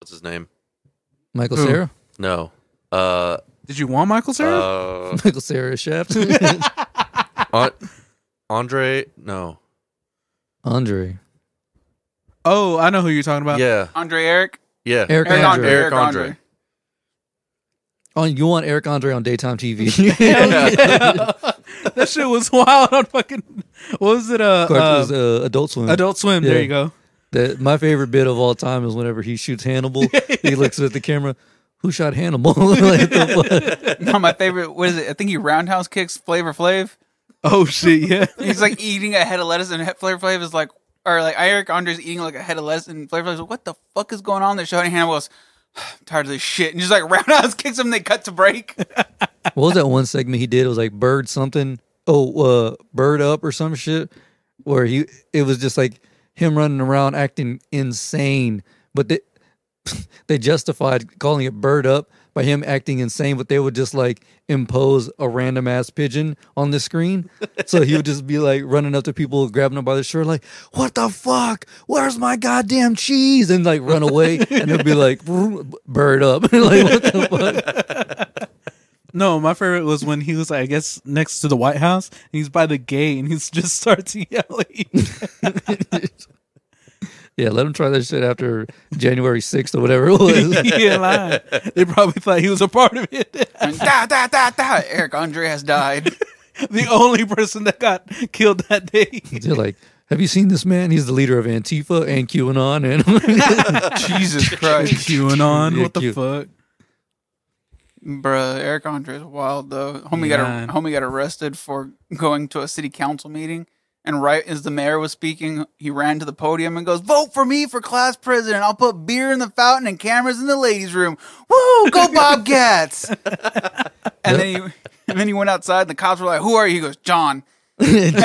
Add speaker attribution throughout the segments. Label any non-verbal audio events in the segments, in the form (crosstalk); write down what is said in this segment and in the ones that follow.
Speaker 1: what's his name?
Speaker 2: Michael
Speaker 3: Who?
Speaker 2: Sarah. (laughs)
Speaker 1: No. Uh,
Speaker 3: Did you want Michael Sarah?
Speaker 1: uh,
Speaker 2: Michael Sarah
Speaker 3: (laughs)
Speaker 2: Shaft.
Speaker 1: (laughs) An- Andre? No.
Speaker 2: Andre.
Speaker 3: oh, I know who you're talking about.
Speaker 1: Yeah.
Speaker 4: Andre Eric.
Speaker 1: Yeah.
Speaker 2: Eric
Speaker 4: Eric
Speaker 2: Andre.
Speaker 4: Andre.
Speaker 1: Eric Andre. (laughs)
Speaker 2: Oh, you want Eric Andre on daytime
Speaker 3: (laughs)
Speaker 2: TV?
Speaker 3: (laughs) that shit was wild on fucking. What was it? Uh,
Speaker 2: Of course, it was,
Speaker 3: uh,
Speaker 2: uh, Adult Swim.
Speaker 3: Adult Swim.
Speaker 2: Yeah.
Speaker 3: There you go.
Speaker 2: That- my favorite bit of all time is whenever he shoots
Speaker 3: (laughs)
Speaker 2: Hannibal. he looks at the camera. Who shot Hannibal? (laughs) Like,
Speaker 3: (laughs)
Speaker 2: the fuck?
Speaker 4: (laughs) No, my favorite. What is it? I think he roundhouse kicks Flavor Flav.
Speaker 3: Oh shit! Yeah.
Speaker 4: He's like eating a head of lettuce, and Flavor Flav is like, or like Eric Andre's eating like a head of lettuce, and Flavor Flav's like, "What the fuck is going on?" They're showing Hannibal goes, "I'm (sighs) tired of this shit," and just like (laughs) roundhouse kicks him. They cut to break.
Speaker 2: what was that one segment he did? It was like bird something. Oh, uh, bird up or some shit. Where he, it was just like him running around acting insane, but they (laughs) they justified calling it bird up by him acting insane, but they would just like impose a random ass pigeon on the screen. So he would just be like running up to people, grabbing them by the shirt, like, what the fuck? Where's my goddamn cheese? And like run away. And it'd be like, (laughs) bird up. (laughs) like, what the fuck?
Speaker 3: (laughs) No, my favorite was when he was, I guess, next to the White House, and he's by the gate, and he just starts (laughs) yelling.
Speaker 2: (laughs) Yeah, let him try that shit after January 6th or whatever it (laughs) was.
Speaker 3: he lied. They probably thought he was a part of it. (laughs)
Speaker 4: And (laughs) da da da da. Eric Andre has died.
Speaker 3: the only person that got killed that day.
Speaker 2: They're like, have you seen this man? He's the leader of Antifa and QAnon. And (laughs)
Speaker 4: Jesus Christ,
Speaker 3: QAnon.
Speaker 2: Yeah,
Speaker 3: what the
Speaker 2: cute.
Speaker 3: fuck?
Speaker 4: Bruh, Eric Andre is wild though. Homie
Speaker 3: Man.
Speaker 4: got a, homie got arrested for going to a city council meeting, and right as the mayor was speaking, he ran to the podium and goes, "Vote for me for class president. I'll put beer in the fountain and cameras in the ladies' room. Woo, go Bobcats!" and then he and then he went outside, and the cops were like, "Who are you?" He goes, "John."
Speaker 2: John,
Speaker 4: And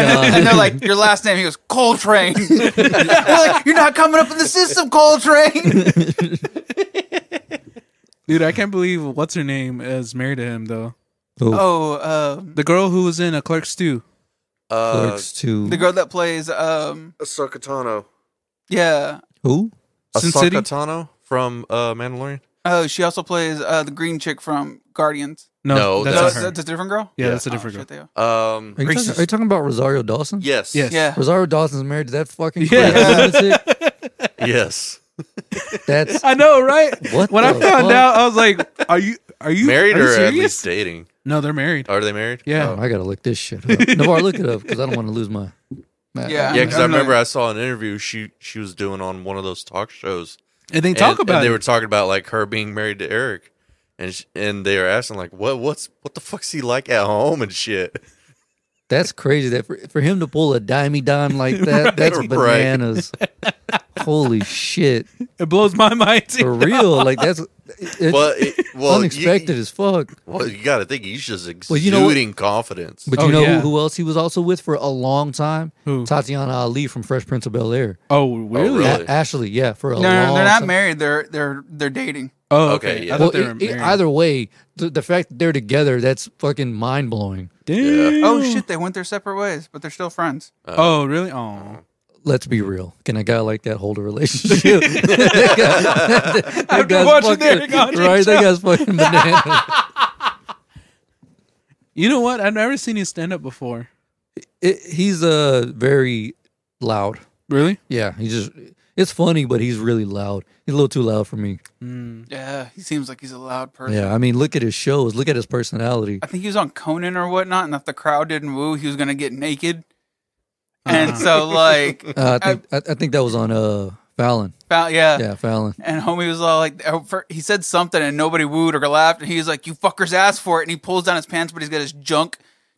Speaker 4: they're like, "Your last name?" He goes, "Coltrane." we're like, "You're not coming up in the system, Coltrane."
Speaker 3: Dude, I can't believe what's her name is married to him though.
Speaker 4: oh, um,
Speaker 3: The girl who was in a Clerks too.
Speaker 2: Oh,
Speaker 1: Uh,
Speaker 2: Clerks to
Speaker 4: the girl that plays, um,
Speaker 1: Ahsoka Tano.
Speaker 4: yeah.
Speaker 2: who?
Speaker 3: Sin
Speaker 1: Ahsoka
Speaker 3: City?
Speaker 1: Tano from uh, Mandalorian.
Speaker 4: Oh, she also plays uh, the green chick from Guardians.
Speaker 1: No,
Speaker 3: that's,
Speaker 4: No,
Speaker 3: not
Speaker 4: that's,
Speaker 3: her.
Speaker 4: that's a different girl.
Speaker 3: yeah, that's a
Speaker 4: Oh,
Speaker 3: different
Speaker 4: shit,
Speaker 3: girl.
Speaker 4: they are.
Speaker 1: Um,
Speaker 2: Are you, talking, are you talking about Rosario Dawson?
Speaker 1: yes.
Speaker 3: Yes.
Speaker 4: Yeah.
Speaker 2: Rosario Dawson's married to that fucking
Speaker 3: Yeah.
Speaker 2: crazy (laughs) lunatic?
Speaker 1: Yes.
Speaker 2: That's
Speaker 3: I know, right?
Speaker 2: What
Speaker 3: when I
Speaker 2: the
Speaker 3: found
Speaker 2: fuck?
Speaker 3: out, I was like, "Are you? Are you
Speaker 1: Married
Speaker 3: are you
Speaker 1: or at
Speaker 3: serious?
Speaker 1: least dating?
Speaker 3: No, they're married.
Speaker 1: Are they married?
Speaker 3: Yeah.
Speaker 2: Oh, I gotta look this shit (laughs) up. Navar, look it up because I don't want to lose my. my-
Speaker 4: Yeah.
Speaker 1: Yeah, because I
Speaker 4: I'm not-
Speaker 1: remember I saw an interview she she was doing on one of those talk shows.
Speaker 3: and they
Speaker 1: And-
Speaker 3: talk
Speaker 1: and
Speaker 3: about
Speaker 1: they
Speaker 3: it.
Speaker 1: were talking about like her being married to Eric, and sh and they were asking like, what what's what the fuck's he like at home and shit.
Speaker 2: That's crazy. That for, for him to pull a dimey dime (laughs) like that, that's
Speaker 1: right.
Speaker 2: (laughs) bananas. Holy shit!
Speaker 3: it blows my (laughs) mind.
Speaker 2: For (laughs) real, like that's it's
Speaker 1: Well, it, well, you-
Speaker 2: unexpected as fuck.
Speaker 1: well, you got to think he's just exuding
Speaker 2: Well, you know what-
Speaker 1: confidence.
Speaker 2: But
Speaker 3: Oh,
Speaker 2: you know
Speaker 3: yeah.
Speaker 2: who, who else he was also with for a long time?
Speaker 3: Who?
Speaker 2: Tatiana Ali from Fresh Prince of Bel Air.
Speaker 3: oh, really?
Speaker 1: really?
Speaker 2: Ashley, yeah, for a
Speaker 4: No,
Speaker 2: long.
Speaker 4: no, they're
Speaker 2: time.
Speaker 4: not married. They're they're they're dating.
Speaker 3: Oh,
Speaker 1: Okay,
Speaker 3: okay.
Speaker 1: yeah.
Speaker 3: I
Speaker 2: Well,
Speaker 3: thought they were
Speaker 2: e-
Speaker 3: married.
Speaker 2: e- either way, the, the fact that they're together, that's fucking mind blowing.
Speaker 3: Damn.
Speaker 4: Oh shit, they went their separate ways, but they're still friends.
Speaker 1: Uh-huh.
Speaker 3: Oh, really? Oh.
Speaker 2: Let's be real. Can a guy like that hold a relationship? (laughs) that guy, that
Speaker 3: After
Speaker 2: guy's
Speaker 3: watching
Speaker 2: fucking-
Speaker 3: Eric Andre
Speaker 2: right? That guy's fucking bananas. (laughs)
Speaker 3: You know what? I've never seen you stand up before.
Speaker 2: It- he's uh, very loud.
Speaker 3: Really?
Speaker 2: Yeah, he just. It's funny, but he's really loud. He's a little too loud for me.
Speaker 3: Mm.
Speaker 4: Yeah, he seems like he's a loud person.
Speaker 2: Yeah, I mean, look at his shows. Look at his personality.
Speaker 4: I think he was on Conan or whatnot, and if the crowd didn't woo, he was gonna get naked.
Speaker 3: Uh-huh.
Speaker 4: And so like,
Speaker 3: (laughs)
Speaker 2: Uh, I think I, I think that was on uh Fallon.
Speaker 4: found, yeah.
Speaker 2: Yeah, Fallon.
Speaker 4: And homie was all like, oh, for- he said something and nobody wooed or laughed. And he was like, "You fuckers asked for it." And he pulls down his pants, but he's got his junk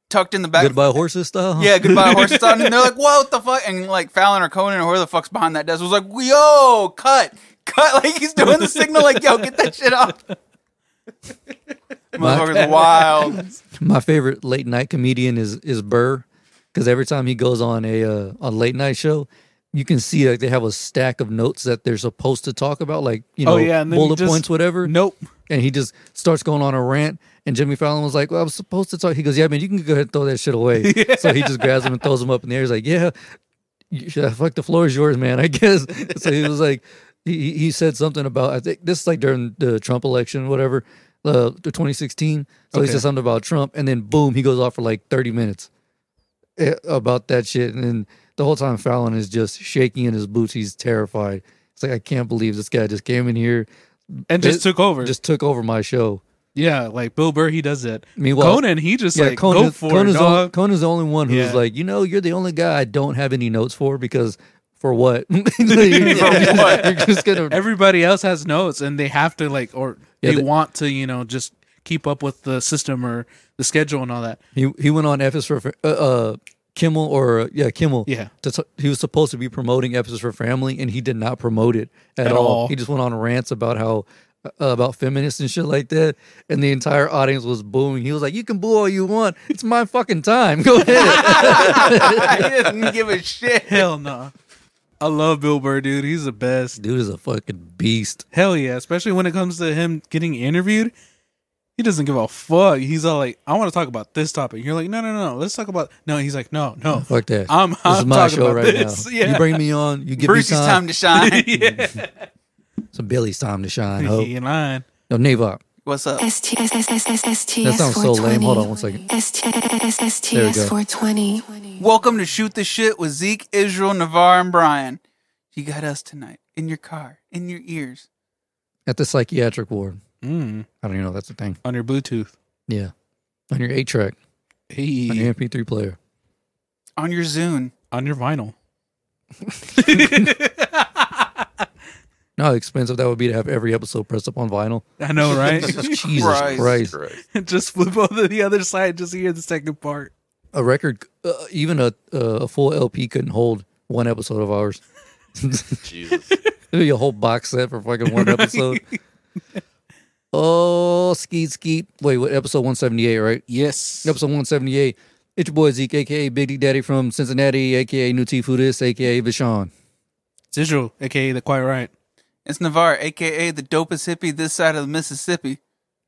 Speaker 4: tucked in the back.
Speaker 2: Goodbye horses style.
Speaker 4: Yeah, goodbye horses on, and they're like, "What the fuck?" And like Fallon or Conan or whoever the fuck's behind that desk was like, "Yo, cut, cut!" (laughs) Like he's doing the signal, like, "Yo, get that shit off." Motherfucker's wild. (laughs)
Speaker 2: (laughs) My favorite late night comedian is is Burr, because every time he goes on a uh, a late night show, you can see like they have a stack of notes that they're supposed to talk about, like you know
Speaker 3: Oh, yeah, and then he
Speaker 2: bullet
Speaker 3: just-
Speaker 2: points, whatever.
Speaker 3: Nope.
Speaker 2: And he just starts going on a rant, and Jimmy Fallon was like, "Well, I was supposed to talk." He goes, "Yeah, man, you can go ahead and throw that shit away." So he just grabs him and throws him up in the air. He's like, "Yeah, you- yeah, fuck the floor is yours, man. I guess." (laughs) So he was like. he he said something about I think this is like during the Trump election, whatever, uh, the 2016. So he
Speaker 3: Okay.
Speaker 2: said something about Trump, and then boom, he goes off for like 30 minutes eh, about that shit, and then the whole time Fallon is just shaking in his boots. He's terrified. It's like I can't believe this guy just came in here,
Speaker 3: and just
Speaker 2: It-
Speaker 3: took over.
Speaker 2: just took over my show.
Speaker 3: yeah, like Bill Burr, he does it.
Speaker 2: Meanwhile,
Speaker 3: Conan, he just like go for
Speaker 2: Conan's
Speaker 3: it,
Speaker 2: the only-
Speaker 3: dog.
Speaker 2: Conan's the only one who's
Speaker 3: Yeah.
Speaker 2: like, you know, you're the only guy I don't have any notes for because for
Speaker 3: (laughs)
Speaker 2: what? (laughs) for
Speaker 4: what?
Speaker 2: You're just gonna
Speaker 3: Everybody else has notes, and they have to like, or
Speaker 2: Yeah,
Speaker 3: they,
Speaker 2: they-
Speaker 3: want to, you know, just keep up with the system or the schedule and all that.
Speaker 2: He he went on Ephesus for uh, uh Kimmel or uh, yeah Kimmel.
Speaker 3: Yeah.
Speaker 2: To t- he was supposed to be promoting Ephesus for Family, and he did not promote it at,
Speaker 3: At
Speaker 2: all.
Speaker 3: all.
Speaker 2: He just went on rants about how uh, about feminists and shit like that, and the entire audience was booing. He was like, "You can boo all you want. It's my fucking time. Go
Speaker 3: (laughs)
Speaker 2: ahead."
Speaker 4: I didn't give a shit.
Speaker 3: Hell no. I love Bill Burr, dude. He's the best.
Speaker 2: Dude is a fucking beast.
Speaker 3: Hell yeah, especially when it comes to him getting interviewed. He doesn't give a fuck. He's all like, I want to talk about this topic. You're like, no, no, no. Let's talk about. No, he's like, no,
Speaker 2: (laughs)
Speaker 3: no.
Speaker 2: Fuck that.
Speaker 3: I'm-
Speaker 2: this is
Speaker 3: I'm
Speaker 2: my
Speaker 3: talking
Speaker 2: show
Speaker 3: about
Speaker 2: right
Speaker 3: this.
Speaker 2: now.
Speaker 3: Yeah.
Speaker 2: You bring me on. You give
Speaker 4: Bruce's
Speaker 2: me time.
Speaker 4: time
Speaker 2: (laughs)
Speaker 4: to shine.
Speaker 3: yeah.
Speaker 2: It's Billy's time to
Speaker 3: (laughs)
Speaker 2: shine. Ho.
Speaker 3: He in line.
Speaker 2: No, Navok.
Speaker 4: What's up?
Speaker 5: STS
Speaker 2: That sounds so lame. Hold on one second. There we go.
Speaker 5: 420.
Speaker 4: Welcome to Shoot the Shit with Zeke, Israel, Navarre, and Brian. You got us tonight in your car, in your ears.
Speaker 2: At the psychiatric ward.
Speaker 3: Mm,
Speaker 2: I don't even know if that's a thing.
Speaker 3: on your Bluetooth.
Speaker 2: Yeah. On your eight track.
Speaker 3: Hey.
Speaker 2: On your MP3 player.
Speaker 4: On your Zune.
Speaker 3: on your vinyl.
Speaker 2: You know how expensive that would be to have every episode pressed up on vinyl?
Speaker 3: I know,
Speaker 1: (laughs)
Speaker 2: (laughs)
Speaker 3: right? (laughs)
Speaker 2: Jesus
Speaker 4: Christ.
Speaker 2: Christ.
Speaker 1: Correct.
Speaker 3: just flip over the other side, just hear the second part.
Speaker 2: A record, uh, even a uh, a full LP couldn't hold one episode of ours. (laughs)
Speaker 1: Jesus.
Speaker 2: It'd be a whole box set for fucking one
Speaker 3: (laughs)
Speaker 2: episode. Oh, skeet skeet. Wait, what? Episode 178, right?
Speaker 3: Yes.
Speaker 2: Episode 178. It's your boy Zeke, a.k.a. Big D Daddy from Cincinnati, a.k.a. New Tifu this, a.k.a. Vishon.
Speaker 3: It's Israel, aka the Quiet Riot. (laughs)
Speaker 4: It's Navarre, aka the dopest hippie this side of the Mississippi.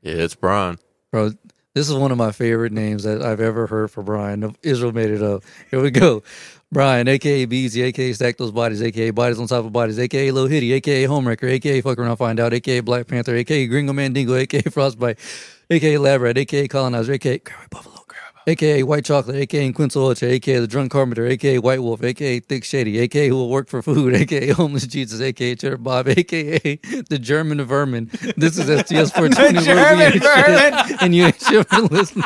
Speaker 1: Yeah, it's Brian.
Speaker 2: Bro, this is one of my favorite names that I've ever heard for Brian. Israel made it up. Here we go. Brian, aka Beezy, aka Stack Those Bodies, aka Bodies on Top of Bodies, aka Lil Hitty, aka Homewrecker, aka Fuck Around Find Out, aka Black Panther, aka Gringo Mandingo, aka Frostbite, aka Lab Rat, aka Colonizer, aka Grab a Buffalo, Grab a Buffalo, aka White Chocolate, aka Quincy Ultra, aka The Drunk Carpenter, aka White Wolf, aka Thick Shady, aka Who Will Work for Food, aka Homeless Jesus, aka Cheddar Bob, aka The German Vermin. This is STS 420.
Speaker 4: The German Vermin!
Speaker 2: (laughs) and you ain't sure for listening.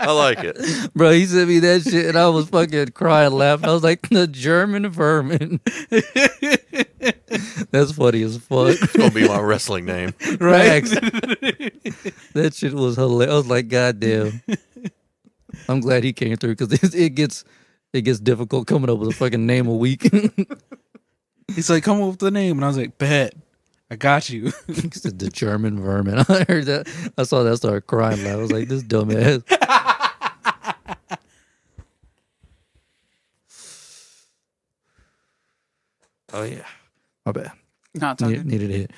Speaker 1: I like it.
Speaker 2: Bro, he sent me that shit and I was fucking crying laughing. I was like, the German vermin. (laughs) That's funny as fuck.
Speaker 1: It's gonna be my wrestling
Speaker 2: (laughs)
Speaker 1: name.
Speaker 2: Right. that shit was hilarious. I was like, God damn. I'm glad he came through because it, it gets it gets difficult coming up with a fucking name a week.
Speaker 3: (laughs)
Speaker 2: (laughs)
Speaker 3: He's like, come up with the name. And I was like, bet. I got you. (laughs)
Speaker 2: He said, the German vermin. (laughs) I heard that. I saw that. I started crying. loud. I was like, this dumbass.
Speaker 1: Oh yeah.
Speaker 2: My bad.
Speaker 4: Not
Speaker 2: Ne-
Speaker 4: talking.
Speaker 2: needed a hit.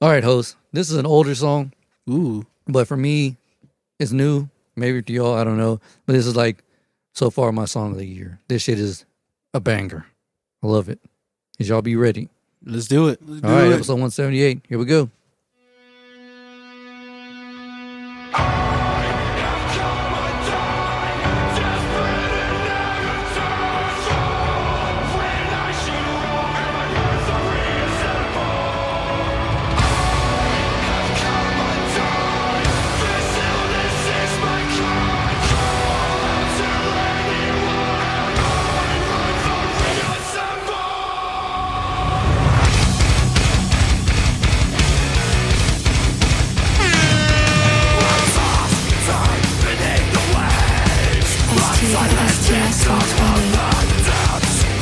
Speaker 2: All right, host. This is an older song.
Speaker 3: Ooh.
Speaker 2: But for me, it's new. Maybe to y'all, I don't know. But this is like so far my song of the year. This shit is a banger. I love it. Is y'all be ready?
Speaker 3: Let's do it.
Speaker 2: All right, episode 178. Here we go.
Speaker 5: STS 420.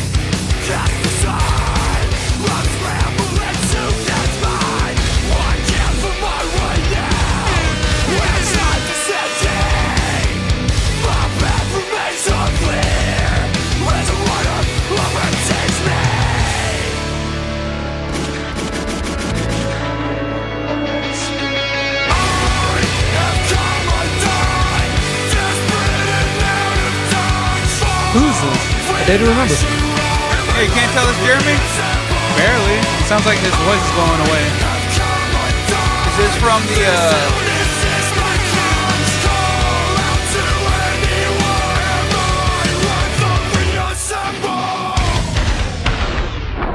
Speaker 3: Who's this?
Speaker 2: I didn't remember.
Speaker 3: Hey, you can't tell it's Jeremy? Barely. It sounds like his voice is going away.
Speaker 4: Is this from the uh,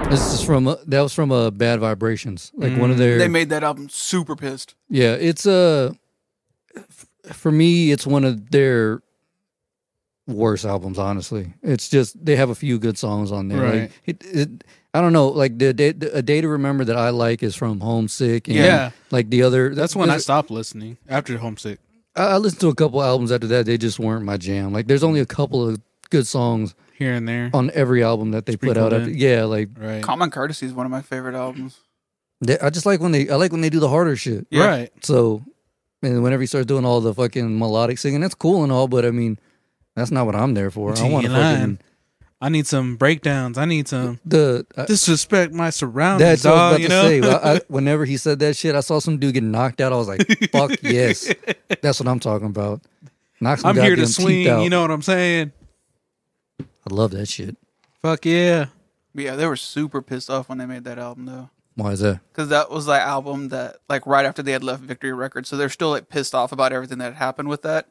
Speaker 2: This is from uh, that was from uh, Bad Vibrations, like
Speaker 3: Mm,
Speaker 2: one of their.
Speaker 4: they made that album super pissed.
Speaker 2: yeah, it's uh, f- for me, it's one of their worst albums. Honestly, it's just they have a few good songs on there.
Speaker 3: Right.
Speaker 2: Like, it, it, I don't know, like the, day the a day to remember that I like is from Homesick. And,
Speaker 3: Yeah.
Speaker 2: like the other.
Speaker 3: That's when I
Speaker 2: there's-
Speaker 3: stopped listening after Homesick.
Speaker 2: I, I listened to a couple albums after that. They just weren't my jam. Like there's only a couple of good songs
Speaker 3: Here and there.
Speaker 2: on every album that they put out.
Speaker 3: Sprinkled
Speaker 2: After,
Speaker 3: in.
Speaker 2: yeah, like
Speaker 3: Right.
Speaker 4: Common Courtesy is one of my favorite albums.
Speaker 2: they, I just like when they I like when they do the harder shit.
Speaker 4: Yeah.
Speaker 3: Right.
Speaker 2: So, and whenever he starts doing all the fucking melodic singing, that's cool and all, but I mean, that's not what I'm there for. I
Speaker 3: Gee,
Speaker 2: want to
Speaker 3: lying.
Speaker 2: fucking
Speaker 3: I need some breakdowns. I need some
Speaker 2: the. I,
Speaker 3: disrespect my surroundings,
Speaker 2: that's what I was about
Speaker 3: dog. You
Speaker 2: to
Speaker 3: know.
Speaker 2: say.
Speaker 3: (laughs)
Speaker 2: I, I, whenever he said that shit, I saw some dude get knocked out. I was like, "Fuck
Speaker 3: (laughs)
Speaker 2: yes, that's what I'm talking about." Knock some
Speaker 3: I'm here to
Speaker 2: goddamn teeth
Speaker 3: swing.
Speaker 2: out.
Speaker 3: You know what I'm saying?
Speaker 2: I love that shit.
Speaker 3: Fuck yeah.
Speaker 4: But yeah, they were super pissed off when they made that album though.
Speaker 2: Why is that?
Speaker 4: because that was the album that like right after they had left Victory Records, so they're still like pissed off about everything that happened with that.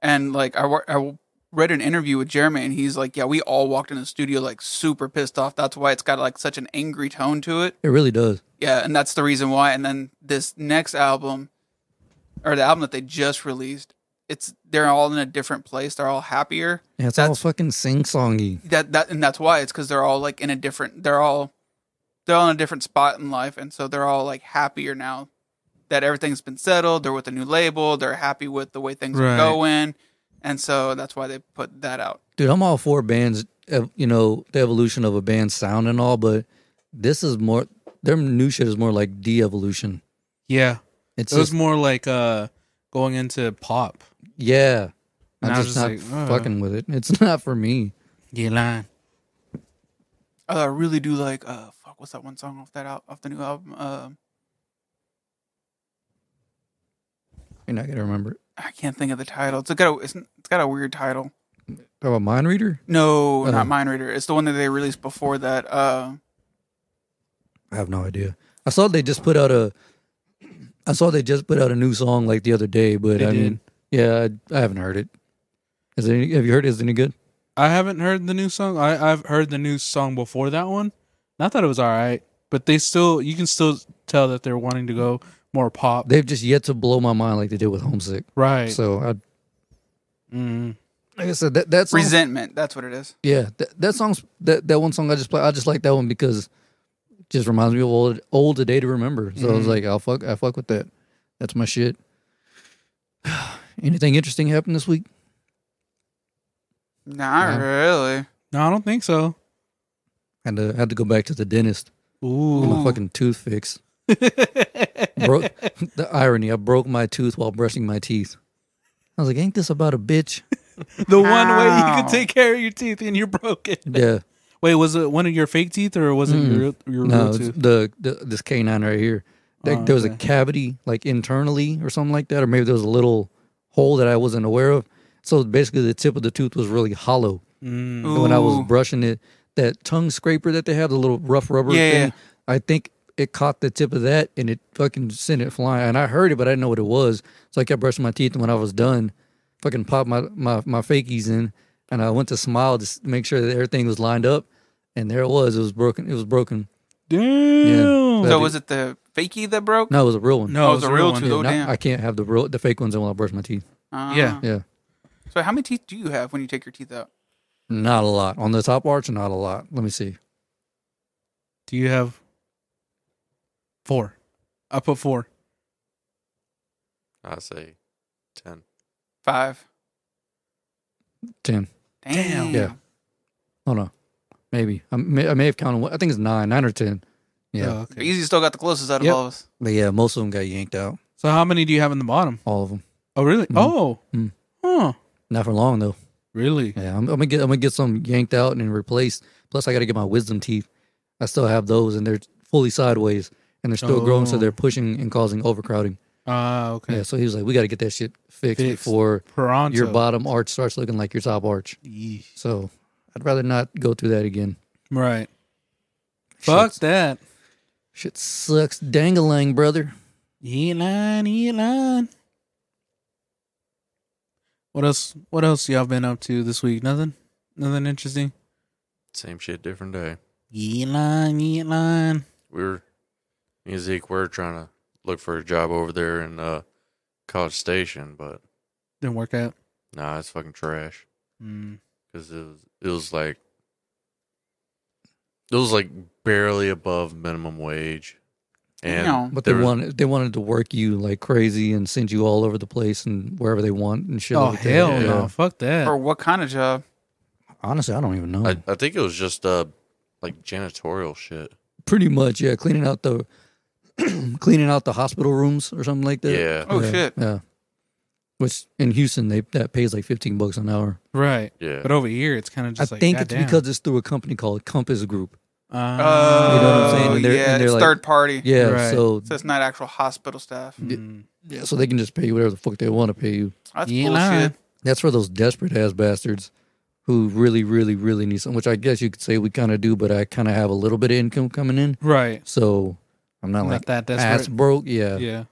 Speaker 4: And like I, wa- I read an interview with Jeremy, and he's like, "Yeah, we all walked in the studio like super pissed off. That's why it's got like such an angry tone to it.
Speaker 2: It really does.
Speaker 4: Yeah, and that's the reason why. And then this next album, or the album that they just released, it's they're all in a different place. They're all happier.
Speaker 2: Yeah, it's all
Speaker 4: That's-
Speaker 2: fucking sing songy.
Speaker 4: That that and that's why it's because they're all like in a different. They're all they're all in a different spot in life, and so they're all like happier now that everything's been settled. They're with a new label. They're happy with the way things
Speaker 3: Right.
Speaker 4: are going, and so that's why they put that out.
Speaker 2: Dude, I'm all for bands, ev- you know, the evolution of a band's sound and all, but this is more, their new shit is more like de evolution.
Speaker 3: Yeah.
Speaker 2: It's
Speaker 3: it was
Speaker 2: just,
Speaker 3: more like uh going into pop.
Speaker 2: yeah.
Speaker 3: And I
Speaker 2: I'm
Speaker 3: was
Speaker 2: just not
Speaker 3: just like, uh.
Speaker 2: fucking with it. It's (laughs) not for me.
Speaker 3: You lying.
Speaker 4: Although I really do like uh fuck what's that one song off that out off the new album? Um
Speaker 2: You're not going to remember it.
Speaker 4: I can't think of the title. It's got a it's, it's got a weird title.
Speaker 2: Talk about Mind Reader?
Speaker 4: No,
Speaker 2: Oh.
Speaker 4: not Mind Reader. It's the one that they released before that. Uh,
Speaker 2: I have no idea. I saw they just put out a, I saw they just put out a new song like the other day, but
Speaker 3: They
Speaker 2: I
Speaker 3: did.
Speaker 2: mean, yeah, I, I haven't heard it. Is it any, have you heard it? Is it any good?
Speaker 3: I haven't heard the new song. I, I've heard the new song before that one. And I thought it was all right, but they still you can still tell that they're wanting to go more pop.
Speaker 2: They've just yet to blow my mind like they did with Homesick.
Speaker 3: right.
Speaker 2: So I,
Speaker 3: Mm.
Speaker 2: like I said, that, that's
Speaker 4: Resentment. That's what it is.
Speaker 2: Yeah, that, that song's that, that one song I just play. I just like that one because it just reminds me of old old a day to remember. So I was like, I'll fuck, I fuck with that. That's my shit. (sighs) Anything interesting happened this week?
Speaker 4: Not
Speaker 2: Yeah.
Speaker 4: really.
Speaker 3: No, I don't think so.
Speaker 2: Had to had to go back to the dentist.
Speaker 3: Ooh.
Speaker 2: My fucking tooth fix. broke the irony. I broke my tooth while brushing my teeth. I was like, ain't this about a bitch?
Speaker 3: (laughs) the one way you
Speaker 4: Ow.
Speaker 3: can take care of your teeth and you're broken.
Speaker 2: Yeah,
Speaker 3: Wait, was it one of your fake teeth or was it
Speaker 2: Mm.
Speaker 3: your real- your
Speaker 2: no,
Speaker 3: real
Speaker 2: it's
Speaker 3: tooth?
Speaker 2: the, the this canine right here. There-
Speaker 3: Oh,
Speaker 2: there was a
Speaker 3: okay.
Speaker 2: cavity like internally or something like that, or maybe there was a little hole that I wasn't aware of. So basically, the tip of the tooth was really hollow.
Speaker 3: Mm.
Speaker 2: And when I was
Speaker 4: Ooh.
Speaker 2: brushing it, that tongue scraper that they have, the little rough rubber
Speaker 4: Yeah,
Speaker 2: thing,
Speaker 4: yeah.
Speaker 2: I think it caught the tip of that and it fucking sent it flying. And I heard it, but I didn't know what it was. So I kept brushing my teeth. And when I was done, fucking popped my, my, my fakies in. And I went to smile to s- make sure that everything was lined up. And there it was. It was broken. It was broken.
Speaker 3: Damn.
Speaker 2: Yeah.
Speaker 4: So
Speaker 2: That'd
Speaker 4: was it the fakie that broke?
Speaker 2: No, it was a real one.
Speaker 4: Oh,
Speaker 3: No,
Speaker 4: it was a real
Speaker 3: one.
Speaker 4: tooth. Oh,
Speaker 2: Not-
Speaker 4: damn.
Speaker 2: I can't have the real, the fake ones in while I brush my teeth.
Speaker 4: Ah.
Speaker 3: Yeah.
Speaker 2: Yeah,
Speaker 4: So how many teeth do you have when you take your teeth out?
Speaker 2: not a lot on the top arch. Not a lot. Let me see.
Speaker 3: Do you have four? I put four.
Speaker 1: I say ten.
Speaker 4: Five.
Speaker 2: Ten.
Speaker 4: Damn.
Speaker 2: Yeah. Oh no, maybe I may, I may have counted. one- I think it's nine, nine or ten. Yeah,
Speaker 3: Oh,
Speaker 4: But
Speaker 3: okay.
Speaker 4: Easy still got the closest out of
Speaker 2: Yep.
Speaker 4: all of us.
Speaker 2: but yeah, most of them got yanked out.
Speaker 3: So how many do you have in the bottom?
Speaker 2: All of them.
Speaker 3: Oh, really? Oh.
Speaker 2: Mm.
Speaker 3: Huh.
Speaker 2: Not for long though.
Speaker 3: Really?
Speaker 2: Yeah, I'm, I'm gonna get I'm gonna get some yanked out and replaced. Plus, I got to get my wisdom teeth. I still have those, and they're fully sideways, and they're still growing, so
Speaker 3: Oh.
Speaker 2: they're pushing and causing overcrowding.
Speaker 3: Ah, okay.
Speaker 2: Yeah, so he was like, "We got to get that shit fixed,
Speaker 3: Fixed.
Speaker 2: before
Speaker 3: Pronto.
Speaker 2: your bottom arch starts looking like your top arch."
Speaker 3: Yeesh.
Speaker 2: So I'd rather not go through that again.
Speaker 3: Right. Fuck that.
Speaker 2: Shit sucks. Dangalang, brother.
Speaker 3: Eat line, eat line. What else? What else y'all been up to this week? Nothing. Nothing interesting.
Speaker 1: Same shit, different day.
Speaker 3: Eat line, eat line.
Speaker 1: We were, me and Zeke, we are trying to look for a job over there in uh, College Station, but
Speaker 3: Didn't work out.
Speaker 1: nah, it's fucking trash.
Speaker 3: Mm.
Speaker 1: Because it was, it was like, it was like barely above minimum wage. And
Speaker 4: No.
Speaker 2: But they
Speaker 1: there was-
Speaker 2: wanted they wanted to work you like crazy and send you all over the place and wherever they want and shit.
Speaker 3: Oh
Speaker 2: like
Speaker 3: hell
Speaker 2: that.
Speaker 1: Yeah.
Speaker 3: no! Fuck that.
Speaker 4: Or what kind of job?
Speaker 2: Honestly, I don't even know.
Speaker 1: I, I think it was just uh like janitorial shit.
Speaker 2: Pretty much, yeah. Cleaning out the (clears throat) cleaning out the hospital rooms or something like that.
Speaker 1: Yeah.
Speaker 4: Oh, shit.
Speaker 2: Yeah. Which in Houston they that pays like fifteen bucks an hour.
Speaker 3: right.
Speaker 1: Yeah.
Speaker 3: But over here, it's kind of just.
Speaker 2: I
Speaker 3: like,
Speaker 2: think it's
Speaker 3: goddamn.
Speaker 2: because it's through a company called Compass Group.
Speaker 3: Uh,
Speaker 4: Oh,
Speaker 2: You know what I'm saying? And they're-
Speaker 4: yeah,
Speaker 2: and they're
Speaker 4: it's
Speaker 2: like-
Speaker 4: third party.
Speaker 2: Yeah,
Speaker 3: Right.
Speaker 2: so
Speaker 4: So it's not actual hospital staff.
Speaker 2: Oh,
Speaker 3: mm.
Speaker 2: yeah, so they can just pay you whatever the fuck they want to pay you.
Speaker 4: That's
Speaker 3: You ain't
Speaker 4: bullshit.
Speaker 3: lying.
Speaker 2: That's for those desperate ass bastards who really, really, really need something. Which I guess you could say we kind of do, but I kind of have a little bit of income coming in,
Speaker 3: Right.
Speaker 2: so I'm not,
Speaker 3: Not
Speaker 2: like
Speaker 3: that
Speaker 2: ass
Speaker 3: desperate.
Speaker 2: broke. Yeah. (laughs)
Speaker 3: Yeah.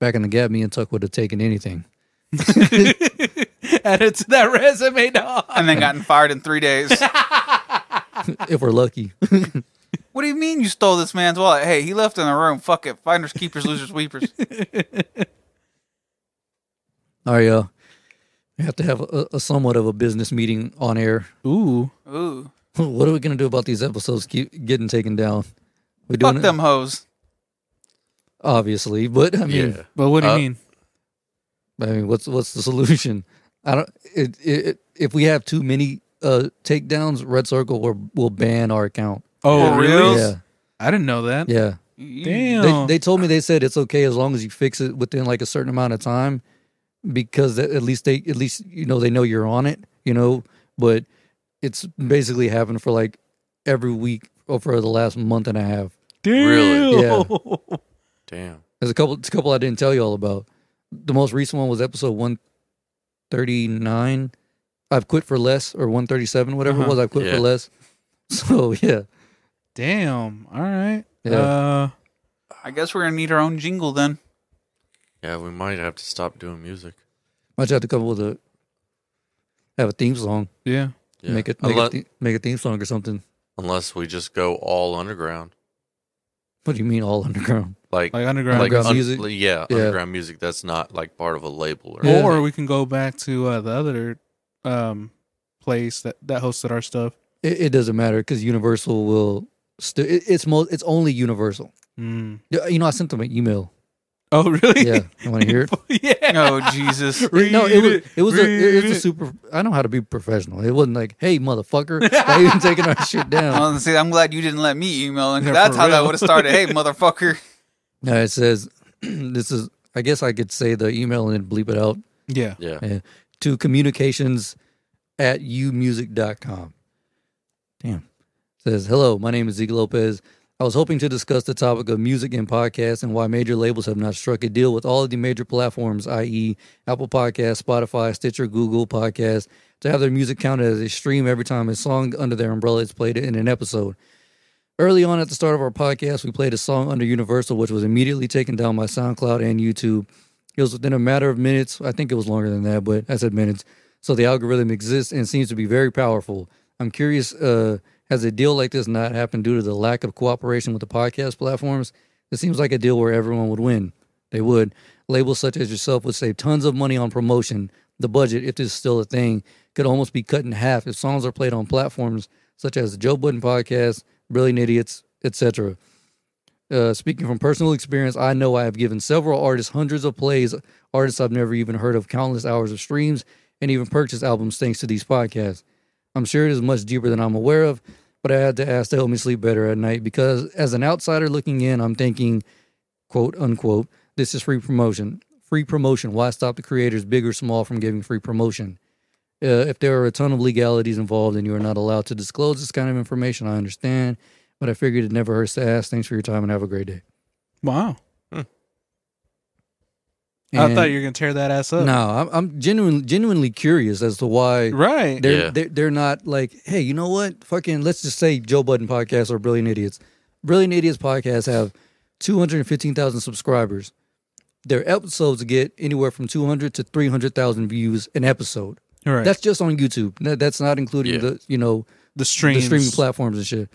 Speaker 2: back in the gap, me and Tuck would have taken anything. (laughs)
Speaker 3: Add it to that resume, dog.
Speaker 4: And then gotten fired in three days.
Speaker 2: (laughs) if we're lucky.
Speaker 4: what do you mean you stole this man's wallet? Hey, he left in the room. Fuck it. Finders, keepers, losers, weepers.
Speaker 2: All right, y'all. We have to have a, a somewhat of a business meeting on air. (laughs)
Speaker 3: Ooh.
Speaker 4: Ooh.
Speaker 2: what are we gonna do about these episodes keep getting taken down? We doing
Speaker 4: Fuck
Speaker 2: it?
Speaker 4: them hoes.
Speaker 2: obviously, but I mean,
Speaker 1: yeah.
Speaker 3: But what do you
Speaker 1: Uh,
Speaker 3: mean?
Speaker 2: I mean, what's what's the solution? I don't. It, it, it, if we have too many uh takedowns, Red Circle will will ban our account.
Speaker 3: Oh,
Speaker 4: For
Speaker 3: really?
Speaker 4: reals?
Speaker 2: Yeah,
Speaker 3: I didn't know that.
Speaker 2: yeah.
Speaker 3: Damn.
Speaker 2: They, they told me they said it's okay as long as you fix it within like a certain amount of time, because at at least they at least you know they know you're on it, you know. But it's basically happened for like every week or for the last month and a half.
Speaker 3: Damn.
Speaker 1: Really?
Speaker 2: Yeah.
Speaker 1: Damn.
Speaker 2: There's a couple. It's a couple I didn't tell you all about. The most recent one was episode one thirty nine. I've quit for less, or one thirty seven, whatever it
Speaker 3: Uh-huh.
Speaker 2: was. I've quit
Speaker 1: Yeah.
Speaker 2: for less. (laughs) So yeah,
Speaker 3: Damn. All right.
Speaker 2: Yeah.
Speaker 3: Uh,
Speaker 4: I guess we're going to need our own jingle then.
Speaker 1: Yeah, we might have to stop doing music.
Speaker 2: might have to come up with a have a theme song,
Speaker 3: yeah.
Speaker 1: Yeah.
Speaker 2: make it make,
Speaker 1: unless,
Speaker 2: a, the- make a theme song or something.
Speaker 1: unless we just go all underground.
Speaker 2: What do you mean all underground?
Speaker 1: Like
Speaker 3: Like underground.
Speaker 1: like
Speaker 2: underground
Speaker 1: un-
Speaker 2: music?
Speaker 1: Yeah,
Speaker 2: Yeah.
Speaker 1: underground music that's not like part of a label or
Speaker 2: Yeah.
Speaker 3: Or we can go back to uh, the other um, place that, that hosted our stuff.
Speaker 2: It, it doesn't matter because Universal will. St- it, it's most. It's only Universal.
Speaker 3: Mm.
Speaker 2: Yeah, You know, I sent them an email.
Speaker 3: Oh, (laughs) really?
Speaker 2: Yeah, you want to hear it?
Speaker 3: yeah.
Speaker 2: (laughs)
Speaker 4: Oh, Jesus.
Speaker 3: Read
Speaker 2: no, it was it was a,
Speaker 3: read
Speaker 2: it, it's a
Speaker 3: it.
Speaker 2: super. I know how to be professional. It wasn't like, hey, motherfucker, why you taking our shit down?
Speaker 4: (laughs) Well, Oh, see, I'm glad you didn't let me email in. 'cause
Speaker 3: Yeah,
Speaker 4: that's
Speaker 3: for
Speaker 4: how that
Speaker 3: real.
Speaker 4: would have started.
Speaker 2: (laughs)
Speaker 4: Hey, motherfucker.
Speaker 2: No, it says (clears throat) this is. I guess I could say the email and bleep it out
Speaker 3: Yeah.
Speaker 1: Yeah.
Speaker 2: Yeah. to communications at com. Damn. It says hello. My name is Zeke Lopez. I was hoping to discuss the topic of music and podcasts and why major labels have not struck a deal with all of the major platforms, i.e., Apple Podcasts, Spotify, Stitcher, Google Podcasts, to have their music counted as a stream every time a song under their umbrella is played in an episode. Early on at the start of our podcast, we played a song under Universal, which was immediately taken down by SoundCloud and YouTube. It was within a matter of minutes. I think it was longer than that, but I said minutes. So the algorithm exists and seems to be very powerful. I'm curious, uh, has a deal like this not happened due to the lack of cooperation with the podcast platforms? It seems like a deal where everyone would win. They would. Labels such as yourself would save tons of money on promotion. The budget, if this is still a thing, could almost be cut in half if songs are played on platforms such as the Joe Budden Podcast, Brilliant Idiots, etc. Uh, speaking from personal experience, I know I have given several artists hundreds of plays, artists I've never even heard of, countless hours of streams, and even purchased albums thanks to these podcasts. I'm sure it is much deeper than I'm aware of, but I had to ask to help me sleep better at night because, as an outsider looking in, I'm thinking, quote unquote, this is free promotion. Free promotion. Why stop the creators, big or small, from giving free promotion? Uh, if there are a ton of legalities involved and you are not allowed to disclose this kind of information, I understand, but I figured it never hurts to ask. Thanks for your time and have a great day.
Speaker 3: Wow. I thought you were gonna tear that ass up.
Speaker 2: No, I'm, I'm genuinely genuinely curious as to why
Speaker 3: Right.
Speaker 2: they're,
Speaker 1: Yeah.
Speaker 2: they're they're not like, hey, you know what? Fucking let's just say Joe Budden podcast or Brilliant Idiots. Brilliant Idiots podcast have 215,000 subscribers. Their episodes get anywhere from 200 to 300,000 views an episode.
Speaker 3: Right.
Speaker 2: That's just on YouTube. That- That's not including
Speaker 1: Yeah.
Speaker 2: the, you know,
Speaker 3: the streams.
Speaker 2: the streaming platforms and shit.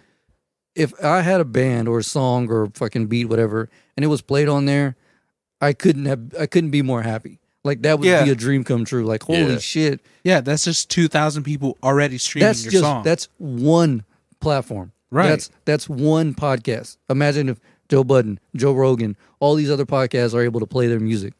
Speaker 2: If I had a band or a song or fucking beat, whatever, and it was played on there, I couldn't have I couldn't be more happy. Like that would
Speaker 4: Yeah.
Speaker 2: be a dream come true. Like holy
Speaker 1: Yeah.
Speaker 2: shit.
Speaker 3: Yeah, that's just two thousand people already streaming
Speaker 2: That's
Speaker 3: your
Speaker 2: just
Speaker 3: song.
Speaker 2: that's one platform.
Speaker 3: Right.
Speaker 2: That's that's one podcast. Imagine if Joe Budden, Joe Rogan, all these other podcasts are able to play their music.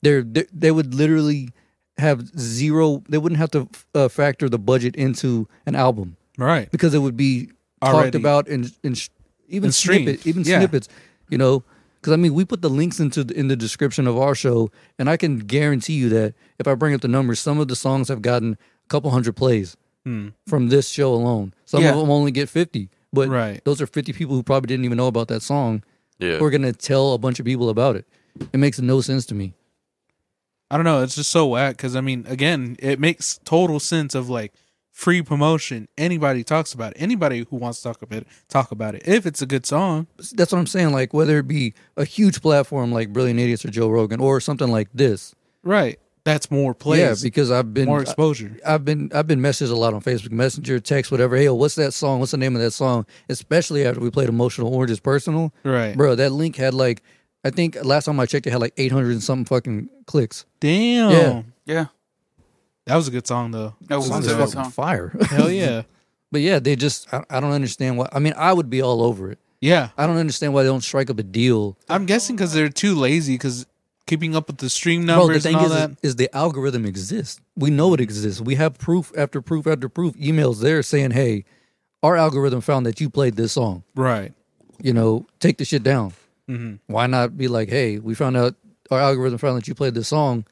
Speaker 2: They're, they they would literally have zero. They wouldn't have to uh, factor the budget into an album
Speaker 3: right.
Speaker 2: because it would be talked
Speaker 3: Already.
Speaker 2: about and and sh- even
Speaker 3: And streamed.
Speaker 2: snippet, even
Speaker 3: Yeah.
Speaker 2: snippets, you know. Because I mean, we put the links into the, in the description of our show, and I can guarantee you that if I bring up the numbers, some of the songs have gotten a couple hundred plays
Speaker 3: Hmm.
Speaker 2: from this show alone. Some
Speaker 4: Yeah.
Speaker 2: of them only get fifty, but
Speaker 3: Right.
Speaker 2: those are fifty people who probably didn't even know about that song.
Speaker 1: Yeah.
Speaker 2: who are gonna tell a bunch of people about it. It makes no sense to me.
Speaker 3: I don't know. It's just so whack because I mean, again, it makes total sense of like free promotion. Anybody talks about it. Anybody who wants to talk about it, talk about it. If it's a good song,
Speaker 2: that's what I'm saying. Like whether it be a huge platform like Brilliant Idiots or Joe Rogan or something like this.
Speaker 3: right? That's more plays.
Speaker 2: Yeah, because I've been
Speaker 3: more exposure.
Speaker 2: I've been I've been messaged a lot on Facebook Messenger, text, whatever. Hey, yo, what's that song? What's the name of that song? Especially after we played Emotional Orange is Personal,
Speaker 3: right.
Speaker 2: bro. That link had like I think last time I checked, it had like 800 and something fucking clicks.
Speaker 3: Damn.
Speaker 2: Yeah.
Speaker 4: Yeah.
Speaker 3: That was a good song though.
Speaker 4: No,
Speaker 2: It was
Speaker 4: it was a good
Speaker 2: fucking
Speaker 4: song.
Speaker 2: fire.
Speaker 3: Hell yeah.
Speaker 2: (laughs) but yeah, they just I, I don't understand why. I mean, I would be all over it.
Speaker 3: Yeah.
Speaker 2: I don't understand why they don't strike up a deal.
Speaker 3: I'm guessing because they're too lazy because keeping up with the stream
Speaker 2: Bro, the
Speaker 3: numbers
Speaker 2: thing
Speaker 3: and
Speaker 2: is,
Speaker 3: all that.
Speaker 2: is, the algorithm exists. We know it exists. We have proof after proof after proof. Emails there saying, "Hey, our algorithm found that you played this song."
Speaker 3: right.
Speaker 2: you know, take the shit down.
Speaker 3: Mm-hmm.
Speaker 2: Why not be like, hey, we found out our algorithm found that you played this song.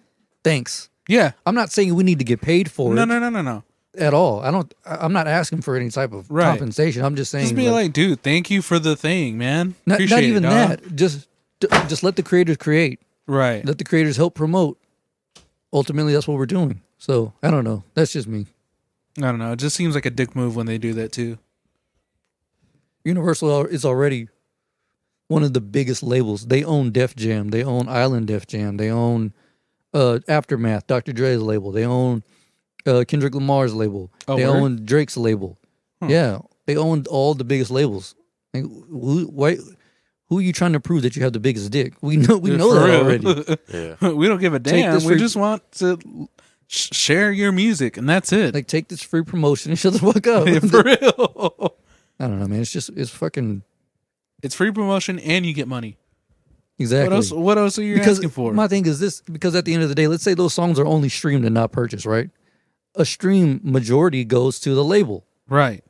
Speaker 2: Thanks.
Speaker 3: Yeah.
Speaker 2: I'm not saying we need to get paid for
Speaker 3: No,
Speaker 2: it
Speaker 3: no, no, no, no.
Speaker 2: at all. I don't. I- I'm not asking for any type of
Speaker 3: Right.
Speaker 2: compensation. I'm just saying,
Speaker 3: Just be
Speaker 2: like,
Speaker 3: like, dude, thank you for the thing, man.
Speaker 2: not,
Speaker 3: Appreciate
Speaker 2: not
Speaker 3: it,
Speaker 2: even
Speaker 3: dawg."
Speaker 2: that. Just, d- just let the creators create.
Speaker 3: Right.
Speaker 2: Let the creators help promote. Ultimately, that's what we're doing. So I don't know. That's just me.
Speaker 3: I don't know. It just seems like a dick move when they do that too.
Speaker 2: Universal al- is already one of the biggest labels. They own Def Jam. They own Island Def Jam. They own uh, Aftermath, Dr. Dre's label. They own uh, Kendrick Lamar's label.
Speaker 3: Oh,
Speaker 2: they
Speaker 3: word?
Speaker 2: own Drake's label. Yeah, they own all the biggest labels. Like, who, why, who are you trying to prove that you have the biggest dick? We know we know that
Speaker 3: For real. (laughs)
Speaker 2: already.
Speaker 1: yeah.
Speaker 3: we don't give a
Speaker 2: Take
Speaker 3: damn.
Speaker 2: this
Speaker 3: We
Speaker 2: for-
Speaker 3: just want to sh- share your music, and that's it.
Speaker 2: Like, take this free promotion and shut the fuck up. (laughs)
Speaker 3: (laughs) Yeah, for real.
Speaker 2: I don't know, man. It's just it's fucking
Speaker 3: it's free promotion, and you get money.
Speaker 2: exactly.
Speaker 3: What else? What else are you
Speaker 2: because
Speaker 3: asking for?
Speaker 2: my thing is this because at the end of the day let's say those songs are only streamed and not purchased right a stream majority goes to the label
Speaker 3: right.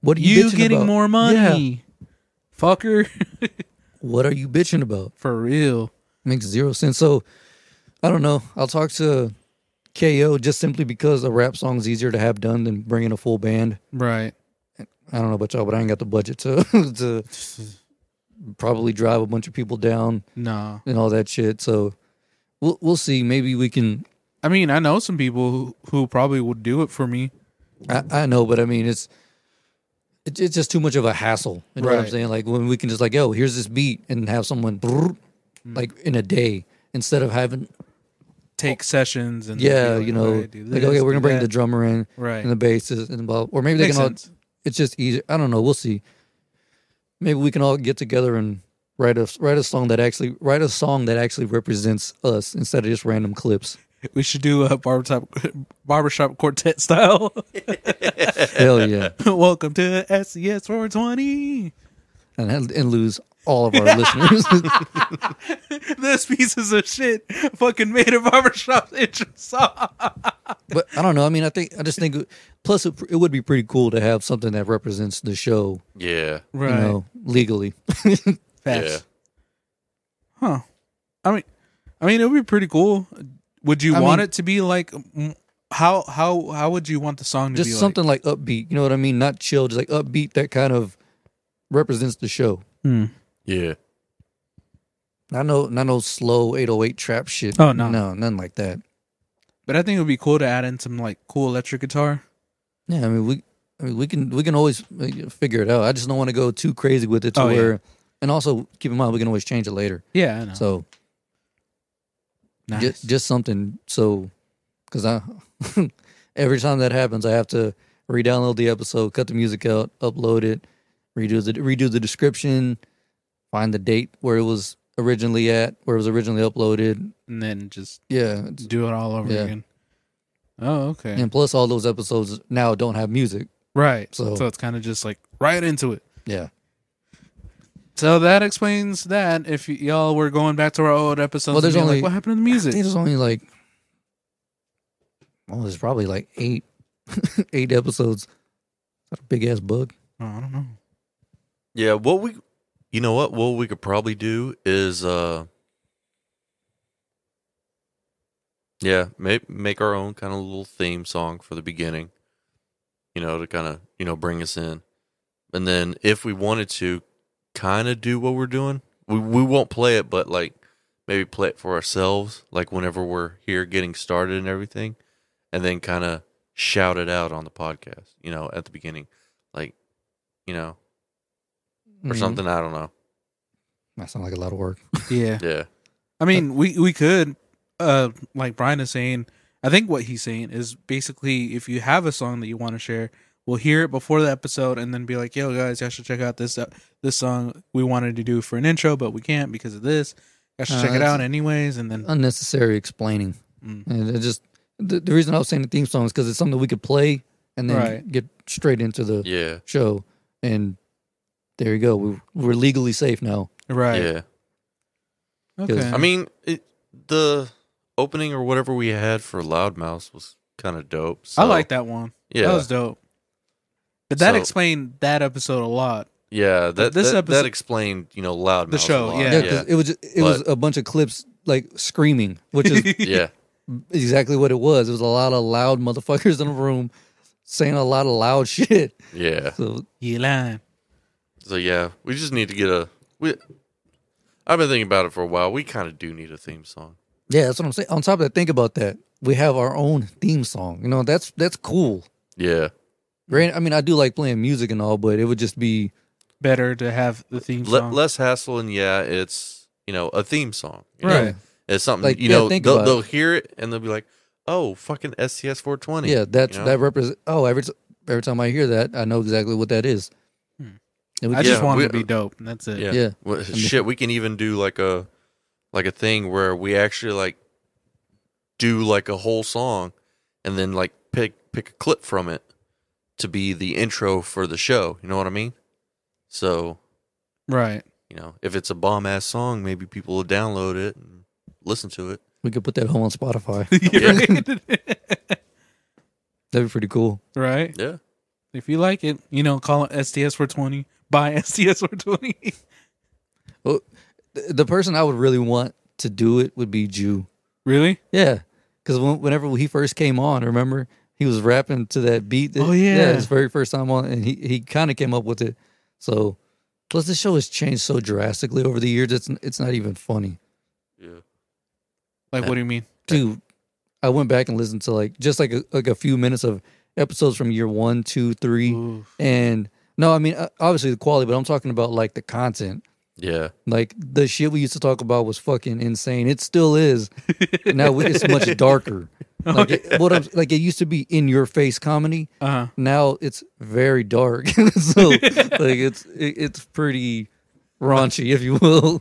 Speaker 2: what are you,
Speaker 3: You
Speaker 2: bitching
Speaker 3: getting
Speaker 2: about?
Speaker 3: more
Speaker 2: yeah.
Speaker 3: money, fucker. (laughs)
Speaker 2: what are you bitching about
Speaker 3: for real.
Speaker 2: makes zero sense so i don't know i'll talk to ko just simply because a rap song is easier to have done than bringing a full band
Speaker 3: Right.
Speaker 2: i don't know about y'all but i ain't got the budget to (laughs) to probably drive a bunch of people down
Speaker 3: Nah.
Speaker 2: and all that shit so we'll, we'll see maybe we can
Speaker 3: I mean, I know some people who, who probably would do it for me.
Speaker 2: I, I know, but I mean, it's it, it's just too much of a hassle. You know what I'm
Speaker 3: Right.
Speaker 2: saying? Like when we can just like, yo, here's this beat, and have someone brrr,
Speaker 3: Mm.
Speaker 2: like in a day instead of having
Speaker 3: Take sessions and
Speaker 2: Oh. yeah,
Speaker 3: be like,
Speaker 2: you know,
Speaker 3: "Alright, do
Speaker 2: like
Speaker 3: this,
Speaker 2: okay, we're
Speaker 3: do
Speaker 2: gonna bring the
Speaker 3: that."
Speaker 2: drummer in,
Speaker 3: Right.
Speaker 2: and the bassist, and blah, or maybe they
Speaker 3: Makes
Speaker 2: can all.
Speaker 3: sense.
Speaker 2: It's just easy. I don't know. We'll see. Maybe we can all get together and write a write a song that actually write a song that actually represents us instead of just random clips.
Speaker 3: We should do a (laughs) barbershop barbershop quartet style. (laughs)
Speaker 2: Hell yeah,
Speaker 3: Welcome to E
Speaker 2: (laughs)
Speaker 3: SES 420.
Speaker 2: and and lose all of our listeners. (laughs)
Speaker 3: This pieces of shit fucking made a barbershop (laughs) intro song.
Speaker 2: but I don't know. I mean, I think I just think. Plus, it, it would be pretty cool to have something that represents the show,
Speaker 1: Yeah.
Speaker 2: you
Speaker 3: Right.
Speaker 2: know, legally.
Speaker 1: Yeah.
Speaker 3: Huh. I mean, I mean, it would be pretty cool. Would you
Speaker 2: I
Speaker 3: want
Speaker 2: mean-
Speaker 3: it to be like? mm, How how how would you want the song to
Speaker 2: just
Speaker 3: be? like?
Speaker 2: something like upbeat. You know what I mean? Not chill, just like
Speaker 3: hmm.
Speaker 2: upbeat. That kind of represents the show.
Speaker 1: Yeah.
Speaker 2: Not no, not no slow 808 trap shit.
Speaker 3: Oh, no.
Speaker 2: no, nothing like that.
Speaker 3: But I think it would be cool to add in some like cool electric guitar.
Speaker 2: Yeah, I mean we, I mean we can we can always uh, figure it out. I just don't want to go too crazy with it to
Speaker 3: Oh, yeah.
Speaker 2: where, and also keep in mind we can always change it later.
Speaker 3: Yeah, I know.
Speaker 2: So
Speaker 3: nice.
Speaker 2: ju- just something so, because I (laughs) every time that happens I have to re-download the episode, cut the music out, upload it, redo the redo the description, find the date where it was originally at, where it was originally uploaded.
Speaker 3: and then just
Speaker 2: Yeah, it's-
Speaker 3: do it all over
Speaker 2: Yeah.
Speaker 3: again. Oh, okay.
Speaker 2: and plus all those episodes now don't have music.
Speaker 3: Right.
Speaker 2: So-
Speaker 3: So, it's kind of just like right into it.
Speaker 2: Yeah.
Speaker 3: So that explains that. If y- y'all were going back to our old episodes,
Speaker 2: Well, there's
Speaker 3: and being
Speaker 2: only-
Speaker 3: like, what happened to the
Speaker 2: I
Speaker 3: music?
Speaker 2: think there's only like, well, there's probably like eight, (laughs) eight episodes. That's a big ass bug.
Speaker 3: Oh, I don't know.
Speaker 1: Yeah, what we you know what? What we could probably do is uh Yeah, make make our own kind of little theme song for the beginning. You know, to kind of, you know, bring us in. And then if we wanted to kind of do what we're doing, we we won't play it, but like maybe play it for ourselves like whenever we're here getting started and everything and then kind of shout it out on the podcast, you know, at the beginning. Like, you know, or
Speaker 3: Mm-hmm.
Speaker 2: Mhm.
Speaker 1: something. I don't know.
Speaker 2: That sounds like a lot of work.
Speaker 3: Yeah.
Speaker 1: Yeah,
Speaker 3: I mean, we we could, uh, like Brian is saying. I think what he's saying is basically, if you have a song that you want to share, we'll hear it before the episode, and then be like, "Yo, guys, y'all should check out this uh, this song we wanted to do for an intro, but we can't because of this. Y'all should
Speaker 2: Uh,
Speaker 3: check it
Speaker 2: that's-
Speaker 3: out anyways." And then,
Speaker 2: Unnecessary explaining.
Speaker 3: Mm.
Speaker 2: And it just the, the reason I was saying the theme song is because it's something we could play and then
Speaker 3: Right.
Speaker 2: get straight into the
Speaker 1: yeah,
Speaker 2: show. And there you go. We, we're legally safe now.
Speaker 3: right?
Speaker 1: yeah.
Speaker 3: Okay.
Speaker 1: I mean, it, the opening or whatever we had for Loudmouth was kind of dope. So,
Speaker 3: I like that one.
Speaker 1: Yeah,
Speaker 3: That was dope. But that
Speaker 1: So-
Speaker 3: explained that episode
Speaker 1: (laughs)
Speaker 3: a lot.
Speaker 1: yeah. That
Speaker 3: this
Speaker 1: this that,
Speaker 3: episode-
Speaker 1: that explained, you know, Loudmouth. a
Speaker 3: show,
Speaker 1: lot.
Speaker 3: yeah.
Speaker 2: Yeah,
Speaker 1: yeah,
Speaker 2: 'cause it was it was a bunch of clips like screaming, which is
Speaker 1: (laughs)
Speaker 3: (laughs)
Speaker 1: yeah.
Speaker 2: exactly what it was. It was a lot of loud motherfuckers in a room saying a lot of loud (laughs) shit.
Speaker 1: yeah.
Speaker 2: So
Speaker 3: You lying.
Speaker 1: So yeah, we just need to get a. We, I've been thinking about it for a while. We kind of do need a theme song.
Speaker 2: yeah, that's what I'm saying. On top of that, think about that. We have our own theme song. You know, that's that's cool.
Speaker 1: Yeah,
Speaker 2: Granted, I mean, I do like playing music and all, but it would just be
Speaker 3: Better to have the theme
Speaker 1: Le-
Speaker 3: song.
Speaker 1: less hassle and yeah, it's you know a theme song. you know?
Speaker 2: yeah,
Speaker 3: Right.
Speaker 1: It's something
Speaker 2: Like,
Speaker 1: you
Speaker 2: yeah,
Speaker 1: know
Speaker 2: think
Speaker 1: they'll,
Speaker 2: about it.
Speaker 1: they'll hear it and they'll be like, oh fucking SCS 420.
Speaker 2: yeah, that's
Speaker 1: you know?
Speaker 2: that represent. Oh, every t- every time I hear that, I know exactly what that is.
Speaker 3: Hmm.
Speaker 2: And we
Speaker 3: I
Speaker 2: can-
Speaker 3: just
Speaker 1: Yeah,
Speaker 3: want
Speaker 1: we-
Speaker 3: to be dope, and that's it.
Speaker 1: Yeah.
Speaker 2: yeah,
Speaker 1: Well, shit, we can even do like a like a thing where we actually like do like a whole song and then like pick pick a clip from it to be the intro for the show. You know what I mean? So,
Speaker 3: Right.
Speaker 1: you know, if it's a bomb ass song, maybe people will download it and listen to it.
Speaker 2: we could put that home on Spotify.
Speaker 3: (laughs)
Speaker 1: (laughs)
Speaker 3: right.
Speaker 2: That'd be pretty cool.
Speaker 3: Right?
Speaker 1: Yeah.
Speaker 3: If you like it, you know, call it STS 420. Buy (laughs) STS 420.
Speaker 2: Th- The person I would really want to do it would be Jew.
Speaker 3: really?
Speaker 2: Yeah, because whenever he first came on, remember he was rapping to that beat. that-
Speaker 3: Oh, yeah.
Speaker 2: his very first time on, and he he kind of came up with it. So plus, this show has changed so drastically over the years. It's it's not even funny,
Speaker 1: Yeah.
Speaker 3: Like, what do you mean?
Speaker 2: dude. I went back and listened to like just like a, like a few minutes of episodes from year one, two, three,
Speaker 3: Ooh.
Speaker 2: and no, I mean uh, obviously the quality, but I'm talking about like the content.
Speaker 1: Yeah.
Speaker 2: Like the shit we used to talk about was fucking insane. It still is. now we- it's much darker. Like it, what I'm like it used to be in your face comedy.
Speaker 3: Uh-huh.
Speaker 2: Now it's very dark. (laughs) so like it's it, it's pretty raunchy, if you will.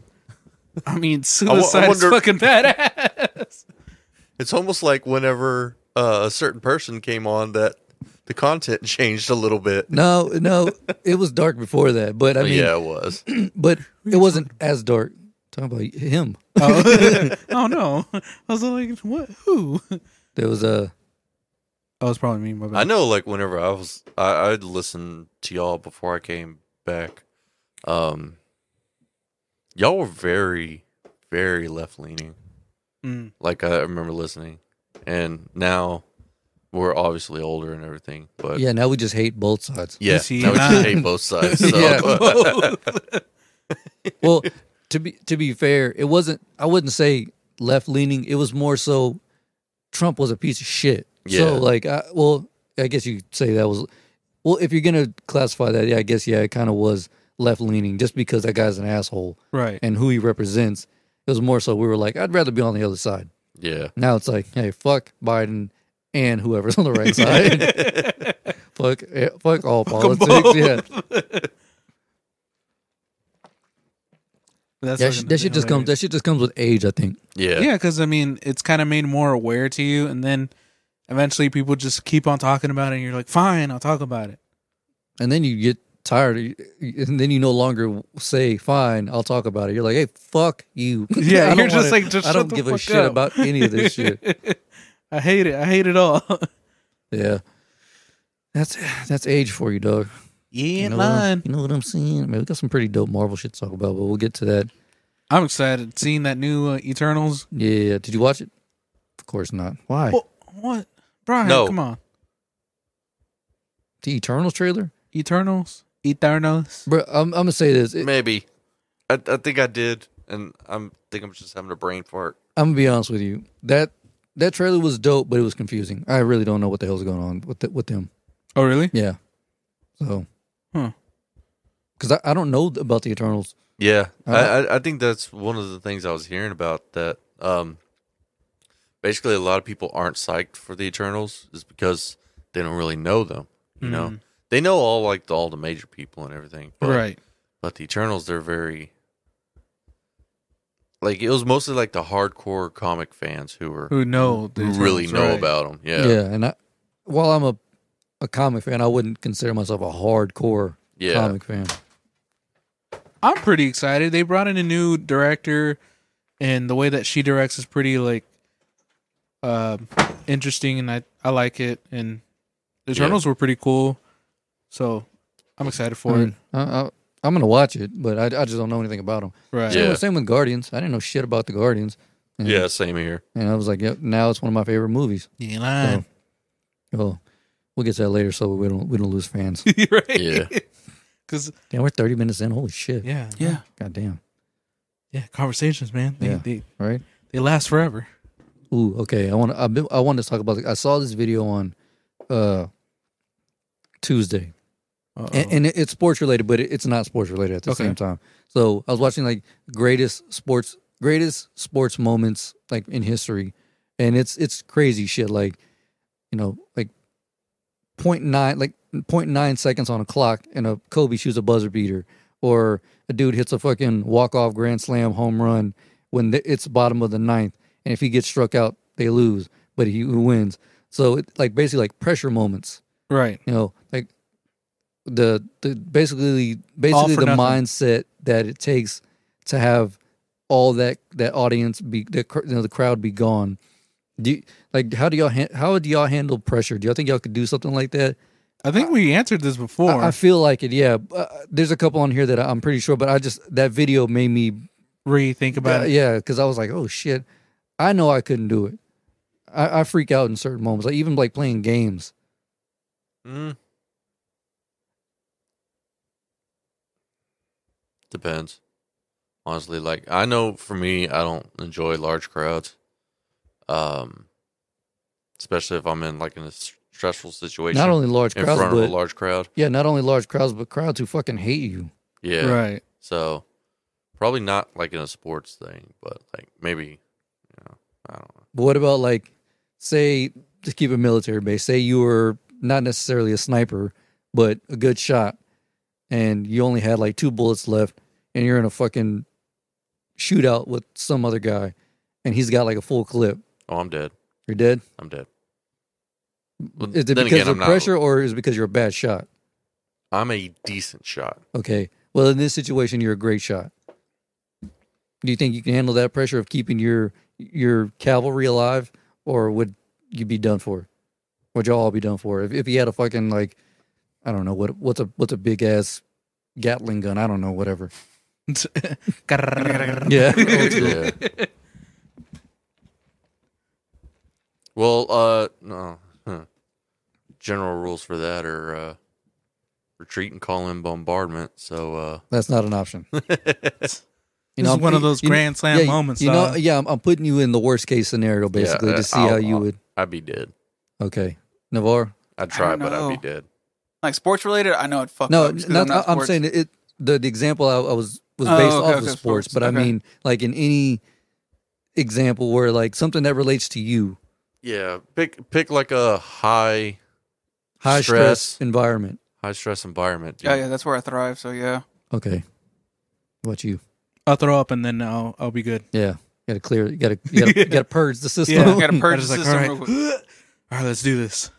Speaker 3: I mean,
Speaker 1: wo- I
Speaker 3: suicide
Speaker 1: wonder-
Speaker 3: is fucking badass.
Speaker 1: It's almost like whenever uh, a certain person came on that the content (laughs) changed a little bit.
Speaker 2: No, no, it was dark before that, but I mean,
Speaker 1: yeah, it was.
Speaker 2: but it wasn't as dark. Talking about him,
Speaker 3: oh. (laughs) oh, no. I was like, what? Who? (laughs)
Speaker 2: there was a
Speaker 3: That was probably me. My bad.
Speaker 1: I know, like whenever I was, I, I'd listen to y'all before I came back. Um, y'all were very, very left leaning.
Speaker 3: Mm.
Speaker 1: Like I remember listening, and now we're obviously older and everything. But yeah,
Speaker 2: yeah. Now we just hate both sides.
Speaker 1: yeah
Speaker 3: You see,
Speaker 1: now we
Speaker 3: nah.
Speaker 1: just hate both sides. So.
Speaker 2: Yeah.
Speaker 1: yeah.
Speaker 2: Well, to be to be fair, it wasn't. I wouldn't say left leaning. It was more so Trump was a piece of shit.
Speaker 1: Yeah.
Speaker 2: So like, I, well, I guess you could say that was. Well, if you're gonna classify that, yeah, I guess yeah, it kind of was left leaning, just because that guy's an asshole
Speaker 3: Right.
Speaker 2: and who he represents. It was more so we were like, I'd rather be on the other side.
Speaker 1: (laughs) Yeah.
Speaker 2: Now it's like, hey, fuck Biden and whoever's on the right side.
Speaker 3: (laughs)
Speaker 2: fuck, eh, fuck all politics. Yeah,
Speaker 3: That's
Speaker 2: that,
Speaker 3: fucking
Speaker 2: shit- that shit just comes.
Speaker 3: hilarious.
Speaker 2: That shit just comes with age, I think.
Speaker 1: Yeah.
Speaker 3: Yeah, because I mean, it's kind of made more aware to you, and then eventually people just keep on talking about it, and you're like, fine, I'll talk about it.
Speaker 2: And then you get tired, you- and then you no longer say, "Fine, I'll talk about it." You're like, "Hey, fuck you." (laughs)
Speaker 3: Yeah,
Speaker 2: I don't
Speaker 3: you're just
Speaker 2: wanna-
Speaker 3: like, just
Speaker 2: I
Speaker 3: shut
Speaker 2: don't
Speaker 3: the
Speaker 2: give a
Speaker 3: fuck
Speaker 2: shit
Speaker 3: up.
Speaker 2: about any of this shit.
Speaker 3: (laughs) I hate it. I hate it all. (laughs)
Speaker 2: Yeah, that's that's age for you, dog.
Speaker 3: You
Speaker 2: You
Speaker 3: ain't
Speaker 2: know, what I'm-
Speaker 3: lying.
Speaker 2: you know what I'm saying? Man, we got some pretty dope Marvel shit to talk about, but we'll get to that.
Speaker 3: I'm excited seeing that new uh, Eternals.
Speaker 2: Yeah, did you watch it? Of course not. Why?
Speaker 3: What? what? Brian,
Speaker 1: No.
Speaker 3: come on.
Speaker 2: The Eternals trailer,
Speaker 3: Eternals. Eternals.
Speaker 2: bro. I'm, I'm gonna say this. It-
Speaker 1: Maybe. I, I think I did, and I'm think I'm just having a brain fart.
Speaker 2: I'm gonna be honest with you. That that trailer was dope, but it was confusing. I really don't know what the hell's going on with the, with them.
Speaker 3: Oh, really?
Speaker 2: Yeah. So.
Speaker 3: Huh.
Speaker 2: Because I, I don't know about the Eternals.
Speaker 1: Yeah, I,
Speaker 3: Uh-huh.
Speaker 2: Uh,
Speaker 1: I I think that's one of the things I was hearing about that. Um, basically, a lot of people aren't psyched for the Eternals is because they don't really know them. You know, they know all like the, all the major people and everything, but,
Speaker 3: Mm-hmm. Right.
Speaker 1: But the Eternals, they're very like it was mostly like the hardcore comic fans who were
Speaker 3: Who know? the
Speaker 1: who really
Speaker 3: Eternals,
Speaker 1: know
Speaker 3: right.
Speaker 1: about them.
Speaker 2: Yeah.
Speaker 1: Yeah, yeah,
Speaker 2: and I, while I'm a a comic fan, I wouldn't consider myself a hardcore comic fan.
Speaker 3: I'm pretty excited. They brought in a new director, and the way that she directs is pretty like uh, interesting, and I I like it. And the
Speaker 1: Yeah.
Speaker 3: Eternals were pretty cool, so I'm excited for
Speaker 2: I
Speaker 3: it.
Speaker 2: mean, I, I, I'm gonna watch it, but I, I just don't know anything about them.
Speaker 3: Right?
Speaker 1: Yeah.
Speaker 2: Same, with, same with Guardians. I didn't know shit about the Guardians. And,
Speaker 1: yeah. Same here.
Speaker 2: And I was like, yep, now it's one of my favorite movies.
Speaker 3: You ain't
Speaker 2: So,
Speaker 3: lying.
Speaker 2: well, we'll get to that later, so we don't we don't lose fans.
Speaker 3: (laughs) right?
Speaker 1: Yeah.
Speaker 3: Because
Speaker 2: damn, we're 30 minutes in. Holy shit!
Speaker 3: yeah,
Speaker 4: Yeah.
Speaker 2: God damn.
Speaker 3: yeah, conversations, man. They
Speaker 2: Yeah.
Speaker 3: they,
Speaker 2: Right.
Speaker 3: they last forever.
Speaker 2: Ooh, okay. I want to. I've been- I wanted to talk about. I saw this video on uh Tuesday, and, and it- it's sports related, but it, it's not sports related at the
Speaker 3: Okay.
Speaker 2: same time. So I was watching like greatest sports, greatest sports moments like in history, and it's it's crazy shit. Like you know, like point nine, like point nine seconds on a clock, and a Kobe shoots a buzzer beater, or a dude hits a fucking walk off grand slam home run when the, it's bottom of the ninth, and if he gets struck out, they lose, but he who wins. So it like basically like pressure moments
Speaker 3: right.
Speaker 2: you know like the the basically basically
Speaker 3: for
Speaker 2: the
Speaker 3: nothing.
Speaker 2: mindset that it takes to have all that that audience be the cr- you know the crowd be gone do you, like how do y'all han- how do y'all handle pressure do y'all think y'all could do something like that
Speaker 3: I think we answered this before.
Speaker 2: I, I feel like it yeah uh, there's a couple on here that i'm pretty sure but i just that video made me
Speaker 3: Rethink about
Speaker 2: uh,
Speaker 3: it.
Speaker 2: yeah because i was like oh shit i know i couldn't do it I, I freak out in certain moments like even like playing games
Speaker 1: Mm. Depends. Honestly, like I know for me, I don't enjoy large crowds. Um, especially if I'm in like in a s- stressful situation
Speaker 2: not only large
Speaker 1: in
Speaker 2: crowds
Speaker 1: front of
Speaker 2: but
Speaker 1: a large crowd.
Speaker 2: Yeah, not only large crowds, but crowds who fucking hate you.
Speaker 1: Yeah.
Speaker 3: Right.
Speaker 1: So probably not like in a sports thing, but like maybe you know, I don't know.
Speaker 2: But what about like, say, just keep a military base. Say you were not necessarily a sniper, but a good shot, and you only had like two bullets left, and you're in a fucking shootout with some other guy, and he's got like a full clip.
Speaker 1: Oh, I'm dead.
Speaker 2: You're dead.
Speaker 1: I'm dead. Well,
Speaker 2: Is it
Speaker 1: then
Speaker 2: because
Speaker 1: again,
Speaker 2: of
Speaker 1: I'm not-
Speaker 2: pressure, or is it because you're a bad shot?
Speaker 1: I'm a decent shot.
Speaker 2: Okay. Well, in this situation, you're a great shot. Do you think you can handle that pressure of keeping your your cavalry alive, or would you be done for? Would y'all all be done for if if he had a fucking like, I don't know what what's a what's a big ass Gatling gun? I don't know
Speaker 3: (laughs)
Speaker 2: whatever. (laughs) Yeah.
Speaker 1: Oh, (laughs)
Speaker 2: Old school.
Speaker 1: yeah. Well, uh, no. Huh. General rules for that are uh, retreat and call in bombardment. So,
Speaker 2: That's not an option.
Speaker 1: uh,
Speaker 2: You
Speaker 3: This
Speaker 2: know,
Speaker 3: is one of those
Speaker 2: you know-
Speaker 3: grand slam
Speaker 2: yeah,
Speaker 3: moments,
Speaker 2: You know,
Speaker 3: dog.
Speaker 2: yeah, I'm, I'm putting you in the worst case scenario basically
Speaker 1: uh,
Speaker 2: to see
Speaker 1: I'll-
Speaker 2: how you
Speaker 1: I'll-
Speaker 2: would.
Speaker 1: (laughs) I'd be dead.
Speaker 2: Okay, Navarre.
Speaker 1: I'd try,
Speaker 4: don't
Speaker 1: but I'd
Speaker 4: know.
Speaker 1: be dead.
Speaker 4: Like sports related, I know it fucked
Speaker 2: No,
Speaker 4: up. just 'cause
Speaker 2: not,
Speaker 4: uh, not
Speaker 2: I'm
Speaker 4: sports.
Speaker 2: saying it. The, the example I, I was was
Speaker 4: Oh,
Speaker 2: based
Speaker 4: okay,
Speaker 2: off
Speaker 4: okay,
Speaker 2: of sports,
Speaker 4: sports,
Speaker 2: but I
Speaker 4: okay.
Speaker 2: mean, like in any example where like something that relates to you,
Speaker 1: Yeah, pick pick like a high
Speaker 2: high stress,
Speaker 1: Stress.
Speaker 2: environment.
Speaker 1: high stress environment. dude.
Speaker 4: Yeah, yeah, that's where I thrive. So yeah,
Speaker 2: Okay, what you?
Speaker 3: I'll throw up and then I'll I'll be good.
Speaker 2: Yeah, got to clear. You got to you got to got to purge the system.
Speaker 3: Yeah,
Speaker 4: I gotta
Speaker 3: I
Speaker 4: purge
Speaker 3: just
Speaker 4: the
Speaker 3: like all
Speaker 4: system
Speaker 3: right,
Speaker 4: real quick.
Speaker 3: (gasps) all right, let's do this.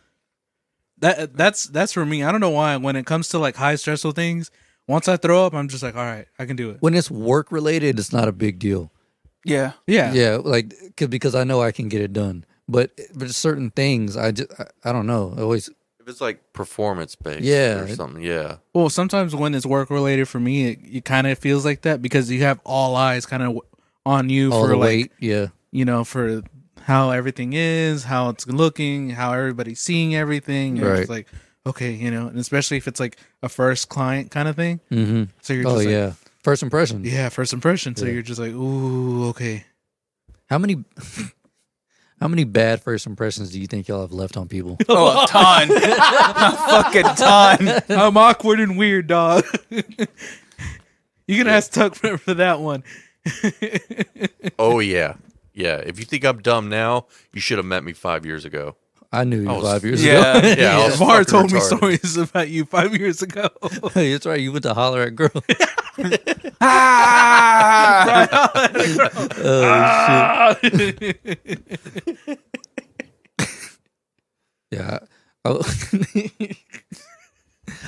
Speaker 3: That that's that's for me. I don't know why. When it comes to like high stressful things, once I throw up, I'm just like, all right, I can do it.
Speaker 2: when it's work related, it's not a big deal. (laughs)
Speaker 4: Yeah,
Speaker 3: Yeah,
Speaker 2: yeah like 'cause- because i know i can get it done but but certain things i just i, I don't know I always
Speaker 1: if it's like performance based,
Speaker 2: Yeah,
Speaker 1: or
Speaker 2: it-
Speaker 1: something. Yeah,
Speaker 3: Well, sometimes when it's work related for me, it, it kind of feels like that because you have all eyes kind of on you
Speaker 2: all
Speaker 3: for
Speaker 2: the
Speaker 3: like
Speaker 2: weight yeah
Speaker 3: you know for how everything is, how it's looking, how everybody's seeing everything. You're just
Speaker 2: Right.
Speaker 3: like, okay, you know, and especially if it's like a first client kind of thing.
Speaker 2: mm-hmm.
Speaker 3: So you're
Speaker 2: oh
Speaker 3: just like,
Speaker 2: yeah first impression
Speaker 3: yeah, first impression. So
Speaker 2: Yeah.
Speaker 3: you're just like, ooh,
Speaker 2: (laughs)
Speaker 3: okay.
Speaker 2: how many (laughs) how many bad first impressions do you think y'all have left on people
Speaker 4: Oh, a ton. (laughs) a fucking
Speaker 2: (laughs)
Speaker 4: ton.
Speaker 3: I'm awkward and weird, dog. (laughs) you can ask Tuck for, for that one.
Speaker 1: oh yeah, yeah. If you think I'm dumb now, you should have met me five years (laughs) ago.
Speaker 2: i knew you
Speaker 1: I was-
Speaker 2: five years
Speaker 4: Yeah.
Speaker 2: ago (laughs)
Speaker 1: Yeah, I was
Speaker 3: Var
Speaker 1: fucking
Speaker 3: told me
Speaker 1: retarded.
Speaker 3: stories about you five years
Speaker 2: (laughs)
Speaker 3: ago. (laughs)
Speaker 2: Hey, that's right you went to holler at girl (laughs)
Speaker 4: Ah!
Speaker 2: yeah (laughs) I- I-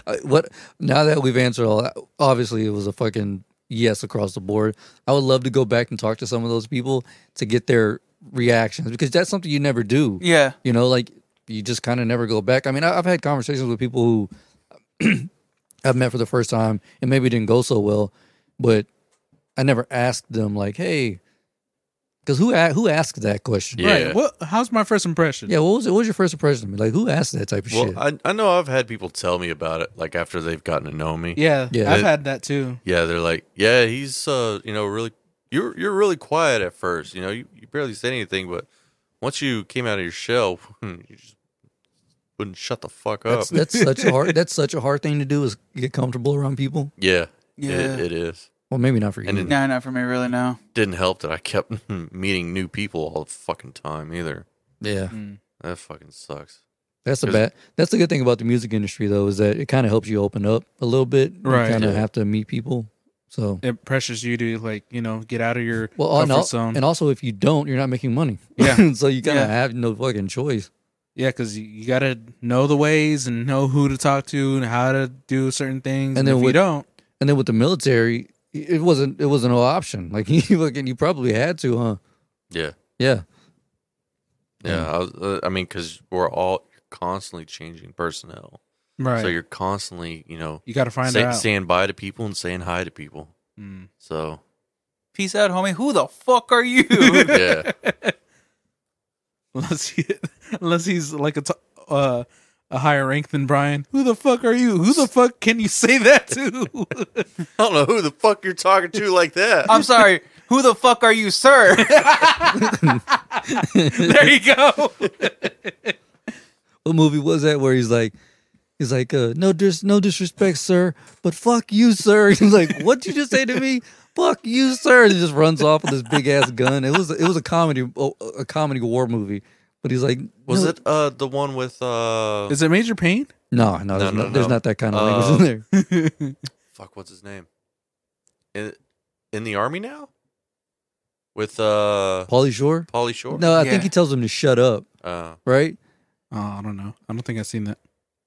Speaker 2: Uh, what now that we've answered all that obviously it was a fucking yes across the board i would love to go back and talk to some of those people to get their reactions because that's something you never do
Speaker 4: Yeah,
Speaker 2: you know like you just kind of never go back i mean I, i've had conversations with people who (clears throat) i've met for the first time and maybe didn't go so well but i never asked them like hey because who a- who asked that question
Speaker 1: Yeah.
Speaker 3: Right. What? How's my first impression?
Speaker 2: yeah what was it what was your first impression of me like who asked that type of
Speaker 1: Well,
Speaker 2: shit
Speaker 1: I I know I've had people tell me about it, like after they've gotten to know me.
Speaker 3: Yeah,
Speaker 2: Yeah.
Speaker 3: I've had that too.
Speaker 1: Yeah, they're like, yeah, he's uh, you know, really, you're you're really quiet at first. You know, you, you barely said anything, but once you came out of your shell, (laughs) you just wouldn't shut the fuck up.
Speaker 2: that's, that's such
Speaker 1: (laughs)
Speaker 2: a hard that's such a hard thing to do is get comfortable around people
Speaker 1: yeah,
Speaker 4: yeah.
Speaker 1: It, it is.
Speaker 2: well maybe not for you
Speaker 1: And it-
Speaker 4: no, not for me, really. No.
Speaker 1: Didn't help that I kept (laughs) meeting new people all the fucking time either.
Speaker 2: yeah
Speaker 1: That fucking sucks.
Speaker 2: That's the
Speaker 1: 'Cause-
Speaker 2: bad. That's the good thing about the music industry, though, is that it kind of helps you open up a little bit.
Speaker 3: Right.
Speaker 2: You kind of
Speaker 1: Yeah.
Speaker 2: have to meet people. So,
Speaker 3: It pressures you to like you know get out of your
Speaker 2: well, and,
Speaker 3: comfort
Speaker 2: al-
Speaker 3: zone.
Speaker 2: and also if you don't, you're not making money.
Speaker 3: Yeah.
Speaker 2: (laughs) so you kind
Speaker 4: Yeah.
Speaker 2: of have no fucking choice.
Speaker 3: yeah, because you, you gotta know the ways and know who to talk to and how to do certain
Speaker 2: And
Speaker 3: things. And,
Speaker 2: then
Speaker 3: if you
Speaker 2: with-
Speaker 3: don't,
Speaker 2: And then with the military, it wasn't. It wasn't no option. (laughs) Like you fucking, you probably had to, huh?
Speaker 1: Yeah,
Speaker 2: Yeah.
Speaker 1: yeah. I, was, uh, I mean, because we're all constantly changing personnel,
Speaker 3: right,
Speaker 1: so
Speaker 3: you
Speaker 1: you're constantly, you know,
Speaker 3: gotta find
Speaker 1: say,
Speaker 3: out.
Speaker 1: saying bye to people and saying hi to people.
Speaker 3: Mm. (laughs)
Speaker 1: So
Speaker 4: Peace out, homie. Who the fuck are you?
Speaker 2: (laughs)
Speaker 1: yeah,
Speaker 3: Unless he, unless he's like a t- uh, a higher rank than Brian. Who the fuck are you? Who the fuck can you say that to?
Speaker 1: I don't know who the fuck you're talking to like that.
Speaker 4: I'm sorry. Who the fuck are you, sir? (laughs)
Speaker 3: there you go.
Speaker 2: What movie was that where he's like, he's like, uh, no dis, no disrespect, sir, but fuck you, sir. (laughs) He's like, what would you just say to me? (laughs) Fuck you, sir. And he just runs off with his big ass gun. It was it was a comedy oh, a comedy war movie, but he's like,
Speaker 1: Was
Speaker 2: no,
Speaker 1: it uh the one with uh
Speaker 3: Is it major pain?
Speaker 2: No, no, there's,
Speaker 1: no,
Speaker 2: no,
Speaker 1: no.
Speaker 2: there's not that kind of language in there.
Speaker 1: fuck what's his name? In, in the army now? With uh
Speaker 2: Paulie Shore.
Speaker 1: Polly Shore?
Speaker 2: No, I
Speaker 4: Yeah.
Speaker 2: think he tells him to shut up.
Speaker 1: Uh,
Speaker 2: Right?
Speaker 3: Oh, I don't know. I don't think I've seen that.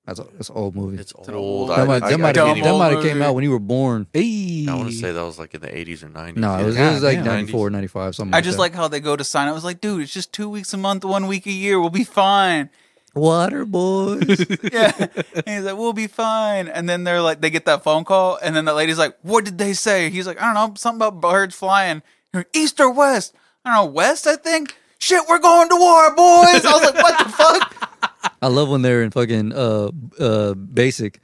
Speaker 2: That's a, that's an old movie.
Speaker 1: it's
Speaker 4: an
Speaker 1: old.
Speaker 4: old-
Speaker 1: I,
Speaker 2: That might
Speaker 1: I-
Speaker 2: that
Speaker 1: I
Speaker 2: might
Speaker 1: can't
Speaker 2: have
Speaker 4: dumb
Speaker 2: came-
Speaker 1: even-
Speaker 2: that
Speaker 4: old
Speaker 2: might have came
Speaker 4: movie.
Speaker 2: out when you were born.
Speaker 3: Hey.
Speaker 1: I want to say that was like in the 80s or 90s.
Speaker 2: No, it was, it
Speaker 3: God
Speaker 2: was like
Speaker 3: damn.
Speaker 2: 94, 95, something.
Speaker 4: I just
Speaker 2: that.
Speaker 4: like how they go to sign. I was like, dude, it's just two weeks a month, one week a year. We'll be fine.
Speaker 2: Water Boys.
Speaker 4: (laughs) Yeah. (laughs) and he's like, we'll be fine. And then they're like, they get that phone call. And then the lady's like, what did they say? He's like, I don't know. Something about birds flying. They're like, East or west? I don't know. West, I think. Shit, we're going to war, boys. I was like, what the (laughs) fuck?
Speaker 2: I love when they're in fucking uh uh basic,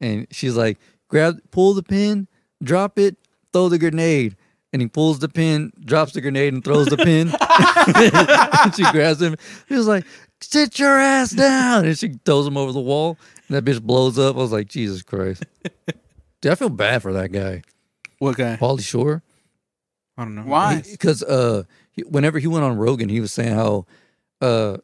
Speaker 2: and she's like, grab, pull the pin, drop it, throw the grenade, and he pulls the pin, drops the grenade, and throws the pin. (laughs) and she grabs him. He was like, "Sit your ass down!" And she throws him over the wall, and that bitch blows up. I was like, Jesus Christ. (laughs) Dude, I feel bad for that guy,
Speaker 3: What guy?
Speaker 2: Paulie Shore,
Speaker 3: I don't know.
Speaker 4: Why?
Speaker 2: because uh, he- whenever he went on Rogan, he was saying how, uh,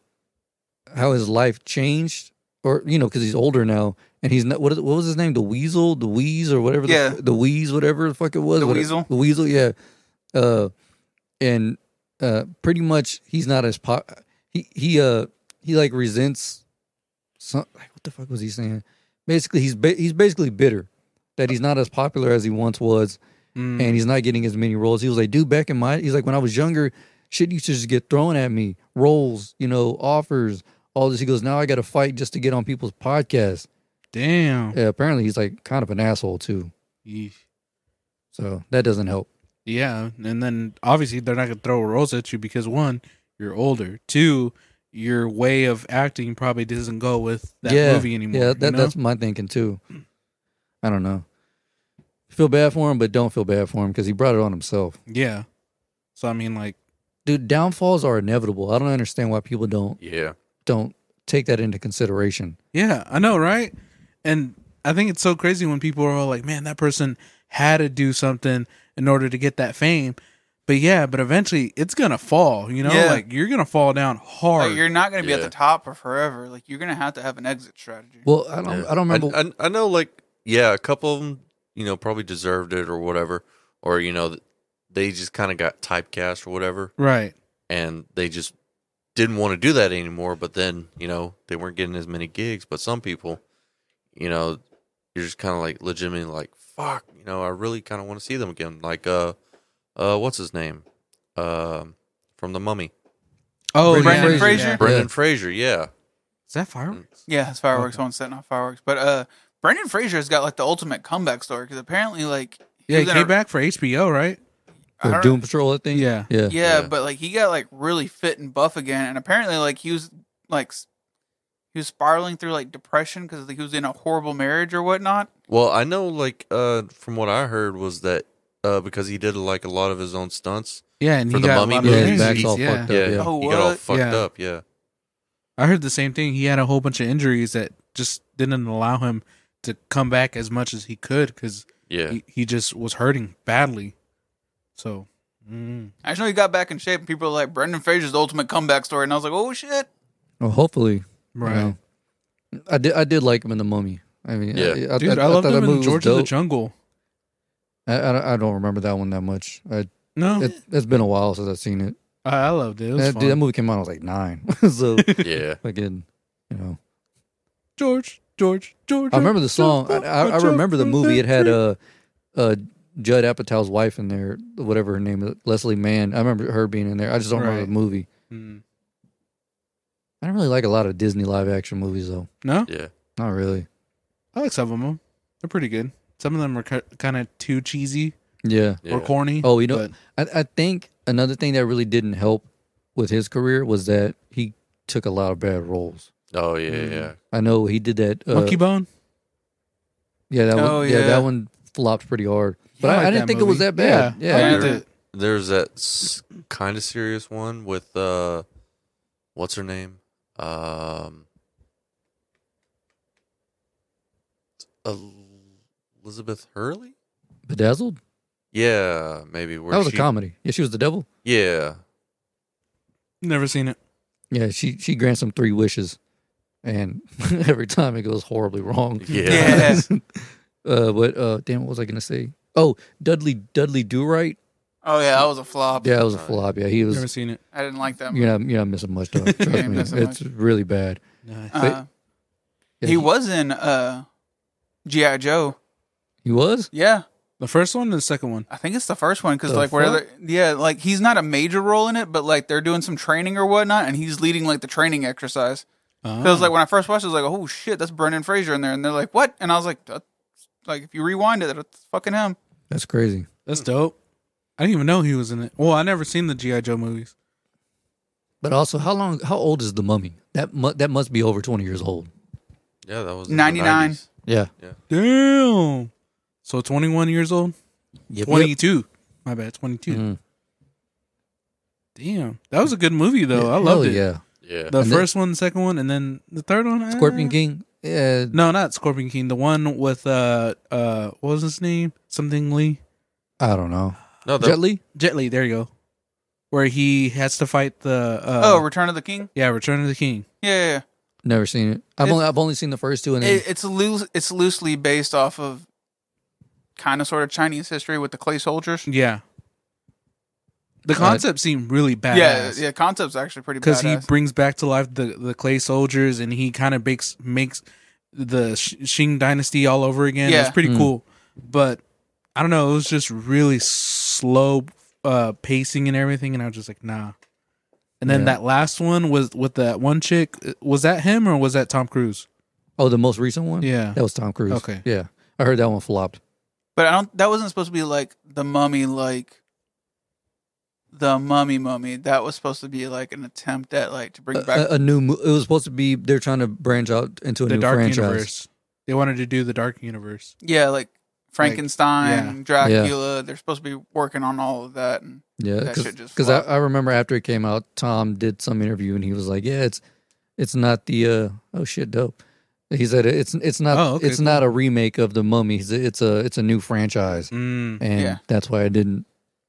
Speaker 2: how his life changed, or you know, because he's older now, and he's not. What, is, what was his name? The Weasel, the Wheeze, or whatever.
Speaker 4: Yeah.
Speaker 2: the, the Wheeze, whatever the fuck it was.
Speaker 4: The
Speaker 2: what it-
Speaker 4: Weasel?
Speaker 2: the Weasel, yeah. Uh, and uh, pretty much he's not as po- he he uh he like resents some like what the fuck was he saying? Basically, he's ba- he's basically bitter that he's not as popular as he once was
Speaker 3: Mm.
Speaker 2: and he's not getting as many roles. He was like, dude, back in my, he's like, when I was younger, shit used to just get thrown at me, roles, you know, offers, all this. He goes, now I got to fight just to get on people's podcasts.
Speaker 3: Damn.
Speaker 2: Yeah, apparently, he's like kind of an asshole too,
Speaker 3: Yeesh.
Speaker 2: so that doesn't help.
Speaker 3: Yeah, and then obviously they're not gonna throw rolls at you because one, you're older. Two, your way of acting probably doesn't go with that
Speaker 2: yeah,
Speaker 3: movie anymore.
Speaker 2: Yeah,
Speaker 3: you
Speaker 2: that,
Speaker 3: know?
Speaker 2: that's my thinking too. I don't know. Feel bad for him, but don't feel bad for him because he brought it on himself.
Speaker 3: yeah. So I mean, like,
Speaker 2: Dude, downfalls are inevitable. I don't understand why people don't
Speaker 1: Yeah.
Speaker 2: don't take that into consideration.
Speaker 3: yeah, I know, right? And I think it's so crazy when people are all like, "Man, that person had to do something in order to get that fame." But yeah, but eventually it's gonna fall. You know,
Speaker 4: Yeah.
Speaker 3: like you're gonna fall down hard.
Speaker 4: Like, you're not going to be at
Speaker 1: Yeah.
Speaker 4: the top for forever. Like you're going to have to have an exit strategy.
Speaker 2: Well, I don't I don't remember.
Speaker 1: I, I, know, like, yeah, a couple of them, you know, probably deserved it or whatever, or you know, th- they just kind of got typecast or whatever,
Speaker 3: right.
Speaker 1: and they just didn't want to do that anymore. But then, you know, they weren't getting as many gigs. But some people, you know, you're just kind of like legitimately like, fuck, you know, I really kind of want to see them again. Like, uh, uh, what's his name, um, from the Mummy,
Speaker 3: Oh,
Speaker 2: Brendan
Speaker 3: yeah.
Speaker 4: Brendan Fraser? Mm.
Speaker 3: Yeah.
Speaker 1: Brendan Fraser, yeah.
Speaker 3: Is that fireworks?
Speaker 4: yeah, it's fireworks
Speaker 3: Okay.
Speaker 4: on set, not fireworks. But uh, Brendan Fraser has got like the ultimate comeback story because apparently, like,
Speaker 3: Yeah, he
Speaker 4: was in
Speaker 3: came
Speaker 4: a-
Speaker 3: back for HBO, right?
Speaker 4: I
Speaker 2: the
Speaker 4: don't-
Speaker 2: Doom Patrol, I think.
Speaker 3: Yeah.
Speaker 2: yeah.
Speaker 4: yeah,
Speaker 1: Yeah.
Speaker 4: but like he got like really fit and buff again, and apparently, like he was like s- he was spiraling through like depression because like, he was in a horrible marriage or whatnot.
Speaker 1: Well, I know, like, uh, from what I heard was that uh, because he did like a lot of his own stunts.
Speaker 3: Yeah, and
Speaker 1: For
Speaker 3: he
Speaker 1: the
Speaker 3: got
Speaker 1: Mummy
Speaker 3: a lot
Speaker 1: movie.
Speaker 3: of
Speaker 2: Yeah, his back's all
Speaker 3: yeah.
Speaker 2: fucked up.
Speaker 1: Yeah,
Speaker 2: yeah.
Speaker 4: Oh,
Speaker 1: he got all
Speaker 4: what?
Speaker 1: fucked
Speaker 3: Yeah.
Speaker 1: up. Yeah,
Speaker 3: I heard the same thing. He had a whole bunch of injuries that just didn't allow him to come back as much as he could because
Speaker 1: yeah,
Speaker 3: he, he just was hurting badly. So, mm.
Speaker 4: I just know he got back in shape, and people are like Brendan Fraser's the ultimate comeback story, and I was like, oh shit.
Speaker 2: Well, hopefully, you
Speaker 3: right,
Speaker 2: know. I did. I did like him in the Mummy. I mean,
Speaker 1: Yeah.
Speaker 2: I, I,
Speaker 3: dude, I,
Speaker 2: I
Speaker 3: loved
Speaker 2: thought that
Speaker 3: him
Speaker 2: movie
Speaker 3: in
Speaker 2: was
Speaker 3: George of the
Speaker 2: dope.
Speaker 3: Jungle.
Speaker 2: I, I, I don't remember that one that much. I,
Speaker 3: No,
Speaker 2: it, it's been a while since I've seen it.
Speaker 3: I, I loved it. It was
Speaker 2: That, dude, that
Speaker 3: fun.
Speaker 2: movie came out. I was like nine. (laughs)
Speaker 3: (laughs)
Speaker 2: so
Speaker 1: yeah.
Speaker 2: again, you know,
Speaker 3: George, George, George.
Speaker 2: I remember the song. I, I, I remember the movie. It had uh, uh, Judd Apatow's wife in there, whatever her name is, Leslie Mann. I remember her being in there. I just don't remember
Speaker 3: Right.
Speaker 2: the movie.
Speaker 3: Mm.
Speaker 2: I don't really like a lot of Disney live action movies though.
Speaker 3: No, (laughs)
Speaker 1: Yeah.
Speaker 2: Not really.
Speaker 3: I like some of them. They're pretty good. Some of them are kind of too cheesy
Speaker 2: Yeah.
Speaker 1: Yeah.
Speaker 3: or corny.
Speaker 2: Oh, you know,
Speaker 3: but-
Speaker 2: I, I think another thing that really didn't help with his career was that he took a lot of bad roles.
Speaker 1: Oh yeah,
Speaker 3: Mm.
Speaker 1: yeah.
Speaker 2: I know he did that. Uh,
Speaker 3: Monkey Bone.
Speaker 2: yeah, that
Speaker 4: Oh,
Speaker 2: one. Yeah.
Speaker 4: yeah.
Speaker 2: that one flopped pretty hard. But I, I
Speaker 3: like
Speaker 2: didn't think it was
Speaker 3: movie.
Speaker 2: that bad.
Speaker 3: Yeah,
Speaker 2: Yeah,
Speaker 3: I
Speaker 1: Yeah.
Speaker 3: liked it.
Speaker 1: There's that kind of serious one with uh, what's her name? Um, El- Elizabeth Hurley.
Speaker 2: bedazzled.
Speaker 1: Yeah, maybe. Where
Speaker 2: That was
Speaker 1: she-
Speaker 2: a comedy. Yeah, she was the devil.
Speaker 1: Yeah,
Speaker 3: Never seen it.
Speaker 2: Yeah, she she grants him three wishes, and (laughs) every time it goes horribly wrong.
Speaker 1: yeah,
Speaker 2: (laughs) uh, but uh, damn, what was I gonna say? Oh, Dudley Dudley Do Right.
Speaker 4: Oh yeah, that was a flop.
Speaker 2: Yeah, it was a
Speaker 1: Alright.
Speaker 2: flop. Yeah, he
Speaker 3: Never
Speaker 2: was.
Speaker 3: seen it.
Speaker 4: I didn't like that. Movie.
Speaker 2: You're not you're not missing much.
Speaker 4: (laughs)
Speaker 2: Though. Trust
Speaker 4: ain't
Speaker 2: me,
Speaker 4: missing
Speaker 2: it's really bad.
Speaker 4: Uh,
Speaker 2: Yeah,
Speaker 4: he was in uh, GI Joe.
Speaker 2: He was.
Speaker 4: Yeah,
Speaker 3: The first one and the second one.
Speaker 4: I think it's the first one because
Speaker 2: The
Speaker 4: like where
Speaker 2: fuck?
Speaker 4: they're yeah, like he's not a major role in it, but like they're doing some training or whatnot, and he's leading like the training exercise.
Speaker 3: Oh.
Speaker 4: Because like when I first watched, it, I was like, oh shit, that's Brendan Fraser in there, and they're like, what? And I was like, that's, like if you rewind it, that's fucking him.
Speaker 2: That's crazy.
Speaker 3: That's dope. I didn't even know he was in it. Well, I never seen the GI Joe movies.
Speaker 2: But also, how long? How old is the mummy? That mu- that must be over twenty years old.
Speaker 1: yeah. That was in the
Speaker 4: 99.
Speaker 1: 90s.
Speaker 2: Yeah.
Speaker 3: Damn. So 21 years old. 22. My bad, 22.
Speaker 2: Mm.
Speaker 3: Damn. That was a good movie, though. I loved
Speaker 2: Hell
Speaker 3: it.
Speaker 2: Yeah,
Speaker 1: Yeah.
Speaker 3: The
Speaker 2: And then-
Speaker 3: first one, the second one, and then the third one.
Speaker 2: Scorpion
Speaker 3: eh.
Speaker 2: King. Yeah,
Speaker 3: No, not Scorpion King. The one with, uh, uh, what was his name? Something Lee?
Speaker 2: I don't know.
Speaker 1: No,
Speaker 2: Jet
Speaker 1: that,
Speaker 2: Li.
Speaker 3: Jet Li, there you go. Where he has to fight the. Uh,
Speaker 4: oh, Return of the King.
Speaker 3: yeah, Return of the King.
Speaker 4: Yeah, yeah, yeah.
Speaker 2: Never seen it. I've
Speaker 4: It-
Speaker 2: only I've only seen the first two, and then
Speaker 4: It, it's loose. It's loosely based off of kind of sort of Chinese history with the clay soldiers.
Speaker 3: Yeah. The
Speaker 2: Uh,
Speaker 3: concept seemed really badass.
Speaker 4: Yeah, yeah. Concept's actually pretty
Speaker 3: because he
Speaker 4: badass.
Speaker 3: brings back to life the, the clay soldiers and he kind of makes makes the Sh- Qing dynasty all over again. It's
Speaker 4: Yeah. Hmm.
Speaker 3: pretty
Speaker 2: Mm.
Speaker 3: cool, but I don't know. It was just really slow uh, pacing and everything, and I was just like, nah. And then
Speaker 2: Yeah.
Speaker 3: that last one was with that one chick. uh, Was that him or was that Tom Cruise?
Speaker 2: oh, the most recent one.
Speaker 3: Yeah,
Speaker 2: that was Tom Cruise.
Speaker 3: Okay.
Speaker 2: yeah, I heard that one flopped.
Speaker 4: but I don't. That wasn't supposed to be like the Mummy, like the Mummy Mummy. That was supposed to be like an attempt at like to bring
Speaker 3: Uh,
Speaker 4: back.
Speaker 2: A, a new. mo- It was supposed to be. They're trying to branch out into a
Speaker 3: the
Speaker 2: new
Speaker 3: Dark
Speaker 2: franchise.
Speaker 3: Universe. They wanted to do the Dark Universe.
Speaker 4: yeah, like Frankenstein, Dracula. They're supposed to be working on all of that. And
Speaker 2: Yeah,
Speaker 4: That shit just
Speaker 2: because I,
Speaker 4: flopped.
Speaker 2: I remember after it came out, Tom did some interview and he was like, "Yeah, it's it's not the uh, oh shit dope." He said it's it's not
Speaker 3: Oh, okay,
Speaker 2: it's
Speaker 3: cool.
Speaker 2: not a remake of the Mummy. It's a- it's a it's a new franchise,
Speaker 3: Mm.
Speaker 2: and
Speaker 4: Yeah.
Speaker 2: that's why I didn't.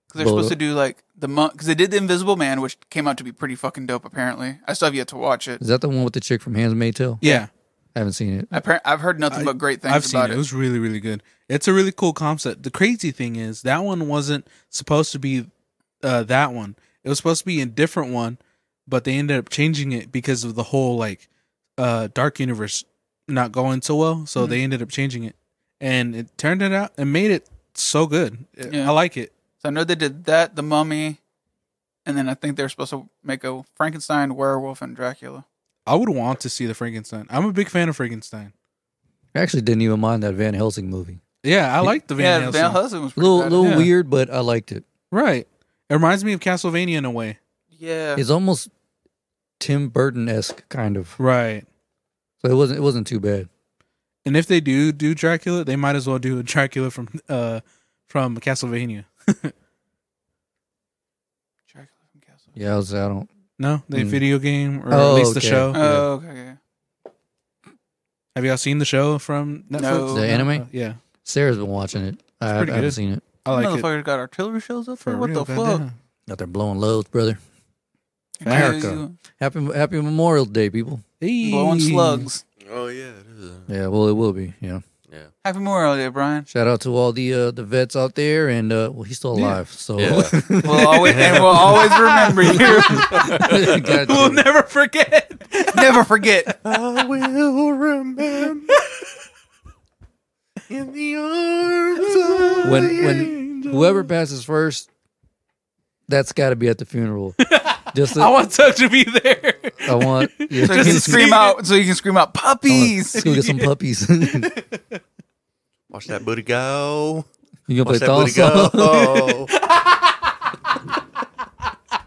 Speaker 4: Because they're
Speaker 2: Well,
Speaker 4: supposed to do like the monk. Because they did the Invisible Man, which came out to be pretty fucking dope. Apparently, I still have yet to watch it.
Speaker 2: Is that the one with the chick from Hands Made Tale?
Speaker 3: Yeah,
Speaker 2: I haven't seen it.
Speaker 4: Appar- I've heard nothing
Speaker 3: I-
Speaker 4: but great things
Speaker 3: I've seen
Speaker 4: about
Speaker 3: it. It was really, really good. It's a really cool concept. The crazy thing is that one wasn't supposed to be uh, that one. It was supposed to be a different one, but they ended up changing it because of the whole like uh, Dark Universe not going so well. So
Speaker 4: Mhm.
Speaker 3: they ended up changing it, and it turned it out and made it so good. I-
Speaker 4: Yeah.
Speaker 3: I like it.
Speaker 4: So I know they did that, the mummy, and then I think they're supposed to make a Frankenstein, werewolf, and Dracula.
Speaker 3: I would want to see the Frankenstein. I'm a big fan of Frankenstein.
Speaker 2: I actually didn't even mind that Van Helsing movie.
Speaker 3: Yeah, I like the Van
Speaker 4: yeah,
Speaker 3: Helsing.
Speaker 4: Van Helsing was
Speaker 2: A
Speaker 4: pretty
Speaker 2: little
Speaker 4: badass.
Speaker 2: little
Speaker 3: Yeah.
Speaker 2: weird, but I liked it.
Speaker 3: right. It reminds me of Castlevania in a way.
Speaker 4: Yeah.
Speaker 2: It's almost Tim Burton esque kind of.
Speaker 3: Right.
Speaker 2: So it wasn't it wasn't too bad.
Speaker 3: And if they do do Dracula, they might as well do a Dracula from uh from Castlevania.
Speaker 4: Dracula from Castle.
Speaker 2: Yeah, I was I don't.
Speaker 3: No, the
Speaker 2: Hmm.
Speaker 3: video game or
Speaker 2: Oh,
Speaker 3: at least the
Speaker 2: okay.
Speaker 3: show.
Speaker 4: Oh, okay. okay.
Speaker 3: Have y'all seen the show from Netflix? Oh,
Speaker 4: No. The
Speaker 2: anime?
Speaker 3: yeah,
Speaker 2: Sarah's been watching it. I, I
Speaker 3: pretty
Speaker 2: haven't
Speaker 3: good.
Speaker 2: seen it.
Speaker 3: I like it.
Speaker 4: Motherfuckers got artillery shells up
Speaker 3: For
Speaker 4: there. What
Speaker 3: real,
Speaker 4: the fuck? (laughs)
Speaker 3: goddamn.
Speaker 2: Out there blowing loads, brother.
Speaker 4: Kill
Speaker 2: America. Happy Happy Memorial Day, people.
Speaker 4: you.
Speaker 3: Hey.
Speaker 4: Blowing slugs.
Speaker 1: oh, yeah. it is, uh,
Speaker 2: Yeah, well, it will be. Yeah.
Speaker 1: Yeah.
Speaker 4: Happy Memorial Day,
Speaker 3: (laughs)
Speaker 4: Brian.
Speaker 2: Shout out to all the uh, the vets out there, and uh, well, he's still
Speaker 3: Yeah.
Speaker 2: alive. So, (laughs)
Speaker 1: Yeah.
Speaker 4: We'll always and we'll always remember you.
Speaker 3: (laughs)
Speaker 2: Got
Speaker 3: We'll
Speaker 2: you.
Speaker 3: never forget.
Speaker 4: Never forget.
Speaker 1: I will remember in the arms of
Speaker 2: when when whoever passes first, that's got to be at the
Speaker 3: (laughs)
Speaker 2: funeral. Just
Speaker 3: I
Speaker 2: I
Speaker 3: want Tuck to be there.
Speaker 2: I want yeah,
Speaker 4: So you can scream out. So you can scream out
Speaker 2: I wanna- Let's
Speaker 3: Oh,
Speaker 4: puppies.
Speaker 2: go get some puppies. (laughs) you gonna
Speaker 1: Watch that booty go.
Speaker 2: play
Speaker 1: Watch that booty
Speaker 2: (laughs) salsa?
Speaker 1: go. (laughs)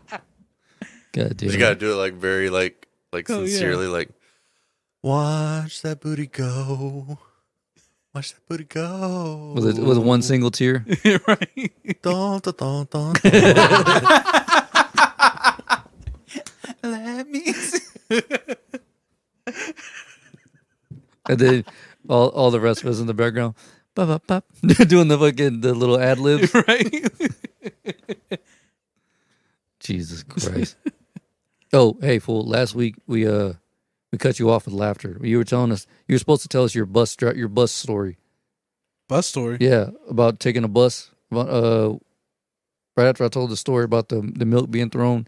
Speaker 2: God damn.
Speaker 1: you gotta do it like very like like
Speaker 3: Oh, yeah.
Speaker 1: sincerely like watch that booty go. Watch that booty go.
Speaker 2: with, a, with one single tear.
Speaker 3: (laughs) right. (laughs)
Speaker 1: Dun, dun, dun, dun, dun.
Speaker 4: Let me. (laughs) See.
Speaker 2: And then all, all the rest of us in the background, pop, pop, pop, (laughs) doing the fucking the little ad libs.
Speaker 3: Right. (laughs)
Speaker 2: Jesus Christ. oh, hey fool! Last week we uh we cut you off with laughter. You were telling us you were supposed to tell us your bus dri- your bus story.
Speaker 3: Bus story.
Speaker 2: Yeah, about taking a bus. About, uh, right after I told the story about the the milk being thrown.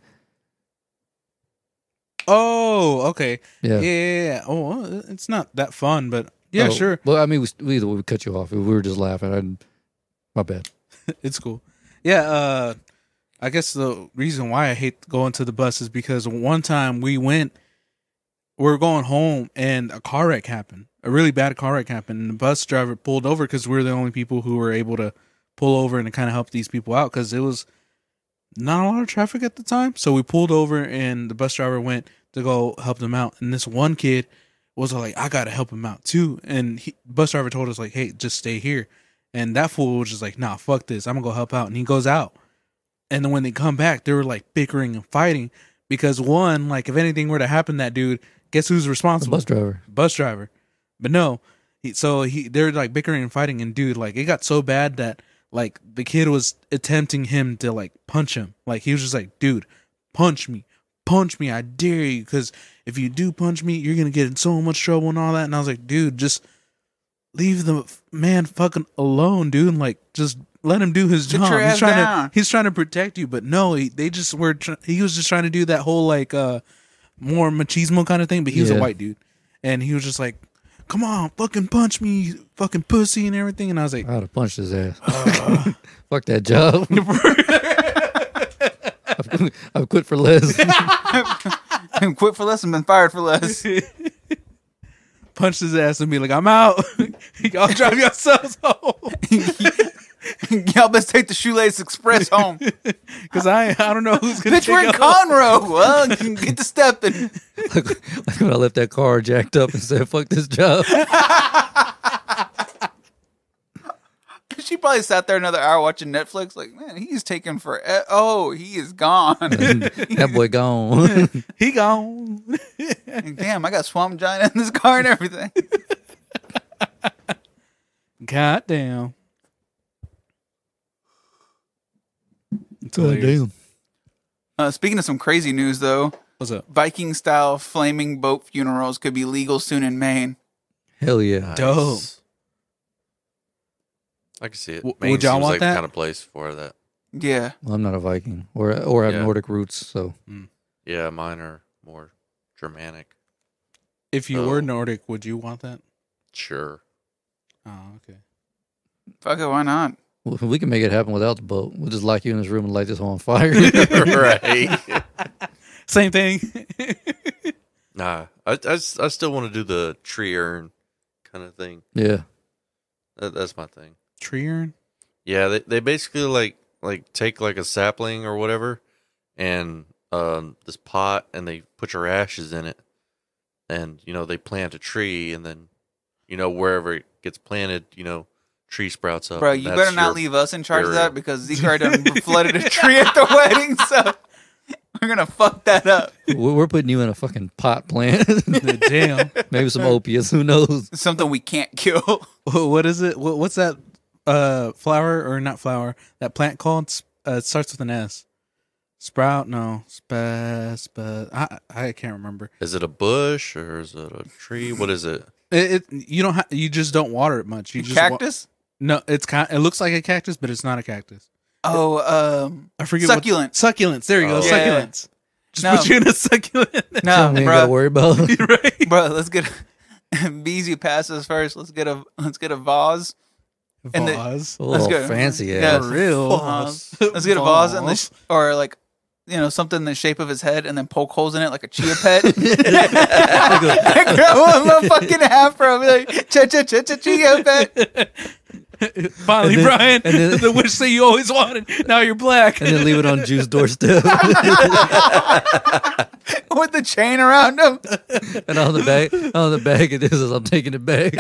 Speaker 3: Oh, okay.
Speaker 2: Yeah.
Speaker 3: Yeah. yeah, yeah. Oh, well, it's not that fun, but yeah,
Speaker 2: Oh,
Speaker 3: sure.
Speaker 2: Well, I mean, we, we either way, we cut you off. We were just laughing. I, my bad.
Speaker 3: (laughs) it's cool. Yeah, uh I guess the reason why I hate going to the bus is because one time we went we were going home and a car wreck happened. A really bad car wreck happened. And the bus driver pulled over cuz we were the only people who were able to pull over and kind of help these people out cuz it was not a lot of traffic at the time. So we pulled over and the bus driver went to go help them out. And this one kid was like, I gotta help him out too. And he, bus driver told us like, Hey, just stay here. And that fool was just like, nah, fuck this. I'm gonna go help out. And he goes out. And then when they come back, they were like bickering and fighting because one, like, if anything were to happen, to that dude, guess who's
Speaker 2: The
Speaker 3: responsible?
Speaker 2: bus driver.
Speaker 3: bus driver. But no, he, so he they're like bickering and fighting, and dude, like it got so bad that like the kid was attempting him to like punch him. Like he was just like, dude, punch me, punch me, I dare you, because if you do punch me, you're gonna get in so much trouble and all that. And I was like, dude, just leave the f- man fucking alone, dude. and, Like just. Let him do his
Speaker 4: Sit
Speaker 3: job.
Speaker 4: your
Speaker 3: He's
Speaker 4: ass
Speaker 3: trying
Speaker 4: down.
Speaker 3: to he's trying to protect you, but no, he, they just were. Tr- he was just trying to do that whole like uh more machismo kind of thing. But he was a
Speaker 2: Yeah.
Speaker 3: white dude, and he was just like, "Come on, fucking punch me, you fucking pussy," and everything. And I was
Speaker 4: Uh.
Speaker 3: like,
Speaker 2: I'd have punched his ass.
Speaker 3: Uh.
Speaker 2: (laughs) Fuck that
Speaker 3: (laughs)
Speaker 2: job. (laughs) I've, quit- I've quit for less.
Speaker 4: Quit for less and been fired for
Speaker 3: (laughs)
Speaker 4: less.
Speaker 3: punch his ass and be like, "I'm out. (laughs) Y'all drive yourselves (laughs) home."
Speaker 4: Y'all best take the Shoelace Express
Speaker 3: (laughs)
Speaker 4: home.
Speaker 3: Because I I don't know who's gonna
Speaker 4: Bitch, we're in
Speaker 3: take over.
Speaker 4: Conroe. Well, get to stepping. (laughs)
Speaker 2: like, like when I left that car jacked up and said, "Fuck this job."
Speaker 4: She probably sat there another hour watching Netflix. Like, man, he's taking for. Oh, he is gone.
Speaker 3: (laughs)
Speaker 4: (laughs)
Speaker 2: that boy gone. (laughs)
Speaker 3: He gone. (laughs)
Speaker 4: Damn, I got swamp giant in this car and everything.
Speaker 3: God damn.
Speaker 2: God damn.
Speaker 4: Uh, speaking of some crazy news, though,
Speaker 3: What's up?
Speaker 4: Viking style flaming boat funerals could be legal soon in Maine.
Speaker 2: Hell yeah.
Speaker 3: Dope.
Speaker 1: I can see it.
Speaker 3: W- would
Speaker 1: Maine
Speaker 3: y'all
Speaker 1: seems
Speaker 3: want
Speaker 1: like
Speaker 3: that?
Speaker 1: the kind of place for that.
Speaker 4: Yeah.
Speaker 2: Well, I'm not a Viking or or have
Speaker 1: Yeah.
Speaker 2: Nordic roots, so
Speaker 1: Yeah, mine are more Germanic.
Speaker 3: If you
Speaker 1: Oh.
Speaker 3: were Nordic, would you want that? (laughs)
Speaker 1: Sure. (laughs)
Speaker 3: Oh, okay.
Speaker 4: Fuck it, why not?
Speaker 2: we- we can make it happen without the boat. We'll just lock you in this room and light this whole on fire. (laughs)
Speaker 1: right.
Speaker 3: Same thing.
Speaker 1: Nah, I, I, s- I still want to do the tree urn kind of thing.
Speaker 2: yeah.
Speaker 1: That, that's my thing.
Speaker 3: (laughs) Tree urn.
Speaker 1: Yeah, they, they basically like like take like a sapling or whatever, and um this pot, and they put your ashes in it, and you know they plant a tree, and then you know wherever it gets planted, you know tree sprouts
Speaker 3: Oh,
Speaker 1: up.
Speaker 4: Bro,
Speaker 1: and
Speaker 4: you
Speaker 1: that's
Speaker 4: better not
Speaker 1: your-
Speaker 4: leave us in charge of
Speaker 1: burial.
Speaker 4: that
Speaker 3: (laughs)
Speaker 4: because Zeke already done flooded a tree at the wedding, so (laughs) we're gonna fuck that up.
Speaker 2: We're we're putting you in a fucking pot plant. (laughs)
Speaker 3: damn.
Speaker 2: Maybe some opiates. Who knows?
Speaker 4: It's something we can't kill.
Speaker 3: Wha- what is it? What, what's that uh flower or not flower? That plant called? S- Uh, it starts with an S. Sprout? No. Spa, spa. I I can't remember.
Speaker 1: Is it a bush or is it a tree? What is
Speaker 4: (laughs)
Speaker 1: it?
Speaker 3: It, it you don't ha- you just don't water it much. You just wa-
Speaker 4: Cactus?
Speaker 3: no, it's kind. It looks like a cactus, but it's not a cactus.
Speaker 4: Oh, um,
Speaker 3: I forget. what-
Speaker 4: succulent.
Speaker 3: succulents. There you go.
Speaker 1: Oh.
Speaker 4: Yeah.
Speaker 3: Succulents. Just
Speaker 4: No.
Speaker 3: put you in a succulent.
Speaker 4: (laughs) No,
Speaker 2: we ain't got to
Speaker 4: bro,
Speaker 2: worry about.
Speaker 3: (laughs) right.
Speaker 4: bro, let's get Beezy passes first. Let's get a let's get a vase. (laughs) And the-
Speaker 3: Vase.
Speaker 2: Oh,
Speaker 4: go.
Speaker 2: fancy ass.
Speaker 4: Yeah.
Speaker 3: For
Speaker 4: Oh,
Speaker 3: real.
Speaker 4: Vase. Let's get a vase and the sh- or like you know something in the shape of his head, and then poke holes in it like a chia
Speaker 3: (laughs)
Speaker 4: pet. Grab one fucking afro, and be like cha cha cha cha chia pet.
Speaker 3: Finally,
Speaker 2: and then-
Speaker 3: Brian,
Speaker 2: and then-
Speaker 3: the wish that you always wanted. Now you're black.
Speaker 2: And then leave it on Jew's doorstep. (laughs)
Speaker 4: with the chain around him.
Speaker 2: and on the bag, on the bag, it is. I'm taking it back.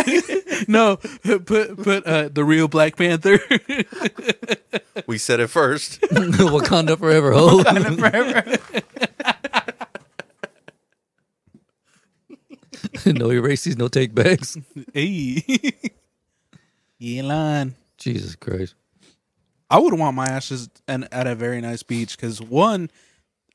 Speaker 3: no, put put uh, the real Black Panther. (laughs)
Speaker 1: We said it
Speaker 4: (laughs)
Speaker 1: first.
Speaker 2: (laughs) Wakanda forever, ho. (laughs) no erases, no take backs.
Speaker 3: hey, you lying.
Speaker 2: Jesus Christ.
Speaker 3: I would want my ashes and at a very nice beach because one,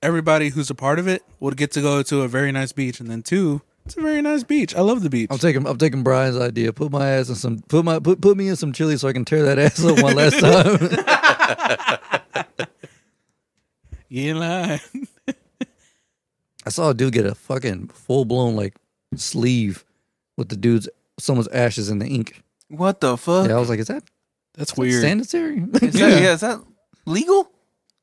Speaker 3: everybody who's a part of it would get to go to a very nice beach, and then two, it's a very nice beach. I love the beach.
Speaker 2: I'm taking I'm taking Brian's idea. Put my ass in some put my put, put me in some chili so I can tear that ass up one last time. (laughs)
Speaker 3: You lying.
Speaker 2: I saw a dude get a fucking full blown like sleeve with the dude's someone's ashes in the ink.
Speaker 4: What the fuck?
Speaker 2: Yeah, I was like, is that
Speaker 3: That's weird.
Speaker 2: sanitary?
Speaker 4: Is that,
Speaker 3: Yeah.
Speaker 4: yeah, is that legal?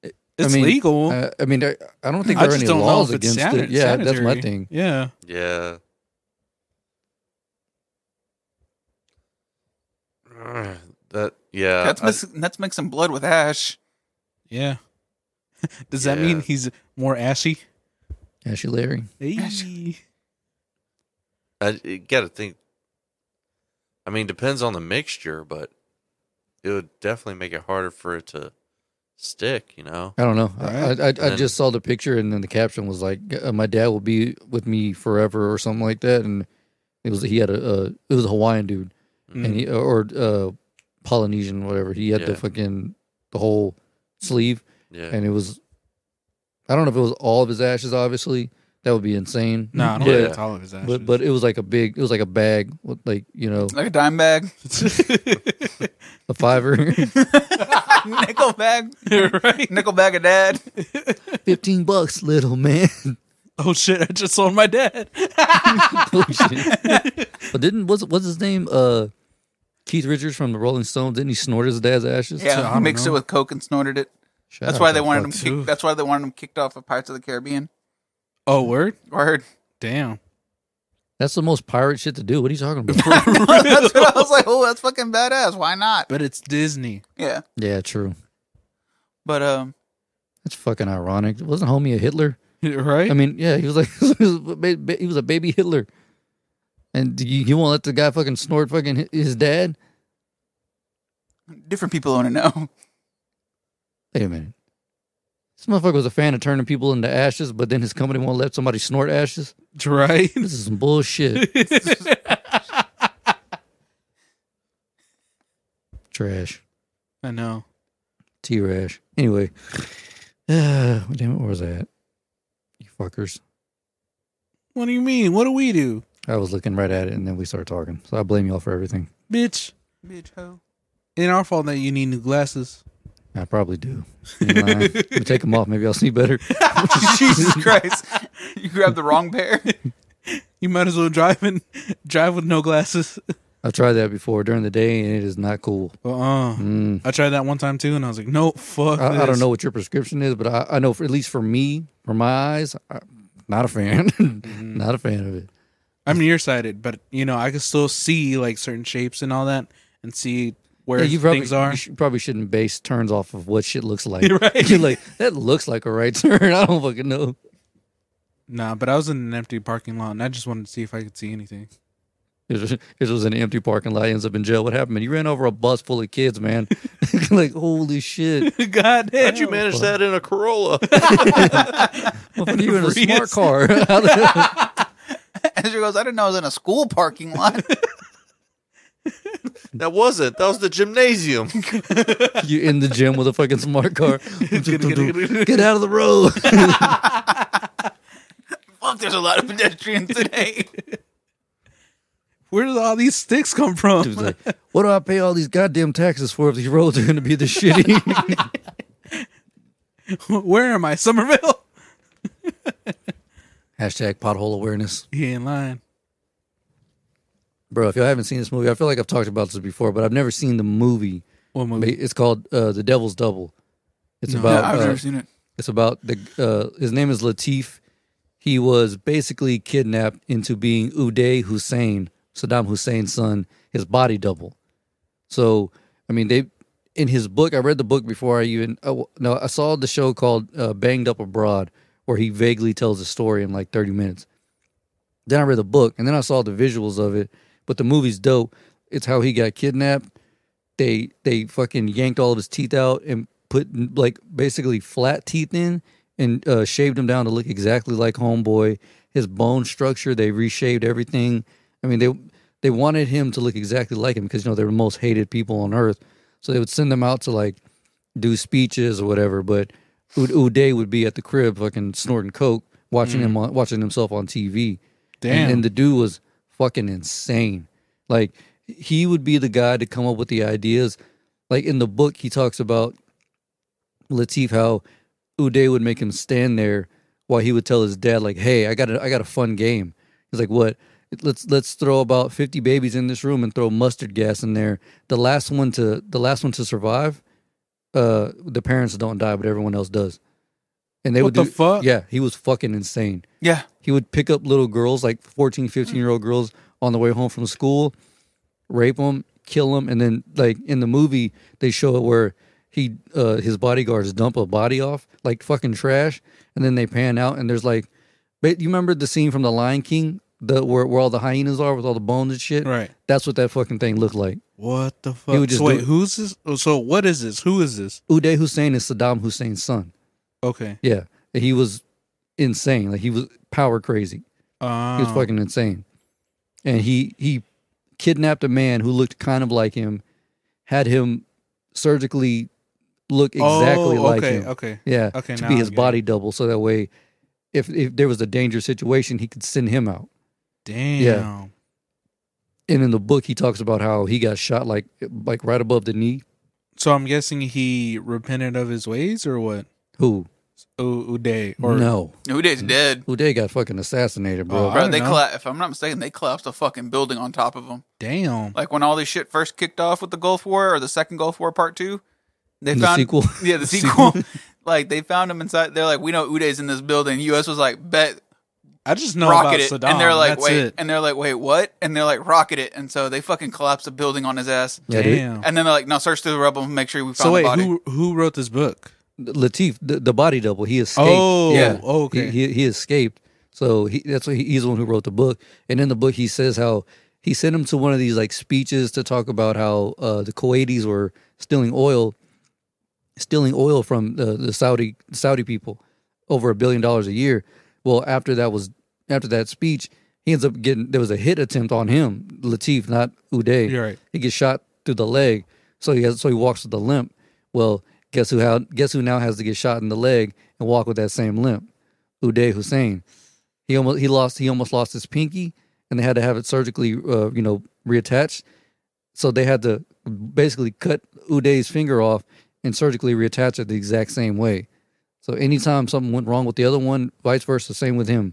Speaker 3: it's
Speaker 2: I mean,
Speaker 3: legal.
Speaker 2: Uh, (laughs) I mean, I, I don't think
Speaker 3: I
Speaker 2: there are
Speaker 3: just
Speaker 2: any
Speaker 3: don't know
Speaker 2: laws
Speaker 3: if it's
Speaker 2: against
Speaker 3: sanit-
Speaker 2: it. Yeah, that's my
Speaker 3: sanitary.
Speaker 2: thing.
Speaker 3: Yeah.
Speaker 1: Yeah. Ugh, That yeah.
Speaker 4: That's
Speaker 1: Uh, I-
Speaker 4: mix, that's mixing blood with ash.
Speaker 3: Yeah. (laughs) Does that
Speaker 1: Yeah.
Speaker 3: mean he's more ashy?
Speaker 2: Ashy Larry.
Speaker 3: Ashy.
Speaker 1: I, you got to think. I mean, depends on the mixture, but it would definitely make it harder for it to stick. You know,
Speaker 2: I don't know.
Speaker 3: Right.
Speaker 2: I, I, I
Speaker 1: then-
Speaker 2: just saw the picture and then the caption was like, uh, "My dad will be with me forever" or something like that. And it was he had a, a it was a Hawaiian dude
Speaker 3: Mm-hmm.
Speaker 2: and he or uh, Polynesian whatever. He had the
Speaker 1: Yeah.
Speaker 2: fucking the whole sleeve
Speaker 1: yeah,
Speaker 2: and it was I don't know if it was all of his ashes. Obviously, that would be insane.
Speaker 3: No, I
Speaker 2: but,
Speaker 3: don't think
Speaker 1: Yeah.
Speaker 3: that's all of his ashes.
Speaker 2: but but it was like a big. It was like a bag with like you know
Speaker 4: Like a dime
Speaker 3: (laughs)
Speaker 4: bag,
Speaker 2: a fiver, (laughs)
Speaker 4: nickel bag,
Speaker 3: (laughs) right?
Speaker 4: nickel bag of dad.
Speaker 2: fifteen bucks, little man.
Speaker 3: Oh shit! I just sold my dad. (laughs)
Speaker 2: Oh,
Speaker 4: (laughs)
Speaker 2: shit. but didn't what's what's his name? Uh, Keith Richards from the Rolling Stones. Didn't he snort his dad's ashes?
Speaker 3: So, I
Speaker 4: Yeah,
Speaker 3: don't
Speaker 4: mixed
Speaker 3: know.
Speaker 4: it with coke and snorted it.
Speaker 2: Shut
Speaker 4: That's
Speaker 2: up,
Speaker 4: why they
Speaker 2: that
Speaker 4: wanted him.
Speaker 2: fuck.
Speaker 3: too.
Speaker 4: Kicked, that's why they wanted him kicked off of Pirates of the Caribbean.
Speaker 3: Oh word!
Speaker 4: Word.
Speaker 3: (laughs) Damn.
Speaker 2: That's the most pirate shit to do. What are you talking
Speaker 4: (laughs)
Speaker 2: about?
Speaker 4: that's what I was like. Oh, that's fucking badass. Why not?
Speaker 3: But it's Disney.
Speaker 4: Yeah.
Speaker 2: yeah, true.
Speaker 4: But um,
Speaker 2: That's fucking ironic. Wasn't homie a Hitler? (laughs)
Speaker 3: Right?
Speaker 2: I mean, yeah, he was like he was a ba- he was a baby Hitler, and you, you won't let the guy fucking snort fucking hi- his dad.
Speaker 4: different people want to know.
Speaker 2: Wait a minute. This motherfucker was a fan of turning people into ashes, but then his company won't let somebody snort ashes.
Speaker 3: right?
Speaker 2: This is some bullshit. Trash.
Speaker 3: I know.
Speaker 2: T rash. Anyway. (sighs) Uh, damn it, where was I at? You fuckers.
Speaker 3: What do you mean? What do we do,
Speaker 2: I was looking right at it and then we started talking. So I blame y'all for everything.
Speaker 3: bitch?
Speaker 4: Bitch hoe.
Speaker 3: It Ain't our fault that you need new glasses.
Speaker 2: I probably do. Ain't lying. Let me take them off. Maybe I'll see better.
Speaker 4: (laughs) Jesus Christ! (laughs) You grabbed the wrong pair. (laughs)
Speaker 3: You might as well drive and (laughs) drive with no glasses.
Speaker 2: I've tried that before during the day and it is not cool.
Speaker 3: Uh uh
Speaker 2: Mm.
Speaker 3: I tried that one time too, and I was like, no, fuck.
Speaker 2: I, I
Speaker 3: this.
Speaker 2: don't know what your prescription is, but I, I know for at least for me, for my eyes, I'm not a fan. (laughs) not a fan of it.
Speaker 3: I'm nearsighted, but you know, I can still see like certain shapes and all that, and see where
Speaker 2: Yeah, you probably,
Speaker 3: things are.
Speaker 2: you sh- probably shouldn't base turns off of what shit looks like.
Speaker 3: You're right.
Speaker 2: You're like, that looks like a right turn. (laughs) I don't fucking know.
Speaker 3: Nah, but I was in an empty parking lot, and I just wanted to see if I could see anything. (laughs)
Speaker 2: It was, it was an empty parking lot. Ends up in jail. What happened? man? You ran over a bus full of kids, man. (laughs) like holy shit!
Speaker 3: God damn!
Speaker 1: how'd you manage that in a
Speaker 3: (laughs)
Speaker 1: Corolla?
Speaker 2: What are you in a smart
Speaker 3: Prius.
Speaker 2: car? How the-
Speaker 4: Ezra goes. I didn't know I was in a school parking lot. (laughs)
Speaker 1: that wasn't. That was the gymnasium.
Speaker 2: you in the gym with a fucking smart car? Get out of the road! (laughs)
Speaker 4: Fuck. There's a lot of (laughs) pedestrians today.
Speaker 3: Where did all these sticks come from?
Speaker 2: Dude's like, what do I pay all these goddamn taxes for if these roads are going to be this shitty? (laughs)
Speaker 3: (laughs) Where am I, Somerville? (laughs)
Speaker 2: Hashtag pothole awareness,
Speaker 3: He ain't lying.
Speaker 2: bro. If y'all haven't seen this movie, I feel like I've talked about this before, but I've never seen the movie.
Speaker 3: What
Speaker 2: Ma-
Speaker 3: movie?
Speaker 2: It's called uh, The Devil's Double. It's
Speaker 3: No.
Speaker 2: about
Speaker 4: I've
Speaker 2: uh,
Speaker 4: never seen it.
Speaker 2: it's about the uh, his name is Latif. He was basically kidnapped into being Uday Hussein, Saddam Hussein's son, his body double. So I mean, they in his book. I read the book before I even oh, no. I saw the show called uh, Banged Up Abroad, where he vaguely tells the story in like thirty minutes. Then I read the book, and then I saw the visuals of it. But the movie's dope. It's how he got kidnapped they they fucking yanked all of his teeth out and put like basically flat teeth in and uh, shaved him down to look exactly like homeboy. His bone structure, they reshaved everything. I mean, they they wanted him to look exactly like him because you know they were the most hated people on earth. So they would send them out to like do speeches or whatever. But U- Uday would be at the crib, fucking snorting coke, watching him on, watching himself on TV.
Speaker 3: Damn.
Speaker 2: And, and the dude was fucking insane. Like he would be the guy to come up with the ideas. Like in the book, he talks about Latif how Uday would make him stand there while he would tell his dad, like, "Hey, I got a, I got a fun game." He's like, "What? Let's let's throw about fifty babies in this room and throw mustard gas in there. The last one to the last one to survive, uh, the parents don't die, but everyone else does." And they
Speaker 3: What
Speaker 2: would
Speaker 3: the
Speaker 2: do,
Speaker 3: fuck?
Speaker 2: Yeah, he was fucking insane
Speaker 4: Yeah.
Speaker 2: he would pick up little girls like 14 15 year old girls on the way home from school rape them kill them and then like in the movie they show it where he uh his bodyguards dump a body off like fucking trash and then they pan out and there's like but you remember the scene from the lion king the where, where all the hyenas are with all the bones and shit.
Speaker 3: Right.
Speaker 2: That's what that fucking thing looked like.
Speaker 3: What the
Speaker 2: would
Speaker 3: fuck?
Speaker 2: just
Speaker 3: So wait,
Speaker 2: do it.
Speaker 3: who's this? oh, So what is this? Who is this?
Speaker 2: Uday Hussein is Saddam Hussein's son.
Speaker 3: Okay.
Speaker 2: Yeah, he was insane. Like he was power crazy.
Speaker 3: Um,
Speaker 2: He was fucking insane. And he he kidnapped a man who looked kind of like him, had him surgically look exactly
Speaker 3: oh,
Speaker 2: like
Speaker 3: okay,
Speaker 2: him.
Speaker 3: Okay.
Speaker 2: Yeah.
Speaker 3: Okay,
Speaker 2: to
Speaker 3: now
Speaker 2: be
Speaker 3: I
Speaker 2: his
Speaker 3: get it.
Speaker 2: body double so that way if if there was a dangerous situation, he could send him out.
Speaker 3: Damn.
Speaker 2: And in the book he talks about how he got shot like like right above the knee.
Speaker 3: So I'm guessing he repented of his ways or what?
Speaker 2: Who?
Speaker 3: U- Uday or Oh,
Speaker 2: no.
Speaker 4: Uday's dead.
Speaker 2: Uday got fucking assassinated, bro.
Speaker 3: I
Speaker 4: Bro,
Speaker 3: don't
Speaker 4: they
Speaker 3: know.
Speaker 4: colla- if I'm not mistaken, they collapsed a fucking building on top of them.
Speaker 3: Damn.
Speaker 4: Like when all this shit first kicked off with the Gulf War or the second Gulf War Part Two, they
Speaker 2: The
Speaker 4: found
Speaker 2: sequel.
Speaker 4: (laughs) Yeah, the sequel. (laughs) like they found him inside. They're like, we know Uday's in this building. U.S. was like, bet
Speaker 3: I just know about
Speaker 4: rocket it,
Speaker 3: Saddam.
Speaker 4: and they're like,
Speaker 3: That's
Speaker 4: wait,
Speaker 3: it.
Speaker 4: and they're like, wait, what? And they're like, rocket it, and so they fucking collapsed a building on his ass.
Speaker 2: Yeah, dude.
Speaker 3: Damn.
Speaker 4: And then they're like, no, search through the rubble and make sure we found
Speaker 3: So
Speaker 4: the
Speaker 3: wait,
Speaker 4: body.
Speaker 3: who who wrote this book?
Speaker 2: Latif, the, the body double, he escaped.
Speaker 3: Oh,
Speaker 2: yeah.
Speaker 3: oh, okay.
Speaker 2: He, he, he escaped. So he, that's why he, he's the one who wrote the book. And in the book, he says how he sent him to one of these like speeches to talk about how uh, the Kuwaitis were stealing oil, stealing oil from the, the Saudi Saudi people, over a billion dollars a year. Well, after that was after that speech, he ends up getting there was a hit attempt on him, Latif, not Uday.
Speaker 3: You're right.
Speaker 2: He gets shot through the leg, so he has so he walks with a limp. Well, guess who how guess who now has to get shot in the leg and walk with that same limp? Uday Hussein. He almost he lost he almost lost his pinky, and they had to have it surgically uh, you know reattached. So they had to basically cut Uday's finger off and surgically reattach it the exact same way. So anytime something went wrong with the other one, vice versa, same with him.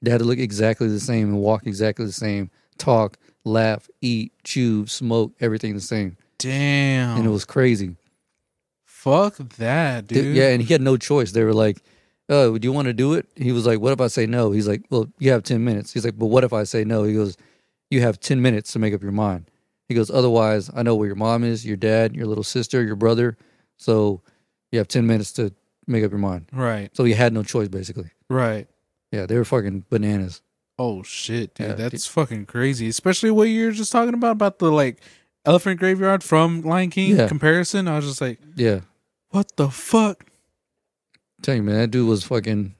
Speaker 2: They had to look exactly the same and walk exactly the same, talk, laugh, eat, chew, smoke, everything the same.
Speaker 3: Damn.
Speaker 2: And it was crazy.
Speaker 3: Fuck that,
Speaker 2: Th-
Speaker 3: dude.
Speaker 2: Yeah, and he had no choice. They were like, "Oh, do you want to do it?" He was like, "What if I say no?" He's like, "Well, you have ten minutes." He's like, "But what if I say no?" He goes, "You have ten minutes to make up your mind." He goes, "Otherwise, I know where your mom is, your dad, your little sister, your brother. So you have ten minutes to make up your mind."
Speaker 3: Right.
Speaker 2: So he had no choice, basically.
Speaker 3: Right.
Speaker 2: Yeah, they were fucking bananas.
Speaker 3: Oh shit, dude.
Speaker 2: Yeah,
Speaker 3: that's fucking crazy. Especially what you're just talking about about the like elephant graveyard from Lion King
Speaker 2: Yeah.
Speaker 3: comparison. I was just like,
Speaker 2: Yeah,
Speaker 3: what the fuck?
Speaker 2: tell you, man, that dude was fucking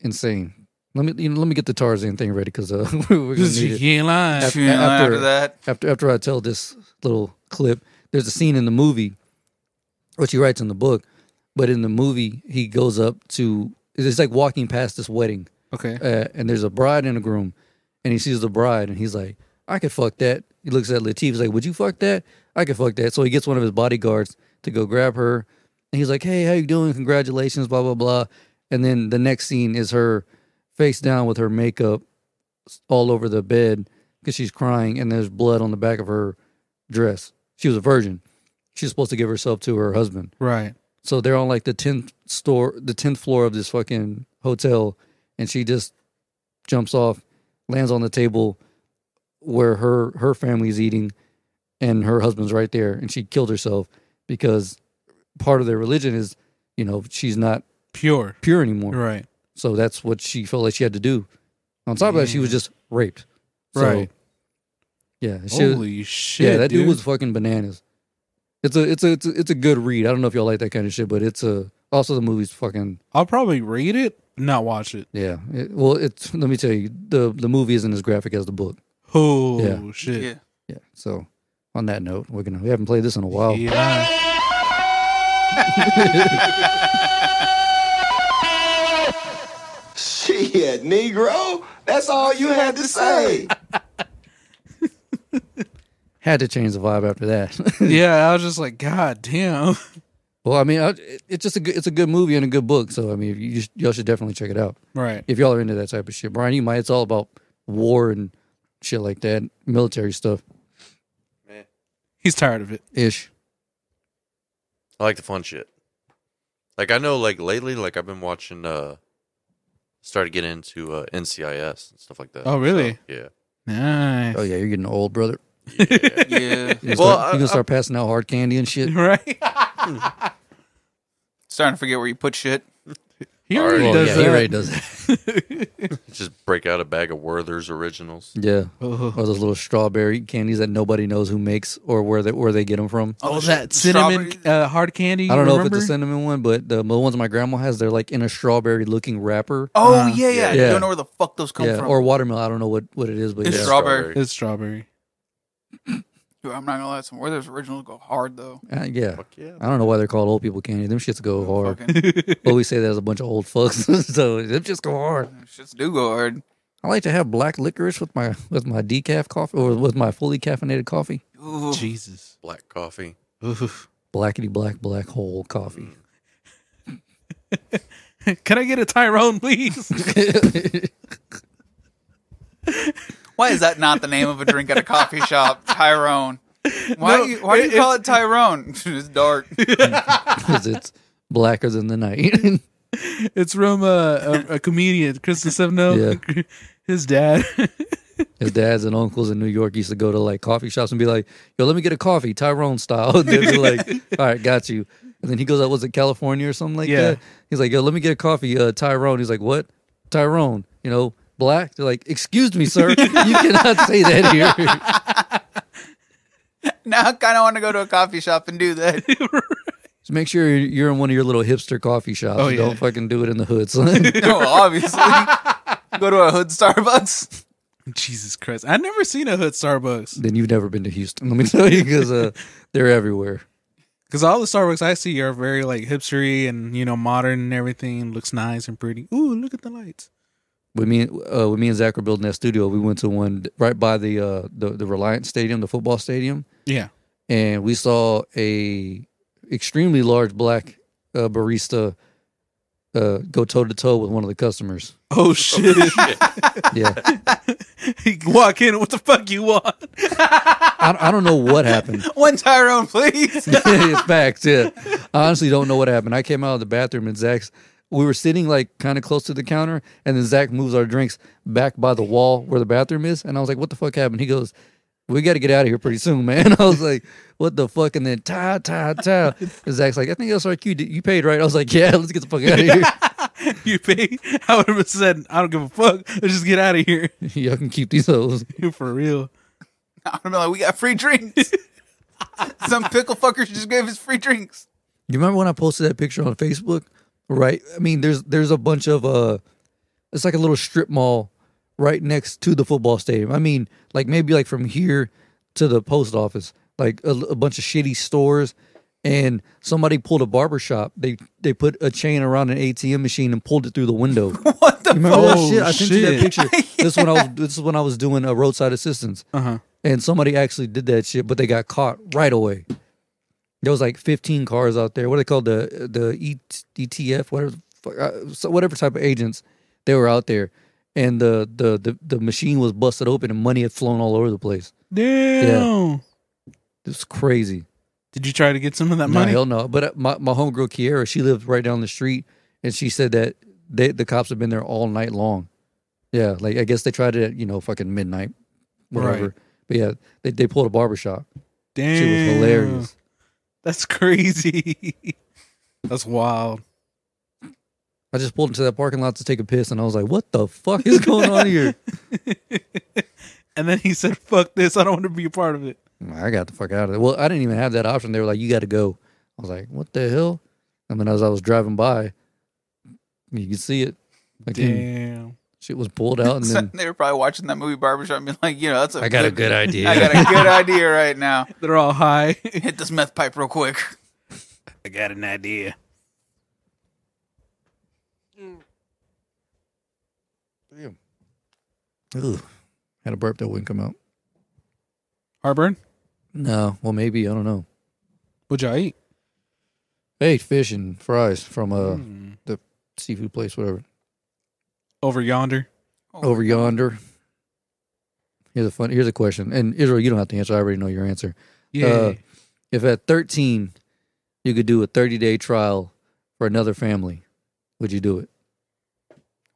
Speaker 2: insane. Let me you know, let me get the Tarzan thing ready because uh, (laughs) we're gonna
Speaker 3: This
Speaker 2: need it.
Speaker 3: he ain't lying.
Speaker 2: Af-
Speaker 4: And then
Speaker 2: after-
Speaker 4: after that,
Speaker 2: after after I tell this little clip, there's a scene in the movie, which he writes in the book, but in the movie he goes up to it's like walking past this wedding,
Speaker 3: Okay.
Speaker 2: uh, and there's a bride and a groom, and he sees the bride and he's like, I could fuck that. He looks at Latif, he's like, Would you fuck that? I could fuck that. So he gets one of his bodyguards to go grab her, and he's like, Hey, how you doing? Congratulations, blah blah blah. And then the next scene is her face down with her makeup all over the bed because she's crying and there's blood on the back of her dress. She was a virgin. She's supposed to give herself to her husband.
Speaker 3: Right.
Speaker 2: So they're on like the tenth store, the tenth floor of this fucking hotel, and she just jumps off, lands on the table where her her family's eating, and her husband's right there, and she killed herself because part of their religion is, you know, she's not
Speaker 3: Pure.
Speaker 2: pure anymore.
Speaker 3: Right.
Speaker 2: So that's what she felt like she had to do. On top of that, she was just raped. So,
Speaker 3: Mm. Right. Oh,
Speaker 2: Yeah. She,
Speaker 3: Holy shit.
Speaker 2: yeah, that dude.
Speaker 3: dude
Speaker 2: was fucking bananas. It's a it's a it's a, it's a good read. I don't know if y'all like that kind of shit, but it's a also the movie's fucking
Speaker 3: I'll probably read it, not watch it.
Speaker 2: yeah. It- well, it's let me tell you the the movie isn't as graphic as the book.
Speaker 3: Oh
Speaker 2: Yeah.
Speaker 4: yeah.
Speaker 3: shit.
Speaker 2: Yeah. So on that note, we're gonna we haven't played this in a while.
Speaker 3: He lying.
Speaker 2: (laughs)
Speaker 6: Shit, Negro, that's all you had to say.
Speaker 2: Had to change the vibe after that. (laughs)
Speaker 3: yeah, I was just like, God damn. (laughs)
Speaker 2: well, I mean, I, it- it's just a good, it's a good movie and a good book. So I mean, you, you sh- y'all should definitely check it out.
Speaker 3: right.
Speaker 2: if y'all are into that type of shit. Brian, you might. It's all about war and shit like that, military stuff
Speaker 3: He's tired of it.
Speaker 2: ish.
Speaker 1: (laughs) I like the fun shit. Like I know, like lately, like I've been watching. uh Started getting into uh, NCIS and stuff like that.
Speaker 3: Oh, really?
Speaker 1: So, yeah.
Speaker 3: Nice.
Speaker 2: Oh yeah, you're getting old, brother.
Speaker 1: Yeah. (laughs)
Speaker 3: (laughs)
Speaker 4: yeah,
Speaker 2: You gonna,
Speaker 1: Well,
Speaker 2: start, you
Speaker 1: I-
Speaker 2: gonna start passing out hard candy and shit.
Speaker 3: Right.
Speaker 4: starting to forget where you put shit.
Speaker 3: He
Speaker 1: All
Speaker 3: already
Speaker 1: right.
Speaker 3: does
Speaker 1: Yeah,
Speaker 2: he
Speaker 3: that.
Speaker 2: already does
Speaker 3: (laughs)
Speaker 2: that.
Speaker 1: Just break out a bag of Werther's originals.
Speaker 2: Yeah,
Speaker 3: oh,
Speaker 2: or those little strawberry candies that nobody knows who makes or where they where they get them from.
Speaker 4: Oh,
Speaker 3: that
Speaker 4: sh-
Speaker 3: cinnamon
Speaker 4: strawberry-
Speaker 3: uh, hard candy.
Speaker 2: I don't know if it's
Speaker 3: remember?
Speaker 2: the cinnamon one, but the, the ones my grandma has, they're like in a strawberry looking wrapper.
Speaker 4: Oh
Speaker 3: Uh,
Speaker 4: yeah,
Speaker 2: yeah.
Speaker 4: yeah. You don't know where the fuck those come
Speaker 2: yeah,
Speaker 4: from.
Speaker 2: or watermelon. I don't know what, what it is, but
Speaker 4: It's
Speaker 2: yeah.
Speaker 4: straw- Strawberry.
Speaker 3: It's strawberry.
Speaker 4: Dude, I'm not gonna lie, some Werther's originals go hard though.
Speaker 2: Uh, yeah.
Speaker 1: Fuck yeah.
Speaker 2: I don't know why they're called old people candy. Them shits go hard.
Speaker 3: (laughs)
Speaker 4: Fucking,
Speaker 2: But we say that as a bunch of old fucks, (laughs) so them just go hard.
Speaker 4: shits do go hard.
Speaker 2: I like to have black licorice with my with my decaf coffee or with my fully caffeinated coffee.
Speaker 4: Ooh.
Speaker 3: Jesus.
Speaker 1: Black coffee.
Speaker 3: Oof.
Speaker 2: Blackety black black hole coffee. (laughs)
Speaker 3: (laughs) Can I get a Tyrone, please?
Speaker 2: (laughs)
Speaker 4: Why is that not the name of a drink at a
Speaker 3: (laughs)
Speaker 4: coffee shop? Tyrone. Why
Speaker 3: No,
Speaker 4: you, why do
Speaker 3: it-
Speaker 4: you call it Tyrone? (laughs) it's
Speaker 3: (laughs)
Speaker 4: dark.
Speaker 2: Because it's blacker than the night. (laughs)
Speaker 3: it's from uh, a, a comedian, Chris Sevno. (laughs) His dad. (laughs)
Speaker 2: His dads and uncles in New York used to go to like coffee shops and be like, "Yo, let me get a coffee, Tyrone style." (laughs) They'd be like, "All right, got you." And then he goes out, was it California or something like
Speaker 3: Yeah.
Speaker 2: that? He's like, "Yo, let me get a coffee, uh, Tyrone." He's like, "What, Tyrone? You know, black?" They're like, "Excuse me,
Speaker 3: (laughs)
Speaker 2: sir, you cannot say that here." (laughs)
Speaker 4: now I kind of want to go to a coffee shop and do that.
Speaker 2: Just make sure you're- you're in one of your little hipster coffee shops.
Speaker 3: Oh,
Speaker 2: You
Speaker 3: yeah.
Speaker 2: Don't fucking do it in the hood, son. (laughs)
Speaker 4: no, obviously. go to a hood Starbucks.
Speaker 3: Jesus Christ. I've never seen a hood Starbucks.
Speaker 2: then you've never been to Houston. Let me tell you, because uh, they're everywhere.
Speaker 3: Because all the Starbucks I see are very like hipstery and you know modern and everything looks nice and pretty. Ooh, look at the lights.
Speaker 2: when me and- uh, when me and Zach were building that studio, we went to one d- right by the uh, the the Reliance Stadium, the football stadium,
Speaker 3: Yeah.
Speaker 2: and we saw a extremely large black uh, barista uh, go toe to toe with one of the customers.
Speaker 3: Oh shit. (laughs)
Speaker 2: Yeah, (laughs)
Speaker 3: He walk in. What the fuck you want? (laughs)
Speaker 2: I, I don't know what happened.
Speaker 4: One Tyrone, please.
Speaker 2: (laughs) it's facts. Yeah, I honestly don't know what happened. I came out of the bathroom and Zach's. We were sitting like kind of close to the counter, and then Zach moves our drinks back by the wall where the bathroom is, and I was like, "What the fuck happened?" He goes, "We got to get out of here pretty soon, man." (laughs) I was like, "What the fuck?" And then ta ta ta. And Zach's like, "I think that's our cue. Did- You paid right." I was like, "Yeah, let's get the fuck out of
Speaker 3: You pay? I would have said I don't give a fuck. Let's just get out of here (laughs)
Speaker 2: here. (laughs) Y'all can keep these hoes."
Speaker 3: for real.
Speaker 4: I'm gonna be like, we got
Speaker 2: (laughs)
Speaker 4: free drinks. Some pickle fuckers just gave us free drinks.
Speaker 2: You remember when I posted that picture on Facebook? Right. I mean, there's there's a bunch of uh, it's like a little strip mall right next to the football stadium. I mean, like maybe like from here to the post office, like a, a bunch of shitty stores. And somebody pulled a barber shop. They they put a chain around an ATM machine and pulled it through the window.
Speaker 4: (laughs) What the
Speaker 2: Remember that
Speaker 3: Oh,
Speaker 2: shit? I sent you that
Speaker 3: shit.
Speaker 2: picture. This when I
Speaker 4: (laughs)
Speaker 2: was this is when I was doing a roadside assistance
Speaker 3: Uh huh.
Speaker 2: and somebody actually did that shit, but they got caught right away. There was like 15 cars out there. What are they called? The the e- ETF, whatever, the fuck, uh, so whatever type of agents they were out there, and the, the the the machine was busted open and money had flown all over the place.
Speaker 3: Damn.
Speaker 2: It was crazy.
Speaker 3: Did you try to get some of that
Speaker 2: No,
Speaker 3: money?
Speaker 2: hell no. But uh, my my homegirl Kiera, she lived right down the street, and she said that they, the cops have been there all night long. Yeah, like I guess they tried it at you know fucking midnight, whatever.
Speaker 3: Right.
Speaker 2: But yeah, they they pulled a barbershop.
Speaker 3: Damn.
Speaker 2: She was hilarious.
Speaker 3: That's crazy. That's wild.
Speaker 2: I just pulled into that parking lot to take a piss, and I was like, "What the fuck is going on here?"
Speaker 3: And then he said, "Fuck this! I don't want to be a part of it."
Speaker 2: I got the fuck out of there. Well, I didn't even have that option. They were like, "You got to go." I was like, "What the hell?" And then as I was driving by, you could see it. Like Damn.
Speaker 3: Damn.
Speaker 2: shit was pulled out, and
Speaker 4: (laughs)
Speaker 2: then
Speaker 4: they were probably watching that movie Barbershop and being like, you know, that's a
Speaker 2: I got a good idea.
Speaker 4: I got a good idea
Speaker 2: (laughs)
Speaker 4: right now.
Speaker 3: They're all high. (laughs)
Speaker 4: Hit this meth pipe real quick.
Speaker 3: I got an idea.
Speaker 2: Ooh, had a burp that wouldn't come out.
Speaker 3: Harburn,
Speaker 2: No, well maybe I don't know.
Speaker 3: what'd y'all eat?
Speaker 2: I ate fish and fries from a
Speaker 3: Hmm.
Speaker 2: seafood place, whatever,
Speaker 3: Over yonder.
Speaker 2: over yonder. Here's a fun. Here's a question, and Israel, you don't have to answer. I already know your answer.
Speaker 3: Yeah.
Speaker 2: If at 13 you could do a 30 day trial for another family, would you do it?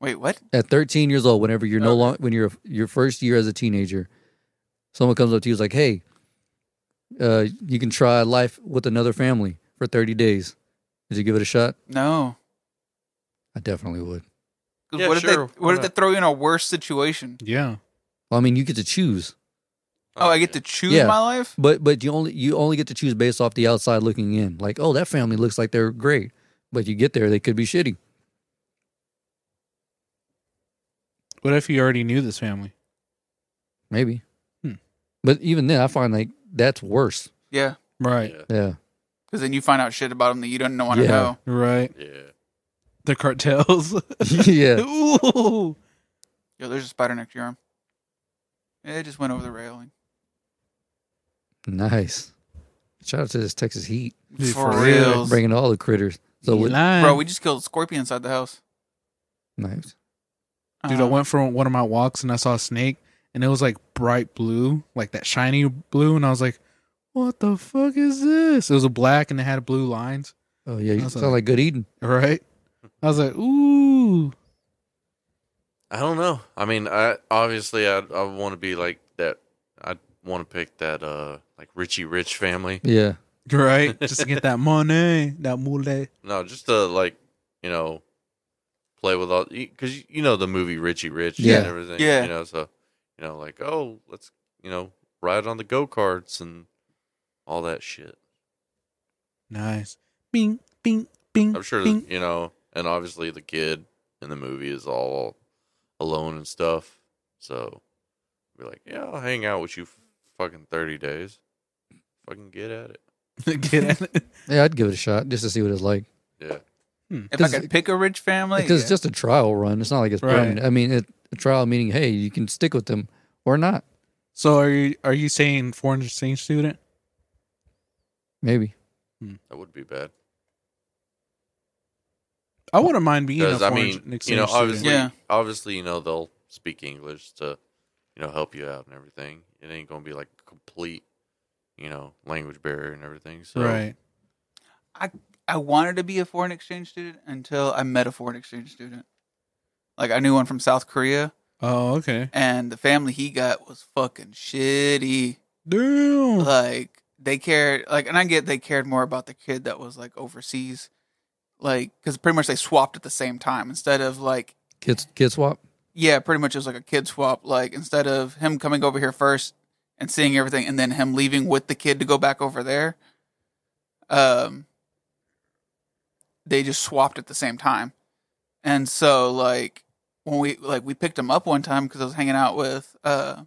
Speaker 4: Wait, what?
Speaker 2: At 13 years old, whenever you're no
Speaker 4: Okay.
Speaker 2: long, when you're your first year as a teenager, someone comes up to you is like, "Hey, uh, you can try life with another family for 30 days. Did you give it a shot?"
Speaker 4: No.
Speaker 2: I definitely would.
Speaker 4: 'Cause
Speaker 1: Yeah,
Speaker 4: what if
Speaker 1: sure,
Speaker 4: they what
Speaker 1: why
Speaker 4: if they
Speaker 1: not?
Speaker 4: throw you in a worse situation?
Speaker 3: Yeah.
Speaker 2: Well, I mean, you get to choose,
Speaker 4: Oh, I get to choose
Speaker 2: Yeah.
Speaker 4: my life?
Speaker 2: but but you only you only get to choose based off the outside looking in. Like, oh, that family looks like they're great, but you get there, they could be shitty.
Speaker 3: What if you already knew this family?
Speaker 2: Maybe.
Speaker 3: Hmm.
Speaker 2: But even then, I find like that's worse.
Speaker 4: Yeah.
Speaker 3: Right.
Speaker 2: (laughs) Yeah.
Speaker 4: Because then you find out shit about them that you don't want to
Speaker 2: Yeah.
Speaker 4: know.
Speaker 3: Right.
Speaker 1: Yeah. yeah.
Speaker 3: The (laughs) cartels.
Speaker 2: yeah.
Speaker 3: Ooh.
Speaker 4: Yo, there's a spider next to your arm. It just went over the railing.
Speaker 2: Nice. Shout out to this Texas heat,
Speaker 3: Dude,
Speaker 4: for
Speaker 3: for real.
Speaker 4: reals.
Speaker 2: bringing all the critters. So
Speaker 3: You
Speaker 2: with
Speaker 3: lying.
Speaker 4: Bro, we just killed a scorpion inside the house.
Speaker 2: knives.
Speaker 3: Dude, I
Speaker 4: Uh-huh.
Speaker 3: went for one of my walks and I saw a snake and it was like bright blue, like that shiny blue. And I was like, what the fuck is this? It was a black and it had blue lines.
Speaker 2: Oh yeah, you
Speaker 3: That's
Speaker 2: sound
Speaker 3: a-
Speaker 2: like good eating.
Speaker 3: Right. I was like, ooh.
Speaker 1: I don't know. I mean, I obviously I I want to be like that. I want to pick that uh like Richie Rich family.
Speaker 2: Yeah.
Speaker 1: (laughs)
Speaker 3: Right. Just to get that money, that mule.
Speaker 1: No, just to like you know play with all because you know the movie Richie Rich
Speaker 2: Yeah.
Speaker 1: and everything.
Speaker 4: Yeah.
Speaker 1: you know, so you know like oh let's you know ride on the go karts and all that shit.
Speaker 3: Nice. Bing, bing, bing.
Speaker 1: I'm sure
Speaker 3: bing.
Speaker 1: that, you know, and obviously the kid in the movie is all alone and stuff. So be like, yeah, I'll hang out with you f- fucking thirty days. Fucking get at it.
Speaker 3: (laughs) Get at it.
Speaker 2: Yeah, I'd give it a shot just to see what it's like.
Speaker 1: Yeah.
Speaker 4: If I
Speaker 2: 'cause-
Speaker 4: could pick a rich family,
Speaker 2: Because it's
Speaker 4: Oh, yeah.
Speaker 2: just a trial run. It's not like it's
Speaker 3: Right.
Speaker 2: permanent. I mean, it, a trial meaning, hey, you can stick with them or not.
Speaker 3: So are you are you saying foreign exchange student?
Speaker 2: Maybe.
Speaker 1: That would be bad.
Speaker 3: I wouldn't mind being a
Speaker 1: Because I
Speaker 3: foreign
Speaker 1: mean,
Speaker 3: exchange
Speaker 1: you know,
Speaker 3: student.
Speaker 1: obviously
Speaker 4: Yeah.
Speaker 1: obviously, you know, they'll speak English to, you know, help you out and everything. It ain't gonna be like complete, you know, language barrier and everything. So
Speaker 3: right.
Speaker 4: I wanted to be a foreign exchange student until I met a foreign exchange student. Like I knew one from South Korea,
Speaker 3: Oh, okay.
Speaker 4: and the family he got was fucking shitty.
Speaker 3: Damn.
Speaker 4: Like they cared, like, and I get they cared more about the kid that was like overseas, like because pretty much they swapped at the same time instead of like
Speaker 2: Kids, kid swap.
Speaker 4: Yeah, pretty much it was like a kid swap. Like instead of him coming over here first and seeing everything, and then him leaving with the kid to go back over there, um, they just swapped at the same time. And so like when we like we picked him up one time because I was hanging out with uh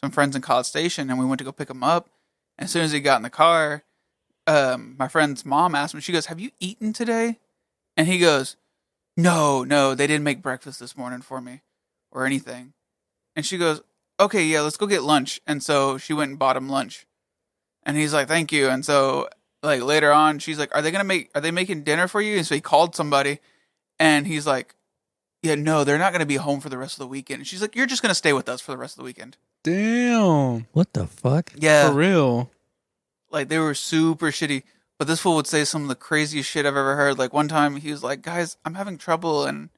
Speaker 4: some friends in College Station, and we went to go pick him up. And as soon as he got in the car, um, my friend's mom asked him. She goes, "Have you eaten today?" And he goes, no, no, they didn't make breakfast this morning for me or anything. And she goes, okay, yeah, let's go get lunch. And so she went and bought him lunch. And he's like, thank you. And so like later on, she's like, are they going to make, are they making dinner for you? And so he called somebody and he's like, yeah, no, they're not going to be home for the rest of the weekend. And she's like, you're just going to stay with us for the rest of the weekend.
Speaker 3: Damn.
Speaker 2: What the fuck?
Speaker 4: (laughs) Yeah.
Speaker 3: For real. (laughs)
Speaker 4: like they were super shitty. But this fool would say some of the craziest shit I've ever heard. Like one time he was like, "Guys, I'm having trouble in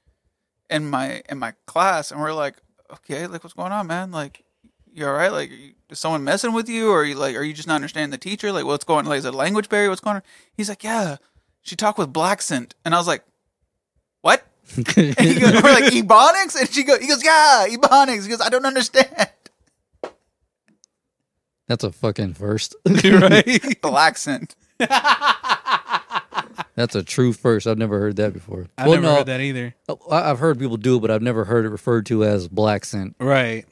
Speaker 4: in my in my class," and we're like, "Okay, like what's going on, man? Like you all right? Like you, is someone messing with you, or are you like are you just not understanding the teacher? Like what's going? Like is it a language barrier? What's going on?" He's like, "Yeah, she talked with Blacksint," and I was like, "What?" (laughs) And he goes, "We're like ebonics," and she goes, "He goes, yeah, ebonics." He goes, "I don't understand."
Speaker 2: (laughs)
Speaker 4: (laughs)
Speaker 2: That's a fucking first.
Speaker 3: right.
Speaker 4: Blacksint.
Speaker 2: That's a true first. I've never heard that before.
Speaker 3: I never heard that either.
Speaker 2: I- I've heard people do it, but I've never heard it referred to as black scent.
Speaker 3: Right.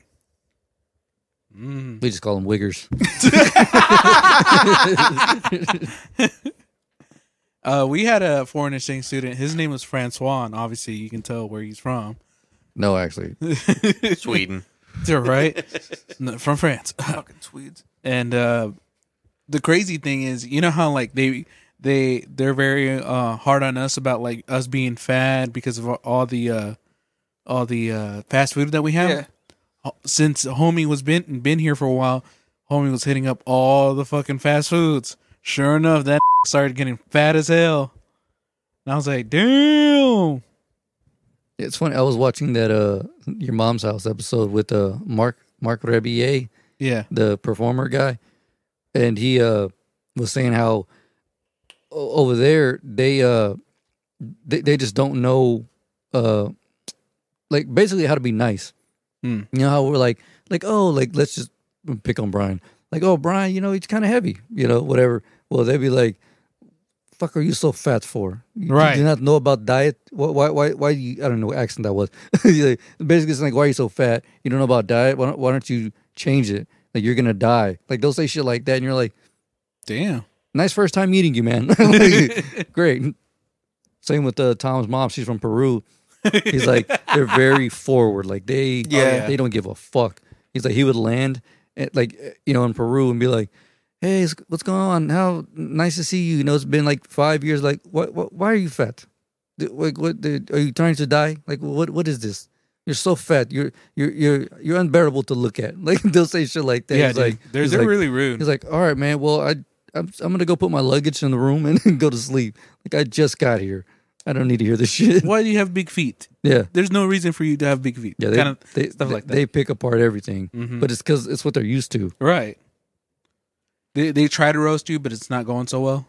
Speaker 3: Mm.
Speaker 2: We just call them wiggers.
Speaker 3: Uh, we had a foreign exchange student. His name was Francois, and obviously you can tell where he's from. (laughs)
Speaker 2: No, actually.
Speaker 1: Sweden. (laughs)
Speaker 3: right? No, from France.
Speaker 4: Fucking Swedes.
Speaker 3: and uh the crazy thing is you know how like they they they're very uh hard on us about like us being fat because of all the uh all the uh fast food that we have
Speaker 4: Yeah.
Speaker 3: since homie was been been here for a while homie was hitting up all the fucking fast foods sure enough that (laughs) started getting fat as hell and i was like damn
Speaker 2: It's funny. I was watching that uh your mom's house episode with uh Mark Mark Rebier,
Speaker 3: yeah
Speaker 2: the performer guy, and he uh was saying how o- over there they uh they, they just don't know uh, like basically how to be nice.
Speaker 3: Hmm.
Speaker 2: You know how we're like, like oh, like let's just pick on Brian. Like oh, Brian, you know he's kind of heavy. You know whatever. Well, they'd be like, "Fuck, are you so fat for? You,
Speaker 3: Right.
Speaker 2: Do you not know about diet? Why? Why? Why? why do you, I don't know what accent that was. (laughs) You're like- Basically, it's like, why are you so fat? You don't know about diet. Why don't, why don't you change it? Like you're gonna die. Like they'll say shit like that, and you're like,
Speaker 3: Damn.
Speaker 2: nice first time meeting you,
Speaker 3: (laughs)
Speaker 2: man. (laughs) Like, great. Same with uh, Tom's mom. She's from Peru. He's like they're very forward. Like they oh,
Speaker 4: Yeah.
Speaker 2: they don't give a fuck. He's like he would land at, like eh, you know in Peru and be like, hey, it's- what's going on? How nice to see you. You know it's been like five years. Like what? what why are you fat? Th- Like what? the- Are you trying to die? Like what? What is this? You're so fat. You're you're you're you're unbearable to look at. (laughs) Like they'll say shit like that.
Speaker 3: Yeah,
Speaker 2: He's
Speaker 3: dude.
Speaker 2: like
Speaker 3: they're
Speaker 2: he's
Speaker 3: they're
Speaker 2: like,
Speaker 3: really rude.
Speaker 2: He's like, (laughs) all right, man. Well, I I'm, I'm gonna go put my luggage in the room and (laughs) go to sleep. Like I just got here. I don't need to hear this (laughs) shit.
Speaker 3: Why do you have big feet?
Speaker 2: Yeah,
Speaker 3: There's no reason for you to have big feet.
Speaker 2: yeah. They
Speaker 3: kind of
Speaker 2: they,
Speaker 3: stuff like that.
Speaker 2: they pick apart everything,
Speaker 3: Mhm.
Speaker 2: but it's because it's what they're used to.
Speaker 3: right. They they try to roast you, but it's not going so well.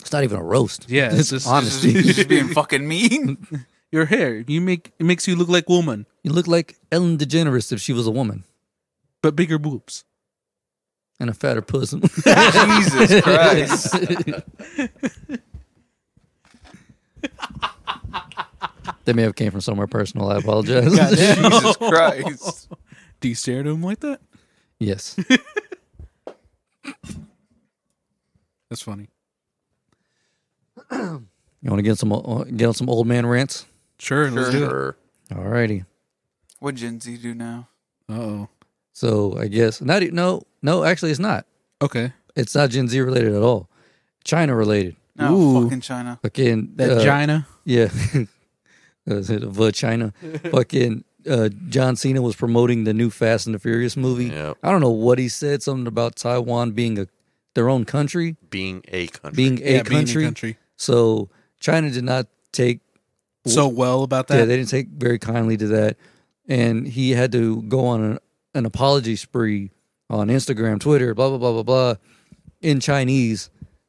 Speaker 2: It's not even a roast.
Speaker 3: Yeah,
Speaker 2: it's,
Speaker 3: it's just-
Speaker 2: honesty.
Speaker 4: Just, just being fucking mean.
Speaker 3: Your hair, you make it makes you look like woman,
Speaker 2: you look like Ellen DeGeneres if she was a woman
Speaker 3: but bigger boobs.
Speaker 2: and a fatter puss.
Speaker 3: (laughs)
Speaker 4: Jesus Christ.
Speaker 2: (laughs) they may have came from somewhere personal. I
Speaker 3: (laughs)
Speaker 2: apologize.
Speaker 4: (laughs) Jesus (laughs) Christ.
Speaker 3: Do you stare at him like that?
Speaker 2: (laughs) yes.
Speaker 3: That's funny.
Speaker 2: You want to get some uh, get on some old man rants?
Speaker 3: Sure, let's do it.
Speaker 1: Sure.
Speaker 2: Alrighty.
Speaker 4: What Gen Z do now?
Speaker 3: Uh oh.
Speaker 2: So I guess not. e- No, no. Actually, it's not.
Speaker 3: Okay.
Speaker 2: It's not Gen Z related at all. China related.
Speaker 4: No,
Speaker 3: Ooh.
Speaker 4: fucking China.
Speaker 2: Fucking
Speaker 3: That
Speaker 2: uh,
Speaker 3: Gina.
Speaker 2: (laughs) Yeah. Was it the China? Fucking uh, John Cena was promoting the new Fast and the Furious movie.
Speaker 1: Yep.
Speaker 2: I don't know what he said. Something about Taiwan being a their own country,
Speaker 1: Being a country.
Speaker 2: being a
Speaker 3: yeah, being in
Speaker 2: country.
Speaker 3: country.
Speaker 2: So China did not take
Speaker 3: So well about
Speaker 2: yeah,
Speaker 3: that.
Speaker 2: they didn't take very kindly to that. And he had to go on an, an apology spree on Instagram, Twitter, blah, blah, blah, blah, blah, in Chinese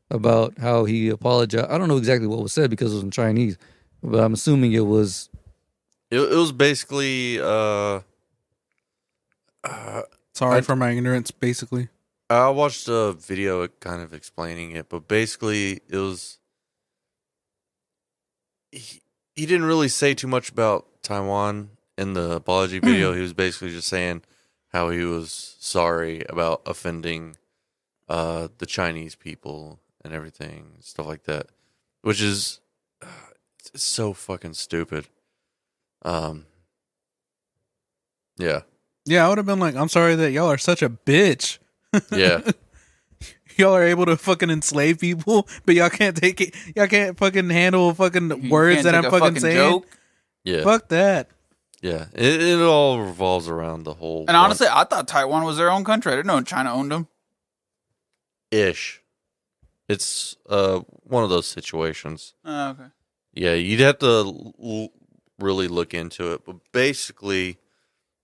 Speaker 2: about how he apologized. I don't know exactly what was said because it was in Chinese, but I'm assuming it was,
Speaker 1: It, it was basically uh,
Speaker 3: Sorry for my ignorance, basically.
Speaker 1: I watched a video kind of explaining it, but basically it was he, he didn't really say too much about Taiwan in the apology video. he was basically just saying how he was sorry about offending uh, the Chinese people and everything, stuff like that, which is uh, it's so fucking stupid. Um, yeah,
Speaker 3: Yeah, I would have been like, I'm sorry that y'all are such a bitch. (laughs)
Speaker 1: yeah.
Speaker 3: Y'all are able to fucking enslave people, (laughs) but y'all can't take it. Y'all can't fucking handle fucking
Speaker 4: Can't
Speaker 3: words that I'm
Speaker 4: take a
Speaker 3: fucking, saying.
Speaker 1: Yeah.
Speaker 3: Fuck that.
Speaker 1: Yeah, it, it all revolves around the whole.
Speaker 4: And honestly, I thought Taiwan was their own country. I didn't know China owned them.
Speaker 1: ish, it's uh one of those situations.
Speaker 4: Oh, okay.
Speaker 1: Yeah, you'd have to l- l- really look into it, but basically,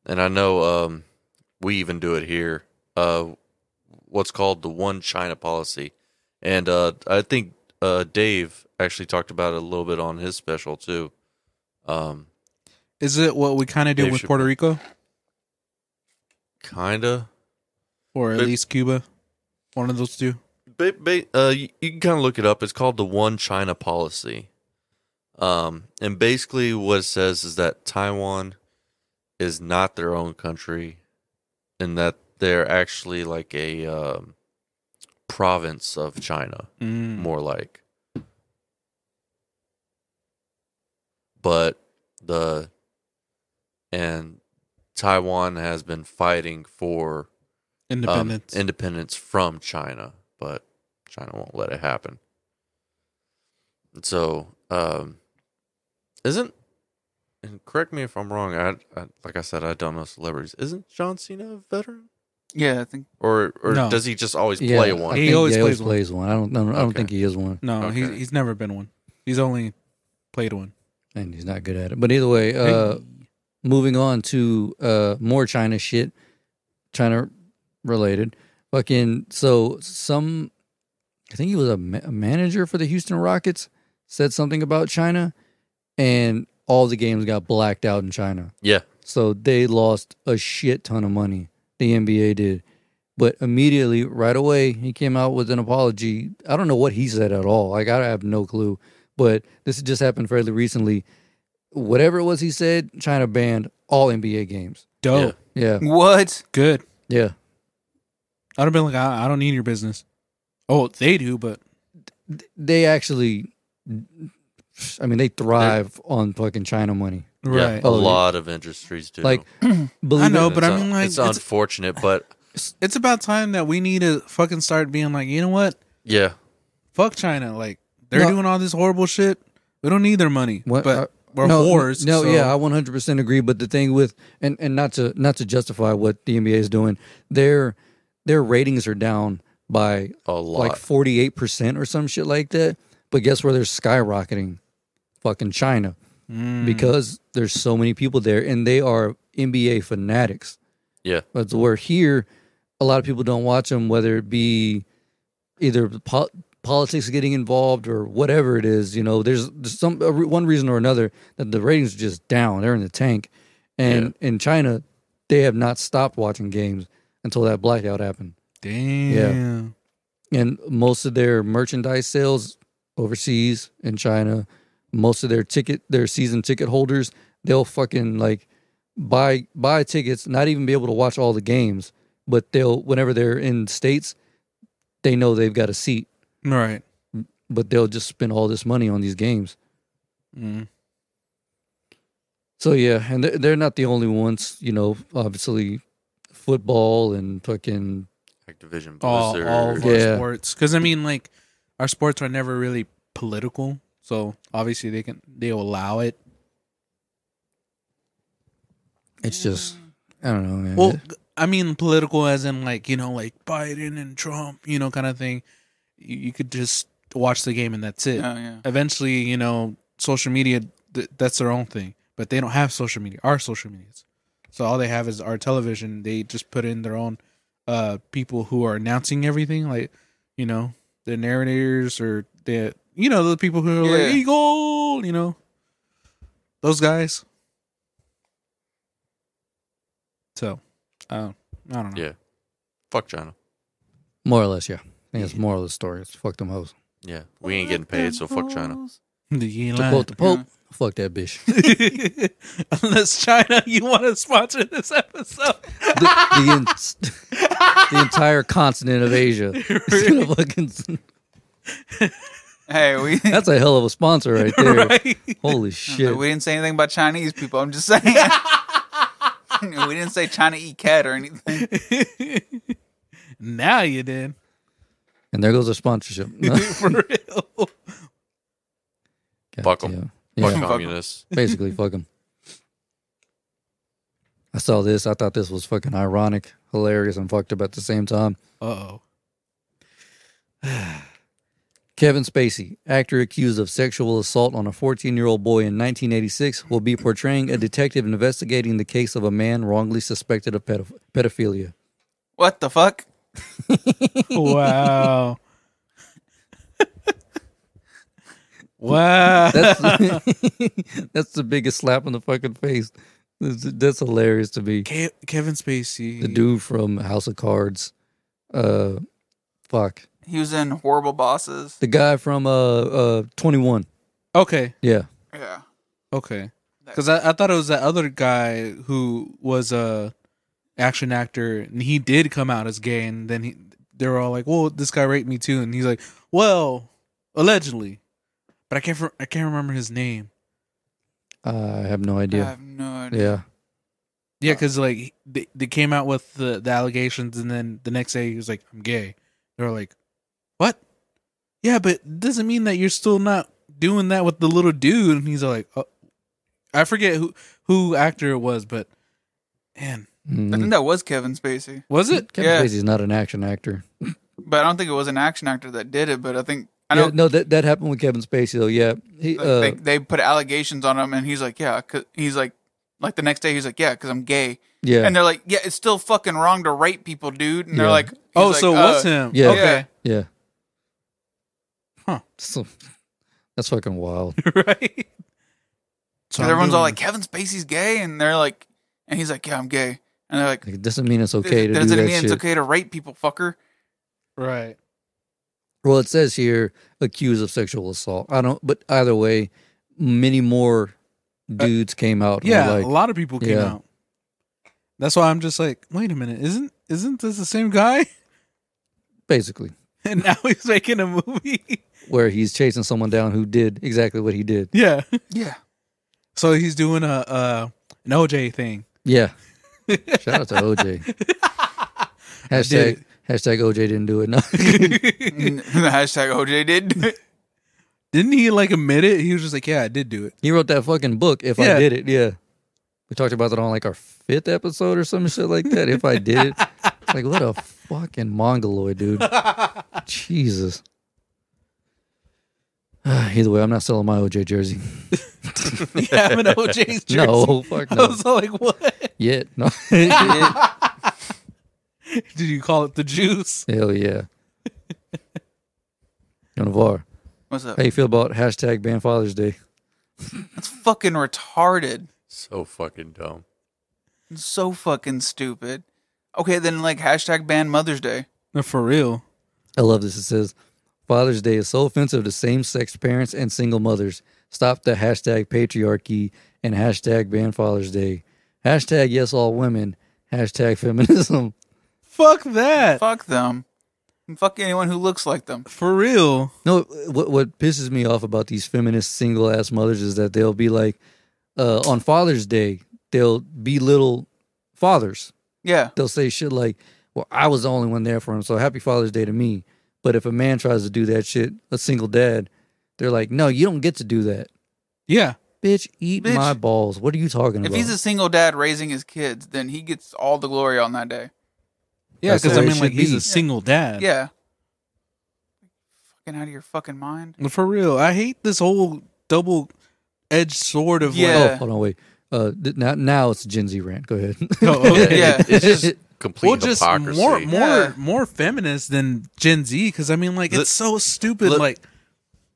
Speaker 1: and I know um we even do it here. Uh, what's called the one China policy, and uh I think uh Dave actually talked about it a little bit on his special too. Um,
Speaker 3: Is it what we kind of do
Speaker 1: Dave
Speaker 3: with
Speaker 1: should-
Speaker 3: Puerto Rico
Speaker 1: kinda.
Speaker 3: or at
Speaker 1: But-
Speaker 3: least Cuba? One of those two.
Speaker 1: ba- ba- uh, you, you can kind of look it up. It's called the One China Policy. Um, and basically, what it says is that Taiwan is not their own country, and that they're actually like a um, province of China,
Speaker 3: Mm.
Speaker 1: more like. But the and Taiwan has been fighting for um,
Speaker 3: Independence.
Speaker 1: independence from China, but China won't let it happen. And so, um, isn't and correct me if I'm wrong. I, I like I said, I don't know celebrities. Isn't John Cena a veteran,
Speaker 4: Yeah, I think.
Speaker 1: or or
Speaker 3: No.
Speaker 1: does he just always
Speaker 2: yeah,
Speaker 1: play
Speaker 2: I
Speaker 1: one?
Speaker 3: He
Speaker 2: think
Speaker 3: always
Speaker 2: he
Speaker 3: plays one.
Speaker 2: plays one. I don't, I don't, I don't
Speaker 1: Okay.
Speaker 2: think he is one,
Speaker 3: no, he's,
Speaker 1: Okay.
Speaker 3: he's never been one. He's only played one.
Speaker 2: and he's not good at it. But either way, uh, moving on to uh, more China shit, China related. Fucking so some, I think he was a, ma- a manager for the Houston Rockets, said something about China, and all the games got blacked out in China.
Speaker 1: Yeah.
Speaker 2: So they lost a shit ton of money. The NBA did. But immediately, right away, he came out with an apology. I don't know what he said at all. Like, I have no clue. But this just happened fairly recently. Whatever it was he said, China banned all NBA games.
Speaker 3: Dope.
Speaker 1: Yeah.
Speaker 2: Yeah.
Speaker 4: What?
Speaker 3: Good.
Speaker 2: Yeah.
Speaker 3: I'd have been like, I, I don't need your business. Oh, they do, but
Speaker 2: They actually, I mean, they thrive on fucking China money.
Speaker 1: Yeah,
Speaker 3: right.
Speaker 1: a
Speaker 2: Oh, they-
Speaker 1: lot of industries do.
Speaker 2: Like, believe
Speaker 3: (clears throat) I know,
Speaker 1: And
Speaker 3: but
Speaker 1: it's
Speaker 3: I
Speaker 1: un-
Speaker 3: mean, like,
Speaker 1: it's,
Speaker 3: it's-
Speaker 1: unfortunate,
Speaker 3: (laughs)
Speaker 1: but
Speaker 3: It's about time that we need to fucking start being like, you know what?
Speaker 1: yeah,
Speaker 3: Fuck China. Like they're
Speaker 2: No.
Speaker 3: doing all this horrible shit. We don't need their money.
Speaker 2: What-
Speaker 3: but
Speaker 2: uh,
Speaker 3: we're
Speaker 2: no,
Speaker 3: whores.
Speaker 2: No,
Speaker 3: so-
Speaker 2: yeah, I 100% agree. But the thing with and and not to not to justify what the NBA is doing, their their ratings are down by
Speaker 1: a lot.
Speaker 2: like 48 percent or some shit like that. But guess where they're skyrocketing? Fucking China,
Speaker 3: Mm.
Speaker 2: because there's so many people there, and they are NBA fanatics.
Speaker 1: Yeah.
Speaker 2: But we're here, a lot of people don't watch them, whether it be either po- politics getting involved or whatever it is. You know, there's there's some a re- one reason or another that the ratings are just down. They're in the tank, and in China, they have not stopped watching games until that blackout happened.
Speaker 3: Damn.
Speaker 2: And most of their merchandise sales overseas in China, most of their ticket, their season ticket holders, they'll fucking like buy buy tickets, not even be able to watch all the games, but they'll whenever they're in states, they know they've got a seat,
Speaker 3: Right.
Speaker 2: but they'll just spend all this money on these games.
Speaker 3: Mm.
Speaker 2: So yeah, and they're, they're not the only ones, you know. Obviously, football and fucking
Speaker 1: Activision
Speaker 3: All,
Speaker 1: Blizzard.
Speaker 3: all of
Speaker 2: Yeah.
Speaker 3: our sports. Because I mean, like our sports are never really political, so obviously they can they allow it.
Speaker 2: it's just I don't know, man.
Speaker 3: Well, I mean, political as in like you know, like Biden and Trump, you know, kind of thing. You, you could just watch the game and that's it.
Speaker 4: Oh, yeah.
Speaker 3: eventually, you know, social media, th- that's their own thing. But they don't have social media, our social medias. So all they have is our television. They just put in their own uh, people who are announcing everything, like, you know, the narrators or the, you know, the people who are
Speaker 4: Yeah.
Speaker 3: like, Eagle, you know, those guys. So, uh, I don't know.
Speaker 1: Yeah. Fuck China.
Speaker 2: more or less, yeah. I think it's more or less story. It's fuck them hoes.
Speaker 1: Yeah, we ain't getting paid, so fuck China.
Speaker 3: (laughs) You ain't
Speaker 2: To
Speaker 3: lying.
Speaker 2: quote the Pope, fuck that bitch.
Speaker 3: (laughs) Unless China, you want to sponsor this episode.
Speaker 2: the, the, en- (laughs) the entire continent of
Speaker 3: (laughs)
Speaker 2: Asia. It's gonna fucking-
Speaker 4: Hey, we.
Speaker 2: that's a hell of a sponsor right there.
Speaker 3: (laughs) right?
Speaker 2: Holy shit.
Speaker 4: We didn't say anything about Chinese people. I'm just saying. we didn't say China eat cat or anything.
Speaker 3: (laughs) Now you did.
Speaker 2: And there goes our
Speaker 3: (laughs)
Speaker 2: sponsorship.
Speaker 3: For real.
Speaker 2: God
Speaker 1: Fuck 'em.
Speaker 2: damn.
Speaker 1: Fuck
Speaker 2: Yeah,
Speaker 1: communists.
Speaker 2: basically, fuck them. I saw this. I thought this was fucking ironic, hilarious, and fucked up at the same time.
Speaker 3: Uh oh.
Speaker 2: Kevin Spacey, actor accused of sexual assault on a 14 year old boy in 1986, will be portraying a detective investigating the case of a man wrongly suspected of pedoph- pedophilia.
Speaker 4: What the fuck?
Speaker 2: (laughs)
Speaker 3: Wow. wow.
Speaker 4: (laughs)
Speaker 2: That's (laughs) that's the biggest slap in the fucking face. That's, that's hilarious to me.
Speaker 3: Ke- Kevin Spacey.
Speaker 2: The dude from House of Cards, uh, fuck,
Speaker 4: He was in horrible bosses.
Speaker 2: the guy from uh uh Twenty One.
Speaker 3: Okay.
Speaker 2: Yeah,
Speaker 4: Yeah.
Speaker 3: Okay. Because I, I thought it was that other guy who was a action actor, and he did come out as gay, and then he, they were all like, "Well, this guy raped me too," and he's like, "Well, allegedly," but I can't fr- I can't remember his name.
Speaker 2: I have no
Speaker 4: I
Speaker 2: idea.
Speaker 4: have no idea.
Speaker 2: Yeah,
Speaker 3: Yeah, because like they, they came out with the, the allegations, and then the next day he was like, "I'm gay." They were like, "What?" Yeah, but it doesn't mean that you're still not doing that with the little dude. And he's like, oh. "I forget who who actor it was, but man,
Speaker 4: I
Speaker 2: Mhm.
Speaker 4: think that was Kevin Spacey,
Speaker 3: was it?"
Speaker 2: Kevin
Speaker 4: yeah.
Speaker 2: Spacey's not an action actor.
Speaker 4: but I don't think it was an action actor that did it. But I think I
Speaker 2: Yeah,
Speaker 4: know
Speaker 2: no, that that happened with Kevin Spacey though. Yeah, he
Speaker 4: like,
Speaker 2: uh,
Speaker 4: they, they put allegations on him, and he's like, "Yeah," 'cause- he's like, like the next day he's like, "Yeah," because I'm gay,
Speaker 2: yeah,
Speaker 4: and they're like, "Yeah, it's still fucking wrong to rape people, dude," and they're
Speaker 2: Yeah.
Speaker 4: like, he's
Speaker 3: Oh,
Speaker 4: like,
Speaker 3: so
Speaker 4: uh,
Speaker 3: what's him?
Speaker 2: Yeah.
Speaker 3: Okay.
Speaker 2: yeah.
Speaker 3: Huh. (laughs)
Speaker 2: So, that's fucking wild.
Speaker 3: right. So
Speaker 4: Because
Speaker 3: I'm
Speaker 4: everyone's all
Speaker 3: doing-
Speaker 4: like, Kevin Spacey's gay, and they're like, and he's like, yeah, I'm gay, and they're like,
Speaker 2: Like, it doesn't mean it's okay to
Speaker 4: that
Speaker 2: do
Speaker 4: doesn't
Speaker 2: that
Speaker 4: mean
Speaker 2: shit.
Speaker 4: it's okay to rape people, fucker.
Speaker 3: right.
Speaker 2: Well, it says here accused of sexual assault. I don't, but either way, many more
Speaker 4: Uh,
Speaker 2: dudes came out. and were
Speaker 3: Yeah,
Speaker 2: like,
Speaker 3: a lot of people came
Speaker 2: yeah.
Speaker 3: out. That's why I'm just like, wait a minute, isn't isn't this the same guy? (laughs)
Speaker 2: basically,
Speaker 3: And now he's making a movie. (laughs)
Speaker 2: where he's chasing someone down who did exactly what he did.
Speaker 3: yeah.
Speaker 4: Yeah,
Speaker 3: So he's doing a uh an OJ thing.
Speaker 4: (laughs)
Speaker 2: Yeah. Shout out to OJ.
Speaker 3: did
Speaker 2: Hashtag hashtag OJ didn't do it. No.
Speaker 4: (laughs) And the hashtag
Speaker 2: (laughs)
Speaker 4: OJ did.
Speaker 3: Didn't he like admit it? He was just like, yeah, I did do
Speaker 2: (laughs)
Speaker 3: it.
Speaker 2: he wrote that fucking book. If
Speaker 3: Yeah.
Speaker 2: I did it, yeah. We talked about that on like our fifth episode or some shit like that. If I did it, it's like what a fucking mongoloid,
Speaker 3: (laughs)
Speaker 2: dude. Jesus. (sighs) Either way, I'm not selling my OJ
Speaker 3: (laughs)
Speaker 2: jersey.
Speaker 3: You have an OJ's jersey.
Speaker 2: No, (laughs) fuck
Speaker 3: (laughs) I
Speaker 2: no.
Speaker 3: was all like, what?
Speaker 2: Yet,
Speaker 3: (laughs)
Speaker 2: no. Hell
Speaker 3: Did you call it the juice?
Speaker 2: yeah. Yo, Navar,
Speaker 4: What's up?
Speaker 2: how you feel about hashtag ban Father's Day?
Speaker 4: That's fucking retarded.
Speaker 1: So fucking dumb.
Speaker 4: It's so fucking stupid. Okay, then like hashtag ban Mother's Day.
Speaker 3: No, for real.
Speaker 2: I love this. It says, Father's Day is so offensive to same sex parents and single mothers. Stop the hashtag patriarchy and hashtag ban Father's Day. Hashtag yes, all women. Hashtag feminism. (laughs)
Speaker 3: Fuck that.
Speaker 4: Fuck them. And fuck anyone who looks like them.
Speaker 3: For real.
Speaker 2: No, what, what pisses me off about these feminist single ass mothers is that they'll be like, uh, on Father's Day, they'll belittle fathers.
Speaker 4: Yeah.
Speaker 2: They'll say shit like, well, I was the only one there for him, so happy Father's Day to me. But if a man tries to do that shit, a single dad, they're like, no, you don't get to do that.
Speaker 3: Yeah.
Speaker 2: Bitch, eat
Speaker 4: Bitch.
Speaker 2: my balls. What are you talking
Speaker 4: If
Speaker 2: about?
Speaker 4: he's a single dad raising his kids, then he gets all the glory on that day.
Speaker 3: Yeah,
Speaker 2: That's the
Speaker 3: because I
Speaker 2: way it
Speaker 3: mean, like,
Speaker 2: should
Speaker 3: he's
Speaker 2: be.
Speaker 3: a single dad.
Speaker 4: Yeah. Fucking out of your fucking mind.
Speaker 3: For real. I hate this whole double edged sword of
Speaker 2: oh,
Speaker 4: Yeah.
Speaker 2: hold on, wait. Uh, th- now, now it's a Gen Z rant. Go ahead.
Speaker 3: like, oh,
Speaker 2: (laughs)
Speaker 3: okay.
Speaker 4: Yeah.
Speaker 1: It's just (laughs) complete
Speaker 3: Well, just
Speaker 1: hypocrisy.
Speaker 3: more, more,
Speaker 4: Yeah.
Speaker 3: more feminist than Gen Z because I mean, like,
Speaker 1: Let-
Speaker 3: it's so stupid.
Speaker 1: let-
Speaker 3: like,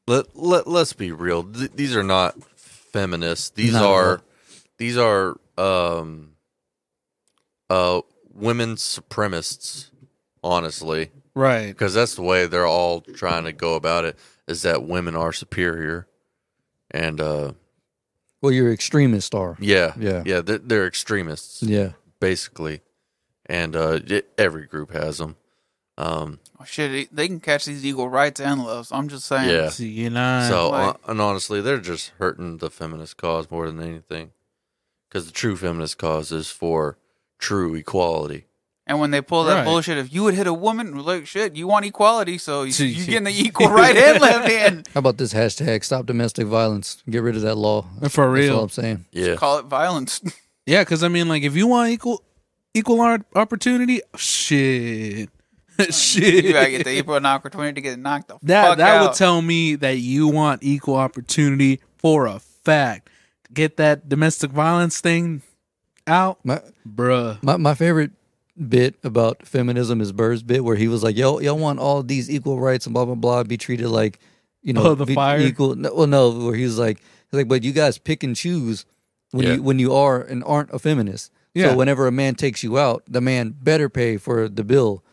Speaker 1: let, let let's be real. Th- these are not feminists. These
Speaker 2: No.
Speaker 1: are these are um uh women supremacists, honestly,
Speaker 3: right?
Speaker 1: because that's the way they're all trying to go about it is that women are superior. And uh
Speaker 2: well, you're extremist star.
Speaker 1: yeah.
Speaker 2: Yeah.
Speaker 1: Yeah, they're, they're extremists
Speaker 2: Yeah.
Speaker 1: basically. And uh y- every group has them. Um
Speaker 4: Oh, shit, they can catch these equal rights and loves. I'm just saying.
Speaker 1: Yeah.
Speaker 3: See, you know,
Speaker 1: So,
Speaker 4: Like-
Speaker 1: uh, and honestly, they're just hurting the feminist cause more than anything, because the true feminist cause is for true equality.
Speaker 4: And when they pull that
Speaker 3: Right.
Speaker 4: bullshit, if you would hit a woman, we're like shit, you want equality, so you,
Speaker 3: So you-
Speaker 4: you getting the equal right and left hand.
Speaker 2: How about this hashtag? Stop domestic violence. Get rid of that law. That's
Speaker 3: for
Speaker 2: all
Speaker 3: real.
Speaker 2: I'm saying.
Speaker 1: Yeah,
Speaker 4: Call it violence. (laughs)
Speaker 3: Yeah, because I mean, like, if you want equal equal ar- opportunity, shit, (laughs) shit,
Speaker 4: you gotta get the equal opportunity to get knocked the
Speaker 3: that
Speaker 4: fuck
Speaker 3: that
Speaker 4: out.
Speaker 3: would tell me that you want equal opportunity for a fact. Get that domestic violence thing out,
Speaker 2: My,
Speaker 3: bruh.
Speaker 2: my my favorite bit about feminism is Bird's bit where he was like, "Yo, y'all want all these equal rights and blah blah blah, be treated like, you know,
Speaker 3: Oh, the
Speaker 2: be
Speaker 3: fire?
Speaker 2: equal." No, well, no, where he was like, he's like, but you guys pick and choose when
Speaker 1: Yeah.
Speaker 2: you when you are and aren't a feminist.
Speaker 3: Yeah.
Speaker 2: So whenever a man takes you out, the man better pay for the bill,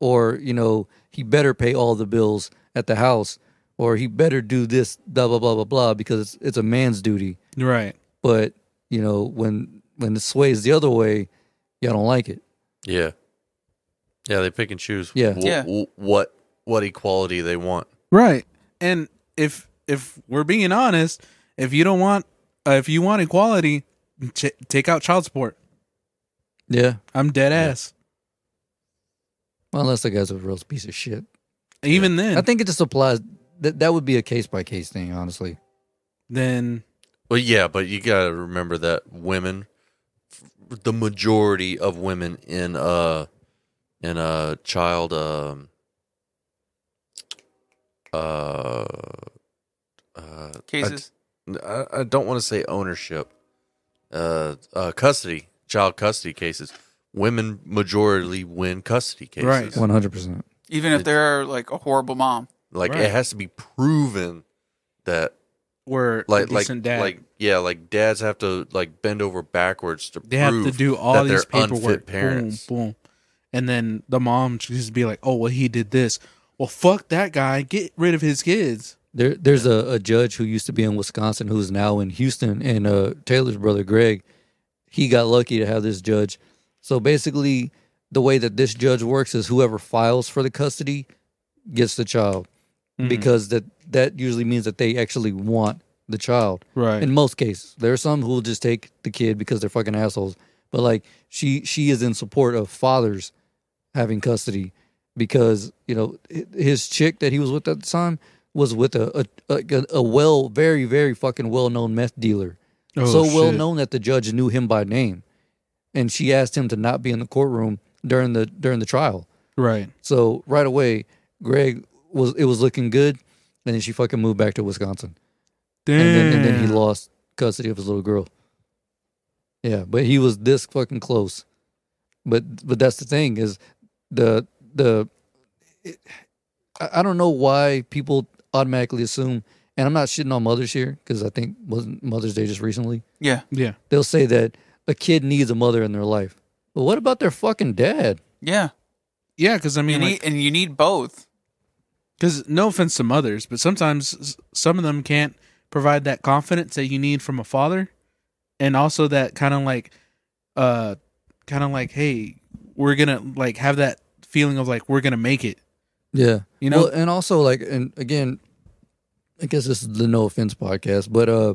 Speaker 2: or you know, he better pay all the bills at the house, or he better do this blah blah blah blah blah because it's, it's a man's duty
Speaker 3: Right.
Speaker 2: but you know when when it sways the other way y'all don't like it
Speaker 1: yeah, yeah. They pick and choose.
Speaker 2: Yeah.
Speaker 1: wh-
Speaker 4: Yeah.
Speaker 1: wh- what what equality they want.
Speaker 3: Right. And if if we're being honest, if you don't want uh, if you want equality, ch- take out child support.
Speaker 2: yeah
Speaker 3: I'm dead ass.
Speaker 2: well, unless the guy's a real piece of shit
Speaker 3: Even then,
Speaker 2: i think it just applies that that would be a case by case thing honestly
Speaker 3: then
Speaker 1: Well, yeah, but you gotta remember that women, f- the majority of women in uh in a child um uh uh
Speaker 4: Cases.
Speaker 1: I, I don't want to say ownership, uh, uh, custody, child custody cases. Women majority win custody cases.
Speaker 3: Right.
Speaker 2: 100%
Speaker 4: Even if they're like a horrible mom.
Speaker 1: Like
Speaker 3: Right.
Speaker 1: it has to be proven that,
Speaker 3: we're
Speaker 1: like,
Speaker 3: a
Speaker 1: like,
Speaker 3: decent dad.
Speaker 1: like, yeah, like dads have to like bend over backwards to
Speaker 3: They have to
Speaker 1: prove
Speaker 3: do all
Speaker 1: that
Speaker 3: these
Speaker 1: they're unfit
Speaker 3: paperwork.
Speaker 1: parents.
Speaker 3: Boom, boom. And then the mom should just be like, "Oh, well, he did this. Well, fuck that guy. Get rid of his kids."
Speaker 2: There, there's a, a judge who used to be in Wisconsin who's now in Houston, and uh, Taylor's brother Greg, he got lucky to have this judge. So basically, the way that this judge works is whoever files for the custody gets the child,
Speaker 3: Mhm.
Speaker 2: because that that usually means that they actually want the child.
Speaker 3: Right.
Speaker 2: In most cases, there are some who will just take the kid because they're fucking assholes. But like she, she is in support of fathers having custody because you know hi- his chick that he was with at the time was with a a, a, a well, very very fucking well known meth dealer,
Speaker 3: Oh,
Speaker 2: so well
Speaker 3: shit.
Speaker 2: known that the judge knew him by name, and she asked him to not be in the courtroom during the during the trial.
Speaker 3: Right.
Speaker 2: So right away, Greg was it was looking good, and then she fucking moved back to Wisconsin
Speaker 3: Damn.
Speaker 2: and then, and then he
Speaker 3: Mm.
Speaker 2: lost custody of his little girl. Yeah, but he was this fucking close. But but that's the thing is the the it, I I don't know why people automatically assume, and I'm not shitting on mothers here because I think wasn't Mother's Day just recently.
Speaker 4: Yeah.
Speaker 3: Yeah.
Speaker 2: They'll say that a kid needs a mother in their life, but what about their fucking dad?
Speaker 4: Yeah.
Speaker 3: Yeah, because I
Speaker 4: You
Speaker 3: mean,
Speaker 4: need, and you need both.
Speaker 3: because no offense to mothers, but sometimes s- some of them can't provide that confidence that you need from a father, and also that kind of like, uh, kind of like, hey, we're gonna like have that feeling of like we're gonna make it.
Speaker 2: Yeah,
Speaker 3: You know?
Speaker 2: Well, and also like, and again, I guess this is the no offense podcast, but uh,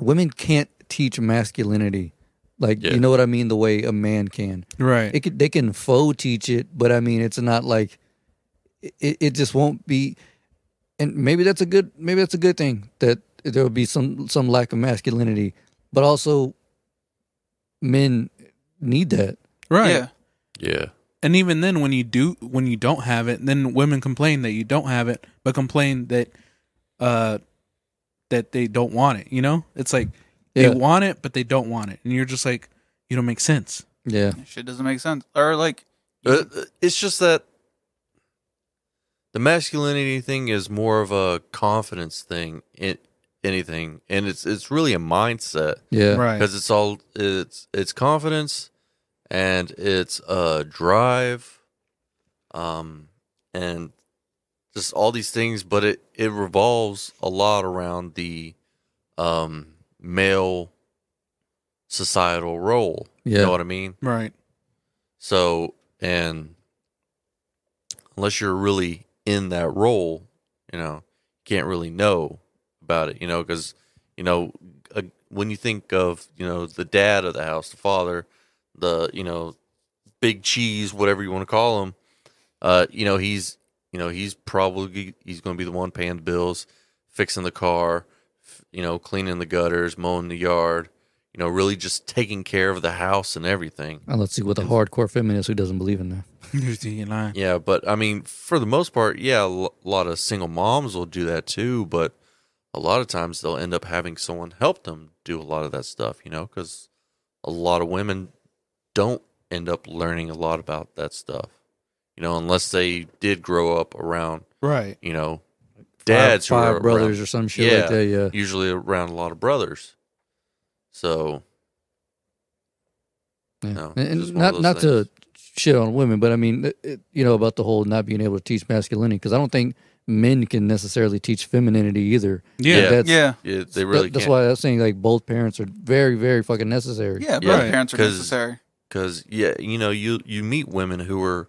Speaker 2: women can't teach masculinity, like
Speaker 1: Yeah.
Speaker 2: you know what I mean, the way a man can.
Speaker 3: Right.
Speaker 2: It could, they can faux teach it, but I mean, it's not like it. It just won't be, and maybe that's a good, maybe that's a good thing that there will be some some lack of masculinity, but also men need that.
Speaker 3: right.
Speaker 4: Yeah.
Speaker 1: Yeah,
Speaker 3: and even then when you do when you don't have it then women complain that you don't have it but complain that uh that they don't want it you know it's like
Speaker 2: Yeah.
Speaker 3: they want it but they don't want it and you're just like you don't make sense
Speaker 2: Yeah,
Speaker 4: That shit doesn't make sense. Or like,
Speaker 1: Uh, it's just that the masculinity thing is more of a confidence thing in anything, and it's it's really a mindset.
Speaker 2: yeah,
Speaker 3: right
Speaker 1: because it's all it's it's confidence and it's uh drive um and just all these things but it it revolves a lot around the um male societal role you
Speaker 2: Yeah.
Speaker 1: know what i mean
Speaker 3: (laughs) right
Speaker 1: so and unless you're really in that role you know can't really know about it you know because you know uh, when you think of you know the dad of the house the father the you know big cheese whatever you want to call him uh you know he's you know he's probably he's going to be the one paying the bills fixing the car f- you know cleaning the gutters mowing the yard you know really just taking care of the house and everything
Speaker 2: And Uh, let's see what the hardcore feminist who doesn't believe in that.
Speaker 3: you're thinking, "Nah."
Speaker 1: yeah, but I mean, for the most part, yeah, a lo- lot of single moms will do that too, but a lot of times they'll end up having someone help them do a lot of that stuff, you know, because a lot of women don't end up learning a lot about that stuff, you know, unless they did grow up around,
Speaker 3: right
Speaker 1: you know,
Speaker 2: Five-
Speaker 1: dads who
Speaker 2: five,
Speaker 1: are
Speaker 2: brothers
Speaker 1: around-
Speaker 2: or some shit like that. Yeah,
Speaker 1: usually around a lot of brothers. So,
Speaker 2: yeah.
Speaker 1: No,
Speaker 2: and, and
Speaker 1: just one of
Speaker 2: not
Speaker 1: those
Speaker 2: not to
Speaker 1: things.
Speaker 2: shit on women, but I mean, it- it, you know, about the whole not being able to teach masculinity because I don't think men can necessarily teach femininity either.
Speaker 3: yeah,
Speaker 1: Yeah.
Speaker 2: that's,
Speaker 4: yeah.
Speaker 1: yeah, they really
Speaker 2: that- that's
Speaker 1: can't.
Speaker 2: why I'm saying like both parents are very very fucking necessary.
Speaker 4: Yeah. Both
Speaker 1: Yeah.
Speaker 4: parents are
Speaker 1: 'Cause-
Speaker 4: necessary.
Speaker 1: because yeah you know you you meet women who are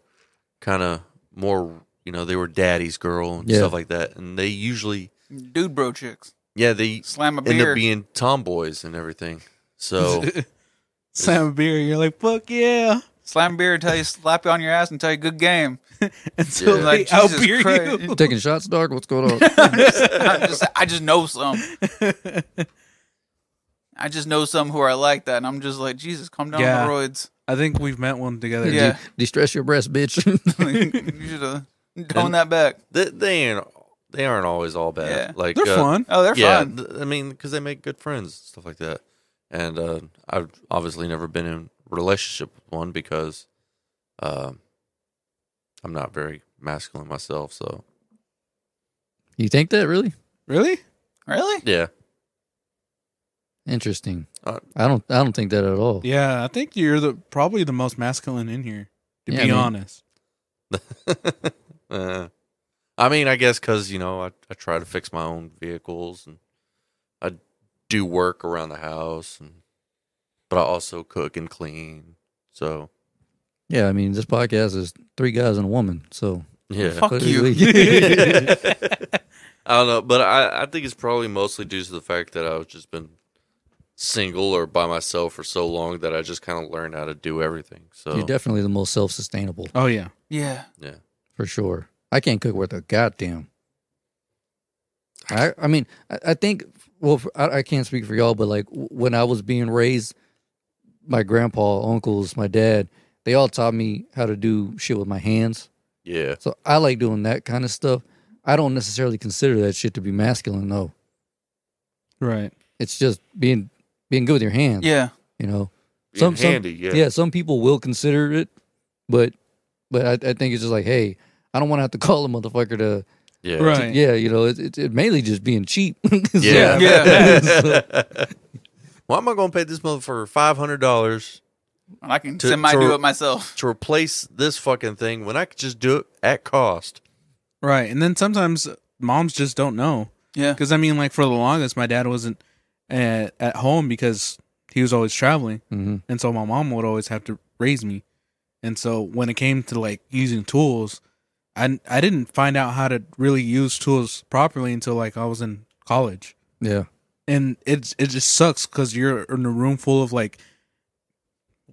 Speaker 1: kind of more you know they were daddy's girl and
Speaker 2: Yeah.
Speaker 1: stuff like that and they usually
Speaker 4: Dude, bro, chicks.
Speaker 1: yeah they
Speaker 4: Slam a
Speaker 1: end
Speaker 4: beer.
Speaker 1: up being tomboys and everything
Speaker 3: (laughs)
Speaker 1: so
Speaker 3: slam a beer you're like fuck yeah (laughs)
Speaker 4: Slam beer until you slap you on your ass and tell you
Speaker 1: (laughs)
Speaker 4: good game.
Speaker 3: and so
Speaker 1: Yeah.
Speaker 3: like
Speaker 4: Like,
Speaker 3: out
Speaker 4: Jesus
Speaker 3: beer
Speaker 4: Christ.
Speaker 3: you
Speaker 2: Taking shots, dog. What's
Speaker 4: (laughs)
Speaker 2: going on?
Speaker 4: I just, I just know some. I just know some who are like that, and I'm just like, Jesus, come down
Speaker 3: Yeah.
Speaker 4: on the roids.
Speaker 3: (laughs)
Speaker 4: (laughs)
Speaker 3: i think we've met one together
Speaker 4: Yeah,
Speaker 2: Distress your breast, bitch. (laughs)
Speaker 4: you should have tone that back.
Speaker 1: they, they ain't they aren't always all bad
Speaker 4: Yeah.
Speaker 1: like
Speaker 3: they're
Speaker 1: uh,
Speaker 3: fun
Speaker 4: Oh, they're
Speaker 1: yeah
Speaker 4: fun.
Speaker 1: th- i mean because they make good friends stuff like that and uh, i've obviously never been in a relationship with one because um i'm not very masculine myself so
Speaker 2: you think that really?
Speaker 3: really
Speaker 4: Really?
Speaker 1: yeah
Speaker 2: Interesting.
Speaker 1: Uh,
Speaker 2: I don't. I don't think that at all.
Speaker 3: Yeah, I think you're the probably the most masculine in here. To
Speaker 2: Yeah,
Speaker 3: be
Speaker 2: I mean-
Speaker 3: honest,
Speaker 1: (laughs) Uh, I mean, I guess because you know I, I try to fix my own vehicles and I do work around the house, and but I also cook and clean. So
Speaker 2: Yeah, I mean, this podcast is three guys and a woman. So
Speaker 1: yeah, (laughs)
Speaker 4: Fuck you. (laughs)
Speaker 1: I don't know, but I I think it's probably mostly due to the fact that I've just been single or by myself for so long that I just kind of learned how to do everything. So
Speaker 2: You're definitely the most self-sustainable
Speaker 3: oh yeah,
Speaker 4: Yeah.
Speaker 2: for sure. I can't cook worth a goddamn. I I mean I, I think well for, I, I can't speak for y'all, but like w- when I was being raised, my grandpa, uncles, my dad, they all taught me how to do shit with my hands.
Speaker 1: yeah,
Speaker 2: So I like doing that kind of stuff. I don't necessarily consider that shit to be masculine though.
Speaker 3: right.
Speaker 2: It's just being being good with your hands.
Speaker 4: Yeah.
Speaker 2: You know.
Speaker 1: Being
Speaker 2: Some- some-
Speaker 1: handy. yeah,
Speaker 2: yeah. some people will consider it, but but I, I think it's just like, hey, I don't want to (laughs) have to call a motherfucker to,
Speaker 1: yeah,
Speaker 3: Right.
Speaker 2: yeah, you know, it, it, it mainly just being cheap. (laughs)
Speaker 1: Yeah.
Speaker 4: (laughs) Yeah.
Speaker 1: Why am I going to pay this motherfucker five hundred dollars
Speaker 4: And I can
Speaker 1: To-
Speaker 4: semi do
Speaker 1: to-
Speaker 4: it myself.
Speaker 1: to replace this fucking thing when I could just do it at cost?
Speaker 3: Right. And then sometimes moms just don't know.
Speaker 4: Yeah.
Speaker 3: Because, I mean, like for the longest, my dad wasn't at, at home because he was always traveling.
Speaker 2: hmm
Speaker 3: And so my mom would always have to raise me. And so when it came to like using tools, I, I didn't find out how to really use tools properly until like I was in college.
Speaker 2: Yeah.
Speaker 3: And it's it just sucks because you're in a room full of like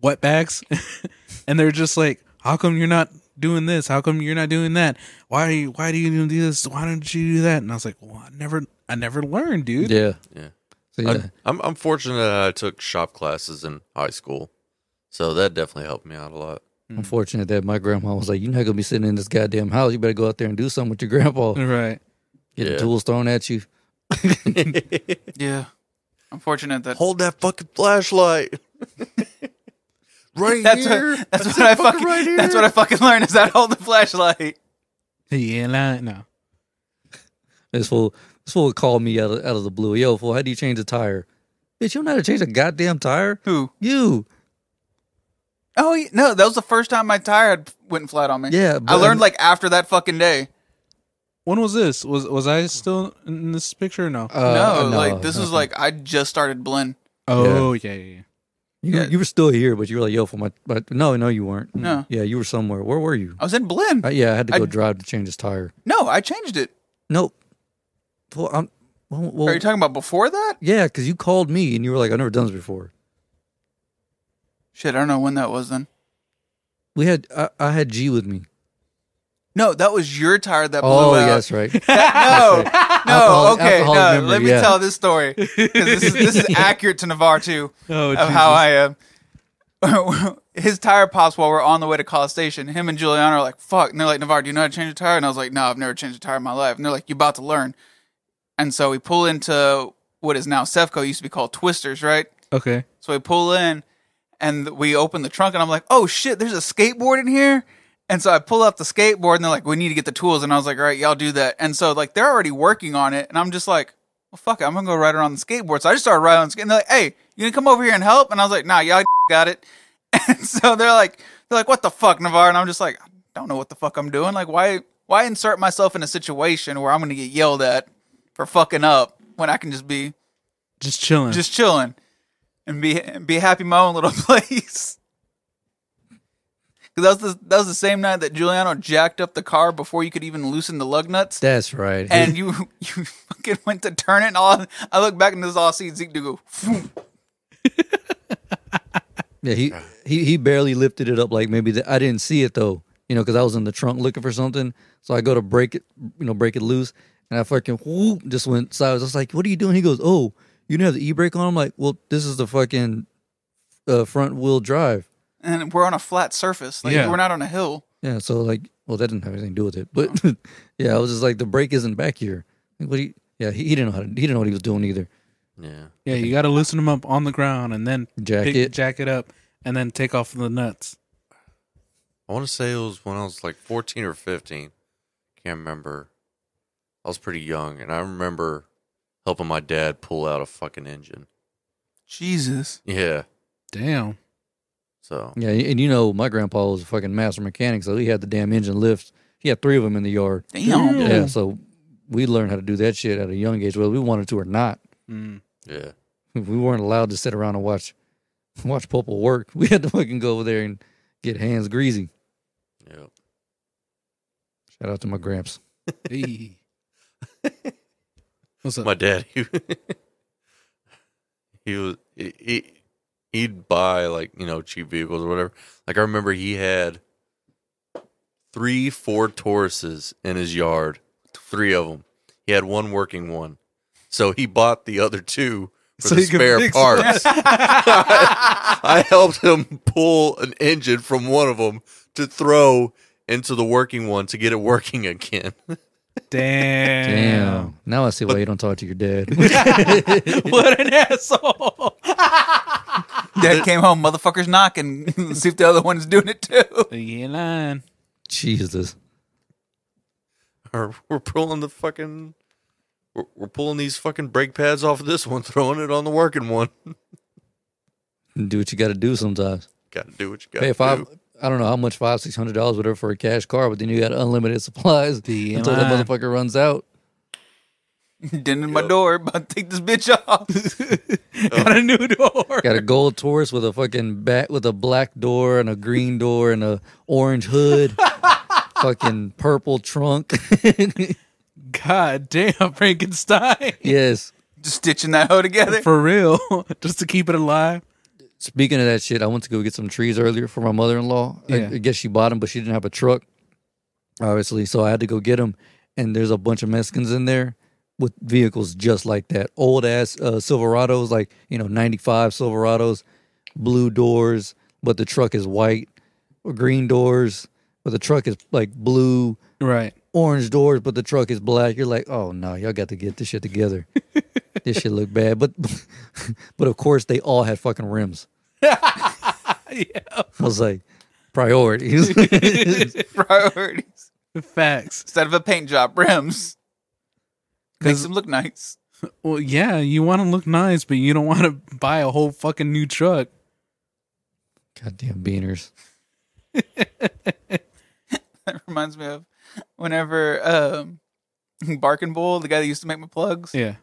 Speaker 3: wet bags (laughs) and they're just like, how come you're not doing this? How come you're not doing that? Why are you, why do you do this? Why don't you do that? And I was like, well, I never I never learned, dude.
Speaker 2: Yeah.
Speaker 1: Yeah.
Speaker 2: So yeah.
Speaker 1: I, I'm I'm fortunate that I took shop classes in high school, so that definitely helped me out a lot.
Speaker 2: I'm fortunate that my grandma was like, You're not gonna be sitting in this goddamn house. You better go out there and do something with your
Speaker 3: (laughs)
Speaker 2: grandpa.
Speaker 3: Right.
Speaker 2: Getting
Speaker 1: Yeah.
Speaker 2: tools thrown at you.
Speaker 4: Yeah. I'm fortunate that
Speaker 1: Hold that fucking
Speaker 4: (laughs)
Speaker 1: flashlight. right
Speaker 4: that's
Speaker 1: here.
Speaker 4: what, that's what I fucking that's what I fucking learned is that hold the flashlight.
Speaker 3: Yeah, nah, no.
Speaker 2: This fool this fool called me out of, out of the blue. Yo, fool, how do you change a tire? Bitch, you know how to change a goddamn tire?
Speaker 4: Who?
Speaker 2: You.
Speaker 4: Oh yeah. no, that was the first time my tire had went flat on me.
Speaker 2: Yeah,
Speaker 4: I
Speaker 2: but-
Speaker 4: learned like after that fucking day.
Speaker 3: When was this? Was was I still in this picture? No.
Speaker 2: Uh,
Speaker 4: no, like this was like I just started blend.
Speaker 3: Oh yeah, yeah, yeah.
Speaker 2: You,
Speaker 4: Yeah.
Speaker 2: you were still here, but you were like, yo, for my, but no, no, you weren't.
Speaker 4: No.
Speaker 2: Yeah, you were somewhere. Where were you?
Speaker 4: I was in blend.
Speaker 2: Uh, yeah, I had to
Speaker 4: I-
Speaker 2: go drive to change his tire.
Speaker 4: no, I changed it.
Speaker 2: Nope. Well, I'm, well, well,
Speaker 4: Are you talking about before that?
Speaker 2: yeah, because you called me and you were like, I've never done this before.
Speaker 4: Shit, I don't know when that was then.
Speaker 2: We had, I, I had G with me.
Speaker 4: No, that was your tire that blew
Speaker 2: Oh,
Speaker 4: out.
Speaker 2: yeah, that's right.
Speaker 4: (laughs) no, no,
Speaker 2: Alcoholic-
Speaker 4: okay,
Speaker 2: alcoholic
Speaker 4: no.
Speaker 2: memory,
Speaker 4: let me
Speaker 2: yeah.
Speaker 4: tell this story 'cause this is, this is
Speaker 2: (laughs)
Speaker 4: accurate to Navar too
Speaker 3: Oh,
Speaker 4: of how I am. (laughs) His tire pops while we're on the way to College Station. Him and Juliana are like, "Fuck!" And they're like, "Navar, do you know how to change a tire?" And I was like, "No, I've never changed a tire in my life." And they're like, "You about to learn." And so we pull into what is now Sefco, used to be called Twisters, right?
Speaker 3: okay.
Speaker 4: So we pull in and we open the trunk and I'm like, oh shit, there's a skateboard in here. And so I pull out the skateboard and they're like, we need to get the tools. And I was like, all right, y'all do that. And so like they're already working on it. And I'm just like, well, fuck it, I'm gonna go ride around the skateboard. So I just started riding on the skateboard. And they're like, hey, you gonna come over here and help? And I was like, nah, y'all (laughs) got it. And so they're like, they're like, what the fuck, Navarre? And I'm just like, I don't know what the fuck I'm doing. Like, why why insert myself in a situation where I'm gonna get yelled at for fucking up when I can just be
Speaker 3: Just chilling.
Speaker 4: just chilling and be and be happy in my own little (laughs) place. Cause that was the that was the same night that Giuliano jacked up the car before you could even loosen the lug nuts,
Speaker 2: That's right.
Speaker 4: and you (laughs) you fucking went to turn it. And all I look back and this all I see is Zeke do go.
Speaker 2: yeah, he, he, he barely lifted it up. Like maybe the, I didn't see it though, you know, because I was in the trunk looking for something. So I go to break it, you know, break it loose. And I fucking whoop, just went sideways. I was like, what are you doing? He goes, oh, you didn't have the e-brake on? I'm like, well, this is the fucking uh, front wheel drive.
Speaker 4: And we're on a flat surface. Like
Speaker 3: Yeah.
Speaker 4: we're not on a hill.
Speaker 2: Yeah, so like, well, that didn't have anything to do with it, but (laughs) yeah, I was just like, the break isn't back here. Like, what? Do you, yeah, he, he didn't know how to, he didn't know what he was doing either.
Speaker 1: Yeah.
Speaker 3: yeah, you got to loosen them up on the ground and then
Speaker 2: Jack
Speaker 3: pick-
Speaker 2: it.
Speaker 3: jack it up, and then take off the nuts.
Speaker 1: I want to say it was when I was like 14 or 15. Can't remember. I was pretty young, and I remember helping my dad pull out a fucking engine.
Speaker 4: Jesus.
Speaker 1: Yeah.
Speaker 3: Damn.
Speaker 1: So
Speaker 2: Yeah, and you know my grandpa was a fucking master mechanic, so he had the damn engine lifts. He had three of them in the yard.
Speaker 4: Damn.
Speaker 2: Yeah, so we learned how to do that shit at a young age, whether we wanted to or not.
Speaker 3: Mm.
Speaker 1: yeah.
Speaker 2: We weren't allowed to sit around and watch watch Popo work. (laughs) We had to fucking go over there and get hands greasy.
Speaker 1: Yeah.
Speaker 2: Shout out to my gramps.
Speaker 3: Hey. (laughs) What's up?
Speaker 1: My dad, (laughs) he, he was he, he he'd buy like you know cheap vehicles or whatever. Like I remember he had three Ford Tauruses in his yard, three of them. He had one working one, so he bought the other two for
Speaker 3: So
Speaker 1: the
Speaker 3: he could
Speaker 1: spare
Speaker 3: fix it. (laughs)
Speaker 1: parts. I, (laughs) I helped him pull an engine from one of them to throw into the working one to get it working (laughs) again.
Speaker 3: Damn.
Speaker 2: Damn. Now I see why you don't talk to your dad.
Speaker 3: (laughs) what an asshole.
Speaker 4: (laughs) Dad came home, motherfuckers knocking. (laughs) See if the other one's doing it too. (laughs)
Speaker 3: you ain't lying.
Speaker 2: Jesus.
Speaker 1: or we're pulling the fucking we're, we're pulling these fucking brake pads off of this one (laughs) throwing it on the working one (laughs)
Speaker 2: Do what you got to do sometimes.
Speaker 1: gotta do what you gotta
Speaker 2: Pay five.
Speaker 1: do
Speaker 2: I don't know how much five six hundred dollars whatever for a cash car, but then you got unlimited (laughs) supplies until that
Speaker 3: DMI.
Speaker 2: motherfucker runs out.
Speaker 4: Dent in my door, about to take this bitch
Speaker 3: (laughs)
Speaker 4: off.
Speaker 3: Got a new door.
Speaker 2: Got a gold Taurus with a fucking bat with a black door and a green door and a orange hood, fucking purple trunk. (laughs)
Speaker 3: God damn, Frankenstein.
Speaker 2: yes.
Speaker 4: Just stitching that hoe together.
Speaker 3: For real. (laughs) Just to keep it alive.
Speaker 2: Speaking of that shit, I went to go get some trees earlier for my mother in law. I,
Speaker 3: Yeah.
Speaker 2: I guess she bought them, but she didn't have a truck, obviously. So I had to go get them. And there's a bunch of Mexicans in there with vehicles just like that old ass uh, Silverados, like, you know, 95 Silverados, blue doors, but the truck is white, or green doors, but the truck is like blue,
Speaker 3: Right.
Speaker 2: orange doors, but the truck is black. You're like, oh no, y'all got to get this shit
Speaker 3: (laughs)
Speaker 2: together. this shit look bad, but (laughs) but of course they all had fucking rims.
Speaker 3: (laughs)
Speaker 2: I was like,
Speaker 3: (laughs)
Speaker 2: priorities.
Speaker 4: Priorities.
Speaker 3: Facts.
Speaker 4: Instead of a paint job, rims. Makes them look nice. (laughs)
Speaker 3: Well, yeah, you want to look nice, but you don't want to buy a whole fucking new truck.
Speaker 2: Goddamn beaners.
Speaker 4: That reminds me of whenever um, Bark and Bull, the guy that used to make my plugs,
Speaker 3: Yeah.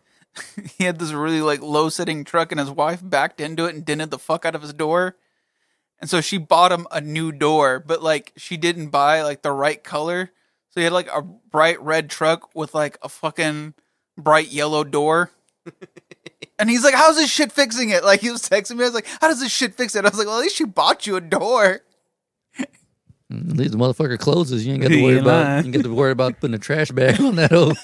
Speaker 4: he had this really like low sitting truck, and his wife backed into it and dented the fuck out of his door. And so she bought him a new door, but like she didn't buy like the right color. So he had like a bright red truck with like a fucking bright yellow door. and he's like, How's this shit fixing it? Like he was texting me, I was like, How does this shit fix it? I was like, Well, at least she bought you a door.
Speaker 2: At least the motherfucker closes. You ain't got to
Speaker 3: You
Speaker 2: worry
Speaker 3: ain't
Speaker 2: about. You
Speaker 3: lying.
Speaker 2: ain't got to worry about putting a trash bag on that old.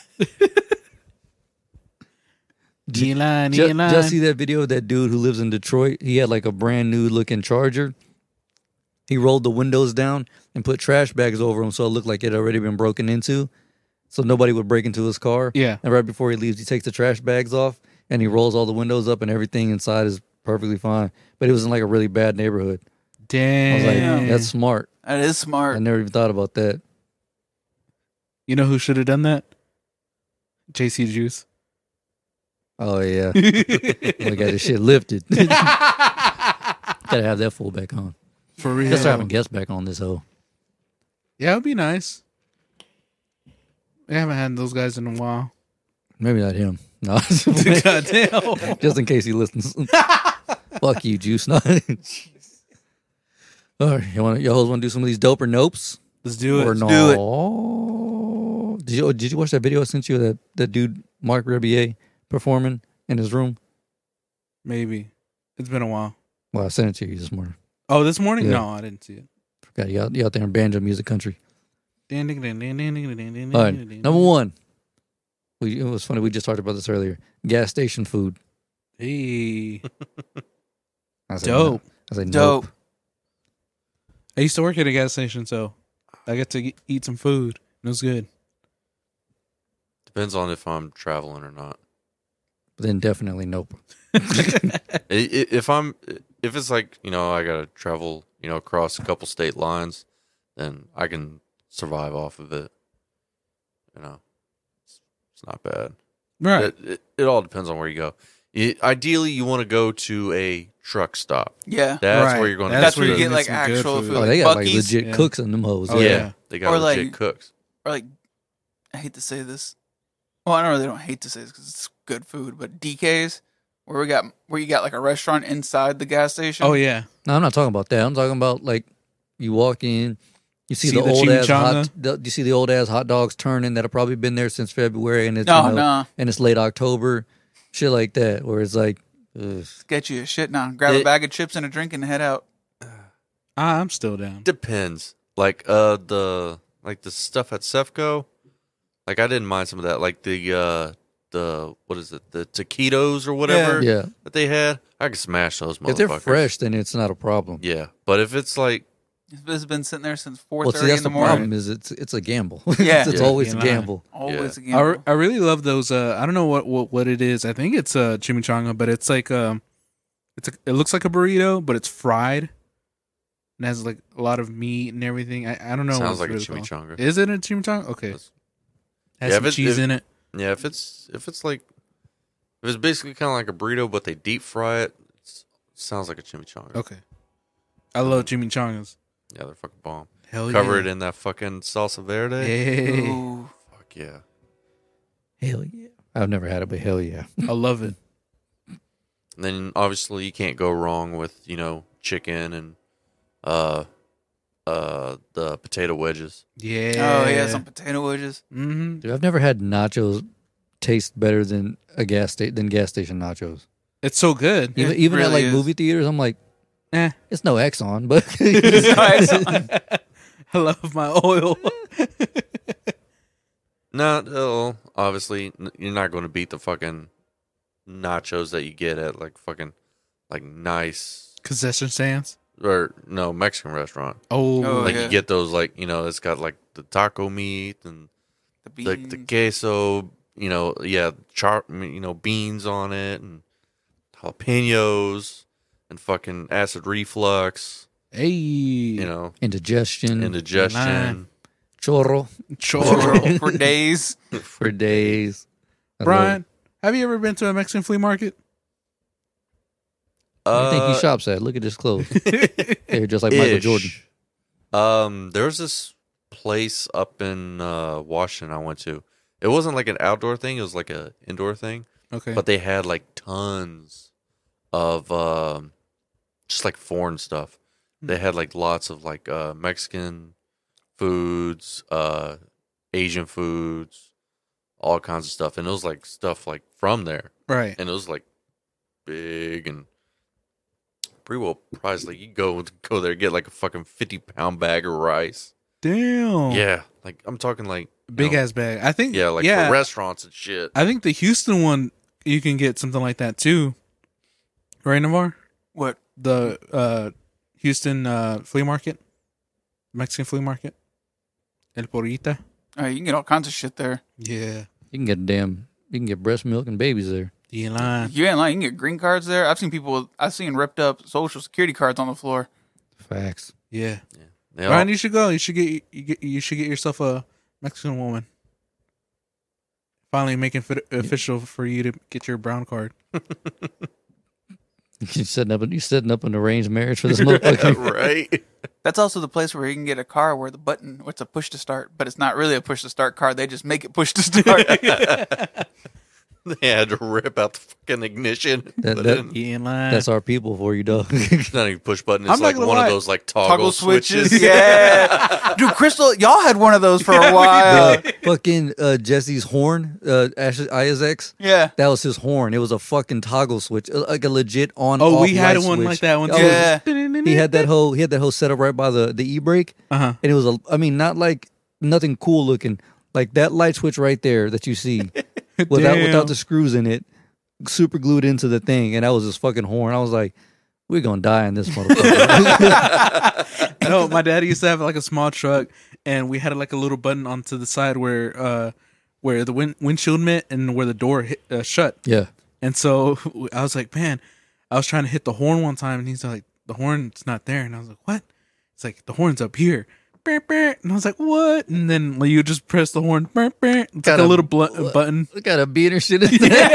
Speaker 3: You line,
Speaker 2: Ju- just see that video of that dude who lives in Detroit. He had like a brand new looking Charger. He rolled the windows down and put trash bags over them so it looked like it had already been broken into. So nobody would break into his car.
Speaker 3: Yeah.
Speaker 2: And right before he leaves, he takes the trash bags off and he rolls all the windows up and everything inside is perfectly fine. But it was in like a really bad neighborhood. I was
Speaker 3: Damn.
Speaker 2: like, that's smart.
Speaker 4: That is
Speaker 2: I
Speaker 4: smart.
Speaker 2: never even thought about that.
Speaker 3: you know who should have done that? JC Juice.
Speaker 2: Oh
Speaker 3: (laughs)
Speaker 2: yeah. I got this shit lifted. (laughs) Gotta have that fool back on.
Speaker 3: For real.
Speaker 2: Let's have a guest back on this hoe.
Speaker 3: Yeah, it'd be nice. We haven't had those guys in a while.
Speaker 2: Maybe not him. (laughs) No.
Speaker 3: (laughs) God damn.
Speaker 2: just in case he
Speaker 3: (laughs)
Speaker 2: listens. Fuck you, Juice. (laughs) All right, you want y'all hoes want to do some of these dope or nopes
Speaker 3: Let's do it.
Speaker 2: or no?
Speaker 4: do
Speaker 2: Did you did you watch that video I sent you of that that dude Mark Rebier performing in his room?
Speaker 3: Maybe. It's been a while.
Speaker 2: Well, I sent it to you this morning.
Speaker 3: Oh, this morning?
Speaker 2: Yeah.
Speaker 3: No, I didn't see it.
Speaker 2: Forgot you out, you out there in banjo music country.
Speaker 3: Ding, ding, ding, ding, ding, ding, ding, ding,
Speaker 2: All right,
Speaker 3: ding, ding.
Speaker 2: number one. We, it was funny. We just talked about this earlier. Gas station food.
Speaker 1: (laughs)
Speaker 3: Hey.
Speaker 2: I said, no.
Speaker 3: Dope.
Speaker 2: I said
Speaker 4: Dope.
Speaker 2: nope.
Speaker 3: I used to work at a gas station, so I got to eat some food. It was (laughs) good.
Speaker 1: depends on if i'm traveling or not
Speaker 2: But then definitely nope.
Speaker 1: I- i- if i'm if it's like you know i gotta travel you know across a couple state lines then i can survive off of it you know it's, it's not bad
Speaker 3: Right.
Speaker 1: it, it, it all depends on where you go It, ideally, you want to go to a truck stop.
Speaker 4: Yeah.
Speaker 1: That's where
Speaker 3: Right.
Speaker 1: you're going.
Speaker 4: That's
Speaker 1: That's,
Speaker 4: where you
Speaker 1: where
Speaker 4: get like
Speaker 3: good. That's some good
Speaker 4: actual
Speaker 3: food.
Speaker 4: food.
Speaker 2: Oh,
Speaker 4: like
Speaker 2: they got like
Speaker 4: Buc-ee's
Speaker 2: legit
Speaker 3: Yeah.
Speaker 2: cooks in them hoes.
Speaker 3: Oh,
Speaker 1: yeah.
Speaker 3: yeah.
Speaker 1: they got
Speaker 4: Or,
Speaker 1: legit
Speaker 4: like-
Speaker 1: cooks.
Speaker 4: or like I hate to say this. Well, I don't really don't hate to say this because it's good food, but DK's where we got where you got like a restaurant inside the gas station.
Speaker 3: Oh yeah,
Speaker 2: No, I'm not talking about that. I'm talking about like you walk in, you see,
Speaker 3: See
Speaker 2: the,
Speaker 3: the
Speaker 2: old ass hot.
Speaker 3: chimichanga?
Speaker 2: The, you see the old ass hot dogs turning that have probably been there since February, and it's
Speaker 4: Oh, no,
Speaker 2: you know,
Speaker 4: no,
Speaker 2: and it's late October, shit like that, where it's like, ugh.
Speaker 4: get you a shit now. Grab a
Speaker 1: It-
Speaker 4: bag of chips and a drink and head out.
Speaker 3: I- I'm still down.
Speaker 1: Depends. Like uh the like the stuff at Sefco. Like I didn't mind some of that. Like the uh the what is it? The taquitos or whatever
Speaker 2: yeah.
Speaker 1: that they had. I could smash those motherfuckers.
Speaker 2: If they're fresh, then it's not a problem.
Speaker 1: Yeah. But if it's like
Speaker 4: It's- It's been sitting there since four
Speaker 2: Well,
Speaker 4: thirty
Speaker 2: see, that's
Speaker 4: in
Speaker 2: the,
Speaker 4: the, morning.
Speaker 2: problem is it's it's a gamble. (laughs)
Speaker 4: Yeah.
Speaker 2: it's, it's
Speaker 1: Yeah.
Speaker 2: always a
Speaker 3: Yeah.
Speaker 2: gamble.
Speaker 4: Always
Speaker 1: Yeah.
Speaker 4: again.
Speaker 3: I, re- I really love those. Uh, I don't know what, what what it is. I think it's uh, chimichanga, but it's like um, it's a, it looks like a burrito, but it's fried and has like a lot of meat and everything. I, I don't know.
Speaker 1: sounds
Speaker 3: what
Speaker 1: like a
Speaker 3: it's really called.
Speaker 1: chimichanga.
Speaker 3: Is it a chimichanga? Okay,
Speaker 1: That's-
Speaker 3: has
Speaker 1: Yeah, if
Speaker 3: some
Speaker 1: it-
Speaker 3: cheese
Speaker 1: if-
Speaker 3: in it.
Speaker 1: Yeah, if it's if it's like if it's basically kind of like a burrito, but they deep fry it. It's, sounds like a chimichanga.
Speaker 3: Okay, I love chimichangas.
Speaker 1: Yeah, they're fucking bomb.
Speaker 3: Hell Oh, yeah.
Speaker 1: Um, Cover it in that fucking salsa verde.
Speaker 3: Hey,
Speaker 4: Ooh. Oh,
Speaker 1: Fuck yeah.
Speaker 2: Hell yeah! I've never had it, but hell yeah!
Speaker 3: I love it.
Speaker 1: And then obviously you can't go wrong with you know chicken and uh uh the potato wedges.
Speaker 3: Yeah.
Speaker 4: Oh yeah, some potato wedges.
Speaker 3: hmm
Speaker 2: Dude, I've never had nachos taste better than a gas station than gas station nachos.
Speaker 3: It's so good. (laughs)
Speaker 2: Even
Speaker 4: It
Speaker 2: even at
Speaker 4: really
Speaker 2: like
Speaker 4: is.
Speaker 2: movie theaters, I'm like,
Speaker 3: Eh.
Speaker 2: it's no Exxon,
Speaker 4: (laughs)
Speaker 2: but (laughs)
Speaker 3: (laughs) I love my oil. (laughs)
Speaker 1: Not uh, obviously n- you're not going to beat the fucking nachos that you get at like fucking like nice
Speaker 3: Concession stands.
Speaker 1: or no Mexican restaurant.
Speaker 3: Oh,
Speaker 4: Oh,
Speaker 1: like
Speaker 4: yeah.
Speaker 1: you get those like you know it's got like the taco meat and
Speaker 4: The
Speaker 1: the,
Speaker 4: beans.
Speaker 1: the (laughs) queso you know yeah char I mean, you know beans on it and jalapenos and fucking acid reflux
Speaker 3: hey,
Speaker 1: you know
Speaker 2: indigestion,
Speaker 1: indigestion (laughs)
Speaker 2: chorro
Speaker 3: Choro.
Speaker 4: for days.
Speaker 2: for days. I love
Speaker 3: Brian, have you ever been to a Mexican flea market?
Speaker 2: it. Where do you think
Speaker 1: Uh,
Speaker 2: he shops at? Look at his
Speaker 4: (laughs)
Speaker 2: clothes. They're just like Michael
Speaker 1: ish.
Speaker 2: Jordan.
Speaker 1: um there's this place up in uh washington i went to it wasn't like an outdoor thing it was like a indoor thing
Speaker 3: Okay.
Speaker 1: but they had like tons of um just like foreign stuff.
Speaker 2: Hmm.
Speaker 1: They had like lots of like uh Mexican foods, uh Asian foods, all kinds of stuff. And it was like stuff like from there.
Speaker 3: right.
Speaker 1: And it was like big and pretty well priced. Like you go (laughs) go there, get like a fucking fifty pound bag of rice.
Speaker 3: Damn.
Speaker 1: Yeah. Like I'm talking like you
Speaker 3: Big
Speaker 1: know,
Speaker 3: ass bag. I think.
Speaker 1: Yeah, like
Speaker 3: yeah.
Speaker 1: for restaurants and shit.
Speaker 3: I think the Houston one you can get something like that too. Right, Navar?
Speaker 4: What?
Speaker 3: The uh, Houston uh, flea market, Mexican flea market, El Porita.
Speaker 4: Oh, you can get all kinds of shit there.
Speaker 3: Yeah.
Speaker 2: You can get damn. You can get breast milk and babies there.
Speaker 3: The line.
Speaker 4: You ain't lying. You can get green cards there. I've seen people. With, I've seen ripped up social security cards on the floor.
Speaker 2: Facts.
Speaker 3: Yeah.
Speaker 1: They all-
Speaker 3: Brian, you should go. You should get you, get you should get yourself a Mexican woman. Finally, making it official for you to get your brown card.
Speaker 2: (laughs) You setting up. You setting up an
Speaker 1: (laughs)
Speaker 2: arranged marriage for this motherfucker.
Speaker 1: right. (laughs)
Speaker 4: That's also the place where you can get a car where the button, it's a push to start, but it's not really a push to start car. They just make it push to (laughs) start.
Speaker 1: They had to rip out the fucking
Speaker 3: (laughs)
Speaker 1: ignition.
Speaker 2: That-
Speaker 1: put
Speaker 2: that-
Speaker 1: in-
Speaker 3: Yeah, in line.
Speaker 2: That's our people for you, dog. (laughs)
Speaker 1: it's not even push button. It's
Speaker 3: I'm not
Speaker 1: like
Speaker 3: gonna
Speaker 1: one
Speaker 3: lie.
Speaker 1: of those like toggle, switches.
Speaker 3: (laughs)
Speaker 4: yeah. Dude, Crystal, y'all had one of those for a while.
Speaker 2: Uh, fucking uh, Jesse's horn, uh, Ashley Isaacs.
Speaker 4: Yeah. (laughs)
Speaker 2: That was his horn. It was a fucking toggle switch, uh, like a legit on.
Speaker 3: oh,
Speaker 2: off
Speaker 3: we had
Speaker 2: light
Speaker 3: one
Speaker 2: switch.
Speaker 3: like that one.
Speaker 2: That
Speaker 3: too.
Speaker 2: was-
Speaker 4: Yeah.
Speaker 2: he had that whole he had that whole setup right by the the e brake,
Speaker 3: Uh huh.
Speaker 2: and it was a. I mean, not like nothing cool looking. Like that light switch right there that you
Speaker 3: (laughs)
Speaker 2: see, without
Speaker 3: Damn.
Speaker 2: without the screws in it, super glued into the thing, and that was his fucking horn. I was like, we're gonna die in this
Speaker 3: (laughs)
Speaker 2: motherfucker.
Speaker 3: (laughs) no, my daddy used to have like a small truck, and we had like a little button onto the side where uh where the win- windshield met and where the door hit, uh, shut.
Speaker 2: yeah,
Speaker 3: And so I was like, man, I was trying to hit the horn one time, and he's like, the horn's not there. And I was like, what? It's like, the horn's up here. "Beep, beep," and I was like, "What?" And then like, you just press the horn, beep, beep. it's like
Speaker 2: Gotta-
Speaker 3: a little blu- button.
Speaker 2: Look at a beater (laughs) shit. in there.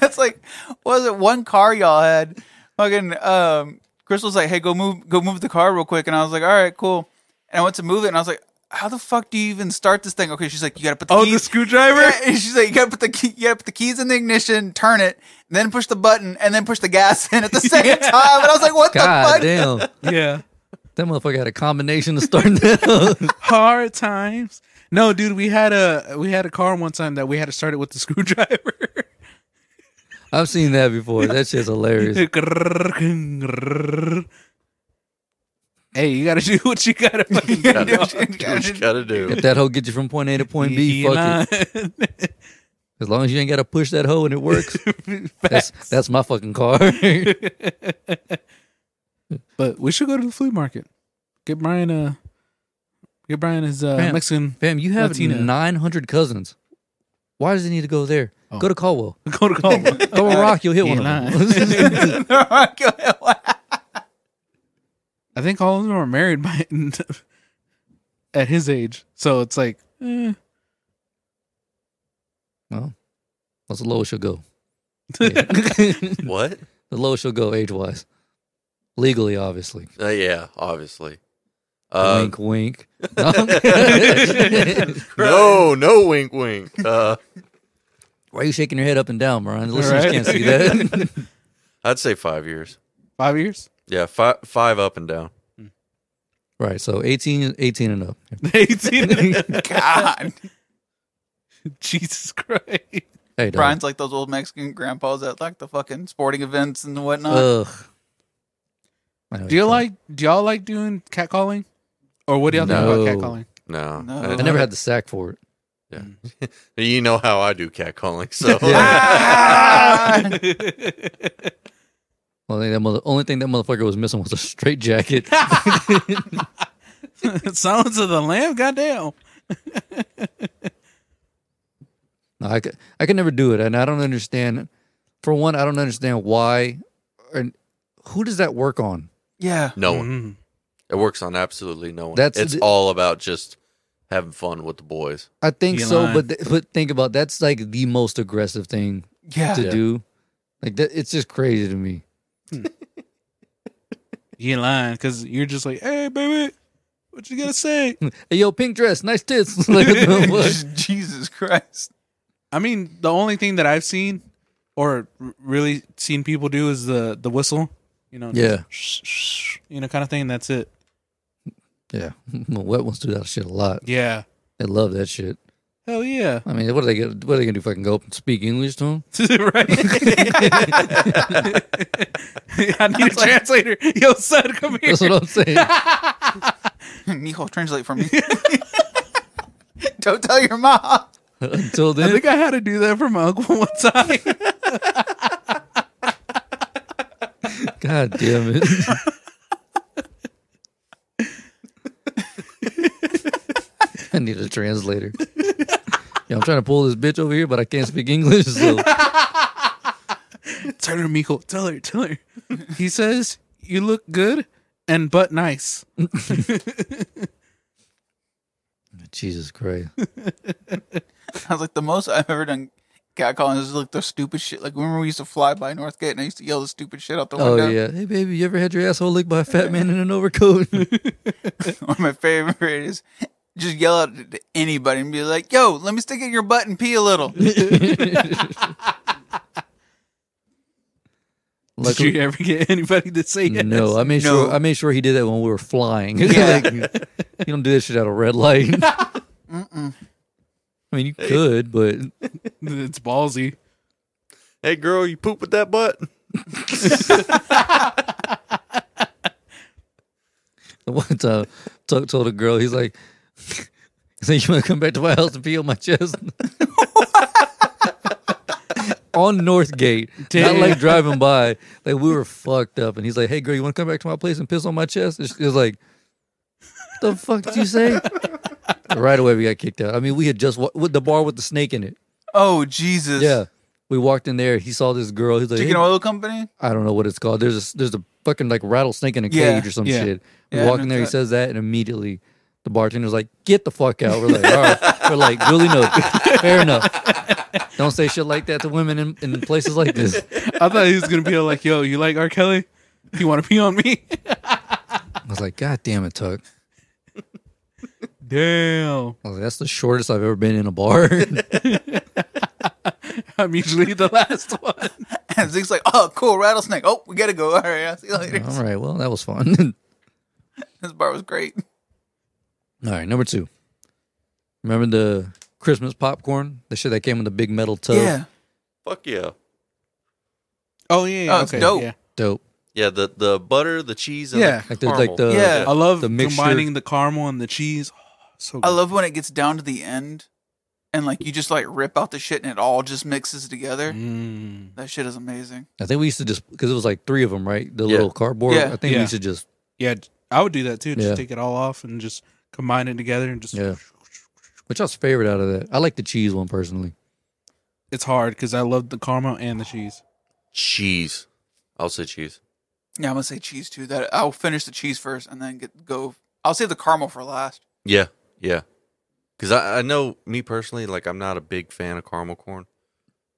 Speaker 4: That's like, what was it? One car y'all had. Fucking um, Crystal's like, hey, go move, go move the car real quick, and I was like, all right, cool. And I went to move it, and I was like, how the fuck do you even start this thing? Okay, she's like, you gotta put the
Speaker 3: Oh,
Speaker 4: keys.
Speaker 3: the screwdriver.
Speaker 4: Yeah, (laughs) and she's like, you gotta put the key, you gotta put the keys in the ignition, turn it, and then push the button, and then push the gas in at the
Speaker 2: (laughs)
Speaker 4: same time. And I was like, what the
Speaker 2: God
Speaker 4: fuck? (laughs)
Speaker 2: damn. That
Speaker 3: yeah.
Speaker 2: motherfucker had a combination to start (laughs) that.
Speaker 3: hard times. No, dude, we had a we had a car one time that we had to start it with the screwdriver.
Speaker 2: I've seen that before. That shit's hilarious.
Speaker 3: hey, you gotta do what you gotta
Speaker 1: (laughs)
Speaker 3: fucking do.
Speaker 1: Gotta
Speaker 3: (laughs)
Speaker 1: do what
Speaker 4: Dude,
Speaker 1: you gotta do.
Speaker 2: If that hoe get you from point A to point
Speaker 3: E,
Speaker 2: B, fuck it. As long as you ain't gotta push that hoe and it works.
Speaker 3: (laughs)
Speaker 2: that's that's my fucking car.
Speaker 3: But we should go to the flea market. Get Brian uh get Brian his uh
Speaker 2: Man.
Speaker 3: Mexican
Speaker 2: Fam, you have
Speaker 3: Latina.
Speaker 2: nine hundred cousins. Why does it need to go there? Go to Caldwell.
Speaker 3: (laughs) (laughs) go to call.
Speaker 2: Throw a rock, you'll
Speaker 3: E
Speaker 2: hit one of
Speaker 3: Eli. (laughs)
Speaker 2: them. (laughs)
Speaker 4: "Oh,
Speaker 3: I think all of them are married by (laughs) at his age. So it's like eh.
Speaker 2: well, that's the lowest she'll go. Yeah. the
Speaker 1: What?
Speaker 2: lowest she'll go age wise. Legally, obviously.
Speaker 1: Uh, yeah, obviously. Uh,
Speaker 2: wink,
Speaker 3: (laughs)
Speaker 2: wink. Why
Speaker 1: no, no, wink, wink. Uh,
Speaker 2: are you shaking your head up and down, Brian? The listeners
Speaker 3: Right. (laughs)
Speaker 2: can't see that.
Speaker 1: I'd say five years.
Speaker 3: five years? (laughs)
Speaker 1: Yeah, five, five up and down.
Speaker 2: (laughs) right, so 18, 18 and up.
Speaker 3: 18.
Speaker 2: (laughs)
Speaker 4: God.
Speaker 3: Jesus Christ.
Speaker 2: Hey, dog.
Speaker 4: Brian's like those old Mexican grandpas at like the fucking sporting events and whatnot.
Speaker 2: Ugh. I know
Speaker 3: Do you
Speaker 2: you're
Speaker 3: like do y'all like doing catcalling? Or what do y'all
Speaker 2: No.
Speaker 3: think about catcalling? (laughs)
Speaker 1: No,
Speaker 4: No.
Speaker 2: talking- I never had the sack for it.
Speaker 1: You know how I do catcalling,
Speaker 2: (laughs)
Speaker 1: so
Speaker 4: (laughs) Ah!
Speaker 2: Only, that mother, only thing that motherfucker was missing was a straight jacket.
Speaker 3: Silence of the Lamb, goddamn.
Speaker 2: No, I could, I could never do it, and I don't understand. For one, I don't understand why, and who does that work on?
Speaker 4: yeah.
Speaker 1: no one.
Speaker 3: Mm-hmm.
Speaker 1: It works on absolutely no one.
Speaker 2: That's-
Speaker 1: it's all about just having fun with the boys.
Speaker 2: I think
Speaker 3: Be
Speaker 2: so,
Speaker 3: lying.
Speaker 2: but th- but think about that's like the most aggressive thing
Speaker 4: Yeah.
Speaker 2: to
Speaker 1: Yeah.
Speaker 2: do. Like that, it's just crazy to me.
Speaker 3: You ain't lying, because you're just like, hey baby, what you gonna say?
Speaker 2: Hey, yo, pink dress, nice tits. (laughs) like, what the
Speaker 4: (laughs)
Speaker 2: fuck?
Speaker 4: Jesus Christ.
Speaker 3: I mean, the only thing that I've seen or r- really seen people do is the the whistle, you know,
Speaker 2: Yeah.
Speaker 3: just you know, kind of thing. That's it.
Speaker 2: yeah, (laughs) Well, wet ones do that shit a lot.
Speaker 3: Yeah,
Speaker 2: They love that shit.
Speaker 3: hell yeah, (laughs)
Speaker 2: I mean, what are they gonna what are they gonna do? Fucking go up and speak English to them?
Speaker 3: right? (laughs) I need a translator. Yo, son, come here.
Speaker 2: That's what I'm saying.
Speaker 4: Mijo, translate for me. (laughs) Don't tell your mom.
Speaker 2: Until
Speaker 3: I
Speaker 2: then,
Speaker 3: think I had to do that for my uncle one time. (laughs)
Speaker 2: God damn it. (laughs) I need a translator. Yeah, I'm trying to pull this bitch over here, but I can't speak English. So
Speaker 3: tell her, Miko. Tell her. Tell her. He says you look good and but nice.
Speaker 2: Jesus Christ.
Speaker 4: I was like, the most I've ever done catcalling is like the stupid shit. Like, remember we used to fly by Northgate and I used to yell the stupid shit out the
Speaker 2: Oh
Speaker 4: window?
Speaker 2: yeah. Hey baby, you ever had your asshole licked by a fat man in an overcoat?
Speaker 4: (laughs) One of my favorite is just yell out to anybody and be like, yo, let me stick it in your butt and pee a
Speaker 2: (laughs)
Speaker 4: little.
Speaker 3: Did you
Speaker 2: Luckily,
Speaker 3: ever get anybody to say
Speaker 2: (laughs)
Speaker 3: yes?
Speaker 2: no, I made
Speaker 4: No.
Speaker 2: sure I made sure he did that when we were flying. (laughs)
Speaker 4: Yeah.
Speaker 2: Like, you don't do that shit at a red light. (laughs) I mean, you could, but
Speaker 3: It's ballsy.
Speaker 1: Hey, girl, you poop with that butt?
Speaker 2: (laughs) One time, Tuck told a girl, he's like, (laughs) he's like, you want to come back to my house and pee on my chest? (laughs) on Northgate.
Speaker 3: Damn.
Speaker 2: Not like driving by. Like, we were fucked up. And he's like, hey, girl, you want to come back to my place and piss on my chest? And she was like, the fuck did you say? (laughs) right away, we got kicked out. I mean, we had just wa- with the bar with the snake in it.
Speaker 4: Oh, Jesus.
Speaker 2: Yeah. We walked in there. He saw this girl. He's like,
Speaker 4: Chicken
Speaker 2: "Hey,
Speaker 4: oil company. (laughs)
Speaker 2: I don't know what it's called. There's a there's a fucking like rattlesnake in a
Speaker 4: Yeah,
Speaker 2: cage or some
Speaker 3: yeah.
Speaker 2: shit. We
Speaker 4: Yeah,
Speaker 2: walk
Speaker 4: no
Speaker 2: in there, he
Speaker 4: cut.
Speaker 2: says that, and immediately the bartender's like, "Get the fuck out." We're like, "All right." We're like, "Duly noted. Fair enough. Don't say shit like that to women in, in places like this."
Speaker 3: I thought he was gonna be like, "Yo, you like R. Kelly? You want to pee on me?"
Speaker 2: I was like, "God damn it, Tuck."
Speaker 3: Damn,
Speaker 2: I was like, "That's the shortest I've ever been in a bar." (laughs)
Speaker 3: (laughs) I'm usually the last one.
Speaker 4: And Zeke's like, oh, cool, rattlesnake. Oh, we gotta go. All right, I'll see you later.
Speaker 2: All right, well, that was fun.
Speaker 4: (laughs) This bar was great.
Speaker 2: All right, number two. Remember the Christmas popcorn? The shit that came in the big metal tub.
Speaker 4: yeah,
Speaker 1: Fuck yeah.
Speaker 3: Oh yeah, yeah,
Speaker 4: Oh, it's dope.
Speaker 3: yeah.
Speaker 2: dope.
Speaker 1: Yeah, the, the butter, the cheese, and
Speaker 3: Yeah.
Speaker 1: the
Speaker 2: Like the like
Speaker 1: caramel.
Speaker 2: the
Speaker 4: Yeah.
Speaker 3: I love
Speaker 2: The mixture.
Speaker 3: combining the caramel and the cheese. Oh, so good.
Speaker 4: I love when it gets down to the end, and like you just like rip out the shit, and it all just mixes together.
Speaker 3: Mm.
Speaker 2: Mm-hmm.
Speaker 4: That shit is amazing.
Speaker 2: I think we used to just because it was like three of them, right? The
Speaker 1: Yeah.
Speaker 2: little cardboard.
Speaker 4: Yeah.
Speaker 2: I think we
Speaker 3: Yeah.
Speaker 2: used to just
Speaker 3: Yeah, I would do that too. Just
Speaker 2: Yeah.
Speaker 3: take it all off and just combine it together and just.
Speaker 2: Yeah. which I was favorite out of that. I like the cheese one personally.
Speaker 3: It's hard because I love the caramel and the cheese.
Speaker 1: cheese. I'll say cheese.
Speaker 4: Yeah, I'm gonna say cheese too. That I'll finish the cheese first, and then get go. I'll save the caramel for last.
Speaker 1: Yeah, yeah. Because I, I know me personally, like I'm not a big fan of caramel corn.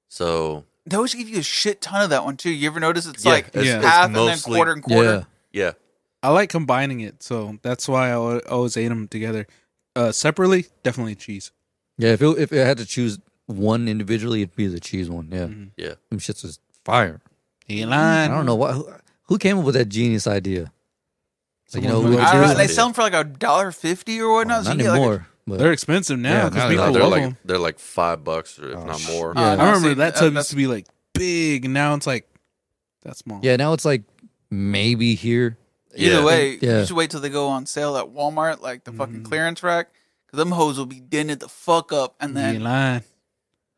Speaker 1: So
Speaker 4: They always give you a shit ton of that one too. You ever notice it's
Speaker 1: Yeah,
Speaker 4: like
Speaker 1: it's-
Speaker 3: Yeah. it's
Speaker 4: half and then
Speaker 1: mostly-
Speaker 4: quarter and quarter.
Speaker 1: yeah,
Speaker 3: I like combining it, so that's why I al- always ate them together. Uh, separately, definitely cheese.
Speaker 2: Yeah, yeah. If it, if I had to choose one individually, it'd be the cheese one. Yeah,
Speaker 3: Mhm.
Speaker 1: Yeah.
Speaker 2: Them shits is fire.
Speaker 3: He
Speaker 2: I
Speaker 3: lying.
Speaker 2: don't know why. Who, who came up with that genius idea? Like, you know,
Speaker 3: Someone
Speaker 2: we
Speaker 3: who-
Speaker 2: went to
Speaker 4: I don't know,
Speaker 2: this-
Speaker 4: they sell them for like a dollar fifty or
Speaker 2: well,
Speaker 4: whatnot.
Speaker 2: not
Speaker 4: so you get, like, a-
Speaker 2: anymore. but
Speaker 3: They're expensive now
Speaker 2: Yeah,
Speaker 3: because
Speaker 2: now
Speaker 3: people
Speaker 1: No,
Speaker 3: love
Speaker 1: they're like
Speaker 3: them.
Speaker 1: they're like five bucks or if
Speaker 2: Oh,
Speaker 1: not
Speaker 2: sh-
Speaker 1: more.
Speaker 2: yeah.
Speaker 3: I
Speaker 4: see,
Speaker 3: remember that
Speaker 4: that-
Speaker 3: tub
Speaker 4: that's-
Speaker 3: used to be like big. Now it's like that's small.
Speaker 2: yeah, now it's like maybe here.
Speaker 4: Either
Speaker 1: Yeah.
Speaker 4: way,
Speaker 2: Yeah. Mm.
Speaker 4: you should wait till they go on sale at Walmart, like the fucking
Speaker 3: Mhm.
Speaker 4: clearance rack, because them hoes will be dented the fuck up, and
Speaker 3: he
Speaker 4: then
Speaker 3: lying.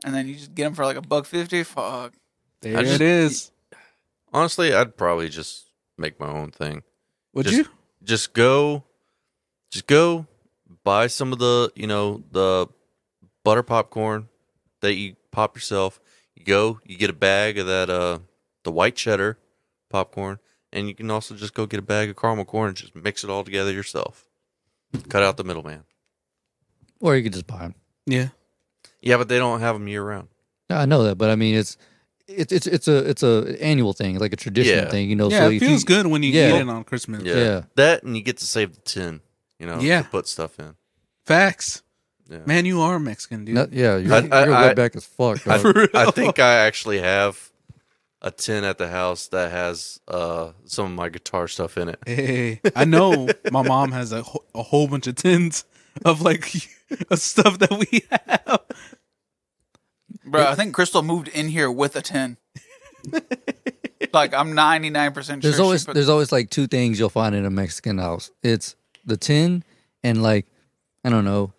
Speaker 4: and then you just get them for like a buck fifty. Fuck.
Speaker 3: There
Speaker 1: just-
Speaker 3: it is.
Speaker 1: Honestly, I'd probably just make my own thing.
Speaker 3: Would
Speaker 1: just-
Speaker 3: you?
Speaker 1: Just go, just go buy some of the you know the butter popcorn that you pop yourself. You go, you get a bag of that uh the white cheddar popcorn, and you can also just go get a bag of caramel corn and just mix it all together yourself. Cut out the middleman.
Speaker 2: Or you could just buy them.
Speaker 3: Yeah.
Speaker 1: Yeah, but they don't have them year round.
Speaker 2: I know that, but I mean, it's it's it's it's a it's a annual thing, like a traditional
Speaker 1: Yeah.
Speaker 2: thing. You know,
Speaker 3: yeah,
Speaker 2: Oh, so
Speaker 3: it
Speaker 2: if
Speaker 3: feels
Speaker 2: you,
Speaker 3: good when you
Speaker 2: yeah.
Speaker 3: eat it on Christmas.
Speaker 1: Yeah.
Speaker 2: Yeah.
Speaker 1: That and you get to save the tin, you know,
Speaker 3: Yeah.
Speaker 1: to put stuff in.
Speaker 3: Facts.
Speaker 1: Yeah.
Speaker 3: Man, you are Mexican, dude.
Speaker 2: No- yeah, you're,
Speaker 1: I-
Speaker 2: you're
Speaker 1: I- I-
Speaker 2: wet back as fuck.
Speaker 1: I,
Speaker 2: dog.
Speaker 1: (laughs) I think I actually have a tin at the house that has uh some of my guitar stuff in it.
Speaker 3: Hey, I know my mom has a, wh- a whole bunch of tins of like (laughs) of stuff that we (laughs) have.
Speaker 4: Bro, I think Crystal moved in here with
Speaker 2: (laughs)
Speaker 4: a ten. like I'm ninety nine percent sure.
Speaker 2: There's
Speaker 4: she
Speaker 2: always
Speaker 4: put-
Speaker 2: there's always like two things you'll find in a Mexican house. It's the tin and like I don't know,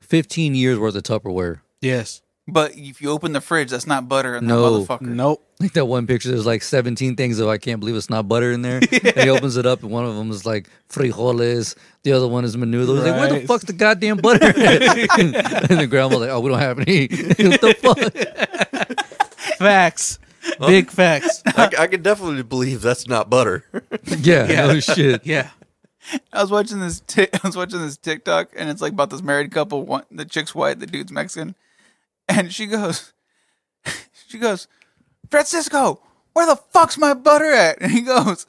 Speaker 2: fifteen years worth of Tupperware. (laughs)
Speaker 3: Yes.
Speaker 4: but if you open the fridge, that's not butter in
Speaker 2: No.
Speaker 4: that motherfucker.
Speaker 3: Nope.
Speaker 2: Like that one picture, there's like seventeen things of I can't believe it's not butter in there. And he opens it up, and one of them is like frijoles, the other one is menudo. He's like, where the
Speaker 3: Rice.
Speaker 2: fuck's the goddamn butter? (laughs) and the grandma's like, oh, we don't have any. (laughs) what the fuck?
Speaker 3: Facts. Big facts.
Speaker 1: (laughs) I, I can definitely believe that's not butter.
Speaker 2: Yeah,
Speaker 3: Yeah.
Speaker 2: no shit.
Speaker 3: Yeah.
Speaker 4: I was watching this. (laughs) Ti- I was watching this TikTok, and it's like about this married couple. One, the chick's white, the dude's Mexican, and she goes, (laughs) she goes, Francisco, where the fuck's my butter at? And he goes,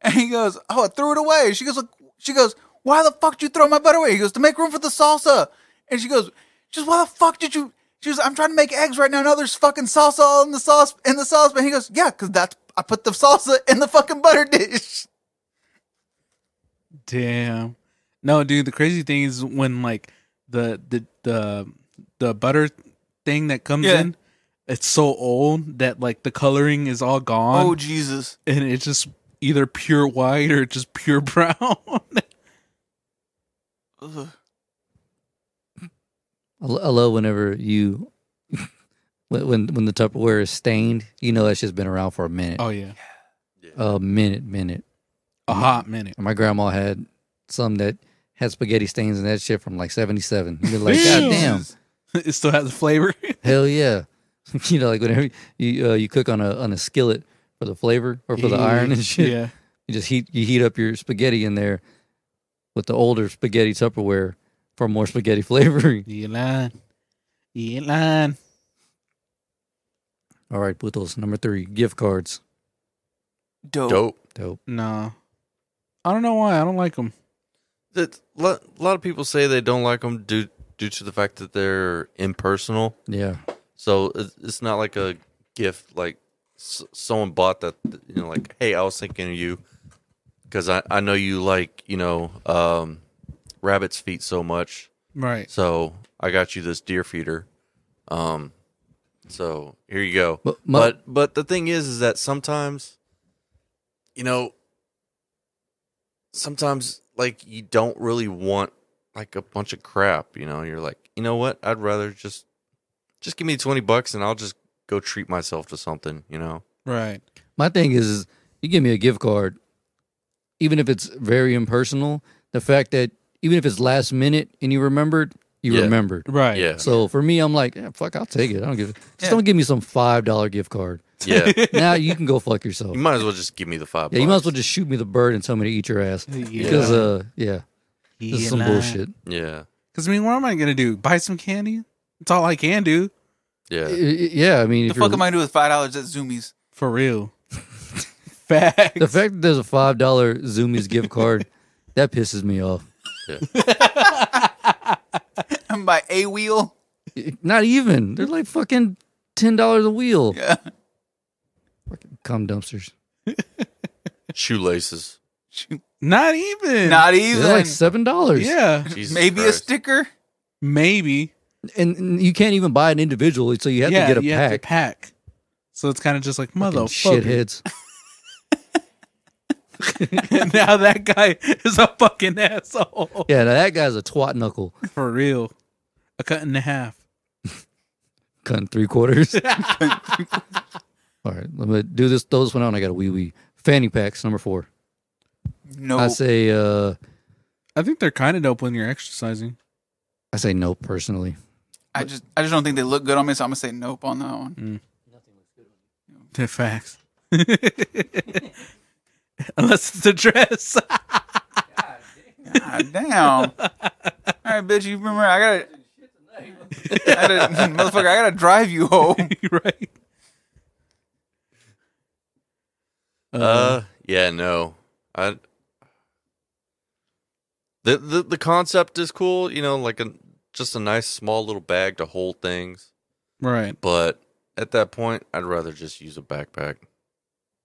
Speaker 4: and he goes, oh, I threw it away. She goes, like, she goes, why the fuck did you throw my butter away? He goes, to make room for the salsa. And she goes, just why the fuck did you? She goes, I'm trying to make eggs right now. Now there's fucking salsa all in the sauce in the sauce. And he goes, yeah, because that's I put the salsa in the fucking butter dish.
Speaker 3: Damn. No, dude, the crazy thing is when like the the the the butter thing that comes
Speaker 4: Yeah.
Speaker 3: in, it's so old that like the coloring is all gone
Speaker 4: Oh Jesus.
Speaker 3: and it's just either pure white or just pure (laughs) brown.
Speaker 2: Oh,
Speaker 4: Ugh.
Speaker 2: I lo- I love whenever you (laughs) when when when the Tupperware is stained, you know that's just been around for a minute.
Speaker 3: oh yeah.
Speaker 2: A minute, minute.
Speaker 3: A hot minute.
Speaker 2: And my grandma had some that had spaghetti stains and that shit from like seventy seven. You're like,
Speaker 3: Damn. (laughs)
Speaker 2: God damn.
Speaker 3: It still has a flavor.
Speaker 2: Hell yeah. (laughs) you know, like whenever you uh, you cook on a on a skillet for the flavor or for the iron and shit.
Speaker 3: Yeah.
Speaker 2: You just heat you heat up your spaghetti in there with the older spaghetti Tupperware for more spaghetti (laughs) flavoring.
Speaker 3: You ain't lying. You ain't lying.
Speaker 2: All right, Butos, number three, gift cards.
Speaker 1: (laughs)
Speaker 4: Dope.
Speaker 1: Dope.
Speaker 2: Dope.
Speaker 3: No. I don't know why. I don't like them.
Speaker 1: That a lot, a lot of people say they don't like them due due to the fact that they're impersonal.
Speaker 2: Yeah.
Speaker 1: So it's it's not like a gift. Like s- someone bought that. You know, like hey, I was thinking of you because I I know you like you know um, rabbit's feet so much.
Speaker 3: Right.
Speaker 1: So I got you this deer feeder. Um, so here you go.
Speaker 2: But my-
Speaker 1: but but the thing is, is that sometimes, you know, sometimes like you don't really want like a bunch of crap. You know, you're like, you know what? I'd rather just just give me twenty bucks and I'll just go treat myself to something. You know,
Speaker 3: Right.
Speaker 2: My thing is, is you give me a gift card, even if it's very impersonal, the fact that even if it's last minute and you remembered, you
Speaker 1: Yeah.
Speaker 2: remembered.
Speaker 3: Right.
Speaker 1: yeah,
Speaker 2: So for me, I'm like, yeah, fuck, I'll take it. I don't give. Just
Speaker 4: Yeah.
Speaker 2: don't give me some five dollar gift card. (laughs)
Speaker 1: yeah.
Speaker 2: now you can go fuck yourself.
Speaker 1: You might as well just give me the five.
Speaker 2: Yeah, you might as
Speaker 1: bucks.
Speaker 2: well just shoot me the bird and tell me to eat your ass
Speaker 3: Yeah.
Speaker 2: because uh, yeah, this is some bullshit.
Speaker 1: Yeah,
Speaker 3: Because, I mean, what am I going to do? Buy some candy? It's all I can do.
Speaker 1: yeah.
Speaker 2: I- I- Yeah, I mean,
Speaker 4: The
Speaker 2: if you're,
Speaker 4: fuck am I doing with five dollars at Zoomies? (laughs)
Speaker 2: (laughs)
Speaker 3: For real. Facts.
Speaker 2: the fact that there's a five dollar Zoomies gift card, that pisses me off.
Speaker 4: I'm by a wheel.
Speaker 2: Not even. They're like fucking ten dollars a wheel.
Speaker 4: Yeah.
Speaker 2: Fucking cum dumpsters. (laughs)
Speaker 1: Shoelaces.
Speaker 3: Not even.
Speaker 4: Not
Speaker 2: They're
Speaker 4: even.
Speaker 2: like seven dollars.
Speaker 3: Yeah.
Speaker 1: Jesus
Speaker 4: Maybe a
Speaker 1: Christ.
Speaker 4: sticker.
Speaker 3: Maybe.
Speaker 2: and, and you can't even buy an individual, so you have
Speaker 3: yeah,
Speaker 2: to get a
Speaker 3: you have to
Speaker 2: pack.
Speaker 3: pack. So it's kind of just like,
Speaker 2: Fucking
Speaker 3: motherfucker.
Speaker 2: shitheads.
Speaker 3: (laughs) now that guy is a fucking asshole. (laughs)
Speaker 2: Yeah, now that guy's a twat knuckle.
Speaker 3: For real. A cut in half.
Speaker 2: Cutting three quarters. (laughs) All right, let me do this. Throw this one out. and I got a wee wee. Fanny packs number four.
Speaker 4: No.
Speaker 2: I say, uh
Speaker 3: I think they're kind of dope when you're exercising.
Speaker 2: I say no personally.
Speaker 4: I just I just don't think they look good on me, so I'm gonna say nope on that one.
Speaker 3: They're facts. (laughs) Unless it's a dress.
Speaker 4: God damn. All right, bitch. You remember I gotta. I gotta, (laughs) motherfucker, I gotta drive you home.
Speaker 3: right?
Speaker 1: Uh, yeah, no. I the, the the concept is cool, you know, like a just a nice small little bag to hold things.
Speaker 3: right.
Speaker 1: But at that point, I'd rather just use a backpack.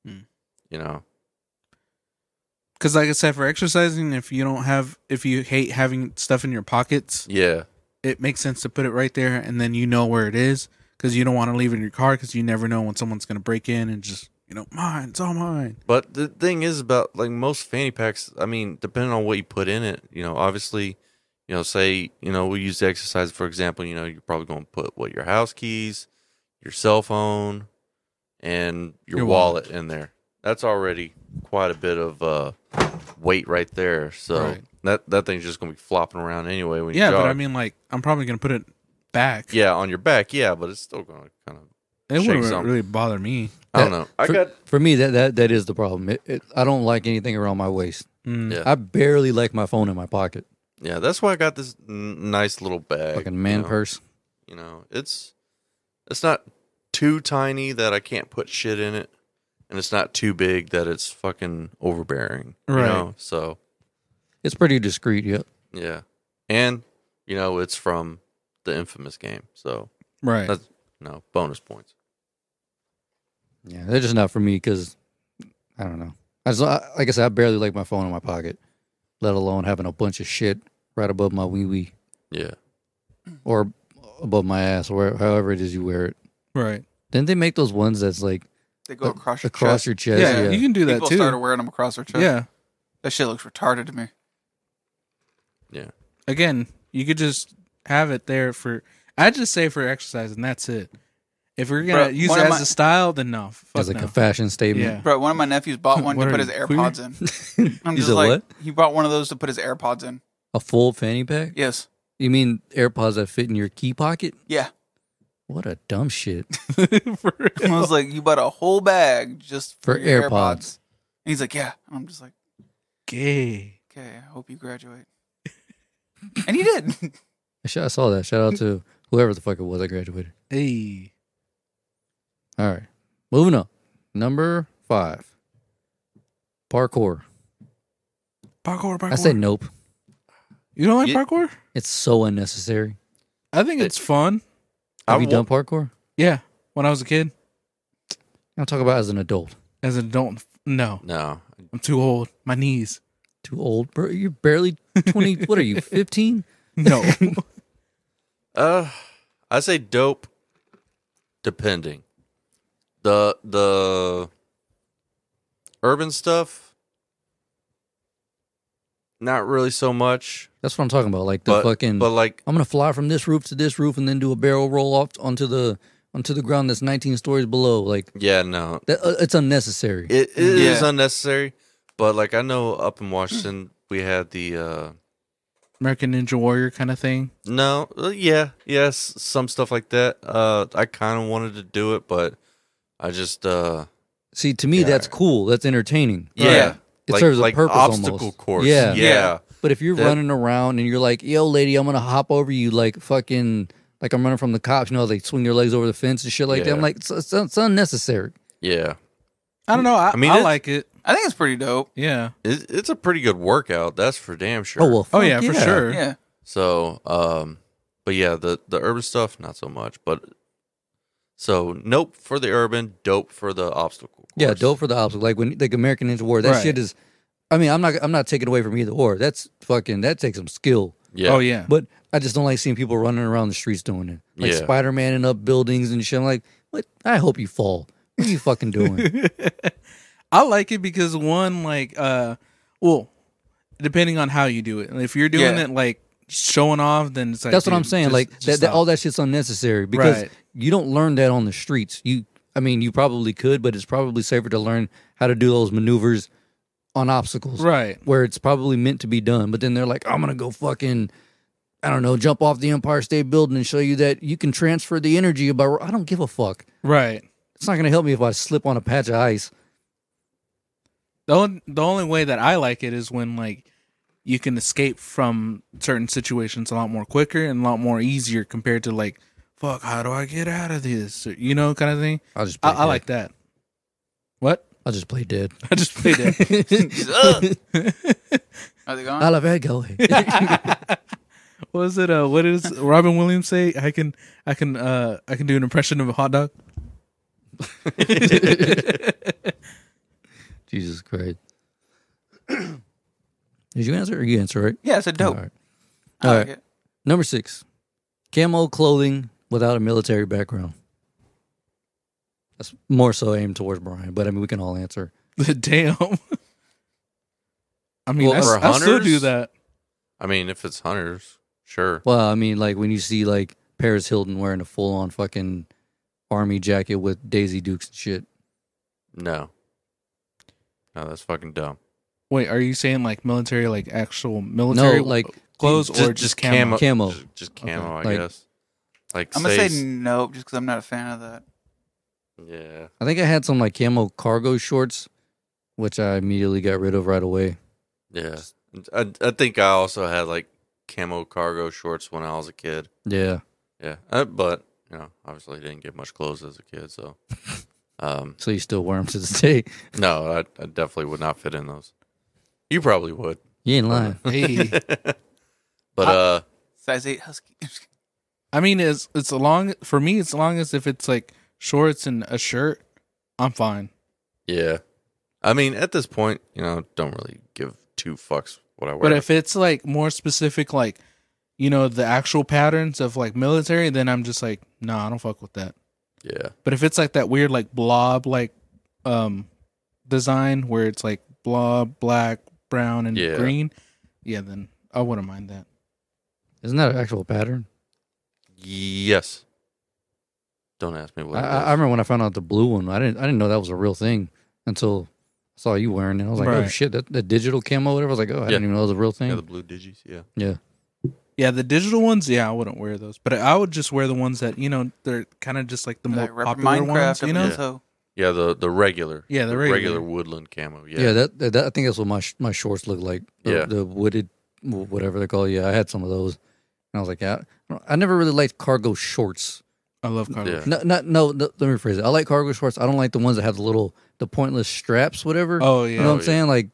Speaker 3: Hmm.
Speaker 1: You know,
Speaker 3: Because, like I said, for exercising, if you don't have, if you hate having stuff in your pockets,
Speaker 1: yeah,
Speaker 3: it makes sense to put it right there, and then you know where it is. Because you don't want to leave it in your car, because you never know when someone's gonna break in and just, you know, mine, it's all mine.
Speaker 1: But the thing is about like most fanny packs, I mean, depending on what you put in it, you know, obviously, you know, say, you know, we use the exercise for example, you know, you're probably going to put what your house keys, your cell phone, and your,
Speaker 3: Your
Speaker 1: wallet. in there. That's already quite a bit of uh weight right there. So
Speaker 3: Right.
Speaker 1: that that thing's just going to be flopping around anyway when you
Speaker 3: Yeah, but I
Speaker 1: jog.
Speaker 3: mean, like, I'm probably gonna put it back.
Speaker 1: yeah, on your back, yeah, but it's still going to kind of
Speaker 3: it
Speaker 1: shake
Speaker 3: wouldn't
Speaker 1: some.
Speaker 3: really bother me.
Speaker 1: I don't know. I
Speaker 2: for,
Speaker 1: got
Speaker 2: for me that, that that is the problem. It, it, I don't like anything around my waist.
Speaker 3: Mm.
Speaker 1: Yeah.
Speaker 2: I barely like my phone in my pocket.
Speaker 1: yeah, that's why I got this n- nice little bag.
Speaker 2: Fucking
Speaker 1: you
Speaker 2: man
Speaker 1: know.
Speaker 2: purse.
Speaker 1: you know it's it's not too tiny that i can't put shit in it and it's not too big that it's fucking overbearing you
Speaker 3: Right.
Speaker 1: know so
Speaker 2: It's pretty discreet. Yeah.
Speaker 1: yeah and you know it's from the infamous game so
Speaker 3: Right.
Speaker 1: that's no bonus points
Speaker 2: Yeah, they're just not for me because I don't know. I just I, like I said, I barely like my phone in my pocket, let alone having a bunch of shit right above my wee wee
Speaker 1: yeah
Speaker 2: or above my ass, or where- however it is you wear it.
Speaker 3: right.
Speaker 2: Didn't they make those ones that's like
Speaker 4: They go across your
Speaker 2: across
Speaker 4: chest.
Speaker 2: your chest?
Speaker 3: Yeah,
Speaker 2: Yeah,
Speaker 3: you can do that
Speaker 4: People
Speaker 3: too.
Speaker 4: started wearing them across their chest.
Speaker 3: yeah.
Speaker 4: That shit looks retarded to me.
Speaker 1: yeah
Speaker 3: Again, you could just have it there for. I just say for exercise, and that's it. If we're gonna
Speaker 4: Bruh,
Speaker 3: use
Speaker 4: one
Speaker 3: it
Speaker 4: of
Speaker 3: as
Speaker 4: my-
Speaker 3: a style, then no. Fuck
Speaker 2: as like
Speaker 3: no.
Speaker 2: a fashion
Speaker 3: yeah.
Speaker 2: statement.
Speaker 4: Bro, one of my nephews bought one to
Speaker 3: What
Speaker 4: put
Speaker 3: are
Speaker 4: his
Speaker 3: you,
Speaker 4: AirPods in. I'm
Speaker 2: you
Speaker 4: just
Speaker 2: said
Speaker 4: like,
Speaker 2: what?
Speaker 4: he bought one of those to put his AirPods in.
Speaker 2: A full fanny pack?
Speaker 4: Yes.
Speaker 2: You mean AirPods that fit in your key pocket?
Speaker 4: Yeah.
Speaker 2: What a dumb shit
Speaker 3: (laughs) For real.
Speaker 4: I was like, you bought a whole bag just for,
Speaker 2: for
Speaker 4: (laughs) your AirPods.
Speaker 2: AirPods.
Speaker 4: And he's like, yeah. And I'm just like,
Speaker 3: Gay.
Speaker 4: okay, I hope you graduate. and he did. (laughs)
Speaker 2: I sh- I saw that. Shout out to whoever the fuck it was I graduated.
Speaker 3: Hey.
Speaker 2: All right. Moving on. Number five. Parkour.
Speaker 3: Parkour, parkour.
Speaker 2: I say nope.
Speaker 3: you don't like
Speaker 1: Yeah.
Speaker 3: parkour?
Speaker 2: It's so unnecessary.
Speaker 3: I think it's fun.
Speaker 2: Have
Speaker 1: I
Speaker 2: you
Speaker 1: wa-
Speaker 2: done parkour?
Speaker 3: Yeah. When I was a kid,
Speaker 2: I'll talk about it as an adult.
Speaker 3: as an adult, no.
Speaker 1: No,
Speaker 3: I'm too old. My knees.
Speaker 2: Too old, bro. You're barely
Speaker 1: (laughs)
Speaker 2: 20. what are you, 15?
Speaker 3: (laughs) No.
Speaker 1: Uh, I say dope. Depending, the the urban stuff, not really so much.
Speaker 2: That's what I'm talking about. Like the
Speaker 1: but
Speaker 2: fucking.
Speaker 1: but like
Speaker 2: I'm gonna fly from this roof to this roof and then do a barrel roll off onto the onto the ground that's 19 stories below. Like
Speaker 1: yeah, no,
Speaker 2: that, uh, it's unnecessary.
Speaker 1: it, it is
Speaker 4: Yeah.
Speaker 1: unnecessary. But like I know up in Washington we had the uh
Speaker 3: American Ninja Warrior kind of thing.
Speaker 1: no uh, yeah yes some stuff like that. Uh, I kind of wanted to do it, but I just uh
Speaker 2: See, to me,
Speaker 1: Yeah.
Speaker 2: that's cool. That's entertaining.
Speaker 1: yeah.
Speaker 2: It serves a purpose
Speaker 1: obstacle
Speaker 2: almost.
Speaker 1: course.
Speaker 2: Yeah.
Speaker 1: yeah.
Speaker 2: But if you're
Speaker 1: That-
Speaker 2: running around and you're like, "Yo, lady, I'm gonna hop over you," like fucking, like I'm running from the cops. You know, they swing their legs over the fence and shit like that. I'm
Speaker 1: Yeah.
Speaker 2: like, it's, it's, it's unnecessary.
Speaker 1: yeah.
Speaker 3: I don't know. I,
Speaker 1: I mean,
Speaker 3: I
Speaker 1: it's-
Speaker 3: like it.
Speaker 4: I think it's pretty dope.
Speaker 3: Yeah.
Speaker 1: It, it's a pretty good workout, that's for damn sure.
Speaker 2: Oh well.
Speaker 3: Oh
Speaker 2: fuck
Speaker 3: yeah, for sure.
Speaker 4: Yeah.
Speaker 1: So, um, but yeah, the the urban stuff not so much, but so nope for the urban, dope for the obstacle. Course.
Speaker 2: Yeah, dope for the obstacle. Like when like American Ninja War, that
Speaker 3: Right.
Speaker 2: shit is. I mean, I'm not I'm not taking away from either or. That's fucking that takes some skill.
Speaker 1: Yeah,
Speaker 3: Oh yeah.
Speaker 2: But I just don't like seeing people running around the streets doing it, like
Speaker 1: Yeah.
Speaker 2: Spider Man and up buildings and shit. I'm like, what? I hope you fall. What are you fucking doing?
Speaker 3: I like it because one, like, uh, well, depending on how you do it, And if you're doing
Speaker 4: Yeah.
Speaker 3: it like showing off, then it's like
Speaker 2: That's what
Speaker 3: dude,
Speaker 2: I'm saying.
Speaker 3: just-
Speaker 2: like
Speaker 3: just
Speaker 2: that, that,
Speaker 3: stop.
Speaker 2: all that shit's unnecessary because
Speaker 3: Right.
Speaker 2: you don't learn that on the streets. You, I mean, you probably could, but it's probably safer to learn how to do those maneuvers on obstacles,
Speaker 3: right?
Speaker 2: Where it's probably meant to be done. But then they're like, I'm gonna go fucking, I don't know, jump off the Empire State Building and show you that you can transfer the energy. But I don't give a fuck.
Speaker 3: Right.
Speaker 2: It's not gonna help me if I slip on a patch of ice.
Speaker 3: The only, the only way that I like it is when like you can escape from certain situations a lot more quicker and a lot more easier compared to like, fuck, how do I get out of this? Or, you know, kind of thing.
Speaker 2: I'll just, play
Speaker 3: I, I
Speaker 2: dead.
Speaker 3: like that. What? (laughs)
Speaker 2: I'll just play dead.
Speaker 3: I just played it.
Speaker 4: Are they gone?
Speaker 2: I love that go.
Speaker 3: What is it? Uh, what does Robin Williams say? I can, I can, uh, I can do an impression of a hot dog. (laughs)
Speaker 2: (laughs) Jesus Christ. (clears throat) Did you answer or you answer right?
Speaker 4: yeah, it's a dope.
Speaker 2: All right.
Speaker 4: I
Speaker 2: All
Speaker 4: like
Speaker 2: right.
Speaker 4: it.
Speaker 2: Number six, camo clothing without a military background. That's more so aimed towards Brian, but I mean, we can all answer.
Speaker 3: Damn. I mean,
Speaker 2: Well,
Speaker 3: I s-
Speaker 1: for
Speaker 3: I, still do
Speaker 1: hunters?
Speaker 3: that.
Speaker 1: I mean, if it's hunters, sure.
Speaker 2: Well, I mean, like when you see like Paris Hilton wearing a full on fucking army jacket with Daisy Dukes and shit.
Speaker 1: No, no, that's fucking dumb.
Speaker 3: Wait, are you saying like military, like actual military,
Speaker 2: like-
Speaker 3: clothes, or
Speaker 1: Just- just
Speaker 3: just,
Speaker 1: camo.
Speaker 3: camo?
Speaker 2: Camo.
Speaker 1: Just, just camo,
Speaker 2: Okay,
Speaker 1: I
Speaker 2: like-
Speaker 1: guess. Like
Speaker 4: I'm going to say
Speaker 1: say,
Speaker 4: nope just because I'm not a fan of that.
Speaker 1: yeah,
Speaker 2: I think I had some like camo cargo shorts, which I immediately got rid of right away.
Speaker 1: yeah. I I think I also had like camo cargo shorts when I was a kid.
Speaker 2: Yeah.
Speaker 1: Yeah, uh, but you know, obviously didn't get much clothes as a kid, so
Speaker 3: (laughs)
Speaker 1: um,
Speaker 2: So you still wear them to this (laughs) day.
Speaker 1: no, I, I definitely would not fit in those. You probably would,
Speaker 2: You
Speaker 1: (laughs)
Speaker 2: ain't lying.
Speaker 3: Hey.
Speaker 1: but uh,
Speaker 4: Size 8 Husky. (laughs)
Speaker 3: I mean, it's it's long for me. It's long as if it's like shorts and a shirt, I'm fine.
Speaker 1: yeah, I mean, at this point, you know, don't really give two fucks what I wear.
Speaker 3: But if it's like more specific, like you know, the actual patterns of like military, then I'm just like, nah, I don't fuck with that.
Speaker 1: yeah,
Speaker 3: But if it's like that weird like blob like um design where it's like blob, black, brown, and
Speaker 1: Yeah.
Speaker 3: green, yeah, then I wouldn't mind that.
Speaker 2: Isn't that an actual pattern?
Speaker 1: yes, don't ask me what.
Speaker 2: I,
Speaker 1: it
Speaker 2: I I
Speaker 1: is.
Speaker 2: remember when I found out the blue one. I didn't I didn't know that was a real thing until I saw you wearing it. I was like, oh
Speaker 3: Right.
Speaker 2: shit, that, that digital camo, whatever. I was like, oh, I
Speaker 1: Yeah.
Speaker 2: didn't even know it was a real thing.
Speaker 1: yeah, the blue digis, yeah,
Speaker 2: Yeah.
Speaker 3: Yeah, the digital ones. Yeah, I wouldn't wear those, but I would just wear the ones that you know they're kind of just like the more
Speaker 4: Like, rep
Speaker 3: popular ones.
Speaker 4: every
Speaker 3: You know,
Speaker 1: Yeah.
Speaker 4: so-
Speaker 1: Yeah, the the regular.
Speaker 3: Yeah, the regular.
Speaker 1: woodland camo. Yeah.
Speaker 2: Yeah, that, that, that- I think that's what my sh- my shorts look like. The,
Speaker 1: Yeah.
Speaker 2: the wooded, wh- whatever they call. It. Yeah, I had some of those, and I was like, yeah, I don't- I never really liked cargo shorts.
Speaker 3: I love cargo.
Speaker 1: Yeah.
Speaker 2: No, not no. no, Let me rephrase it. I like cargo shorts. I don't like the ones that have the little the pointless straps, whatever.
Speaker 3: Oh
Speaker 2: You know
Speaker 3: yeah,
Speaker 2: what I'm
Speaker 1: yeah.
Speaker 2: saying? Like,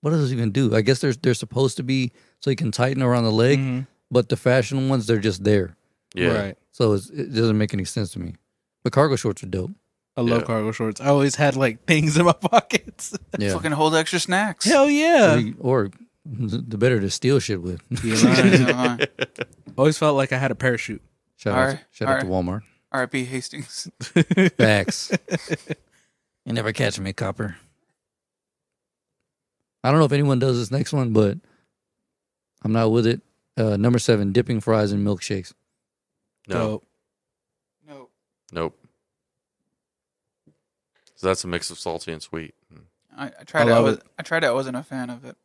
Speaker 2: what does this even do? I guess they're they're supposed to be so you can tighten around the leg,
Speaker 3: Mhm.
Speaker 2: but the fashion ones they're just there,
Speaker 1: yeah. (laughs)
Speaker 3: right.
Speaker 2: so it's, it doesn't make any sense to me. But cargo shorts are dope.
Speaker 3: I love
Speaker 1: Yeah.
Speaker 3: cargo shorts. I always had like things in my (laughs) pockets.
Speaker 2: Yeah,
Speaker 4: Fucking hold extra snacks. (laughs)
Speaker 3: Hell yeah!
Speaker 2: or the better to steal shit with. (laughs)
Speaker 3: Yeah, (laughs) always felt like I had a parachute. (laughs)
Speaker 2: Shout out,
Speaker 4: Alright,
Speaker 2: shout out to Walmart.
Speaker 4: R.I.P. Hastings. (laughs)
Speaker 2: Facts. you never catch me, copper. I don't know if anyone does this next one, but I'm not with it. Uh, number seven, dipping fries in milkshakes.
Speaker 1: No.
Speaker 3: So,
Speaker 4: No.
Speaker 1: Nope. So that's a mix of salty and sweet.
Speaker 4: I, I tried
Speaker 3: I
Speaker 4: it. I,
Speaker 3: love
Speaker 4: was, I tried it. I wasn't a fan of it.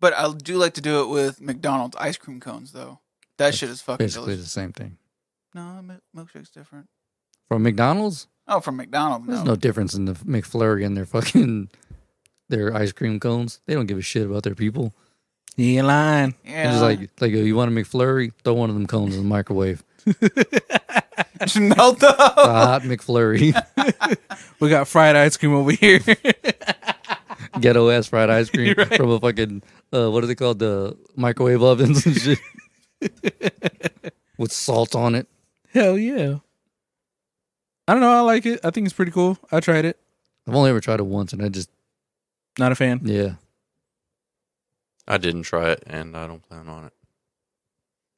Speaker 4: But I do like to do it with McDonald's ice cream cones, though. That shit is fucking
Speaker 2: Basically
Speaker 4: delicious.
Speaker 2: the same thing.
Speaker 4: No, mi- milkshake's different.
Speaker 2: From McDonald's,
Speaker 4: Oh, from McDonald's.
Speaker 2: there's
Speaker 4: No.
Speaker 2: no difference in the McFlurry and their fucking their ice cream cones. They don't give a shit about their people.
Speaker 3: you ain't lying.
Speaker 2: They're
Speaker 4: yeah.
Speaker 2: just
Speaker 4: (laughs)
Speaker 2: like like oh, you want a McFlurry? Throw one of them cones in the microwave.
Speaker 4: Just melt up.
Speaker 2: The hot McFlurry, (laughs)
Speaker 3: We got fried ice cream over here. (laughs)
Speaker 2: ghetto ass fried ice cream from a fucking uh, what are they called? The microwave ovens and shit with salt on it.
Speaker 3: Hell yeah! I don't know. I like it. I think it's pretty cool. I tried it.
Speaker 2: I've only ever tried it once, and I just
Speaker 3: Not a fan.
Speaker 2: yeah.
Speaker 1: I didn't try it, and I don't plan on it.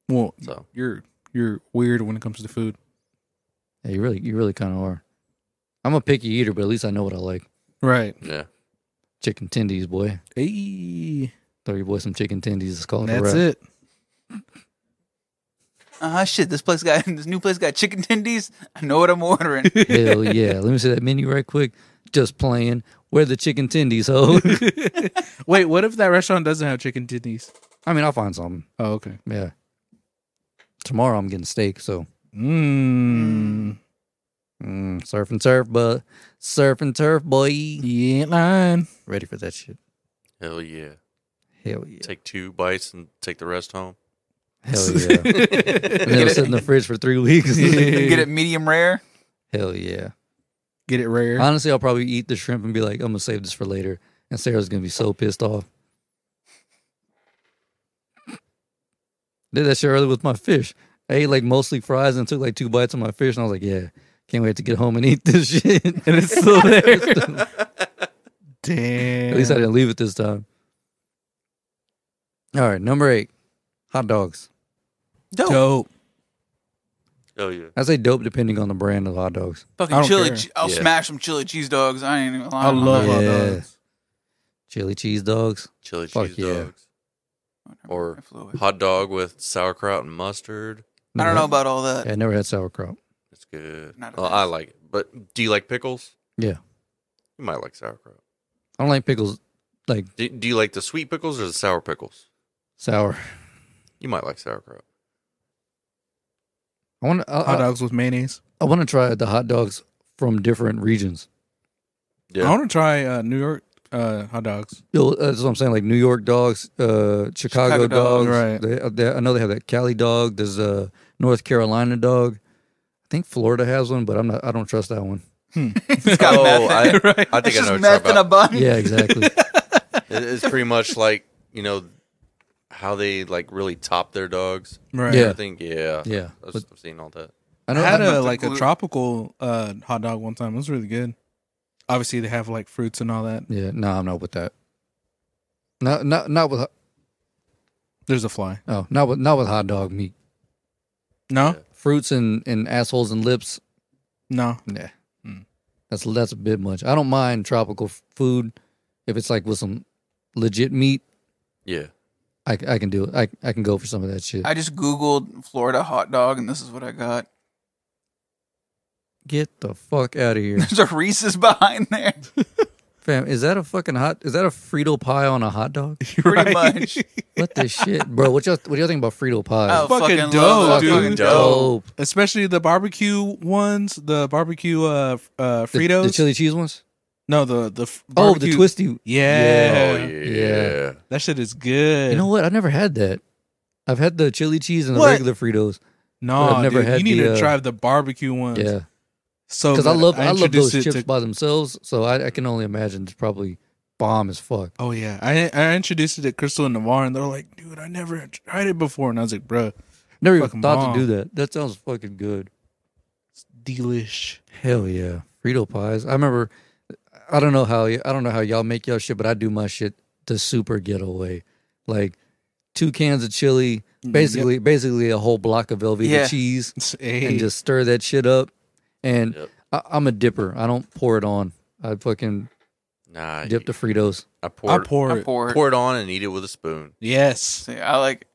Speaker 3: Well,
Speaker 1: So
Speaker 3: you're you're weird when it comes to food.
Speaker 2: yeah you really, you really kind of are. I'm a picky eater, but at least I know what I like.
Speaker 3: Right.
Speaker 1: yeah,
Speaker 2: Chicken tendies, boy.
Speaker 3: Hey,
Speaker 2: Throw your boy some chicken tendies. It's called
Speaker 3: that's it.
Speaker 4: Ah, shit. This place got (laughs) this new place got chicken tendies. I know what I'm
Speaker 2: (laughs)
Speaker 4: ordering.
Speaker 2: Hell yeah! Let me see that menu right quick. Just playing. Where the chicken tendies? Oh,
Speaker 4: (laughs)
Speaker 3: (laughs) Wait, what if that restaurant doesn't have chicken tendies?
Speaker 2: I mean, I'll find something.
Speaker 3: Oh, okay.
Speaker 2: Yeah. Tomorrow I'm getting steak, so
Speaker 3: Mmm.
Speaker 2: mm, surf and turf, but surf and turf, boy.
Speaker 3: You ain't lying.
Speaker 2: Ready for that shit?
Speaker 1: hell yeah.
Speaker 2: Hell yeah!
Speaker 1: Take two bites and take the rest home.
Speaker 2: Hell
Speaker 4: (laughs)
Speaker 2: yeah! and it'll sit in the fridge for three weeks.
Speaker 4: You get it medium rare.
Speaker 2: (laughs) Hell yeah!
Speaker 3: Get it rare.
Speaker 2: Honestly, I'll probably eat the shrimp and be like, I'm gonna save this for later. And Sarah's gonna be so pissed off. Did that shit earlier with my fish. I ate like mostly fries and took like two bites of my fish, and I was like, yeah, can't wait to get home and eat this (laughs) shit. At
Speaker 3: (laughs) and it's
Speaker 2: (laughs)
Speaker 3: still there. Damn. (laughs)
Speaker 2: least I didn't leave it this time. All right, number eight, hot dogs.
Speaker 4: Dope.
Speaker 3: dope.
Speaker 1: Hell yeah.
Speaker 2: I say dope depending on the brand of hot dogs.
Speaker 3: I
Speaker 4: Fucking
Speaker 3: don't
Speaker 4: chili.
Speaker 3: care.
Speaker 4: Che- I'll
Speaker 1: Yeah.
Speaker 4: smash some chili cheese dogs. I ain't even lying.
Speaker 3: I love
Speaker 2: Yeah.
Speaker 3: hot dogs.
Speaker 2: Chili cheese dogs.
Speaker 1: Chili
Speaker 2: Fuck
Speaker 1: cheese
Speaker 2: yeah.
Speaker 1: dogs, Or-
Speaker 4: I, flew away.
Speaker 1: hot dog with sauerkraut and mustard.
Speaker 4: I don't know about all that.
Speaker 2: Yeah, I never had sauerkraut.
Speaker 1: It's good.
Speaker 4: Not a
Speaker 1: Well, I
Speaker 4: fan.
Speaker 1: like it. But do you like pickles?
Speaker 2: Yeah.
Speaker 1: You might like sauerkraut.
Speaker 2: I don't like pickles like
Speaker 1: Do, do you like the sweet pickles or the sour pickles?
Speaker 2: sour.
Speaker 1: You might like sauerkraut.
Speaker 2: I want
Speaker 3: Hot
Speaker 2: to.
Speaker 3: dogs with mayonnaise.
Speaker 2: I want to try the hot dogs from different regions.
Speaker 1: Yeah.
Speaker 3: I want to try uh, New York uh, hot dogs.
Speaker 2: Yo, uh, that's what I'm saying. Like New York dogs, uh, Chicago,
Speaker 4: Chicago
Speaker 2: dogs.
Speaker 4: dogs.
Speaker 3: Right.
Speaker 2: They, uh, they, I know they have that Cali dog. There's a North Carolina dog. I think Florida has one, but I'm not. I don't trust that one.
Speaker 4: It's got meth in it.
Speaker 1: Oh,
Speaker 4: (laughs)
Speaker 1: I,
Speaker 3: Right.
Speaker 1: I think
Speaker 4: It's
Speaker 1: I know
Speaker 4: just
Speaker 1: what you're
Speaker 4: meth
Speaker 1: talking
Speaker 4: in a
Speaker 1: about.
Speaker 2: (laughs)
Speaker 4: bun.
Speaker 2: Yeah, exactly.
Speaker 1: It- It's pretty much like you know how they like really top their dogs.
Speaker 3: Right.
Speaker 2: Yeah.
Speaker 1: I think yeah,
Speaker 2: (laughs) yeah,
Speaker 1: I've,
Speaker 2: but
Speaker 1: I've seen all that.
Speaker 2: I
Speaker 3: I
Speaker 2: know.
Speaker 3: had
Speaker 2: I,
Speaker 3: a
Speaker 4: about to
Speaker 3: like a
Speaker 4: glue-
Speaker 3: tropical uh, hot dog one time. It was really good. Obviously, they have like fruits and all that.
Speaker 2: yeah, no, I'm not with that. No, not not with
Speaker 3: There's a fly.
Speaker 2: oh, not with not with hot dog meat,
Speaker 3: No,
Speaker 2: fruits and and assholes and lips.
Speaker 3: no. (laughs)
Speaker 2: Nah,
Speaker 3: Mm.
Speaker 2: that's that's a bit much. I don't mind tropical f- food if it's like with some legit meat.
Speaker 1: Yeah,
Speaker 2: I, I can do it. I, I can go for some of that shit.
Speaker 4: I just googled Florida hot dog, and this is what I got. (laughs)
Speaker 2: Get the fuck out of here. (laughs)
Speaker 4: There's a Reese's behind there.
Speaker 2: Fam, is that a fucking hot? Is that a Frito pie on a hot dog?
Speaker 4: Pretty much.
Speaker 2: What (laughs) the shit, bro? What y'all what y'all think about Frito pie?
Speaker 4: Oh, fucking,
Speaker 3: Fucking
Speaker 4: love
Speaker 3: dope,
Speaker 4: those
Speaker 3: dude.
Speaker 4: fucking
Speaker 2: dope.
Speaker 4: dope.
Speaker 3: (laughs) Especially the barbecue ones, the barbecue uh f- uh
Speaker 2: The-
Speaker 3: Fritos.
Speaker 2: the, chili cheese ones.
Speaker 3: no, the the f-
Speaker 2: Oh,
Speaker 3: barbecue-
Speaker 2: the twisty.
Speaker 3: Yeah.
Speaker 1: Oh yeah.
Speaker 2: Yeah.
Speaker 3: that shit is good.
Speaker 2: You know what? I've never had that. I've had the chili cheese and the
Speaker 3: What?
Speaker 2: regular Fritos.
Speaker 3: no,
Speaker 2: I've never
Speaker 3: dude,
Speaker 2: had
Speaker 3: you need
Speaker 2: the,
Speaker 3: to
Speaker 2: uh,
Speaker 3: try the barbecue ones.
Speaker 2: Yeah,
Speaker 3: Oh, so
Speaker 2: because I
Speaker 3: good.
Speaker 2: love I, love those
Speaker 3: introduced it
Speaker 2: chips
Speaker 3: to-
Speaker 2: by themselves. So I, I can only imagine it's probably bomb as fuck.
Speaker 3: oh yeah, I I introduced it to Crystal and Navarre, and they're like, dude, I never tried it before, and I was like, bruh,
Speaker 2: Never even
Speaker 3: Fucking
Speaker 2: thought
Speaker 3: bomb.
Speaker 2: to do that. That sounds fucking good.
Speaker 3: delish.
Speaker 2: Hell yeah, Frito pies. I remember. I don't know how y- I don't know how y'all make y'all shit, but I do my shit the super getaway, like two cans of chili,
Speaker 3: Mm,
Speaker 2: basically basically a whole block of Velveeta
Speaker 4: Yeah.
Speaker 2: cheese,
Speaker 3: Hey.
Speaker 2: and just stir that shit up. And
Speaker 1: Yep.
Speaker 2: I, I'm a dipper. I don't pour it on. I fucking
Speaker 1: Nah.
Speaker 2: dip the Fritos.
Speaker 1: I
Speaker 3: I
Speaker 1: poured
Speaker 3: pour
Speaker 4: I
Speaker 3: it.
Speaker 4: pour it.
Speaker 1: pour it on and eat it with a spoon.
Speaker 3: Yes.
Speaker 4: See, I like.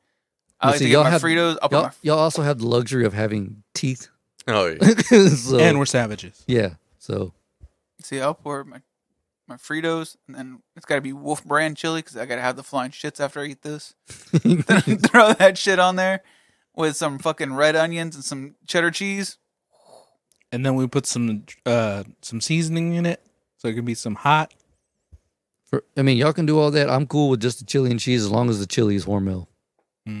Speaker 4: I
Speaker 2: But
Speaker 4: like
Speaker 2: see,
Speaker 4: to
Speaker 2: y'all
Speaker 4: get my
Speaker 2: have-
Speaker 4: Fritos. I'll put
Speaker 2: Y'all,
Speaker 4: my
Speaker 2: y'all also have the luxury of having teeth. (laughs)
Speaker 1: Oh yeah.
Speaker 2: so,
Speaker 3: and we're savages.
Speaker 2: yeah. So (laughs)
Speaker 4: see. I'll pour my my Fritos, and then it's got to be Wolf Brand chili because I got to have the flying shits after I eat this. (laughs)
Speaker 2: (laughs)
Speaker 4: then throw that shit on there with some fucking red onions and some cheddar cheese.
Speaker 3: And then we put some uh some seasoning in it. So it can be some hot.
Speaker 2: for, I mean, y'all can do all that. I'm cool with just the chili and cheese as long as the chili is Hormel.
Speaker 4: I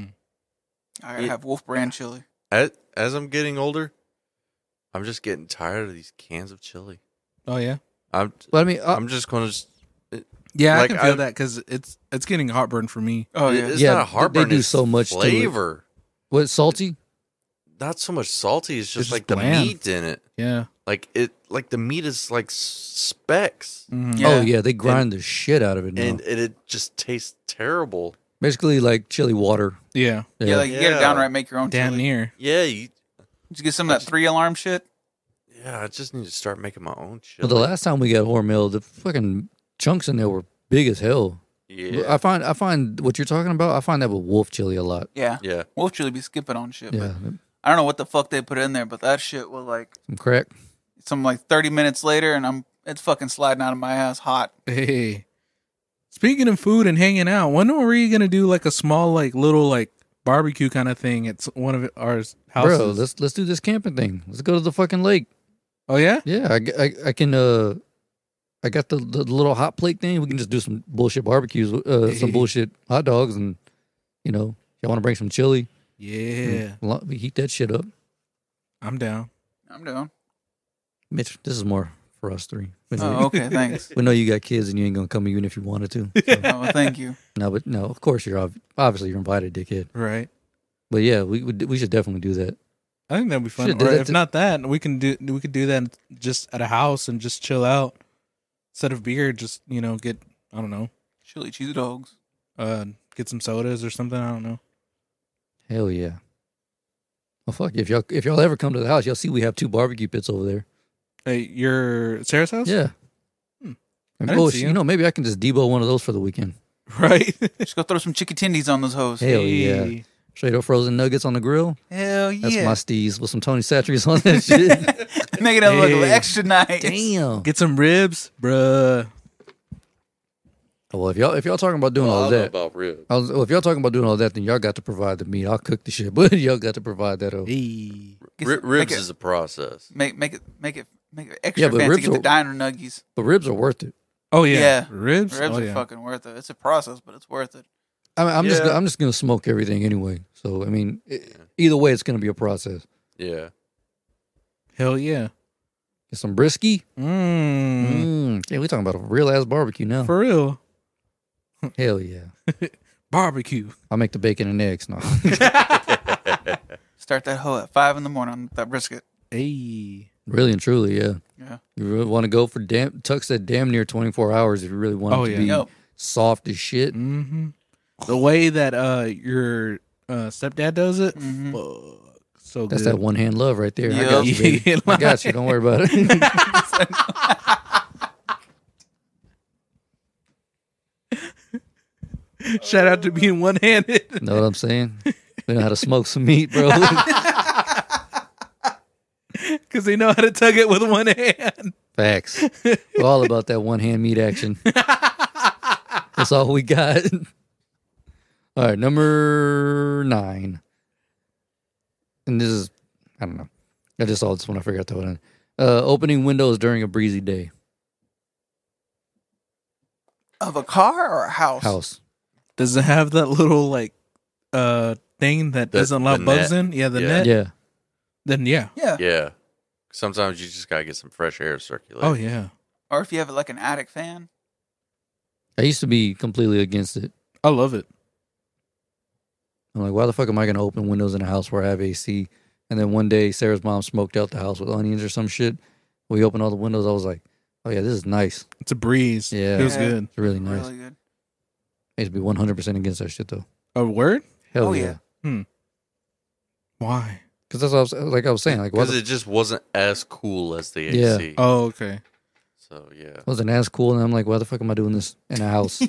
Speaker 4: gotta
Speaker 1: Yeah.
Speaker 4: have Wolf Brand chili.
Speaker 1: As, as I'm getting older, I'm just getting tired of these cans of chili.
Speaker 3: Oh yeah.
Speaker 1: I'm
Speaker 2: But I mean, uh, I,
Speaker 1: I'm just gonna. Just,
Speaker 3: Yeah,
Speaker 1: Like,
Speaker 3: I can feel
Speaker 1: I-
Speaker 3: that because it's it's getting heartburn for me.
Speaker 4: Oh yeah,
Speaker 1: it's not
Speaker 2: Yeah, they-
Speaker 1: a
Speaker 2: they
Speaker 1: heartburn.
Speaker 2: do
Speaker 1: it's
Speaker 2: so much to it.
Speaker 1: flavor.
Speaker 2: what salty?
Speaker 1: Not so much salty. It's just
Speaker 3: just
Speaker 1: like
Speaker 3: bland.
Speaker 1: the meat in it.
Speaker 3: Yeah.
Speaker 1: Like it. Like the meat is like s- specks,
Speaker 3: Mhm.
Speaker 4: Yeah.
Speaker 2: Oh yeah, they grind the shit out of it now.
Speaker 1: and it, it just tastes terrible.
Speaker 2: Basically, like chili water.
Speaker 3: Yeah.
Speaker 4: yeah. like you gotta
Speaker 1: Yeah.
Speaker 4: downright make your own
Speaker 3: Damn
Speaker 4: chili.
Speaker 3: near.
Speaker 1: Yeah. You,
Speaker 4: Did you get some of that three alarm shit?
Speaker 1: yeah. I just need to start making my own
Speaker 2: But
Speaker 1: chili.
Speaker 2: the last time we got Hormel, the fucking chunks in there were big as hell.
Speaker 1: yeah.
Speaker 2: I find I find what you're talking about. I find that with wolf chili a lot.
Speaker 4: Yeah.
Speaker 1: yeah.
Speaker 4: Wolf chili be skipping on shit.
Speaker 2: Yeah,
Speaker 4: But I don't know what the fuck they put in there, but that shit was like
Speaker 2: some crack.
Speaker 4: some like thirty minutes later, and I'm it's fucking sliding out of my ass hot.
Speaker 3: Hey. Speaking of food and hanging out, when are we gonna do like a small like little like barbecue kind of thing at s- one of our s- houses?
Speaker 2: Bro, let's let's do this camping thing. Let's go to the fucking lake.
Speaker 3: oh yeah?
Speaker 2: Yeah, I, g- I- I can. uh I got the, the little hot plate thing. We can just do some bullshit barbecues, uh, some bullshit hot dogs, and you know, y'all want to bring some chili?
Speaker 3: Yeah.
Speaker 2: lo- we heat that shit up.
Speaker 3: Hmm. I'm down.
Speaker 4: I'm down.
Speaker 2: Mitch, this is more for us three. We know,
Speaker 4: Oh, okay. Thanks.
Speaker 2: we know you got kids, and you ain't gonna come even if you wanted to.
Speaker 3: (laughs)
Speaker 4: Oh, well, thank you.
Speaker 2: No, but no, of course you're ob- obviously you're invited, dickhead.
Speaker 3: Right.
Speaker 2: But yeah, we would we should definitely do that.
Speaker 3: I think that'd be fun.
Speaker 2: Shit, did
Speaker 3: or
Speaker 2: that
Speaker 3: if
Speaker 2: t-
Speaker 3: not that, we can do we could do that just at a house and just chill out. Instead of beer, just you know, get I don't know,
Speaker 4: Chili cheese dogs.
Speaker 3: uh, get some sodas or something. I don't know.
Speaker 2: Hell yeah. Well, fuck if y'all if y'all ever come to the house, y'all see we have two barbecue pits over there.
Speaker 3: Hey, your Sarah's house?
Speaker 2: Yeah.
Speaker 3: Hmm.
Speaker 2: And-
Speaker 3: I didn't
Speaker 2: oh,
Speaker 3: see
Speaker 2: sh- you
Speaker 3: him.
Speaker 2: know, maybe I can just debo one of those for the weekend.
Speaker 3: (laughs) Right.
Speaker 4: Just go throw some chicken tendies on those hoes.
Speaker 2: Hell yeah!
Speaker 3: Hey.
Speaker 2: Straight up frozen nuggets on the grill.
Speaker 4: Hell
Speaker 2: That's
Speaker 4: yeah.
Speaker 2: my steez with some Tony Satries on that
Speaker 3: (laughs)
Speaker 2: shit.
Speaker 4: (laughs) Make it look
Speaker 3: Hey.
Speaker 4: extra nice.
Speaker 2: Damn.
Speaker 3: Get some ribs, bruh.
Speaker 2: Oh, Well, if y'all if y'all talking about doing all
Speaker 1: Oh, I don't know
Speaker 2: that,
Speaker 1: about ribs.
Speaker 2: I was, well, if y'all talking about doing all that, then y'all got to provide the meat. I'll cook the shit, (laughs) but y'all got to provide that. Oh,
Speaker 3: Hey.
Speaker 4: Get
Speaker 1: Ri-
Speaker 4: some-
Speaker 1: ribs
Speaker 4: make it-
Speaker 1: is a process.
Speaker 4: Make make it make it make it extra
Speaker 2: but
Speaker 4: fancy.
Speaker 2: ribs
Speaker 4: Get the
Speaker 2: are-
Speaker 4: diner nuggies.
Speaker 2: but ribs are worth it.
Speaker 3: Oh yeah.
Speaker 4: Yeah.
Speaker 3: Ribs.
Speaker 4: Ribs
Speaker 3: oh,
Speaker 4: are
Speaker 3: yeah.
Speaker 4: fucking worth it. It's a process, but it's worth it.
Speaker 2: I mean, I'm just
Speaker 1: Yeah.
Speaker 2: I'm just gonna smoke everything anyway. So I mean, i either way, it's gonna be a process.
Speaker 1: Yeah.
Speaker 3: Hell yeah.
Speaker 2: Get some brisky.
Speaker 3: Mm.
Speaker 2: Mm. Yeah, we talking about a real ass barbecue now.
Speaker 3: For real.
Speaker 2: Hell yeah!
Speaker 3: Barbecue.
Speaker 2: I'll make the bacon and eggs now.
Speaker 4: Start that hoe at five in the morning on that brisket.
Speaker 3: Hey.
Speaker 2: (laughs) really and truly, yeah.
Speaker 4: Yeah.
Speaker 2: You really want to go for damn tucks that damn near 24 hours if you really want
Speaker 3: Oh,
Speaker 2: it to
Speaker 3: yeah.
Speaker 2: be
Speaker 4: Yo.
Speaker 2: soft as shit.
Speaker 3: Mm-hmm. The way that uh your uh stepdad does it,
Speaker 1: Mm-hmm.
Speaker 4: Mhm.
Speaker 3: fuck, so
Speaker 2: That's
Speaker 3: good.
Speaker 2: that one hand love right there. I
Speaker 4: Yup.
Speaker 2: got you, baby.
Speaker 3: (laughs) Yeah,
Speaker 2: I got you. Don't worry about
Speaker 3: (laughs)
Speaker 2: it.
Speaker 3: Shout out to being one handed. (laughs)
Speaker 2: know what I'm saying? We know how to smoke some meat, bro.
Speaker 3: Because they know how to tug it with one hand.
Speaker 2: Facts. We're all about that one hand meat action. That's all we got. All right, number nine. And this is, I don't know. I just saw this one. I forgot that one. Uh, opening windows during a breezy day.
Speaker 4: Of a car or a house?
Speaker 2: House.
Speaker 3: Does it have that little like uh thing that
Speaker 1: The-
Speaker 3: doesn't allow
Speaker 1: the
Speaker 3: bugs
Speaker 1: net.
Speaker 3: in? Yeah, the
Speaker 1: Yeah.
Speaker 3: net.
Speaker 2: Yeah.
Speaker 3: Then yeah.
Speaker 4: Yeah.
Speaker 1: Yeah. Sometimes you just gotta get some fresh air circulating.
Speaker 3: Oh yeah.
Speaker 4: Or if you have like an attic fan.
Speaker 2: I used to be completely against it.
Speaker 3: I love it.
Speaker 2: I'm like, why the fuck am I going to open windows in a house where I have AC? And then one day, Sarah's mom smoked out the house with onions or some shit. We opened all the windows. I was like, oh yeah, this is nice.
Speaker 3: It's a breeze.
Speaker 2: Yeah.
Speaker 3: Feels
Speaker 4: Yeah.
Speaker 3: good.
Speaker 2: It's really nice.
Speaker 4: Really good.
Speaker 2: I used to be 100% against that shit though.
Speaker 3: A word?
Speaker 2: Hell
Speaker 4: Oh,
Speaker 2: yeah.
Speaker 4: yeah.
Speaker 3: Why?
Speaker 2: Because that's what I was, like I was saying. Like, why
Speaker 1: Because
Speaker 2: the
Speaker 1: it just wasn't as cool as the
Speaker 2: Yeah. Uh,
Speaker 1: AC.
Speaker 3: Oh, okay.
Speaker 1: So yeah.
Speaker 2: wasn't as cool. And I'm like, why the fuck am I doing this in a
Speaker 3: (laughs)
Speaker 2: house?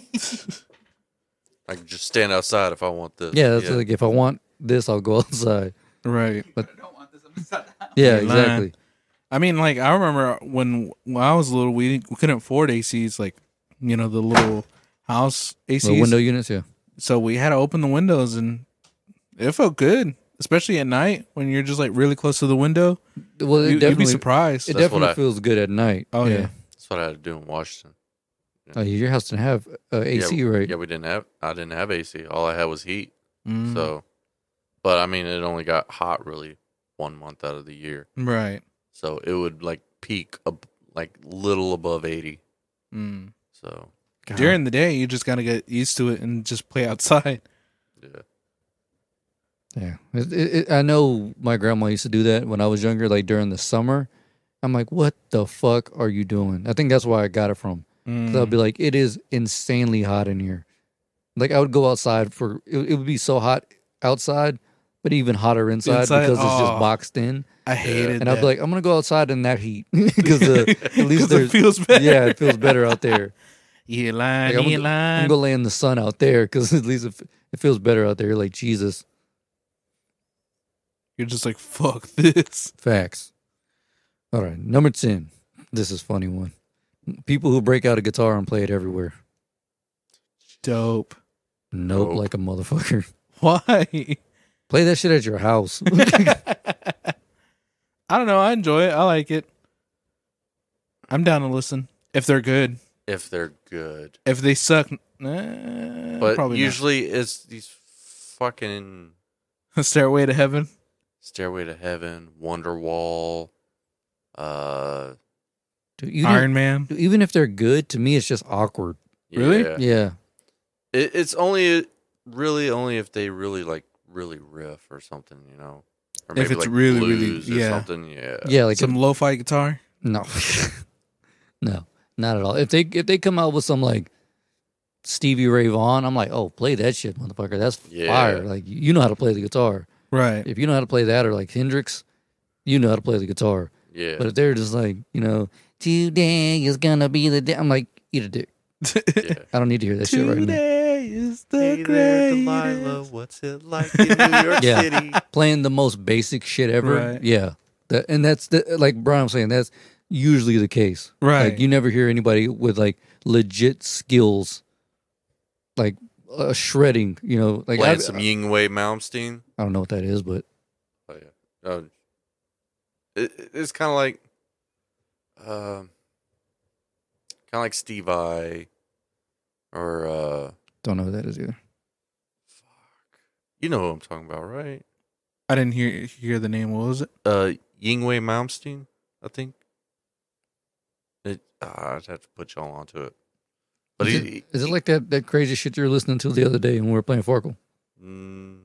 Speaker 1: I can just stand outside if I want this.
Speaker 2: yeah, that's like if I want this, I'll go (laughs) outside.
Speaker 3: Right.
Speaker 4: I don't want this. I'm inside the house.
Speaker 2: Yeah,
Speaker 3: You're lying.
Speaker 2: exactly.
Speaker 3: I mean, like I remember when when I was little, we, didn't, we couldn't afford ACs, like you know the little house ACs.
Speaker 2: The window units, yeah.
Speaker 3: So we had to open the windows, and it felt good, especially at night when you're just like really close to the window.
Speaker 2: Well, it
Speaker 3: You, would be
Speaker 2: definitely,
Speaker 3: surprised.
Speaker 2: it
Speaker 1: That's what
Speaker 2: definitely
Speaker 1: I-
Speaker 2: feels good at night.
Speaker 3: oh yeah.
Speaker 1: That's what I had to do in Washington.
Speaker 2: Oh, your house didn't have uh, AC,
Speaker 1: yeah,
Speaker 2: right?
Speaker 1: Yeah, we didn't have I didn't have AC. All I had was heat.
Speaker 3: Mm.
Speaker 1: So but I mean it only got hot really one month out of the year.
Speaker 3: right.
Speaker 1: So it would like peak up like little above eighty.
Speaker 3: Mm.
Speaker 1: So
Speaker 3: During the day, you just gotta get used to it and just play outside.
Speaker 1: yeah.
Speaker 2: Yeah, it, it, it- I know my grandma used to do that when I was younger, like during the summer. I'm like, what the fuck are you doing? I think that's where I got it from. So I'd be like, it is insanely hot in here. Like I would go outside for it, it would be so hot outside, but even hotter inside,
Speaker 3: Inside?
Speaker 2: because it's
Speaker 3: Aw.
Speaker 2: just boxed in.
Speaker 3: I hated
Speaker 2: And
Speaker 3: that.
Speaker 2: I'd be like, I'm gonna go outside in that heat (laughs) because the at least
Speaker 3: (laughs) 'Cause it
Speaker 2: there's
Speaker 3: feels better. (laughs)
Speaker 2: yeah, it feels better out there.
Speaker 3: You lying,
Speaker 2: Like, I'm
Speaker 3: you
Speaker 2: gonna- I'm
Speaker 3: lying. (laughs)
Speaker 2: gonna lay in the sun out there because at least it, f- it feels better out there. You're Like Jesus,
Speaker 3: You're just like fuck this. (laughs)
Speaker 2: facts. All right, number ten. This is a funny one. People who break out a guitar and play it everywhere.
Speaker 3: Dope.
Speaker 2: Nope,
Speaker 1: Nope.
Speaker 2: like a motherfucker. (laughs)
Speaker 3: Why?
Speaker 2: Play that shit at your house. (laughs)
Speaker 3: (laughs) I don't know. I enjoy it. I like it. I'm down to listen if they're good.
Speaker 1: If they're good.
Speaker 3: If they suck, nah,
Speaker 1: But
Speaker 3: probably not.
Speaker 1: usually it's these fucking
Speaker 3: (laughs) Stairway to Heaven.
Speaker 1: Stairway to Heaven, Wonderwall, uh
Speaker 2: Dude, you don't-
Speaker 3: Iron Man.
Speaker 2: dude, even if they're good, to me it's just awkward.
Speaker 3: Really?
Speaker 1: yeah.
Speaker 2: Yeah,
Speaker 1: It, it's only uh, really only if they really like really riff or something, you know. Or
Speaker 3: If it's really, really-
Speaker 1: blues
Speaker 3: yeah.
Speaker 1: or something, yeah.
Speaker 2: yeah, (laughs) like
Speaker 3: Some lo-fi guitar.
Speaker 2: No, (laughs) no, not at all. If they if they come out with some like Stevie Ray Vaughan, I'm like, oh, play that shit, motherfucker. That's
Speaker 1: Yeah.
Speaker 2: fire. Like you know how to play the guitar.
Speaker 3: Right.
Speaker 2: If you know how to play that, or like Hendrix, you know how to play the guitar.
Speaker 1: Yeah.
Speaker 2: But if they're just like, you know, today is gonna be the day, I'm like, eat a dick.
Speaker 3: (laughs)
Speaker 1: yeah.
Speaker 2: I don't need to hear that shit right now.
Speaker 3: Today is the
Speaker 1: Hey there, Delilah,
Speaker 3: greatest.
Speaker 1: what's it like in New York
Speaker 2: Yeah.
Speaker 1: City?
Speaker 2: Playing the most basic shit ever.
Speaker 3: Right.
Speaker 2: Yeah, that, and that's the, like Brian was saying. That's usually the case.
Speaker 3: Right.
Speaker 2: Like you never hear anybody with like legit skills, like uh, shredding. You know, like I,
Speaker 1: Playing some Ying Wei Malmsteen.
Speaker 2: I don't know what that is, but
Speaker 1: Oh yeah. Uh, it, it- it's kind of like, um, kind of like Steve I, or uh,
Speaker 2: don't know what that is either.
Speaker 1: you know who I'm talking about, right?
Speaker 3: I didn't hear hear the name. What was it?
Speaker 1: Uh, Yingwei Malmsteen, I think. It, ah, I'd have to put y'all onto it, but
Speaker 2: is,
Speaker 1: he,
Speaker 2: it, is it like that that crazy shit you were listening to the other day when we were playing Farkle?
Speaker 1: mm,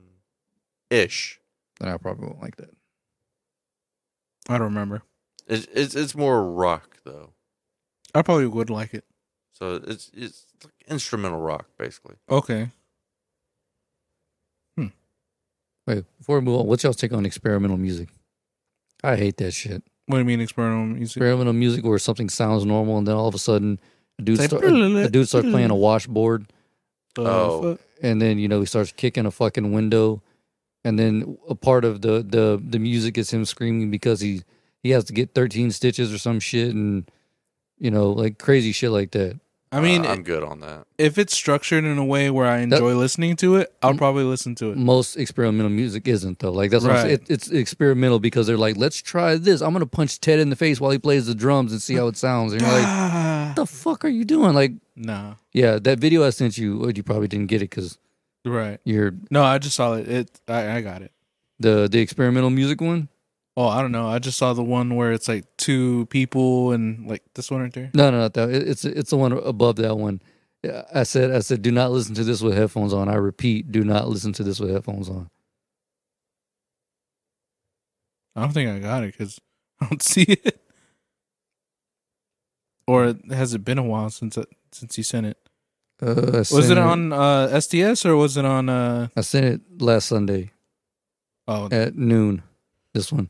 Speaker 1: ish?
Speaker 2: Then I probably won't like that.
Speaker 3: I don't remember.
Speaker 1: It's it's it's more rock though,
Speaker 3: I probably would like it.
Speaker 1: so it's it's like instrumental rock basically.
Speaker 3: Okay.
Speaker 2: Wait, before we move on, what's y'all's take on experimental music? I hate that shit.
Speaker 3: What do you mean experimental music?
Speaker 2: Experimental music where something sounds normal and then all of a sudden a dude
Speaker 3: It's like,
Speaker 1: (laughs)
Speaker 2: start, a, a dude starts playing a washboard
Speaker 3: The
Speaker 1: Oh.
Speaker 3: fuck?
Speaker 2: and then you know he starts kicking a fucking window and then a part of the the the music is him screaming because he he has to get 13 stitches or some shit and you know, like crazy shit like that.
Speaker 3: I mean,
Speaker 1: Uh, I'm good on that.
Speaker 3: if it's structured in a way where I enjoy listening to it,
Speaker 2: Mm-hmm.
Speaker 3: I'll probably listen to it.
Speaker 2: Most experimental music isn't though. Like that's what I'm saying.
Speaker 3: Right.
Speaker 2: It, it's experimental because they're like, let's try this. I'm gonna punch Ted in the face while he plays the drums and see how it sounds. And you're like, what the fuck are you doing? Like,
Speaker 3: nah,
Speaker 2: yeah, that video I sent you, well, you probably didn't get it because
Speaker 3: right?
Speaker 2: you're
Speaker 3: No, I just saw it. It, I, I got it.
Speaker 2: the the experimental music one.
Speaker 3: Oh, I don't know. I just saw the one where it's like two people and like this one right there.
Speaker 2: No, no, not that. It- It's it's the one above that one. Yeah, I said, I said, do not listen to this with headphones on. I repeat, do not listen to this with headphones on.
Speaker 3: I don't think I got it because (laughs) I don't see it. Or has it been a while since it, since you sent it?
Speaker 2: Uh, I
Speaker 3: Was
Speaker 2: sent
Speaker 3: it on uh, SDS or was it on? Uh,
Speaker 2: I sent it last Sunday
Speaker 3: oh,
Speaker 2: at noon. This one.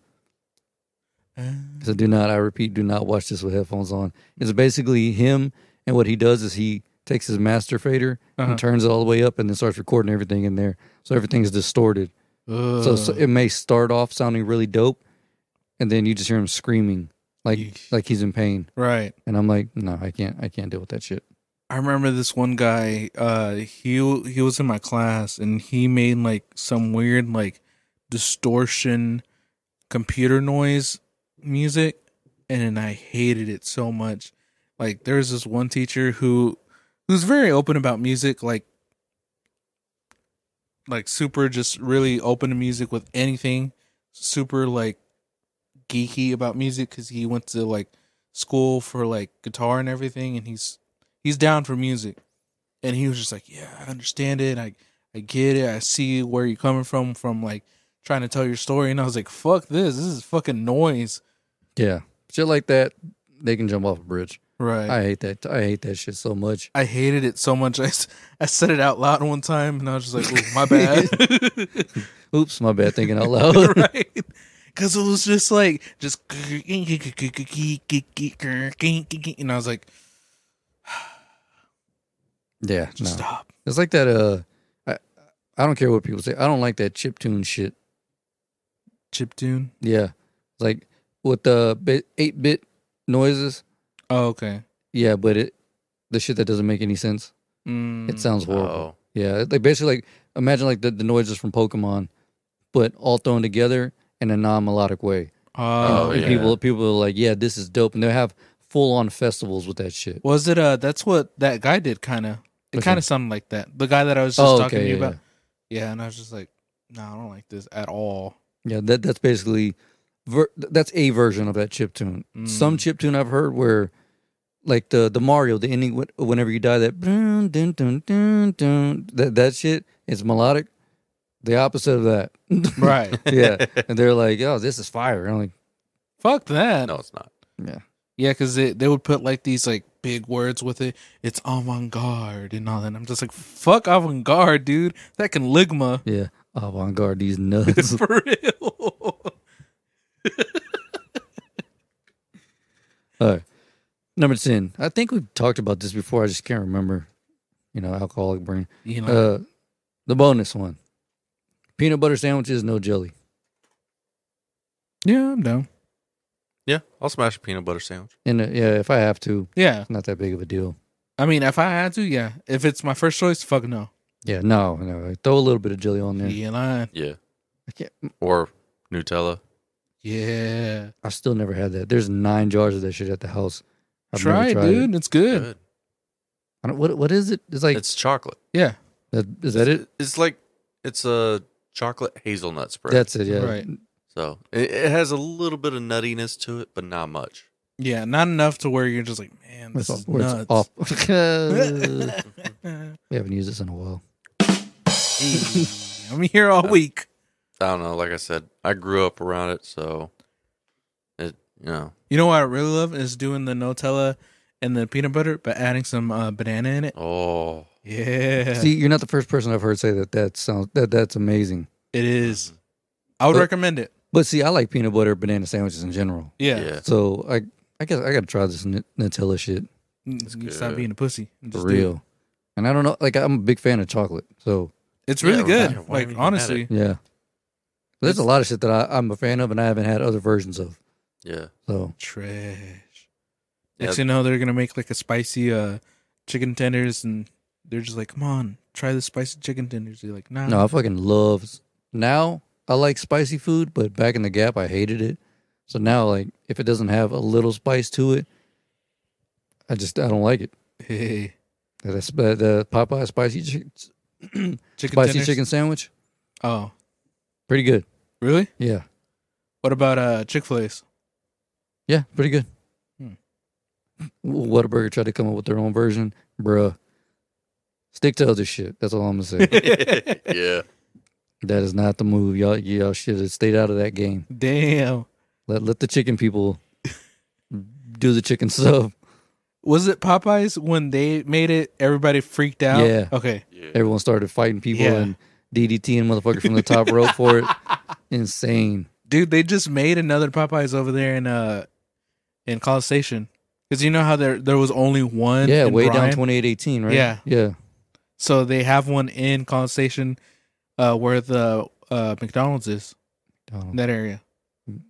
Speaker 3: uh,
Speaker 2: So do not, I repeat, do not watch this with headphones on. It's basically him, and what he does is he takes his master fader
Speaker 3: Uh-huh.
Speaker 2: and turns it all the way up, and then starts recording everything in there. So everything's distorted. So,
Speaker 3: Uh.
Speaker 2: so it may start off sounding really dope, and then you just hear him screaming like
Speaker 3: Yeesh.
Speaker 2: like he's in pain.
Speaker 3: right.
Speaker 2: And I'm like, no, I can't, I can't deal with that shit.
Speaker 3: I remember this one guy. Uh, he he was in my class, and he made like some weird like distortion, computer noise music, and I hated it so much. Like there was this one teacher who who's very open about music, like like super just really open to music with anything, super like geeky about music because he went to like school for like guitar and everything, and he's he's down for music and he was just like yeah i understand it i i get it i see where you're coming from from like trying to tell your story and i was like fuck this this is fucking noise
Speaker 2: Yeah, shit like that, they can jump off a bridge.
Speaker 3: right
Speaker 2: I hate that. I hate that shit so much.
Speaker 3: I hated it so much. (laughs) I, s- I said it out loud one time, and I was just like, "Ooh, "My bad."
Speaker 2: Oops, my bad. Thinking out loud.
Speaker 3: (laughs) right? Because it was just like just, and I was like,
Speaker 2: yeah, no.
Speaker 3: "Stop."
Speaker 2: It's like that. Uh, I I don't care what people say. I don't like that chip tune shit.
Speaker 3: Chip tune.
Speaker 2: Yeah, like with the eight bit noises.
Speaker 3: Oh, okay.
Speaker 2: Yeah, but it the shit that doesn't make any sense.
Speaker 3: Mm,
Speaker 2: It sounds horrible.
Speaker 1: Oh,
Speaker 2: Yeah, it- like basically like imagine like the, the noises from Pokemon, but all thrown together in a non melodic way.
Speaker 1: Oh,
Speaker 2: and
Speaker 1: yeah.
Speaker 2: people people are like, yeah, this is dope, and they have full on festivals with that shit.
Speaker 3: Was it uh that's what that guy did kinda. It
Speaker 2: Which
Speaker 3: kinda
Speaker 2: one?
Speaker 3: sounded like that. The guy that I was just
Speaker 2: Oh,
Speaker 3: talking
Speaker 2: okay,
Speaker 3: to you
Speaker 2: yeah,
Speaker 3: about. Yeah. and I was just like, No, I don't like this at all.
Speaker 2: Yeah, that that's basically ver- that's a version of that chip tune. Some
Speaker 1: Mm.
Speaker 2: chip tune I've heard where like the the Mario the ending wh- whenever you die that dun, dun, dun, dun, dun, that that shit is melodic. The opposite of that. (laughs)
Speaker 3: Right.
Speaker 2: yeah, and they're like, "Oh, this is fire." And I'm like,
Speaker 3: Fuck that.
Speaker 1: (laughs) no, it's not.
Speaker 3: Yeah, because they, they would put like these like big words with it. It's avant garde and all that. I'm just like, fuck avant garde, dude. That can
Speaker 2: (laughs)
Speaker 3: ligma
Speaker 2: "Yeah, avant-garde
Speaker 1: (laughs)
Speaker 2: these nuts."
Speaker 3: for real.
Speaker 2: All right. Number 10. I think we've talked about this before. I just can't remember. You know, alcoholic brain.
Speaker 3: you know
Speaker 2: Uh, the bonus one. Peanut butter sandwiches, no jelly.
Speaker 3: Yeah, I'm down.
Speaker 1: Yeah, I'll smash a peanut butter sandwich.
Speaker 2: And uh, yeah, if I have to,
Speaker 3: Yeah.
Speaker 2: it's not that big of a deal.
Speaker 3: I mean if I had to, yeah. If it's my first choice, fuck no.
Speaker 2: Yeah, no, no. like, Throw a little bit of jelly on
Speaker 3: Yeah.
Speaker 2: there.
Speaker 3: You lying.
Speaker 1: Yeah,
Speaker 2: I can't,
Speaker 1: or Nutella.
Speaker 3: Yeah.
Speaker 2: I've still never had that. There's nine jars of that shit at the house. I've never
Speaker 3: try it,
Speaker 2: tried
Speaker 3: dude. It's good.
Speaker 1: Good.
Speaker 2: I don't, what, what is it? It's like,
Speaker 1: It's chocolate.
Speaker 3: Yeah.
Speaker 2: that, is that it?
Speaker 1: It's like it's a chocolate hazelnut spread.
Speaker 2: That's it, yeah.
Speaker 3: Right.
Speaker 1: so it, it has a little bit of nuttiness to it, but not much.
Speaker 3: Yeah, not enough to where you're just like, man,
Speaker 2: It's
Speaker 3: this
Speaker 2: off-
Speaker 3: is
Speaker 2: or it's
Speaker 3: nuts.
Speaker 2: off.
Speaker 3: (laughs)
Speaker 2: we haven't used this in a while.
Speaker 3: I'm here all week.
Speaker 1: I don't know. Like I said, I grew up around it, so it you know
Speaker 3: You know what I really love is doing the Nutella and the peanut butter, but adding some uh, banana in it.
Speaker 1: oh
Speaker 3: Yeah,
Speaker 2: See, you're not the first person I've heard say that. That sounds that that's amazing.
Speaker 3: it is. I would
Speaker 2: But-
Speaker 3: recommend it.
Speaker 2: But see, I like peanut butter banana sandwiches in general.
Speaker 1: yeah,
Speaker 3: Yeah,
Speaker 2: So I I guess I got to try this N- Nutella shit
Speaker 3: Mm,
Speaker 1: It's
Speaker 3: you can stop
Speaker 1: good.
Speaker 3: being a pussy. and
Speaker 2: for
Speaker 3: just do it.
Speaker 2: real. And I don't know, like I'm a big fan of chocolate. So
Speaker 3: It's really
Speaker 1: Yeah, right.
Speaker 3: good.
Speaker 1: Why haven't
Speaker 3: Like
Speaker 1: you had
Speaker 3: honestly,
Speaker 2: yeah, But there's a lot of shit that I, I'm a fan of, and I haven't had other versions of.
Speaker 1: yeah.
Speaker 2: So
Speaker 3: trash. Next thing you know, they're gonna make like a spicy uh chicken tenders, and they're just like, "Come on, try the spicy chicken tenders." You're like, "Nah,
Speaker 2: No, I fucking love. Now I like spicy food, but back in the gap, I hated it. So now, like, if it doesn't have a little spice to it, I just I don't like it.
Speaker 3: hey,
Speaker 2: That's that, that Popeye spicy chicken,
Speaker 3: chicken
Speaker 2: spicy
Speaker 3: tenders."
Speaker 2: chicken sandwich,
Speaker 3: Oh,
Speaker 2: pretty good.
Speaker 3: really?
Speaker 2: Yeah,
Speaker 3: What about uh Chick Fil A's?
Speaker 2: yeah, pretty good.
Speaker 3: Hmm.
Speaker 2: Whataburger tried to come up with their own version, bruh. Stick to other shit. That's all I'm gonna
Speaker 3: (laughs)
Speaker 2: say.
Speaker 1: (laughs) yeah.
Speaker 2: that is not the move, y'all. Y'all should have stayed out of that game.
Speaker 3: Damn,
Speaker 2: Let let the chicken people
Speaker 3: (laughs)
Speaker 2: do the chicken stuff.
Speaker 3: was it Popeyes when they made it? Everybody freaked out.
Speaker 2: Yeah.
Speaker 3: Okay.
Speaker 1: Yeah.
Speaker 2: Everyone started fighting people
Speaker 3: Yeah.
Speaker 2: and DDT and motherfucker from the top rope for
Speaker 3: (laughs)
Speaker 2: it. Insane.
Speaker 3: dude they just made another popeyes over there in uh in college station because you know how there there was only one
Speaker 2: Yeah,
Speaker 3: in
Speaker 2: way down
Speaker 3: Bryan?
Speaker 2: twenty eight eighteen, right?
Speaker 3: Yeah.
Speaker 2: yeah.
Speaker 3: so they have one in college station uh where the uh mcdonald's is in
Speaker 2: Donald.
Speaker 3: that area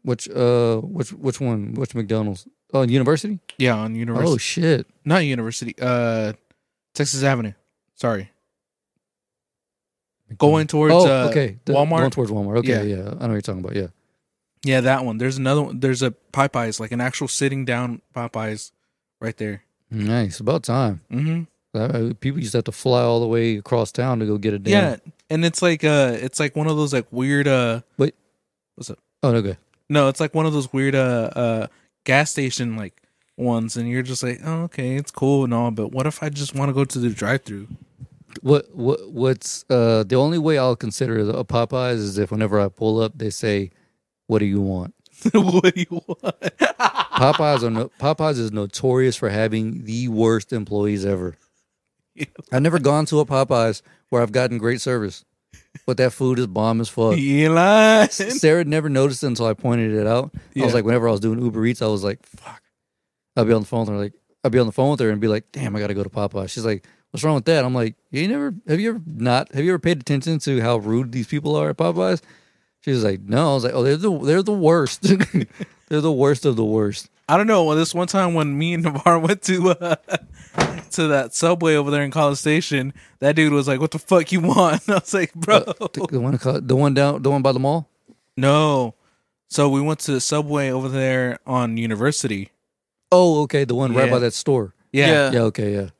Speaker 2: Which uh, which which one? Which McDonald's? Oh, University.
Speaker 3: yeah on
Speaker 2: Oh
Speaker 3: university
Speaker 2: shit!
Speaker 3: not university uh texas avenue sorry going towards
Speaker 2: oh,
Speaker 3: uh
Speaker 2: okay. The-
Speaker 3: walmart
Speaker 2: Going towards Walmart. Okay,
Speaker 3: Yeah.
Speaker 2: yeah. I know what you're talking about. Yeah.
Speaker 3: yeah that one there's another one there's a popeyes like an actual sitting down popeyes right there
Speaker 2: Nice. About time.
Speaker 3: mm-hmm
Speaker 2: Uh, People used to have to fly all the way across town to go get a damn.
Speaker 3: Yeah, and it's like uh, it's like one of those like weird uh,
Speaker 2: Wait.
Speaker 3: what's up?
Speaker 2: Oh no, good.
Speaker 3: No, it's like one of those weird uh, uh, gas station like ones, and you're just like, oh, okay, it's cool and all, but what if I just want to go to the drive-through?
Speaker 2: What what what's uh the only way I'll consider a Popeyes is if whenever I pull up they say, "What do you want?"
Speaker 3: (laughs) what do you want?
Speaker 2: Popeyes are no, Popeyes is notorious for having the worst employees
Speaker 3: (laughs)
Speaker 2: ever.
Speaker 3: Yeah.
Speaker 2: I've never gone to a Popeyes where I've gotten great service, but that food is bomb as fuck.
Speaker 3: You
Speaker 2: (laughs)
Speaker 3: lying? (laughs)
Speaker 2: Sarah never noticed it until I pointed it out. I
Speaker 3: Yeah.
Speaker 2: was like, whenever I was doing Uber Eats, I was like, fuck. I'll be on the phone with her, like, I'll be on the phone with her and be like, damn, I gotta go to Popeyes. She's like, what's wrong with that? I'm like, you ain't never, have you ever not, have you ever paid attention to how rude these people are at Popeyes? She was like, no. I was like, oh, they're the, they're the worst. (laughs) they're the worst of the worst.
Speaker 3: I don't know. Well, this one time when me and Navarre (laughs) went to uh, to that subway over there in College Station, that dude was like, "What the fuck you want?" (laughs) And I was like, (laughs) "Bro,
Speaker 2: Uh, The, the one, across- the one down, the one by the mall.
Speaker 3: no." So we went to the subway over there on University.
Speaker 2: Oh, okay, the one right
Speaker 3: Yeah.
Speaker 2: by that store.
Speaker 3: yeah.
Speaker 2: Yeah, okay, yeah.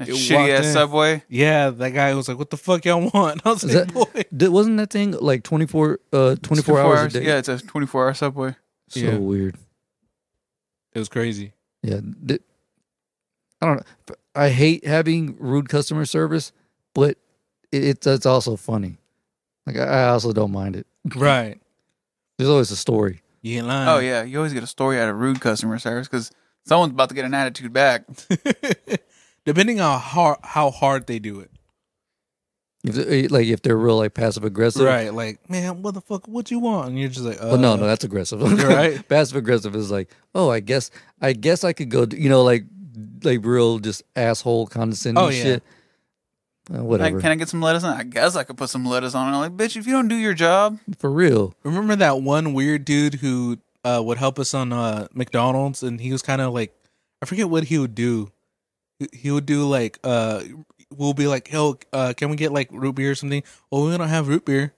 Speaker 4: That
Speaker 3: It
Speaker 4: shitty
Speaker 3: walked
Speaker 4: ass
Speaker 3: in.
Speaker 4: subway.
Speaker 3: Yeah, that guy was like, "What the fuck y'all want?" (laughs) I was
Speaker 2: Is
Speaker 3: like,
Speaker 2: that-
Speaker 3: "Boy,
Speaker 2: Did, wasn't that thing like 24, uh, 24,
Speaker 4: It's 24
Speaker 2: hours, a day?
Speaker 4: Yeah, it's a 24 hour subway.
Speaker 2: so
Speaker 3: Yeah.
Speaker 2: weird.
Speaker 3: it was crazy."
Speaker 2: Yeah, th- I don't know. I hate having rude customer service, but it, it's it's also funny. Like I, I also don't mind it.
Speaker 3: Right?
Speaker 2: There's always a story.
Speaker 3: You ain't lying.
Speaker 2: Uh.
Speaker 4: Oh, yeah. You always get a story out of rude customer service because someone's about to get an attitude back.
Speaker 3: yeah. (laughs) Depending on how how hard they do it,
Speaker 2: If they- like if they're real like passive aggressive,
Speaker 3: right? Like, man, what the fuck? What you want? And you're just like, uh,
Speaker 2: Well, no, no, that's aggressive. (laughs)
Speaker 3: right.
Speaker 2: Passive aggressive is like, oh, I guess, I guess I could go. do-" You know, like, like real just asshole condescending
Speaker 3: Oh, yeah.
Speaker 2: shit. Uh,
Speaker 4: Like,
Speaker 2: whatever.
Speaker 4: can I get some lettuce on? I guess I could put some lettuce on. And I'm like, bitch, if you don't do your job,
Speaker 2: For real.
Speaker 3: Remember that one weird dude who uh, would help us on uh, McDonald's, and he was kind of like, I forget what he would do. He- He would do like, uh, we'll be like, "Yo, uh, can we get like root beer or something?" Oh, we don't have root beer.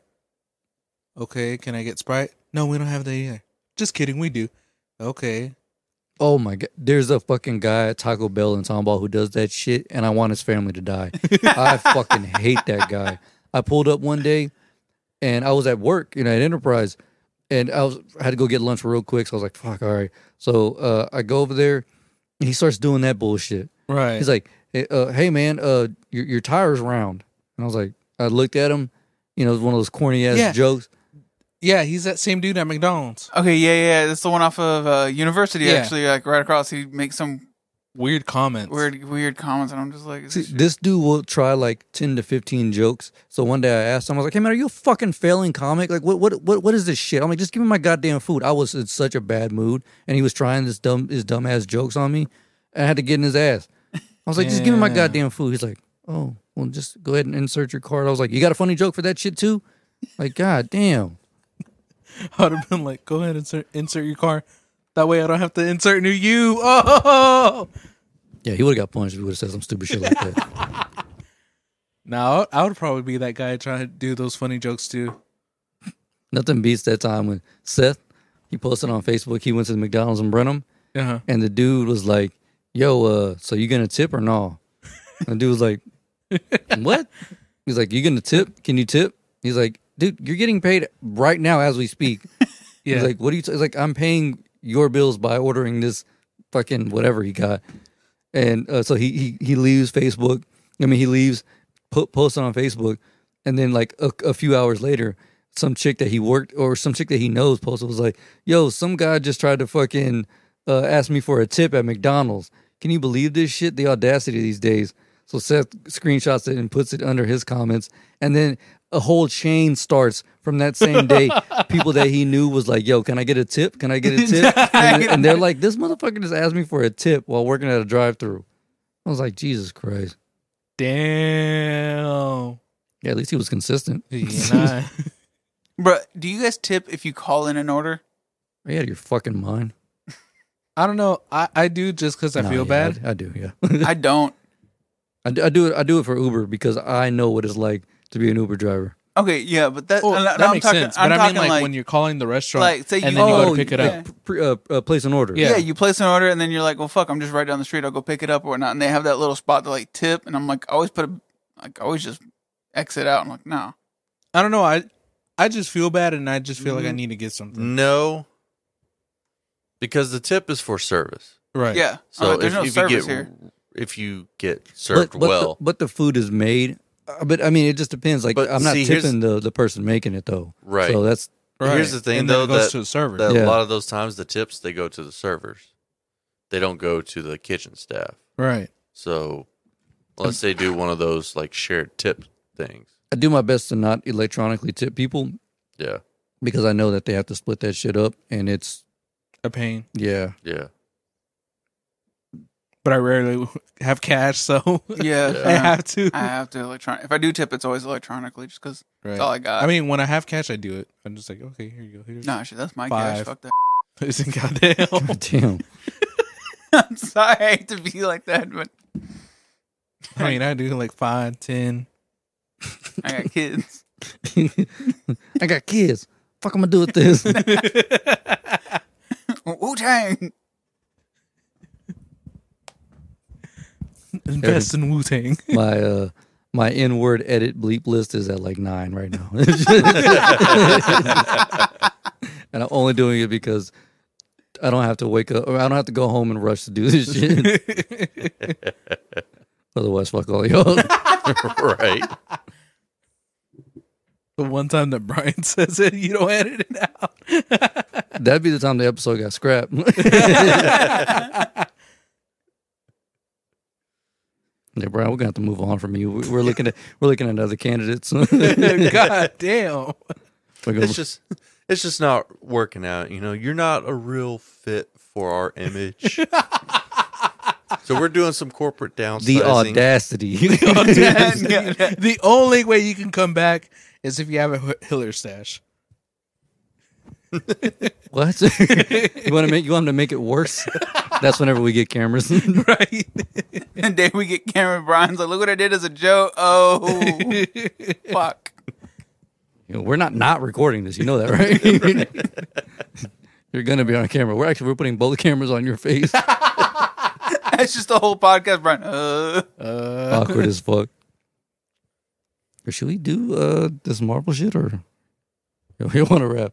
Speaker 3: Okay, can I get Sprite? No, we don't have that either. Just kidding, we do. Okay,
Speaker 2: Oh my god, there's a fucking guy at Taco Bell in Tomball who does that shit, and I want his family to die. I fucking hate that guy. I pulled up one day, and I was at work, you know, at Enterprise, and I was I had to go get lunch real quick. So I was like, "Fuck, all right." So uh, I go over there, and he starts doing that bullshit.
Speaker 3: right.
Speaker 2: He's like, "Hey, uh, hey man, uh, your your tire's round," and I was like, I looked at him, you know, it was one of those corny ass
Speaker 3: Yeah.
Speaker 2: jokes.
Speaker 3: yeah, he's that same dude at McDonald's.
Speaker 4: okay, yeah, yeah. That's the one off of uh, university,
Speaker 3: Yeah.
Speaker 4: actually. Like, right across, he makes some
Speaker 3: Weird comments. (laughs)
Speaker 4: weird, weird comments. And I'm just like, is
Speaker 2: See,
Speaker 4: this
Speaker 2: this dude will try like ten to fifteen jokes. So one day I asked him, I was like, "Hey man, are you a fucking failing comic? Like, what, what, what, what is this shit?" I'm like, "Just give me my goddamn food." I was in such a bad mood, and he was trying this dumb, his dumb ass jokes on me. And I had to get in his ass. I was like, "Just give me my
Speaker 3: Yeah.
Speaker 2: goddamn food." He's like, "Oh, well, just go ahead and insert your card." I was like, "You got a funny joke for that shit too?" Like, god damn.
Speaker 3: I'd have been like, "Go ahead, insert insert your car." That way I don't have to insert new you. (laughs) Oh,
Speaker 2: Yeah, he would have got punched if he would have said some stupid shit like that.
Speaker 3: no, I would probably be that guy trying to do those funny jokes too.
Speaker 2: Nothing beats that time when Seth, he posted on Facebook, he went to the McDonald's in Brenham,
Speaker 3: Uh-huh.
Speaker 4: (laughs)
Speaker 2: and the dude was like, yo, uh, so you gonna tip or no? And the dude was like, what? He's like, you gonna tip? Can you tip? He's like, dude, you're getting paid right now as we speak.
Speaker 3: Yeah.
Speaker 2: He's like, what are you? T-? He's like, I'm paying your bills by ordering this fucking whatever he got. And uh, so he, he he leaves Facebook. I mean, he leaves, po- posts it on Facebook, and then like a, a few hours later, some chick that he worked or some chick that he knows posted was like, "Yo, some guy just tried to fucking uh, ask me for a tip at McDonald's. Can you believe this shit? The audacity these days." So Seth screenshots it and puts it under his comments, and then a whole chain starts from that same day. people that he knew was like, "Yo, can I get a tip? Can I get a
Speaker 3: (laughs)
Speaker 2: tip?" And, and they're like, "This motherfucker just asked me for a tip while working at a drive-through." I was like, "Jesus Christ!"
Speaker 3: Damn.
Speaker 2: Yeah, at least he was consistent.
Speaker 3: You
Speaker 4: (laughs)
Speaker 3: and I.
Speaker 4: Bro, do you guys tip if you call in an order?
Speaker 2: Are you out of your fucking mind?
Speaker 3: I don't know. I, I do just because I
Speaker 2: Nah,
Speaker 3: feel
Speaker 2: yeah,
Speaker 3: bad.
Speaker 2: I, I do. Yeah, (laughs)
Speaker 4: I don't.
Speaker 2: I, do, I do it. I do it for Uber because I know what it's like to be an Uber driver.
Speaker 4: Okay, yeah, but that,
Speaker 3: Well,
Speaker 4: and I-
Speaker 3: Oh, that
Speaker 4: I'm
Speaker 3: makes
Speaker 4: talking,
Speaker 3: sense.
Speaker 4: I'm
Speaker 3: But I mean,
Speaker 4: talking
Speaker 3: like,
Speaker 4: like,
Speaker 3: when you're calling the restaurant,
Speaker 4: like, say
Speaker 3: and
Speaker 4: you-
Speaker 3: then you go
Speaker 4: Oh,
Speaker 3: to pick it
Speaker 4: yeah.
Speaker 3: up.
Speaker 2: Pre, uh, uh, place an order.
Speaker 3: Yeah.
Speaker 4: yeah. you place an order and then you're like, well, fuck, I'm just right down the street. I'll go pick it up or whatnot. And they have that little spot to like tip. And I'm like, I always put a, like, I always just exit out. I'm like, no.
Speaker 3: I don't know. I I just feel bad, and I just feel like
Speaker 4: Mm-hmm.
Speaker 3: I need to get something.
Speaker 1: No, because the tip is for service.
Speaker 3: Right.
Speaker 4: Mm-hmm. Yeah. I'm
Speaker 1: So
Speaker 4: like, Oh, there's
Speaker 1: if,
Speaker 4: no
Speaker 1: if
Speaker 4: service
Speaker 1: you get (laughs)
Speaker 4: here.
Speaker 1: if you get
Speaker 2: but,
Speaker 1: served
Speaker 2: but
Speaker 1: well,
Speaker 2: the, but the food is made. Uh, But I mean, it just depends. Like,
Speaker 1: But
Speaker 2: I'm not
Speaker 1: see, here's-
Speaker 2: tipping the the person making it though.
Speaker 1: Right.
Speaker 2: So that's
Speaker 3: Right.
Speaker 1: Here's the thing,
Speaker 3: and then
Speaker 1: though,
Speaker 3: it goes
Speaker 1: that-
Speaker 3: to the server.
Speaker 1: that a
Speaker 2: Yeah.
Speaker 1: lot of those times the tips they go to the servers, they don't go to the kitchen staff.
Speaker 3: right.
Speaker 1: So unless they do one of those like shared tip things,
Speaker 2: I do my best to not electronically tip people
Speaker 1: yeah,
Speaker 2: because I know that they have to split that shit up, and it's
Speaker 3: A pain,
Speaker 2: yeah. (laughs)
Speaker 1: yeah, (laughs)
Speaker 3: but I rarely (laughs) have cash, so (laughs)
Speaker 4: Yeah.
Speaker 3: I have to.
Speaker 4: I have to electronic. If I do tip, it's always electronically just because
Speaker 3: Right.
Speaker 4: that's all I got.
Speaker 3: I mean, when I have cash, I do it. I'm just like, okay, here you go. Here's (laughs)
Speaker 4: no, shit, that's my
Speaker 3: Five.
Speaker 4: cash. Fuck that. (laughs)
Speaker 3: Isn't goddamn.
Speaker 2: Damn.
Speaker 4: I'm sorry I hate to be like that, but
Speaker 3: I mean, I do like five, ten.
Speaker 4: I got
Speaker 3: (laughs)
Speaker 4: kids.
Speaker 2: I got kids. Fuck, I'm gonna do with this.
Speaker 4: Wu (laughs) Tang.
Speaker 3: Invest in Wu Tang.
Speaker 2: my uh my N word edit bleep list is at like nine right now. and I'm only doing it because I don't have to wake up or I don't have to go home and rush to do this shit. Otherwise, fuck all y'all. (laughs)
Speaker 1: right.
Speaker 3: (laughs) The one time that Brian (laughs) says it, you don't edit it
Speaker 2: (laughs)
Speaker 3: out.
Speaker 2: That'd be the time the episode got scrapped. Yeah, Brian, we're gonna have to move on from you. We- We're looking at we're looking at other candidates. We're gonna-
Speaker 3: God damn.
Speaker 1: It's just it's just not working out. You know, you're not a real fit for our image. (laughs) so we're doing some corporate downsizing.
Speaker 2: the audacity. (laughs)
Speaker 3: the only way you can come back is if you have a H- Hiller stash.
Speaker 2: What? you want to make you want 'em to make it worse? That's whenever we get cameras. (laughs)
Speaker 3: Right?
Speaker 4: And then we get Cameron Bryan's like, look what I did as a joke.
Speaker 3: (laughs)
Speaker 4: Oh, fuck.
Speaker 2: You know, we're not not recording this. You know that, (laughs) right? (laughs) You're gonna be on camera. We're actually we're putting both cameras on your face.
Speaker 4: That's just the whole podcast, Brian. Uh,
Speaker 2: (laughs) Awkward as fuck. Or should we do uh, this marble shit or (laughs) you want to wrap?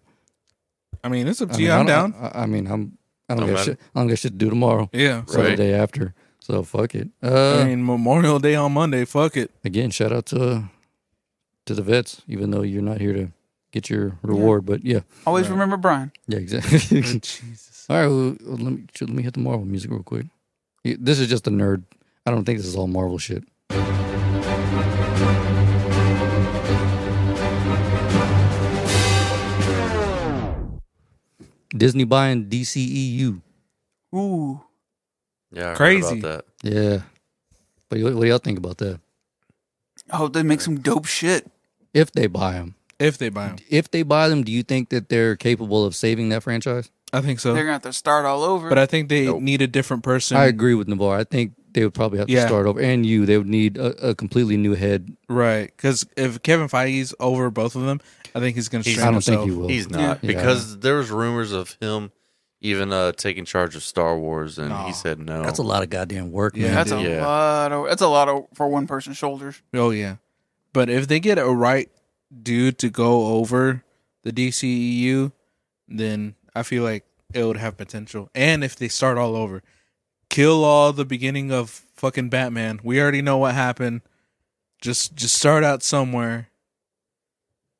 Speaker 3: I mean, it's up to
Speaker 2: I
Speaker 3: you.
Speaker 2: mean,
Speaker 3: I'm
Speaker 2: I don't-
Speaker 3: down.
Speaker 2: I, I mean, I'm I don't
Speaker 1: Don't
Speaker 2: got
Speaker 1: matter.
Speaker 2: shit. I don't got shit to do tomorrow.
Speaker 3: Yeah.
Speaker 2: So the
Speaker 1: Right.
Speaker 2: day after. So fuck it. Uh,
Speaker 3: I mean, Memorial Day on Monday. Fuck it.
Speaker 2: again, shout out to uh, to the vets, even though you're not here to get your reward. But yeah,
Speaker 4: always remember Brian.
Speaker 2: yeah, exactly.
Speaker 3: Jesus.
Speaker 2: (laughs) all right, well, well, let me shoot, let me hit the Marvel music real quick. Yeah, This is just a nerd. I don't think this is all Marvel shit. Disney buying E DCEU.
Speaker 4: Ooh.
Speaker 1: Yeah, I
Speaker 3: Crazy.
Speaker 1: Heard about
Speaker 2: Yeah. But what do y'all think about that?
Speaker 4: I hope Oh, they make some dope shit.
Speaker 2: If they buy them,
Speaker 3: If they buy them.
Speaker 2: if they buy them, do you think that they're capable of saving that franchise?
Speaker 3: I think so.
Speaker 4: They're gonna have to start all over.
Speaker 3: But I think they
Speaker 1: Nope.
Speaker 3: need a different person.
Speaker 2: I agree with Navar. I think they would probably have
Speaker 3: Yeah.
Speaker 2: to start over, and you they would need a, a completely new head.
Speaker 3: Right. Because if Kevin Feige's over both of them, I think he's going to
Speaker 1: He's-
Speaker 3: strain
Speaker 2: I don't
Speaker 3: himself.
Speaker 2: think he will.
Speaker 1: He's not
Speaker 2: Yeah.
Speaker 1: because there was rumors of him even uh, taking charge of Star Wars, and
Speaker 3: No.
Speaker 1: he said no.
Speaker 2: That's a lot of goddamn work,
Speaker 3: Yeah,
Speaker 2: man.
Speaker 4: that's a
Speaker 1: Yeah.
Speaker 4: lot of that's a lot of for one person's shoulders.
Speaker 3: Oh, yeah. But if they get a right dude to go over the DCEU, then I feel like it would have potential. And if they start all over, kill all the beginning of fucking Batman. We already know what happened. Just just start out somewhere.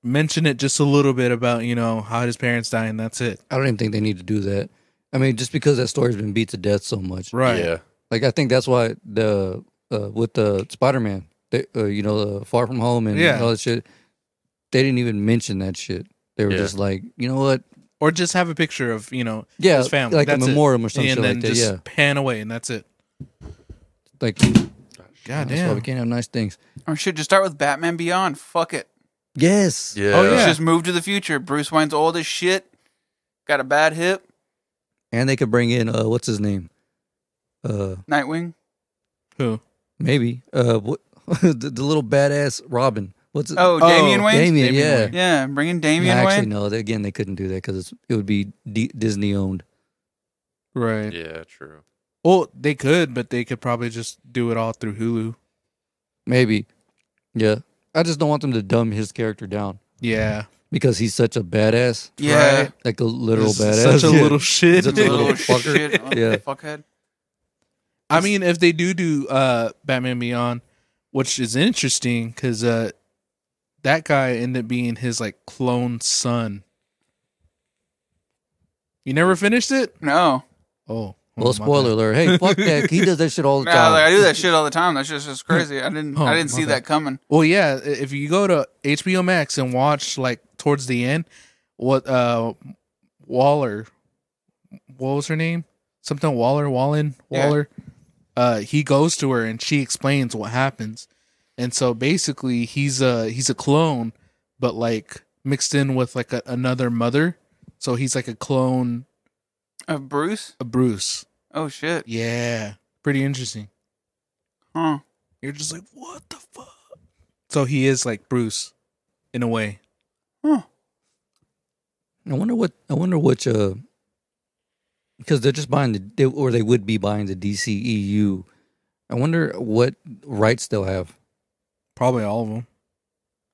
Speaker 3: Mention it just a little bit about, you know, how his parents die and that's it.
Speaker 2: I don't even think they need to do that. I mean, just because that story's been beat to death so much,
Speaker 3: Right.
Speaker 1: Yeah,
Speaker 2: like I think that's why the uh, with the Spider Man, uh, you know, uh, Far From Home and
Speaker 3: Yeah.
Speaker 2: all that shit, they didn't even mention that shit. They were
Speaker 1: Yeah.
Speaker 2: just like, you know what?
Speaker 3: Or just have a picture of, you know,
Speaker 2: Yeah,
Speaker 3: his family.
Speaker 2: like
Speaker 3: That's
Speaker 2: a
Speaker 3: it.
Speaker 2: memoriam or something
Speaker 3: and then
Speaker 2: like that.
Speaker 3: just
Speaker 2: Yeah,
Speaker 3: pan away, and that's it.
Speaker 2: like that's
Speaker 3: God
Speaker 2: why
Speaker 3: damn.
Speaker 2: we can't have nice things.
Speaker 4: Or should Oh, just start with Batman Beyond. Fuck it.
Speaker 2: Yes.
Speaker 1: yeah.
Speaker 3: Oh, yeah.
Speaker 4: Let's just move to the future. Bruce Wayne's old as shit. Got a bad hip.
Speaker 2: And they could bring in uh, what's his name? Uh,
Speaker 4: Nightwing.
Speaker 3: Who?
Speaker 2: maybe uh, what, (laughs) the, the little badass Robin. What's it?
Speaker 4: Oh,
Speaker 3: Oh,
Speaker 4: Damian Wayne.
Speaker 2: Damien,
Speaker 3: Damian
Speaker 2: yeah.
Speaker 3: Wayne.
Speaker 4: Yeah, bringing Damian
Speaker 2: no,
Speaker 4: Wayne.
Speaker 2: actually, no. they- Again, they couldn't do that because it would be D- Disney owned.
Speaker 3: Right.
Speaker 1: Yeah, true.
Speaker 3: Well, they could, but they could probably just do it all through Hulu.
Speaker 2: Maybe. Yeah. I just don't want them to dumb his character down
Speaker 3: Yeah.
Speaker 2: because he's such a badass,
Speaker 4: Yeah.
Speaker 3: Right.
Speaker 2: like a literal
Speaker 3: Just
Speaker 2: badass.
Speaker 3: Such a
Speaker 2: Yeah.
Speaker 3: little shit.
Speaker 2: Such a
Speaker 4: Little,
Speaker 3: (laughs)
Speaker 2: Little fucker.
Speaker 4: shit.
Speaker 2: Yeah.
Speaker 4: Fuckhead.
Speaker 3: I mean, if they do do uh, Batman Beyond, which is interesting because uh, that guy ended up being his like clone son. You never finished it?
Speaker 4: No.
Speaker 3: Oh.
Speaker 2: Well,
Speaker 3: (laughs) oh, my
Speaker 2: spoiler
Speaker 3: bad.
Speaker 2: alert. Hey, fuck that. He does that shit
Speaker 4: (laughs)
Speaker 2: all the
Speaker 4: Nah, like, I
Speaker 2: time.
Speaker 4: do that shit all the time. That shit's just crazy. I didn't.
Speaker 3: Oh,
Speaker 4: I didn't
Speaker 3: my
Speaker 4: see
Speaker 3: bad.
Speaker 4: that coming.
Speaker 3: Well, yeah. i- If you go to HBO Max and watch like towards the end, what uh Waller, what was her name? Something Waller, Wallen,
Speaker 4: Yeah.
Speaker 3: Waller. Uh, he goes to her and she explains what happens, and so basically he's a he's a clone, but like mixed in with like a, another mother, so he's like a clone
Speaker 4: Of Bruce.
Speaker 3: of Bruce.
Speaker 4: Oh shit.
Speaker 3: Yeah, pretty interesting.
Speaker 4: Huh.
Speaker 3: You're just like, what the fuck? So he is like Bruce, in a way.
Speaker 2: I wonder what. I wonder which. Uh, because they're just buying the, they, or they would be buying the DCEU. I wonder what rights they'll have.
Speaker 3: Probably all of them.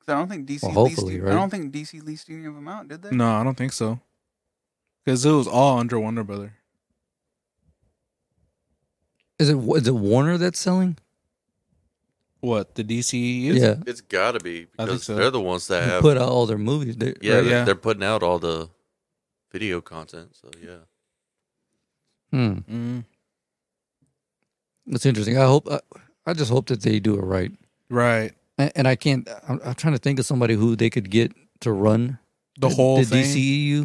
Speaker 4: 'Cause I don't think DC.
Speaker 2: Well,
Speaker 4: leased
Speaker 2: hopefully,
Speaker 4: any-
Speaker 2: right?
Speaker 4: I don't think DC leased any of them out. Did they?
Speaker 3: No, I don't think so. Because it was all under Wonder Brother.
Speaker 2: Is it is it Warner that's selling?
Speaker 3: What the DCEU?
Speaker 2: Yeah,
Speaker 1: It's got to be
Speaker 3: I think
Speaker 1: because
Speaker 3: so.
Speaker 1: they're the ones that
Speaker 2: who
Speaker 1: have.
Speaker 2: put out all their movies. They-
Speaker 1: yeah,
Speaker 2: right?
Speaker 1: they're-
Speaker 3: yeah.
Speaker 1: they're putting out all the video content. So yeah,
Speaker 2: Hmm.
Speaker 4: Mm-hmm.
Speaker 3: Mm,
Speaker 2: That's interesting. I hope. I, I just hope that they do it right.
Speaker 3: right.
Speaker 2: And, and I can't. I'm, I'm trying to think of somebody who they could get to run
Speaker 3: The whole
Speaker 2: the E
Speaker 3: thing.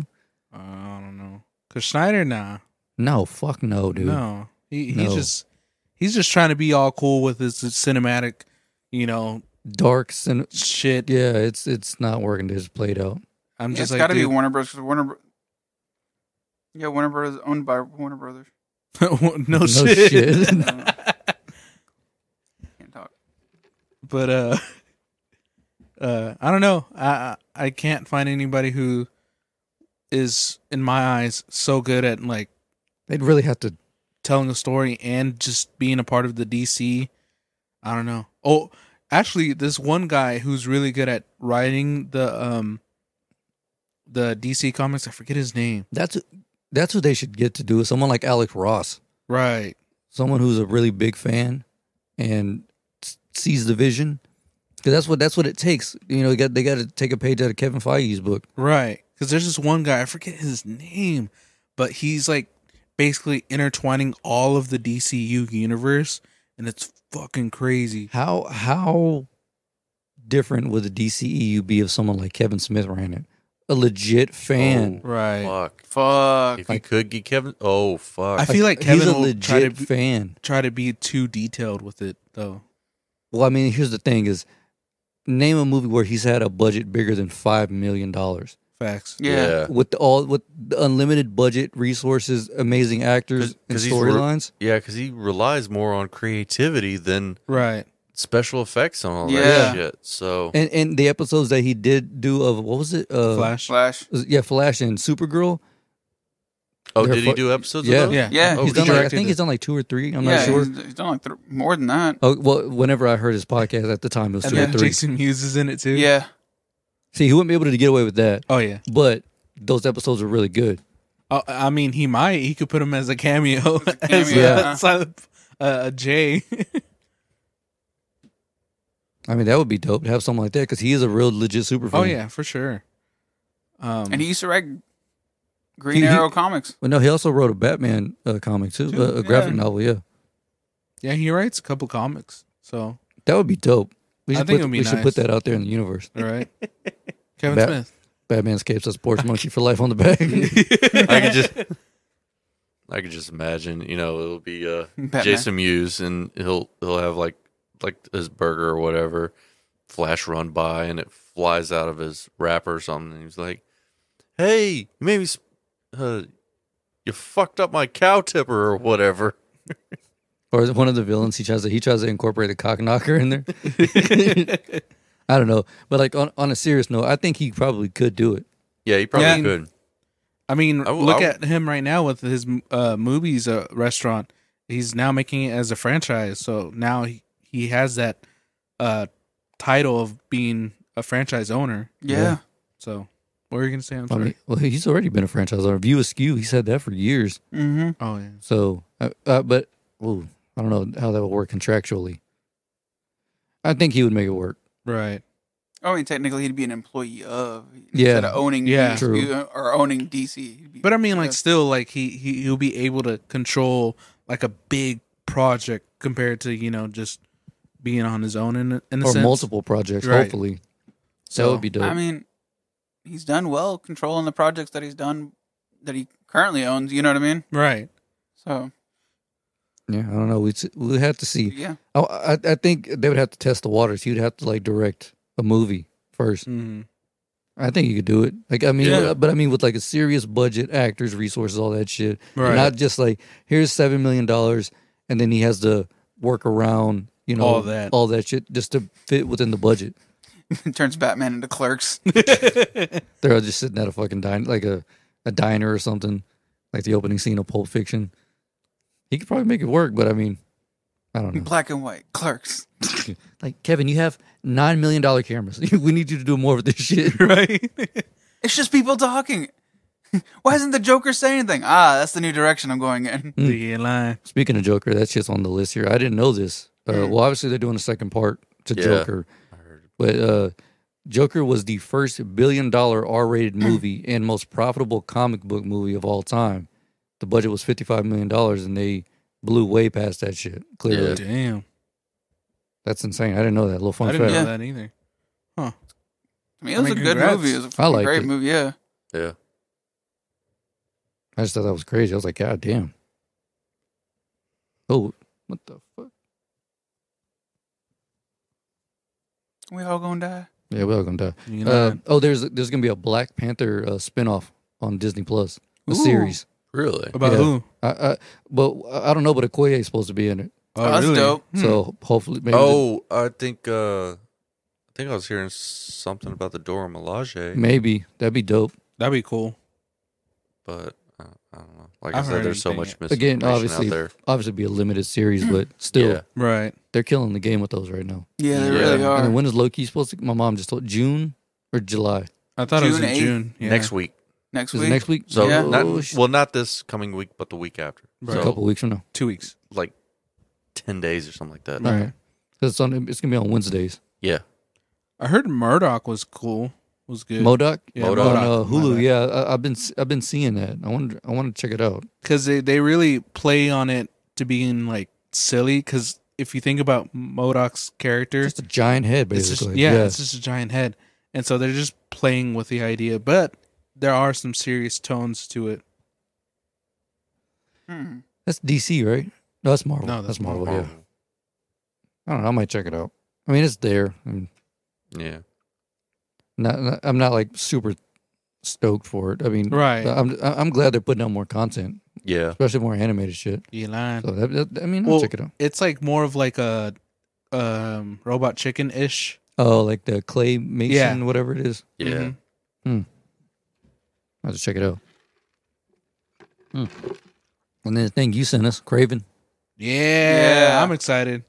Speaker 2: DCEU.
Speaker 3: Uh, I don't know. Cause Schneider, nah,
Speaker 2: No, fuck no, dude.
Speaker 3: no, he he
Speaker 2: No.
Speaker 3: just he's just trying to be all cool with his cinematic, you know,
Speaker 2: Dark cin-
Speaker 3: shit.
Speaker 2: Yeah, it's it's not working. It's played out.
Speaker 3: I'm
Speaker 4: Yeah, it's
Speaker 3: just like,
Speaker 4: got to be
Speaker 3: dude,
Speaker 4: Warner Bros. 'cause Warner. Bro- yeah, Warner Bros. is owned by Warner
Speaker 3: (laughs)
Speaker 4: Brothers.
Speaker 3: no,
Speaker 2: No
Speaker 3: shit.
Speaker 2: shit. (laughs)
Speaker 4: Can't talk.
Speaker 3: (laughs) but uh, uh, I don't know. I I I can't find anybody who is in my eyes so good at like
Speaker 2: They'd really have to.
Speaker 3: telling a story and just being a part of the DC. I don't know. Oh, actually, this one guy who's really good at writing the um the DC comics. I forget his name.
Speaker 2: That's that's who they should get to do. is Someone like Alex Ross,
Speaker 3: Right.
Speaker 2: someone who's a really big fan and s- sees the vision. Because that's what that's what it takes. You know, they got they got to take a page out of Kevin Feige's book.
Speaker 3: Right. Because there's this one guy. I forget his name, but he's like basically intertwining all of the DCU universe, and it's fucking crazy.
Speaker 2: How how different would the DCEU be if someone like Kevin Smith ran it? A legit fan.
Speaker 3: Right.
Speaker 1: fuck.
Speaker 4: Fuck.
Speaker 1: If you could get Kevin, oh fuck.
Speaker 3: I feel like Kevin
Speaker 2: he's a
Speaker 3: will try to
Speaker 2: legit
Speaker 3: be,
Speaker 2: fan.
Speaker 3: try to be too detailed with it though.
Speaker 2: Well, I mean, here's the thing: is name a movie where he's had a budget bigger than five million dollars.
Speaker 3: Facts.
Speaker 4: Yeah.
Speaker 2: with the, all with the unlimited budget, resources, amazing actors,
Speaker 1: 'Cause-
Speaker 2: and
Speaker 1: 'cause he's wor-
Speaker 2: storylines.
Speaker 1: Yeah, because he relies more on creativity than
Speaker 3: Right.
Speaker 1: special effects and all
Speaker 4: Yeah.
Speaker 1: that shit. So
Speaker 2: And and the episodes that he did do of what was it? Uh,
Speaker 3: Flash.
Speaker 4: Flash.
Speaker 2: was- yeah, Flash and Supergirl.
Speaker 1: oh,
Speaker 2: They're
Speaker 1: did he
Speaker 2: fu-
Speaker 1: do episodes?
Speaker 2: Yeah.
Speaker 1: of those?
Speaker 3: Yeah.
Speaker 4: Yeah.
Speaker 1: Oh, he
Speaker 2: he's done like, I
Speaker 3: directed
Speaker 2: think
Speaker 3: it.
Speaker 2: he's done like two or three. I'm
Speaker 4: yeah.
Speaker 2: not sure.
Speaker 4: He's, he's done like th- more than that.
Speaker 2: Oh well, whenever I heard his podcast at the time, it was
Speaker 3: And
Speaker 2: two or
Speaker 3: then
Speaker 2: three.
Speaker 3: Jason Mewes is in it too.
Speaker 4: Yeah.
Speaker 2: See, he wouldn't be able to get away with that,
Speaker 3: Oh yeah.
Speaker 2: but those episodes are really good.
Speaker 3: Oh, I mean, he might. He could put him as a cameo.
Speaker 4: As a
Speaker 3: (laughs) as
Speaker 4: cameo, uh-huh.
Speaker 3: a-
Speaker 4: huh?
Speaker 3: silent- uh, a J.
Speaker 2: I mean, that would be dope to have something like that because he is a real legit superfan.
Speaker 3: (laughs) oh yeah, for sure. Um,
Speaker 4: And he used to write Green
Speaker 2: He- he-
Speaker 4: Arrow comics.
Speaker 2: But no, he also wrote a Batman uh, comic too,
Speaker 3: Too,
Speaker 2: uh, a graphic
Speaker 3: yeah.
Speaker 2: novel. Yeah,
Speaker 3: yeah, he writes a couple comics. So
Speaker 2: that would be dope. We
Speaker 3: I
Speaker 2: should,
Speaker 3: think
Speaker 2: put,
Speaker 3: it'd be
Speaker 2: we should put
Speaker 3: nice.
Speaker 2: that out there in the universe.
Speaker 4: (laughs)
Speaker 3: all right, Kevin
Speaker 2: Bat-
Speaker 3: Smith.
Speaker 2: Batman escapes a sports monkey for life on the
Speaker 3: (laughs)
Speaker 2: back.
Speaker 1: I could just, I could just imagine. You know, it'll be uh,
Speaker 4: Batman.
Speaker 1: Jason Mewes, and he'll he'll have like like his burger or whatever, flash run by, and it flies out of his wrapper or something. And he's like, "Hey, you made me, sp- uh, you fucked up my cow tipper or whatever."
Speaker 2: or is it one of the villains he tries to he tries to incorporate a cock knocker in there. (laughs) I don't know, but like on, on a serious note, I think he probably could do it.
Speaker 1: Yeah, he probably
Speaker 3: Yeah.
Speaker 1: could.
Speaker 3: I mean,
Speaker 1: I w-
Speaker 3: look
Speaker 1: I w-
Speaker 3: at him right now with his uh, movies uh, restaurant. He's now making it as a franchise, so now he, he has that uh, title of being a franchise owner.
Speaker 4: Yeah.
Speaker 2: Yeah.
Speaker 3: So, what are you gonna say? I'm
Speaker 2: I
Speaker 3: sorry.
Speaker 2: mean, well, he's already been a franchise owner. View Askew, he's had that for years.
Speaker 4: Mm-hmm.
Speaker 3: oh yeah.
Speaker 2: So, uh, uh, but ooh, I don't know how that would work contractually. I think he would make it work.
Speaker 3: Right.
Speaker 4: I mean, Oh, technically, he'd be an employee of
Speaker 2: Yeah.
Speaker 4: instead of owning
Speaker 3: Yeah.
Speaker 4: DC,
Speaker 2: True.
Speaker 4: or owning DC. He'd be-
Speaker 3: But I mean, like,
Speaker 4: Yeah.
Speaker 3: still, like he he he'll be able to control like a big project compared to you know just being on his own in a- in a
Speaker 2: or
Speaker 3: sense.
Speaker 2: multiple projects,
Speaker 3: Right.
Speaker 2: hopefully.
Speaker 3: So-
Speaker 2: that would be dope.
Speaker 4: I mean, he's done well controlling the projects that he's done that he currently owns. You know what I mean?
Speaker 3: Right.
Speaker 4: So
Speaker 2: yeah, I don't know. We'd, s- we'd have to see.
Speaker 4: yeah, (laughs)
Speaker 2: I, Oh, I, I think they would have to test the waters. He would have to like direct a movie first.
Speaker 3: hmm
Speaker 2: I think you could do it. Like I mean,
Speaker 3: Yeah.
Speaker 2: but I mean with like a serious budget, actors, resources, all that shit.
Speaker 3: Right.
Speaker 2: Not just like here's seven million dollars, and then he has to work around. You know
Speaker 3: All that.
Speaker 2: all that shit, just to fit within the budget.
Speaker 4: turns Batman
Speaker 2: (laughs)
Speaker 4: into clerks. (laughs)
Speaker 2: They're all just sitting at a fucking diner, like a, a diner or something, like the opening scene of Pulp Fiction. He could probably make it work, but I mean, I don't know.
Speaker 4: Black and white clerks.
Speaker 2: Like Kevin, you have nine million dollar cameras. (laughs) we need you to do more
Speaker 3: (laughs)
Speaker 2: of this shit.
Speaker 3: Right.
Speaker 4: It's just people talking. (laughs) Why isn't the Joker saying anything? Ah, that's the new direction I'm going in.
Speaker 3: the line.
Speaker 2: Speaking of Joker, that shit's on the list here. I didn't know this. Uh, Well, obviously they're doing a second part to
Speaker 1: Yeah.
Speaker 2: Joker, but uh, Joker was the first billion dollar R
Speaker 3: (clears throat)
Speaker 2: rated movie and most profitable comic book movie of all time. The budget was fifty five million dollars, and they blew way past that shit. Clearly,
Speaker 1: Yeah.
Speaker 3: Damn.
Speaker 2: that's insane. I didn't know that. Little
Speaker 3: I
Speaker 2: fun
Speaker 3: didn't
Speaker 2: fact.
Speaker 3: know
Speaker 4: Yeah.
Speaker 3: that either.
Speaker 4: I mean, it was
Speaker 3: I mean,
Speaker 4: a good
Speaker 3: congrats.
Speaker 4: movie. It was
Speaker 2: I
Speaker 4: a
Speaker 2: liked
Speaker 4: great
Speaker 2: it.
Speaker 4: movie. Yeah,
Speaker 1: Yeah,
Speaker 2: I just thought that was crazy. I was like, God damn. Oh, what the fuck?
Speaker 4: we all gonna die.
Speaker 2: Yeah, we're all gonna die.
Speaker 3: You
Speaker 2: Uh,
Speaker 3: lying.
Speaker 2: oh, there's there's gonna be a Black Panther uh, spinoff on Disney Plus, a
Speaker 3: Ooh.
Speaker 2: series.
Speaker 1: really.
Speaker 3: About
Speaker 2: yeah.
Speaker 3: who?
Speaker 2: I, I, but I don't know, but Okoye is supposed to be in it,
Speaker 4: Oh, that's dope.
Speaker 3: Hmm.
Speaker 2: so hopefully, maybe
Speaker 1: Hmm. Oh, I think uh, I think I was hearing something about the Dora Milaje,
Speaker 2: maybe that'd be dope.
Speaker 3: That'd be cool.
Speaker 1: but uh, I don't know. Like
Speaker 3: I've
Speaker 1: I
Speaker 3: heard
Speaker 1: said, there's so
Speaker 3: anything
Speaker 1: much misinformation
Speaker 2: Again,
Speaker 1: out
Speaker 2: obviously,
Speaker 1: there.
Speaker 2: obviously, be a limited series,
Speaker 1: (clears throat)
Speaker 2: but still,
Speaker 1: Yeah.
Speaker 3: Right.
Speaker 2: they're killing the game with those right now.
Speaker 4: Yeah, they
Speaker 1: Yeah.
Speaker 4: really
Speaker 2: And
Speaker 4: are.
Speaker 2: then when is Loki supposed to? My mom just told June or July.
Speaker 3: I thought it was
Speaker 4: June
Speaker 3: in
Speaker 4: 8th.
Speaker 3: June. Yeah.
Speaker 1: Next week.
Speaker 4: next
Speaker 2: Is
Speaker 4: week,
Speaker 2: it next week?
Speaker 1: So
Speaker 4: Yeah.
Speaker 1: not,
Speaker 2: Oh, sh-
Speaker 1: well, not this coming week, but the week after.
Speaker 3: Right.
Speaker 2: a
Speaker 1: So
Speaker 2: couple weeks from now.
Speaker 3: Two weeks.
Speaker 1: like ten days or something like that.
Speaker 2: All right, 'Cause it's on. It's gonna be on Wednesdays.
Speaker 1: Yeah,
Speaker 3: I heard Murdoch was cool. Was good.
Speaker 2: Modoc.
Speaker 3: Yeah,
Speaker 1: Modoc.
Speaker 2: on
Speaker 1: Modoc.
Speaker 2: uh, Hulu.
Speaker 3: Modoc.
Speaker 2: Yeah, I, I've been s- I've been seeing that. I want I want to check it out.
Speaker 3: because they, they really play on it to being like silly. Because if you think about Modoc's character,
Speaker 2: Just a giant head,
Speaker 3: it's just,
Speaker 2: basically.
Speaker 3: yeah, it's just a giant head, and so they're just playing with the idea. But there are some serious tones to it.
Speaker 4: Hmm.
Speaker 2: that's DC, right? No, that's Marvel.
Speaker 3: No,
Speaker 2: that's,
Speaker 3: that's
Speaker 2: Marvel.
Speaker 1: Marvel.
Speaker 2: Yeah. I don't know. I might check it out. I mean, it's there. I'm
Speaker 1: yeah.
Speaker 2: not, not- I'm not like super stoked for it. I mean,
Speaker 3: Right.
Speaker 2: I'm I'm glad they're putting out more content,
Speaker 1: Yeah.
Speaker 2: especially more animated shit.
Speaker 3: You lying.
Speaker 2: So that, that- I mean, I'll
Speaker 3: Well,
Speaker 2: check it out.
Speaker 3: It's like more of like a um robot chicken ish.
Speaker 2: Oh, like the clay mason,
Speaker 3: Yeah.
Speaker 2: whatever it is.
Speaker 1: Yeah.
Speaker 2: I'll just check it out. Hmm. And then the thing you sent us, Craven.
Speaker 3: Yeah,
Speaker 4: Yeah.
Speaker 3: I'm excited.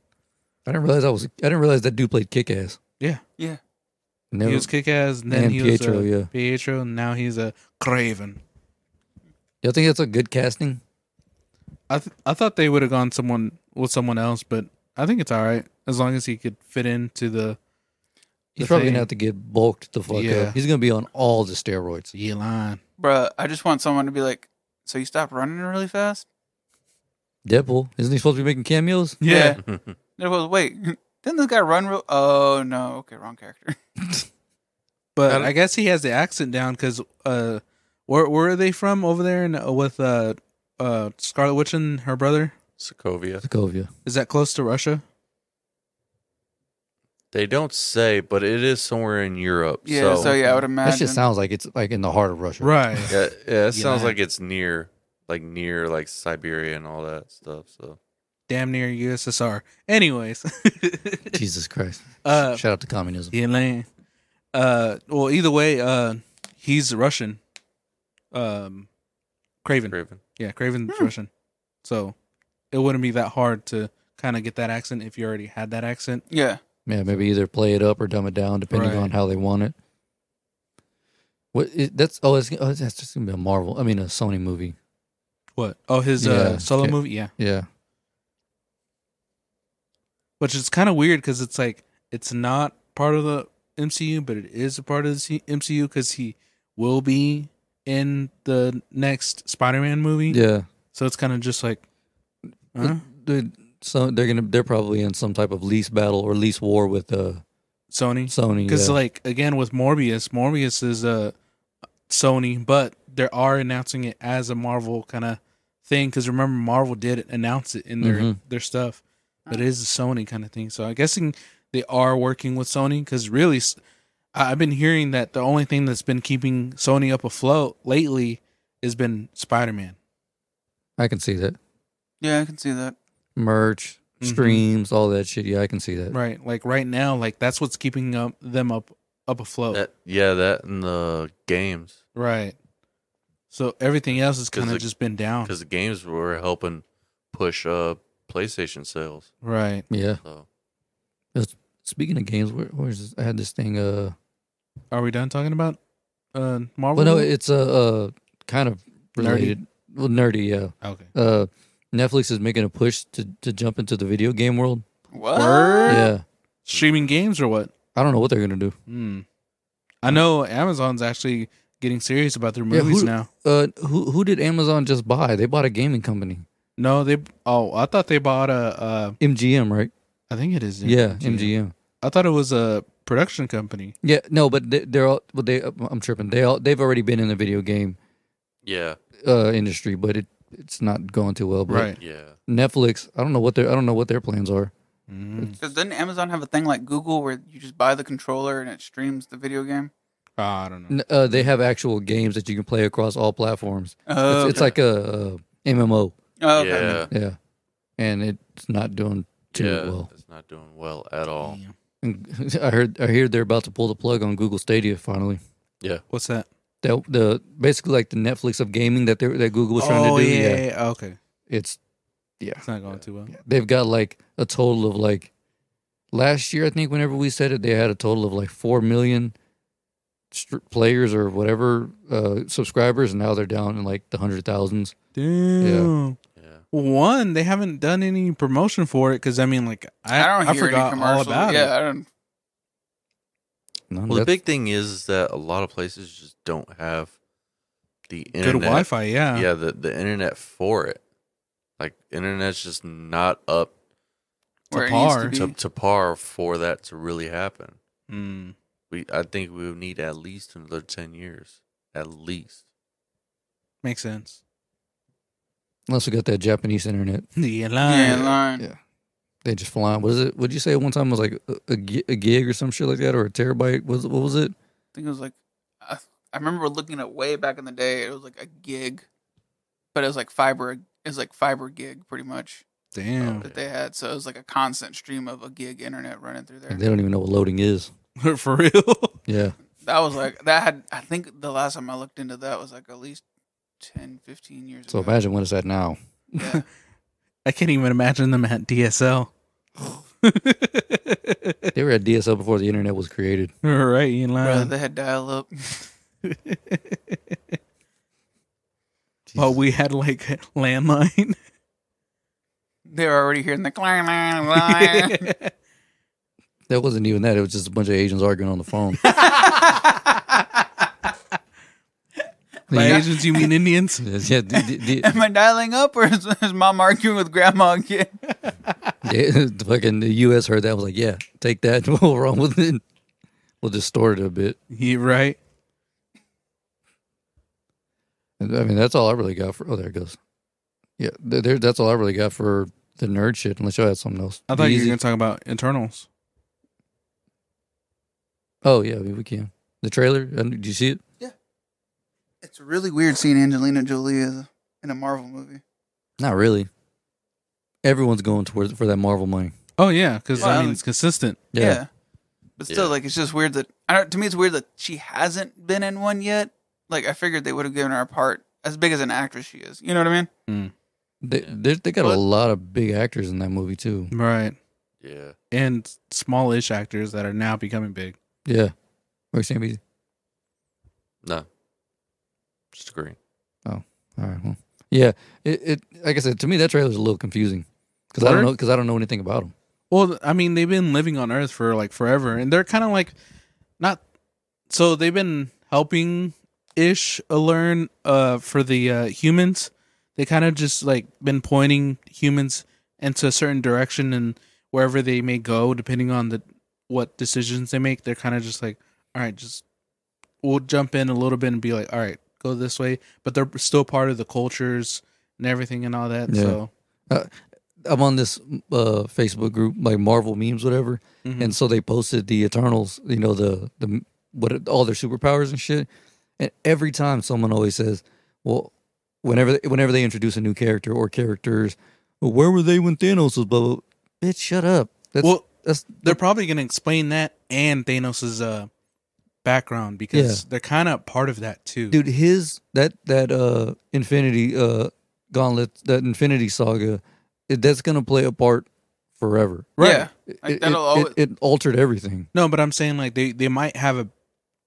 Speaker 2: I didn't realize I was. I didn't realize that dude played Kick Ass.
Speaker 3: Yeah.
Speaker 4: Yeah.
Speaker 2: Never.
Speaker 3: He was kick ass, and then
Speaker 2: And
Speaker 3: he
Speaker 2: Pietro,
Speaker 3: was a
Speaker 2: yeah.
Speaker 3: Pietro, and now he's a Craven.
Speaker 2: Y'all think that's a good casting?
Speaker 3: I th- I thought they would have gone someone with someone else, but I think it's all right as long as he could fit into the
Speaker 2: He's
Speaker 3: The
Speaker 2: probably
Speaker 3: thing-
Speaker 2: gonna have to get bulked the fuck
Speaker 3: Yeah.
Speaker 2: up. He's gonna be on all the steroids.
Speaker 3: yeah line.
Speaker 4: Bruh, I just want someone to be like, so you stopped running really fast?
Speaker 2: Deadpool isn't he supposed to be making cameos? (laughs)
Speaker 4: Yeah. There was, wait, (laughs) didn't this guy run real? Oh, no. Okay, wrong character. (laughs)
Speaker 3: But I, guess he has the accent down because uh, where where are they from over there? And uh, with uh, uh, Scarlet Witch and her brother,
Speaker 1: (laughs) Sokovia.
Speaker 2: Sokovia.
Speaker 3: is that close to Russia?
Speaker 1: They don't say, but it is somewhere in Europe.
Speaker 4: Yeah, so,
Speaker 1: so
Speaker 4: yeah, I would imagine.
Speaker 2: That just sounds like it's like in the heart of Russia.
Speaker 3: Right.
Speaker 1: Yeah, yeah, it sounds
Speaker 3: Yeah.
Speaker 1: like it's near, like near, like Siberia and all that stuff. So
Speaker 3: Damn near USSR. Anyways,
Speaker 2: (laughs)
Speaker 3: (laughs)
Speaker 2: Jesus Christ.
Speaker 3: uh,
Speaker 2: Shout out to communism.
Speaker 3: yeah, man. Uh, well, either way, uh, he's Russian. Um, Craven.
Speaker 1: Craven,
Speaker 3: Yeah, Craven's Russian. So it wouldn't be that hard to kind of get that accent if you already had that accent.
Speaker 4: yeah.
Speaker 2: Yeah, maybe either play it up or dumb it down, depending
Speaker 3: Right.
Speaker 2: on how they want it. What is, that's oh, it's, oh, that's just gonna be a Marvel. I mean, a Sony movie.
Speaker 3: What? Oh, his
Speaker 2: Yeah,
Speaker 3: uh, solo
Speaker 2: okay.
Speaker 3: movie? Yeah.
Speaker 2: Yeah,
Speaker 3: Which is kind of weird because it's like, it's not part of the MCU, but it is a part of the C- MCU because he will be in the next Spider Man movie.
Speaker 2: yeah.
Speaker 3: So it's kind of just like, huh?
Speaker 2: Dude, so they're gonna they're probably in some type of lease battle or lease war with uh
Speaker 3: Sony.
Speaker 2: Sony.
Speaker 3: Because,
Speaker 2: yeah.
Speaker 3: like, again, with Morbius, Morbius is uh, Sony, but they are announcing it as a Marvel kind of thing. Because remember, Marvel did announce it in their,
Speaker 2: Mhm.
Speaker 3: their stuff, but it is a Sony kind of thing. So I'm guessing they are working with Sony because really, s- I- I've been hearing that the only thing that's been keeping Sony up afloat lately has been Spider Man.
Speaker 2: I can see that
Speaker 4: Yeah, I can see that.
Speaker 2: merch,
Speaker 3: Mhm.
Speaker 2: streams, all that shit. Yeah, I can see that.
Speaker 3: Right. Like, right now, like, that's what's keeping up them up up afloat.
Speaker 1: that, yeah, that and the games
Speaker 3: right. So everything else has
Speaker 1: 'Cause
Speaker 3: kind of
Speaker 1: the-
Speaker 3: just been down.
Speaker 1: because the games were helping push uh PlayStation sales.
Speaker 3: Right.
Speaker 2: Yeah. Uh,
Speaker 1: So
Speaker 2: Speaking of games, where, where's this? I had this thing. Uh,
Speaker 3: Are we done talking about uh, Marvel?
Speaker 2: well, no,
Speaker 3: movies?
Speaker 2: it's a uh, uh, kind of related. Well, nerdy. Yeah.
Speaker 3: okay.
Speaker 2: Uh, Netflix is making a push to to jump into the video game world.
Speaker 4: What?
Speaker 3: Word?
Speaker 2: Yeah.
Speaker 3: Streaming games or what?
Speaker 2: I don't know what they're gonna do.
Speaker 3: Hmm. I know Amazon's actually getting serious about their
Speaker 2: Yeah,
Speaker 3: movies
Speaker 2: who-
Speaker 3: now.
Speaker 2: Uh, who who did Amazon just buy? They bought a gaming company,
Speaker 3: No, they. Oh, I thought they bought a. Uh,
Speaker 2: MGM, right?
Speaker 3: I think it is.
Speaker 2: Yeah,
Speaker 3: MGM.
Speaker 2: MGM.
Speaker 3: I thought it was a production company.
Speaker 2: Yeah, no, but they, they're all. Well, they. uh, I'm tripping. They all. They've already been in the video game
Speaker 1: yeah,
Speaker 2: uh industry, but it it's not going too well. But
Speaker 3: Right.
Speaker 1: yeah,
Speaker 2: Netflix. I don't know what their. I don't know what their plans are.
Speaker 3: Mm.
Speaker 4: Because doesn't Amazon have a thing like Google where you just buy the controller and it streams the video game?
Speaker 3: Ah, I don't know.
Speaker 2: N- Uh, they have actual games that you can play across all platforms.
Speaker 4: Oh,
Speaker 2: It's, it's like a, a MMO.
Speaker 4: oh, okay.
Speaker 1: yeah,
Speaker 2: Yeah, and it's not doing too
Speaker 1: yeah.
Speaker 2: well.
Speaker 1: It's not doing well at all.
Speaker 3: Damn.
Speaker 2: And (laughs) I heard. I hear they're about to pull the plug on Google Stadia finally.
Speaker 3: What's that?
Speaker 2: That the basically like the Netflix of gaming that they that Google was trying
Speaker 3: oh,
Speaker 2: to do.
Speaker 3: yeah, yeah, yeah. Okay.
Speaker 2: it's
Speaker 3: It's not going too well.
Speaker 2: they've got like a total of like last year i think whenever we said it they had a total of like 4 million str- players or whatever uh subscribers and now they're down in like the hundred thousands
Speaker 3: Damn.
Speaker 1: Yeah,
Speaker 3: One, they haven't done any promotion for it because I mean, like, I,
Speaker 4: I don't
Speaker 3: I
Speaker 4: hear
Speaker 3: forgot
Speaker 4: any
Speaker 3: all
Speaker 4: commercials.
Speaker 3: about
Speaker 4: yeah,
Speaker 3: it.
Speaker 4: I don't.
Speaker 2: No,
Speaker 1: Well, the
Speaker 2: that's-
Speaker 1: big thing is, is that a lot of places just don't have the internet.
Speaker 3: Good Wi-Fi, yeah.
Speaker 1: Yeah, the, the internet for it. Like internet's just not up
Speaker 4: Where it
Speaker 3: par.
Speaker 4: used to
Speaker 1: to,
Speaker 4: be.
Speaker 1: to par for that to really happen.
Speaker 3: Mm.
Speaker 1: We I think we would need at least another ten years. At least.
Speaker 3: Makes sense.
Speaker 2: unless we got that japanese internet
Speaker 3: The
Speaker 4: Yeah,
Speaker 3: line.
Speaker 4: in line.
Speaker 2: Yeah. they just flying what is it what'd you say one time it was like a, a gi- a gig or some shit like that or a terabyte was what was it
Speaker 4: I think it was like, I I remember looking at way back in the day. It was like a gig, but it was like fiber. It was like fiber gig pretty much
Speaker 3: Damn.
Speaker 4: that they had. So it was like a constant stream of a gig internet running through there.
Speaker 2: They don't even know what loading is.
Speaker 3: (laughs) For real?
Speaker 2: Yeah.
Speaker 4: That was like that had. I think the last time I looked into that was like at least 10, 15 years
Speaker 2: So
Speaker 4: ago.
Speaker 2: imagine what it's at
Speaker 3: (laughs)
Speaker 2: now.
Speaker 4: Yeah.
Speaker 3: I can't even imagine them at DSL.
Speaker 2: They were at DSL before the internet was created.
Speaker 3: right, you in
Speaker 4: Brother,
Speaker 3: line.
Speaker 4: they had dial up. (laughs)
Speaker 3: But we had like landline.
Speaker 4: They were already hearing the clang, clang,
Speaker 3: (laughs)
Speaker 4: clang.
Speaker 2: That wasn't even that. It was just a bunch of Asians arguing on the
Speaker 3: (laughs)
Speaker 2: phone.
Speaker 3: By
Speaker 2: Yeah.
Speaker 3: Asians, you mean Indians?
Speaker 2: (laughs) yeah, the, the-
Speaker 4: Am I dialing up or is, is mom arguing with grandma again?
Speaker 2: the- the fucking the U.S. heard that and was like, yeah, take that. (laughs) We'll run with it. We'll distort it a bit.
Speaker 3: (laughs) Yeah, right.
Speaker 2: I mean, that's all I really got for. Oh, there it goes. Yeah, th- there, that's all I really got for the nerd shit. Unless you had something else.
Speaker 3: I thought you were
Speaker 2: Easy-
Speaker 3: going to talk about internals.
Speaker 2: Oh yeah, we, we can. The trailer. uh, Did you see it?
Speaker 4: It's really weird seeing Angelina Jolie as a- in a Marvel movie.
Speaker 2: Not really. Everyone's going towards for that Marvel money.
Speaker 3: Oh yeah, because
Speaker 4: Well,
Speaker 3: I mean
Speaker 4: I-
Speaker 3: it's consistent.
Speaker 2: Yeah.
Speaker 4: But still,
Speaker 1: Yeah.
Speaker 4: like, it's just weird that, I don't, to me, it's weird that she hasn't been in one yet. Like, I figured they would have given her a part as big as an actress she is. You know what I mean?
Speaker 2: They they, they got
Speaker 1: But-
Speaker 2: a lot of big actors in that movie too.
Speaker 3: Right.
Speaker 1: Yeah.
Speaker 3: And smallish actors that are now becoming big.
Speaker 2: Yeah. Roxanne Beasley.
Speaker 1: No. Just agree.
Speaker 2: All right. Well, yeah. It, it like I said to me that trailer's a little confusing because I don't
Speaker 3: Word?
Speaker 2: know because I don't know anything about them.
Speaker 3: Well, I mean, they've been living on Earth for like forever, and they're kind of like not. So they've been helping ish learn uh, for the uh, humans. They kind of just like been pointing humans into a certain direction and wherever they may go, depending on the what decisions they make. They're kind of just like, all right, just we'll jump in a little bit and be like, all right, go this way. But they're still part of the cultures and everything and all that.
Speaker 2: Yeah.
Speaker 3: So
Speaker 2: I'm on this uh, Facebook group like Marvel memes whatever,
Speaker 4: Mm-hmm.
Speaker 3: mhm.
Speaker 2: and so they posted the Eternals. You know the the what all their superpowers and shit. And every time someone always says, "Well, whenever they, whenever they introduce a new character or characters, well, where were they when Thanos was?" Blah, blah, blah." Bitch, shut up. That's
Speaker 3: Well,
Speaker 2: that's
Speaker 3: they're probably going to explain that and Thanos' uh, background because they're kind of part of that too.
Speaker 2: dude his that that uh infinity uh gauntlet that infinity saga it, that's gonna play a part forever
Speaker 3: Right.
Speaker 4: Yeah. Like,
Speaker 2: it, it,
Speaker 4: that'll always-
Speaker 2: it, it altered everything
Speaker 3: No, but I'm saying like they they might have a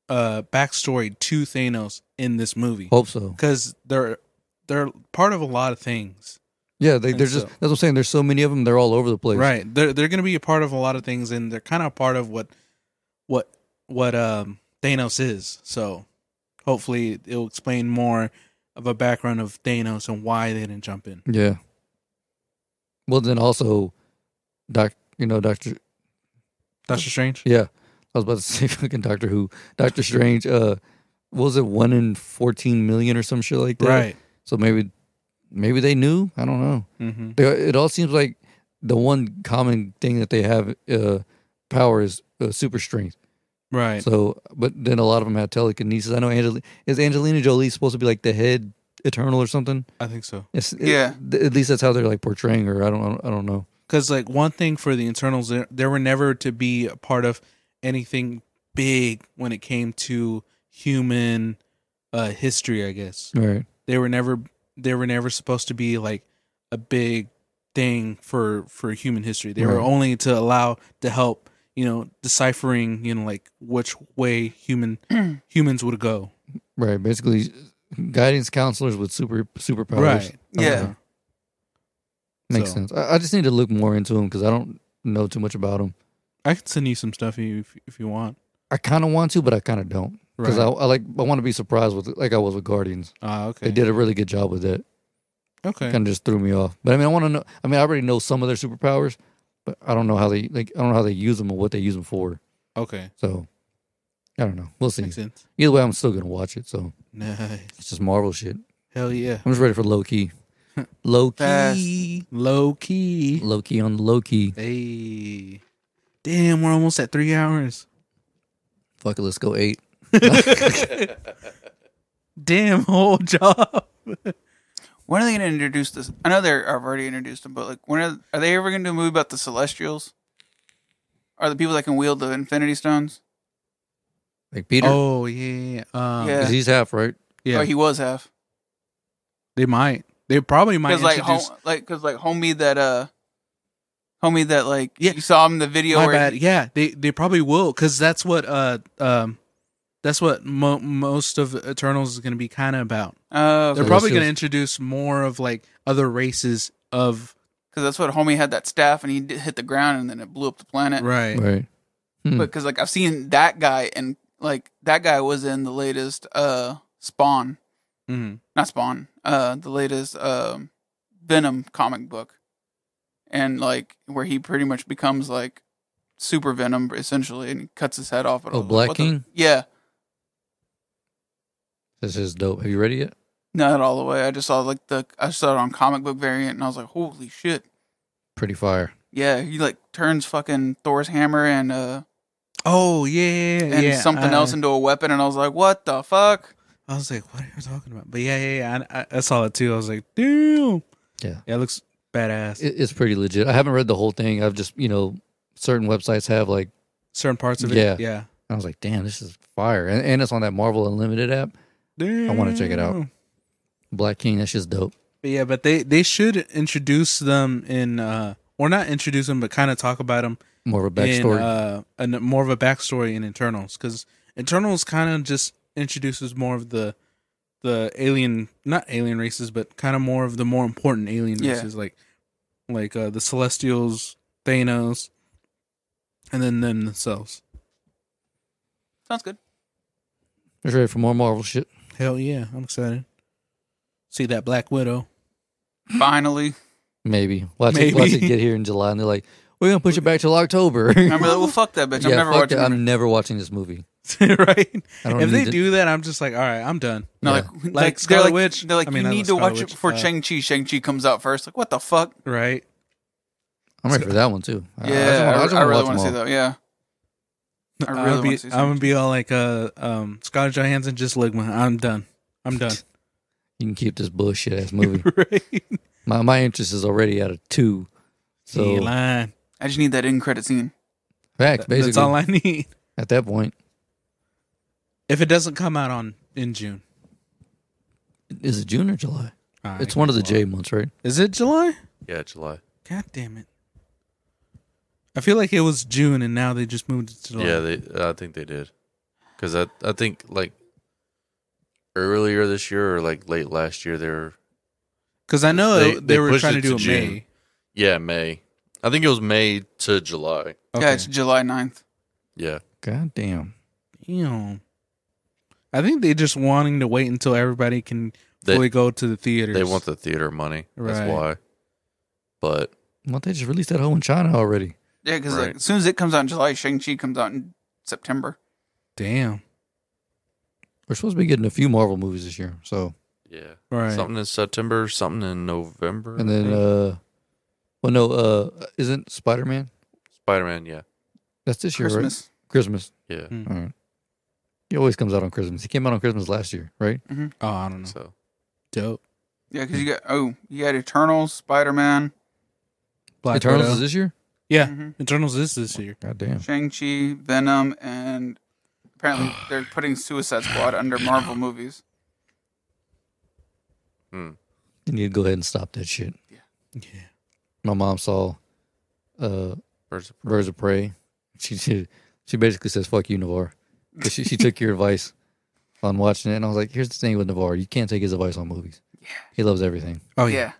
Speaker 3: uh, backstory to Thanos in this movie
Speaker 2: hope so
Speaker 3: because they're they're part of a lot of things.
Speaker 2: yeah they, they're
Speaker 3: Think
Speaker 2: just
Speaker 3: so.
Speaker 2: that's what i'm saying there's so many of them they're all over the place
Speaker 3: Right. They're they're going to be a part of a lot of things and they're kind of part of what what what um Thanos is. So hopefully it'll explain more of a background of Thanos and why they didn't jump in.
Speaker 2: yeah well then also doc you know doctor
Speaker 3: Doctor Strange?
Speaker 2: yeah i was about to (laughs) say fucking doctor who doctor strange uh what was it one in 14 million or some shit like that
Speaker 3: Right.
Speaker 2: so maybe maybe they knew i don't know
Speaker 3: Mm-hmm.
Speaker 2: They, it all seems like the one common thing that they have uh, power is uh, super strength.
Speaker 3: Right.
Speaker 2: So, but then a lot of them had telekinesis. I know Angel is Angelina Jolie supposed to be like the head eternal or something.
Speaker 3: I think so.
Speaker 2: It's, it-
Speaker 4: Yeah.
Speaker 2: th- at least that's how they're like portraying her. I don't. I don't know.
Speaker 3: because like one thing for the internals there, there were never to be a part of anything big when it came to human uh history i guess
Speaker 2: All right.
Speaker 3: they were never they were never supposed to be like a big thing for for human history they were
Speaker 2: Right.
Speaker 3: only to allow to help you know deciphering you know like which
Speaker 2: (clears throat)
Speaker 3: way human humans would go
Speaker 2: Right. Basically, guidance counselors with super superpowers.
Speaker 3: right
Speaker 2: I don't
Speaker 4: Yeah.
Speaker 2: know. Makes
Speaker 3: So-
Speaker 2: sense. I, I just need to look more into them because I don't know too much about them.
Speaker 3: i can send you some stuff if, if you want
Speaker 2: I kind of want to, but I kind of don't because I, I like I want to be surprised with like I was with Guardians.
Speaker 3: Ah, okay
Speaker 2: They did a really good job with that.
Speaker 3: okay
Speaker 2: Kind of just threw me off. But I mean, I want to know. I mean, I already know some of their superpowers, but I don't know how they like. I don't know how they use them or what they use them for.
Speaker 3: okay
Speaker 2: So I don't know. We'll see.
Speaker 3: makes sense
Speaker 2: Either way, I'm still gonna watch it. So
Speaker 3: nice
Speaker 2: it's just Marvel shit.
Speaker 3: hell yeah
Speaker 2: I'm just ready for low
Speaker 3: (laughs)
Speaker 2: key. Low
Speaker 4: Fast.
Speaker 2: key.
Speaker 3: Low key.
Speaker 2: Low key on low key.
Speaker 3: Hey. Damn, we're almost at three hours.
Speaker 2: Fuck it. Let's go eight.
Speaker 3: Damn (laughs) whole job.
Speaker 4: When are they going to introduce this? I know they're I've already introduced them, but like, when are, are they ever going to do a movie about the Celestials? Are the people that can wield the Infinity Stones?
Speaker 2: Like Peter,
Speaker 3: Oh yeah, um,
Speaker 4: Yeah.
Speaker 2: 'Cause he's half right.
Speaker 3: yeah.
Speaker 4: Or Oh, he was half.
Speaker 3: they might. They probably might
Speaker 4: Because like, home,
Speaker 3: introduce.
Speaker 4: like, because like, homie that uh, homie that like,
Speaker 3: Yeah.
Speaker 4: you saw him in the video
Speaker 3: my
Speaker 4: where
Speaker 3: bad. Yeah, they they probably will because that's what uh um that's what mo- most of Eternals is going to be kind of about.
Speaker 4: uh,
Speaker 3: They're
Speaker 4: because
Speaker 3: probably going to
Speaker 2: Celestials.
Speaker 3: introduce more of like other races of
Speaker 4: that's what homie had that staff and he did hit the ground and then it blew up the planet.
Speaker 3: right.
Speaker 2: Right. Hmm.
Speaker 4: But because like I've seen that guy and like that guy was in the latest uh Spawn,
Speaker 3: hmm
Speaker 4: not Spawn, uh the latest um Venom comic book, and like where he pretty much becomes like Super Venom essentially and he cuts his head off. but I
Speaker 2: Oh,
Speaker 4: was like,
Speaker 2: Black
Speaker 4: what the-
Speaker 2: King?
Speaker 4: yeah,
Speaker 2: This is dope. Have you read it yet?
Speaker 4: not all the way. I just saw like the I saw it on comic book variant and I was like, holy shit.
Speaker 2: Pretty fire.
Speaker 4: Yeah, he like turns fucking Thor's hammer and uh
Speaker 3: Oh yeah, yeah, yeah,
Speaker 4: and
Speaker 3: yeah. uh,
Speaker 4: something
Speaker 3: I-
Speaker 4: else into a weapon, and I was like, "What the fuck?"
Speaker 3: I was like, what are you talking about? But yeah, yeah, yeah. I, I- I saw it too. I was like, damn.
Speaker 2: Yeah.
Speaker 3: Yeah, it looks badass.
Speaker 2: It, it's pretty legit. I haven't read the whole thing. I've just you know certain websites have like
Speaker 3: Certain parts of it.
Speaker 2: Yeah.
Speaker 3: Yeah.
Speaker 2: I was like, damn, this is fire, and, and it's on that Marvel Unlimited app.
Speaker 3: Damn.
Speaker 2: wanna check it out. Black King, that's just dope.
Speaker 3: But yeah, but they they should introduce them in uh or not introduce them, but kind of talk about them
Speaker 2: More of a
Speaker 3: in
Speaker 2: backstory.
Speaker 3: uh an, more of a backstory in Internals because Internals kind of just introduces more of the the alien not alien races, but kind of more of the more important alien
Speaker 4: Yeah.
Speaker 3: races like like uh the Celestials, Thanos, and then them themselves.
Speaker 4: Sounds good.
Speaker 2: Just ready for more Marvel shit.
Speaker 3: Hell yeah, I'm excited. See that Black Widow. (laughs)
Speaker 4: Finally,
Speaker 2: Maybe. Watch, It,
Speaker 3: Maybe.
Speaker 2: watch it get here in July, and they're like, we're gonna push it back till October. (laughs)
Speaker 4: remember that? Well, fuck that bitch.
Speaker 2: yeah,
Speaker 4: I'm never
Speaker 2: fuck
Speaker 4: watching.
Speaker 2: that.
Speaker 4: it.
Speaker 2: I'm never watching this movie.
Speaker 3: right?
Speaker 2: I don't need
Speaker 3: If they
Speaker 2: to-
Speaker 3: do that, I'm just like, all right, I'm done.
Speaker 4: no,
Speaker 2: yeah.
Speaker 4: like, like, they're
Speaker 3: Scarlet
Speaker 4: like,
Speaker 3: Witch.
Speaker 4: They're like,
Speaker 3: I mean,
Speaker 4: you
Speaker 3: I
Speaker 4: need
Speaker 3: love
Speaker 4: to
Speaker 3: Scarlet
Speaker 4: watch it
Speaker 3: Witch,
Speaker 4: before
Speaker 3: uh,
Speaker 4: Shang Chi. Shang Chi comes out first. Like, what the fuck?
Speaker 3: Right?
Speaker 2: I'm ready for that one too. Uh, I- I, just
Speaker 4: Yeah,
Speaker 2: wanna-
Speaker 4: I,
Speaker 2: I just
Speaker 4: I
Speaker 2: wanna
Speaker 4: really
Speaker 2: watch
Speaker 4: want to
Speaker 2: them
Speaker 4: see
Speaker 2: all.
Speaker 4: that. Yeah, I
Speaker 3: I
Speaker 4: really
Speaker 3: am
Speaker 4: want
Speaker 3: be,
Speaker 4: to see.
Speaker 3: I'm
Speaker 4: Shang-Chi.
Speaker 3: gonna be all like, uh, um, Scarlett Johansson, just Ligma. I'm done.
Speaker 4: (laughs)
Speaker 3: I'm done. (laughs)
Speaker 2: You can keep this bullshit ass (laughs) movie.
Speaker 3: right?
Speaker 2: my my interest is already out of two.
Speaker 3: He
Speaker 2: So
Speaker 3: lying.
Speaker 4: I just need that in credit scene.
Speaker 2: facts, basically.
Speaker 3: That's all I (laughs) need.
Speaker 2: At that point,
Speaker 3: If it doesn't come out on in June,
Speaker 2: is it June or July?
Speaker 3: All
Speaker 2: It's
Speaker 3: right.
Speaker 2: one of the J months, right?
Speaker 3: Is it July?
Speaker 1: Yeah, July.
Speaker 3: God damn it! I feel like it was June, and now they just moved it to July.
Speaker 1: Yeah, they. I think they did. Because I, I think like earlier this year or like late last year, they were
Speaker 3: because I know
Speaker 1: They-
Speaker 3: they,
Speaker 1: they
Speaker 3: were
Speaker 1: pushed
Speaker 3: trying
Speaker 1: it
Speaker 3: to do
Speaker 1: to
Speaker 3: a
Speaker 1: June.
Speaker 3: May.
Speaker 1: yeah May. I think it was May to July.
Speaker 4: Yeah, it's July 9th.
Speaker 1: Yeah,
Speaker 2: God damn.
Speaker 3: Damn. I think they just wanting to wait until everybody can
Speaker 1: They-
Speaker 3: fully go to the theaters.
Speaker 1: they want the theater money. That's
Speaker 3: Right.
Speaker 1: why. But
Speaker 2: Well, they just released that whole in China already.
Speaker 4: Yeah, because
Speaker 1: Right.
Speaker 4: like as soon as it comes out in July, Shang Chi comes out in September.
Speaker 3: damn
Speaker 2: We're supposed to be getting a few Marvel movies this year. So
Speaker 1: yeah,
Speaker 3: right.
Speaker 1: something in September, something in November,
Speaker 2: and then uh well no, uh isn't Spider Man?
Speaker 1: Spider Man. Yeah,
Speaker 2: That's this year, right?
Speaker 4: Christmas.
Speaker 2: Christmas.
Speaker 1: yeah.
Speaker 3: Mm.
Speaker 2: All right. He always comes out on Christmas. He came out on Christmas last year, right?
Speaker 3: Oh, I don't know.
Speaker 1: So
Speaker 3: Dope.
Speaker 4: Yeah, because you got oh, you got Eternals, Spider Man,
Speaker 3: Black
Speaker 2: Eternals
Speaker 3: Widow.
Speaker 2: is this year?
Speaker 3: yeah,
Speaker 4: Mhm.
Speaker 3: Eternals is this year.
Speaker 2: God damn.
Speaker 4: Shang Chi, Venom, and
Speaker 2: (sighs)
Speaker 4: apparently they're putting Suicide Squad under Marvel movies.
Speaker 2: You need to go ahead and stop that shit.
Speaker 3: Yeah.
Speaker 2: My mom saw uh
Speaker 1: Birds of
Speaker 2: Birds of Prey. She she, she basically says, "Fuck you, Navar." But she she took your advice on watching it, and I was like, "Here's the thing with Navar: you can't take his advice on movies. He loves everything.
Speaker 3: Oh yeah.
Speaker 4: yeah.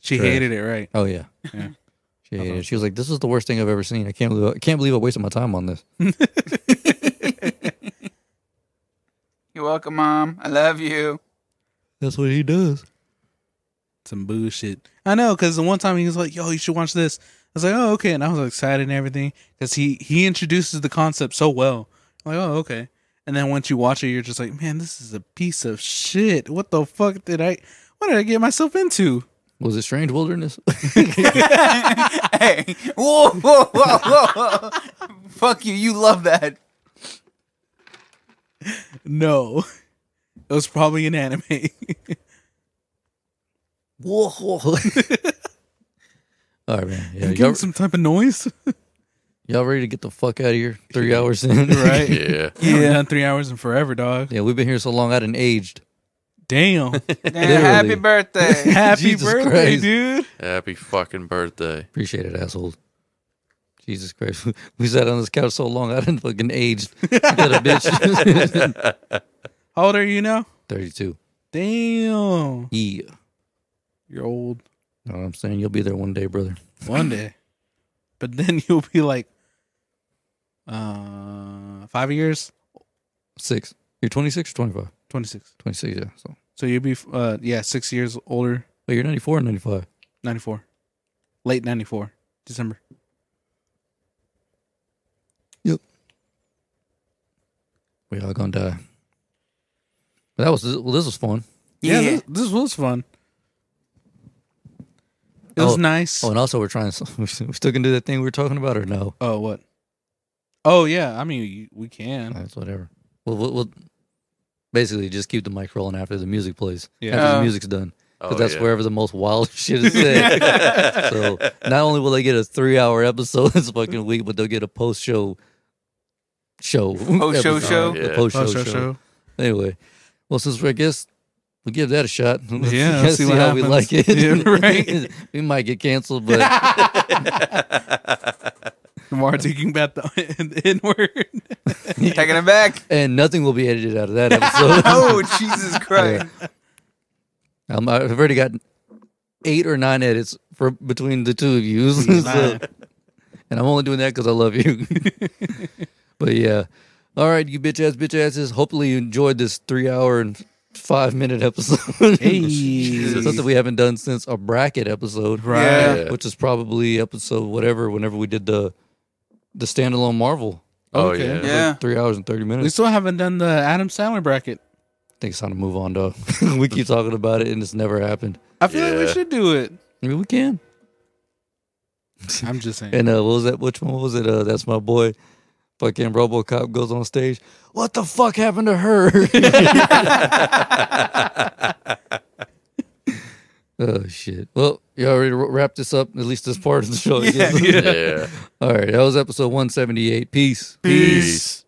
Speaker 3: She
Speaker 2: Trash.
Speaker 3: hated it, right?
Speaker 2: Oh yeah, Uh-huh.
Speaker 3: Yeah.
Speaker 2: (laughs) She hated it. She was like, "This is the worst thing I've ever seen. I can't believe I can't believe I wasted my time on this."
Speaker 4: You're welcome, mom. I love you.
Speaker 2: That's what he does.
Speaker 3: Some bullshit. I know, because the one time he was like, "Yo, you should watch this." I was like, "Oh, okay," and I was excited and everything because he he introduces the concept so well. I'm like, oh, okay. And then once you watch it, you're just like, "Man, this is a piece of shit. What the fuck did I? What did I get myself into?"
Speaker 2: Was it Strange Wilderness?
Speaker 4: hey, whoa, whoa, whoa, whoa, whoa. Fuck you. You love that.
Speaker 3: No, (laughs) it was probably an anime.
Speaker 2: (laughs)
Speaker 3: (laughs)
Speaker 2: Whoa. (laughs) All right, man. Yeah,
Speaker 3: I'm
Speaker 2: y'all,
Speaker 3: getting some type of noise,
Speaker 2: y'all ready to get the fuck out of here? Three hours (laughs) in.
Speaker 3: (laughs) right?
Speaker 1: Yeah.
Speaker 3: Yeah, We've done three hours and forever, dog.
Speaker 2: Yeah, we've been here so long, I done aged.
Speaker 3: (laughs) Damn.
Speaker 4: Yeah, happy
Speaker 2: Literally.
Speaker 3: (laughs)
Speaker 4: birthday.
Speaker 3: Happy
Speaker 2: Jesus
Speaker 3: birthday,
Speaker 2: Christ.
Speaker 3: dude.
Speaker 1: Happy fucking birthday.
Speaker 2: Appreciate it, asshole. Jesus Christ. (laughs) We sat on this couch so long, I didn't fucking aged. (laughs) Little bitch. (laughs)
Speaker 3: How old are you now?
Speaker 2: 32.
Speaker 3: Damn.
Speaker 2: Yeah.
Speaker 3: You're old.
Speaker 2: Know what I'm saying? You'll be there one day, brother.
Speaker 3: One day. But then (laughs) you'll be like uh five years?
Speaker 2: Six. You're 26 or 25?
Speaker 3: Twenty six.
Speaker 2: 26, yeah. So.
Speaker 3: So you'll be uh yeah, six years older.
Speaker 2: Wait, you're 94 or 95?
Speaker 3: Ninety four. Late ninety four. December.
Speaker 2: We all gonna die. But that was, well, this was fun.
Speaker 4: Yeah.
Speaker 3: this, this was fun. It was
Speaker 2: Oh.
Speaker 3: nice.
Speaker 2: Oh,
Speaker 3: Oh,
Speaker 2: and also we're trying. (laughs) We still can do that thing we were talking about, or no?
Speaker 3: what? Oh yeah, I mean you- we can.
Speaker 2: That's whatever. We'll, we'll, we'll basically just keep the mic rolling after the music plays.
Speaker 3: Yeah.
Speaker 2: After
Speaker 4: Oh.
Speaker 2: the music's done, because
Speaker 1: Oh,
Speaker 2: that's
Speaker 1: yeah.
Speaker 2: wherever the most wild (laughs) shit is
Speaker 1: (laughs)
Speaker 2: said. so not only will they get a three-hour episode (laughs) this fucking week, but they'll get a post-show
Speaker 3: (laughs)
Speaker 2: show.
Speaker 4: Post-show
Speaker 2: episode.
Speaker 4: show?
Speaker 2: The
Speaker 1: Yeah.
Speaker 2: post-show
Speaker 3: Oh,
Speaker 2: show. Anyway, well, since we I guess we'll give that a shot. (laughs) Let's-
Speaker 3: Yeah,
Speaker 2: let's
Speaker 3: let's see what
Speaker 2: how we
Speaker 3: happens.
Speaker 2: like it.
Speaker 3: (laughs) Yeah, right.
Speaker 2: (laughs) we might get canceled, but.
Speaker 3: Tomorrow taking back the (laughs) inward.
Speaker 2: (laughs)
Speaker 4: Taking it back.
Speaker 2: and nothing will be edited out of
Speaker 3: (laughs)
Speaker 2: that episode.
Speaker 4: Oh, Jesus Christ.
Speaker 2: um, I've already got eight or nine edits for between the two of you, (laughs) So-
Speaker 3: Nine.
Speaker 2: and I'm only doing that because I love you. (laughs) but yeah, all right, you bitch ass bitch asses. Hopefully you enjoyed this three hour and five minute episode. (laughs) Something we haven't done since a bracket episode,
Speaker 3: Right.
Speaker 4: Yeah.
Speaker 1: Yeah.
Speaker 2: Which is probably episode whatever. Whenever we did the the standalone Marvel,
Speaker 1: Oh,
Speaker 3: Okay.
Speaker 1: yeah.
Speaker 2: (laughs)
Speaker 4: Yeah.
Speaker 2: three hours and thirty minutes.
Speaker 3: We still haven't done the Adam Sandler bracket.
Speaker 2: think it's time to move on, dog. (laughs) we keep talking about it, and it's never happened.
Speaker 3: I feel like we
Speaker 1: Yeah.
Speaker 3: should do
Speaker 2: (laughs)
Speaker 3: it.
Speaker 2: I mean, we can.
Speaker 3: I'm just saying.
Speaker 2: And uh, what was that? Which one was it? Uh, that's my boy. Fucking RoboCop goes on stage. What the fuck happened to her? (laughs) oh shit. Well, y'all ready to wra- wrap this up? At least this part of the show. I guess.
Speaker 1: Yeah.
Speaker 2: All right, that was episode one seventy eight. Peace.
Speaker 1: Peace.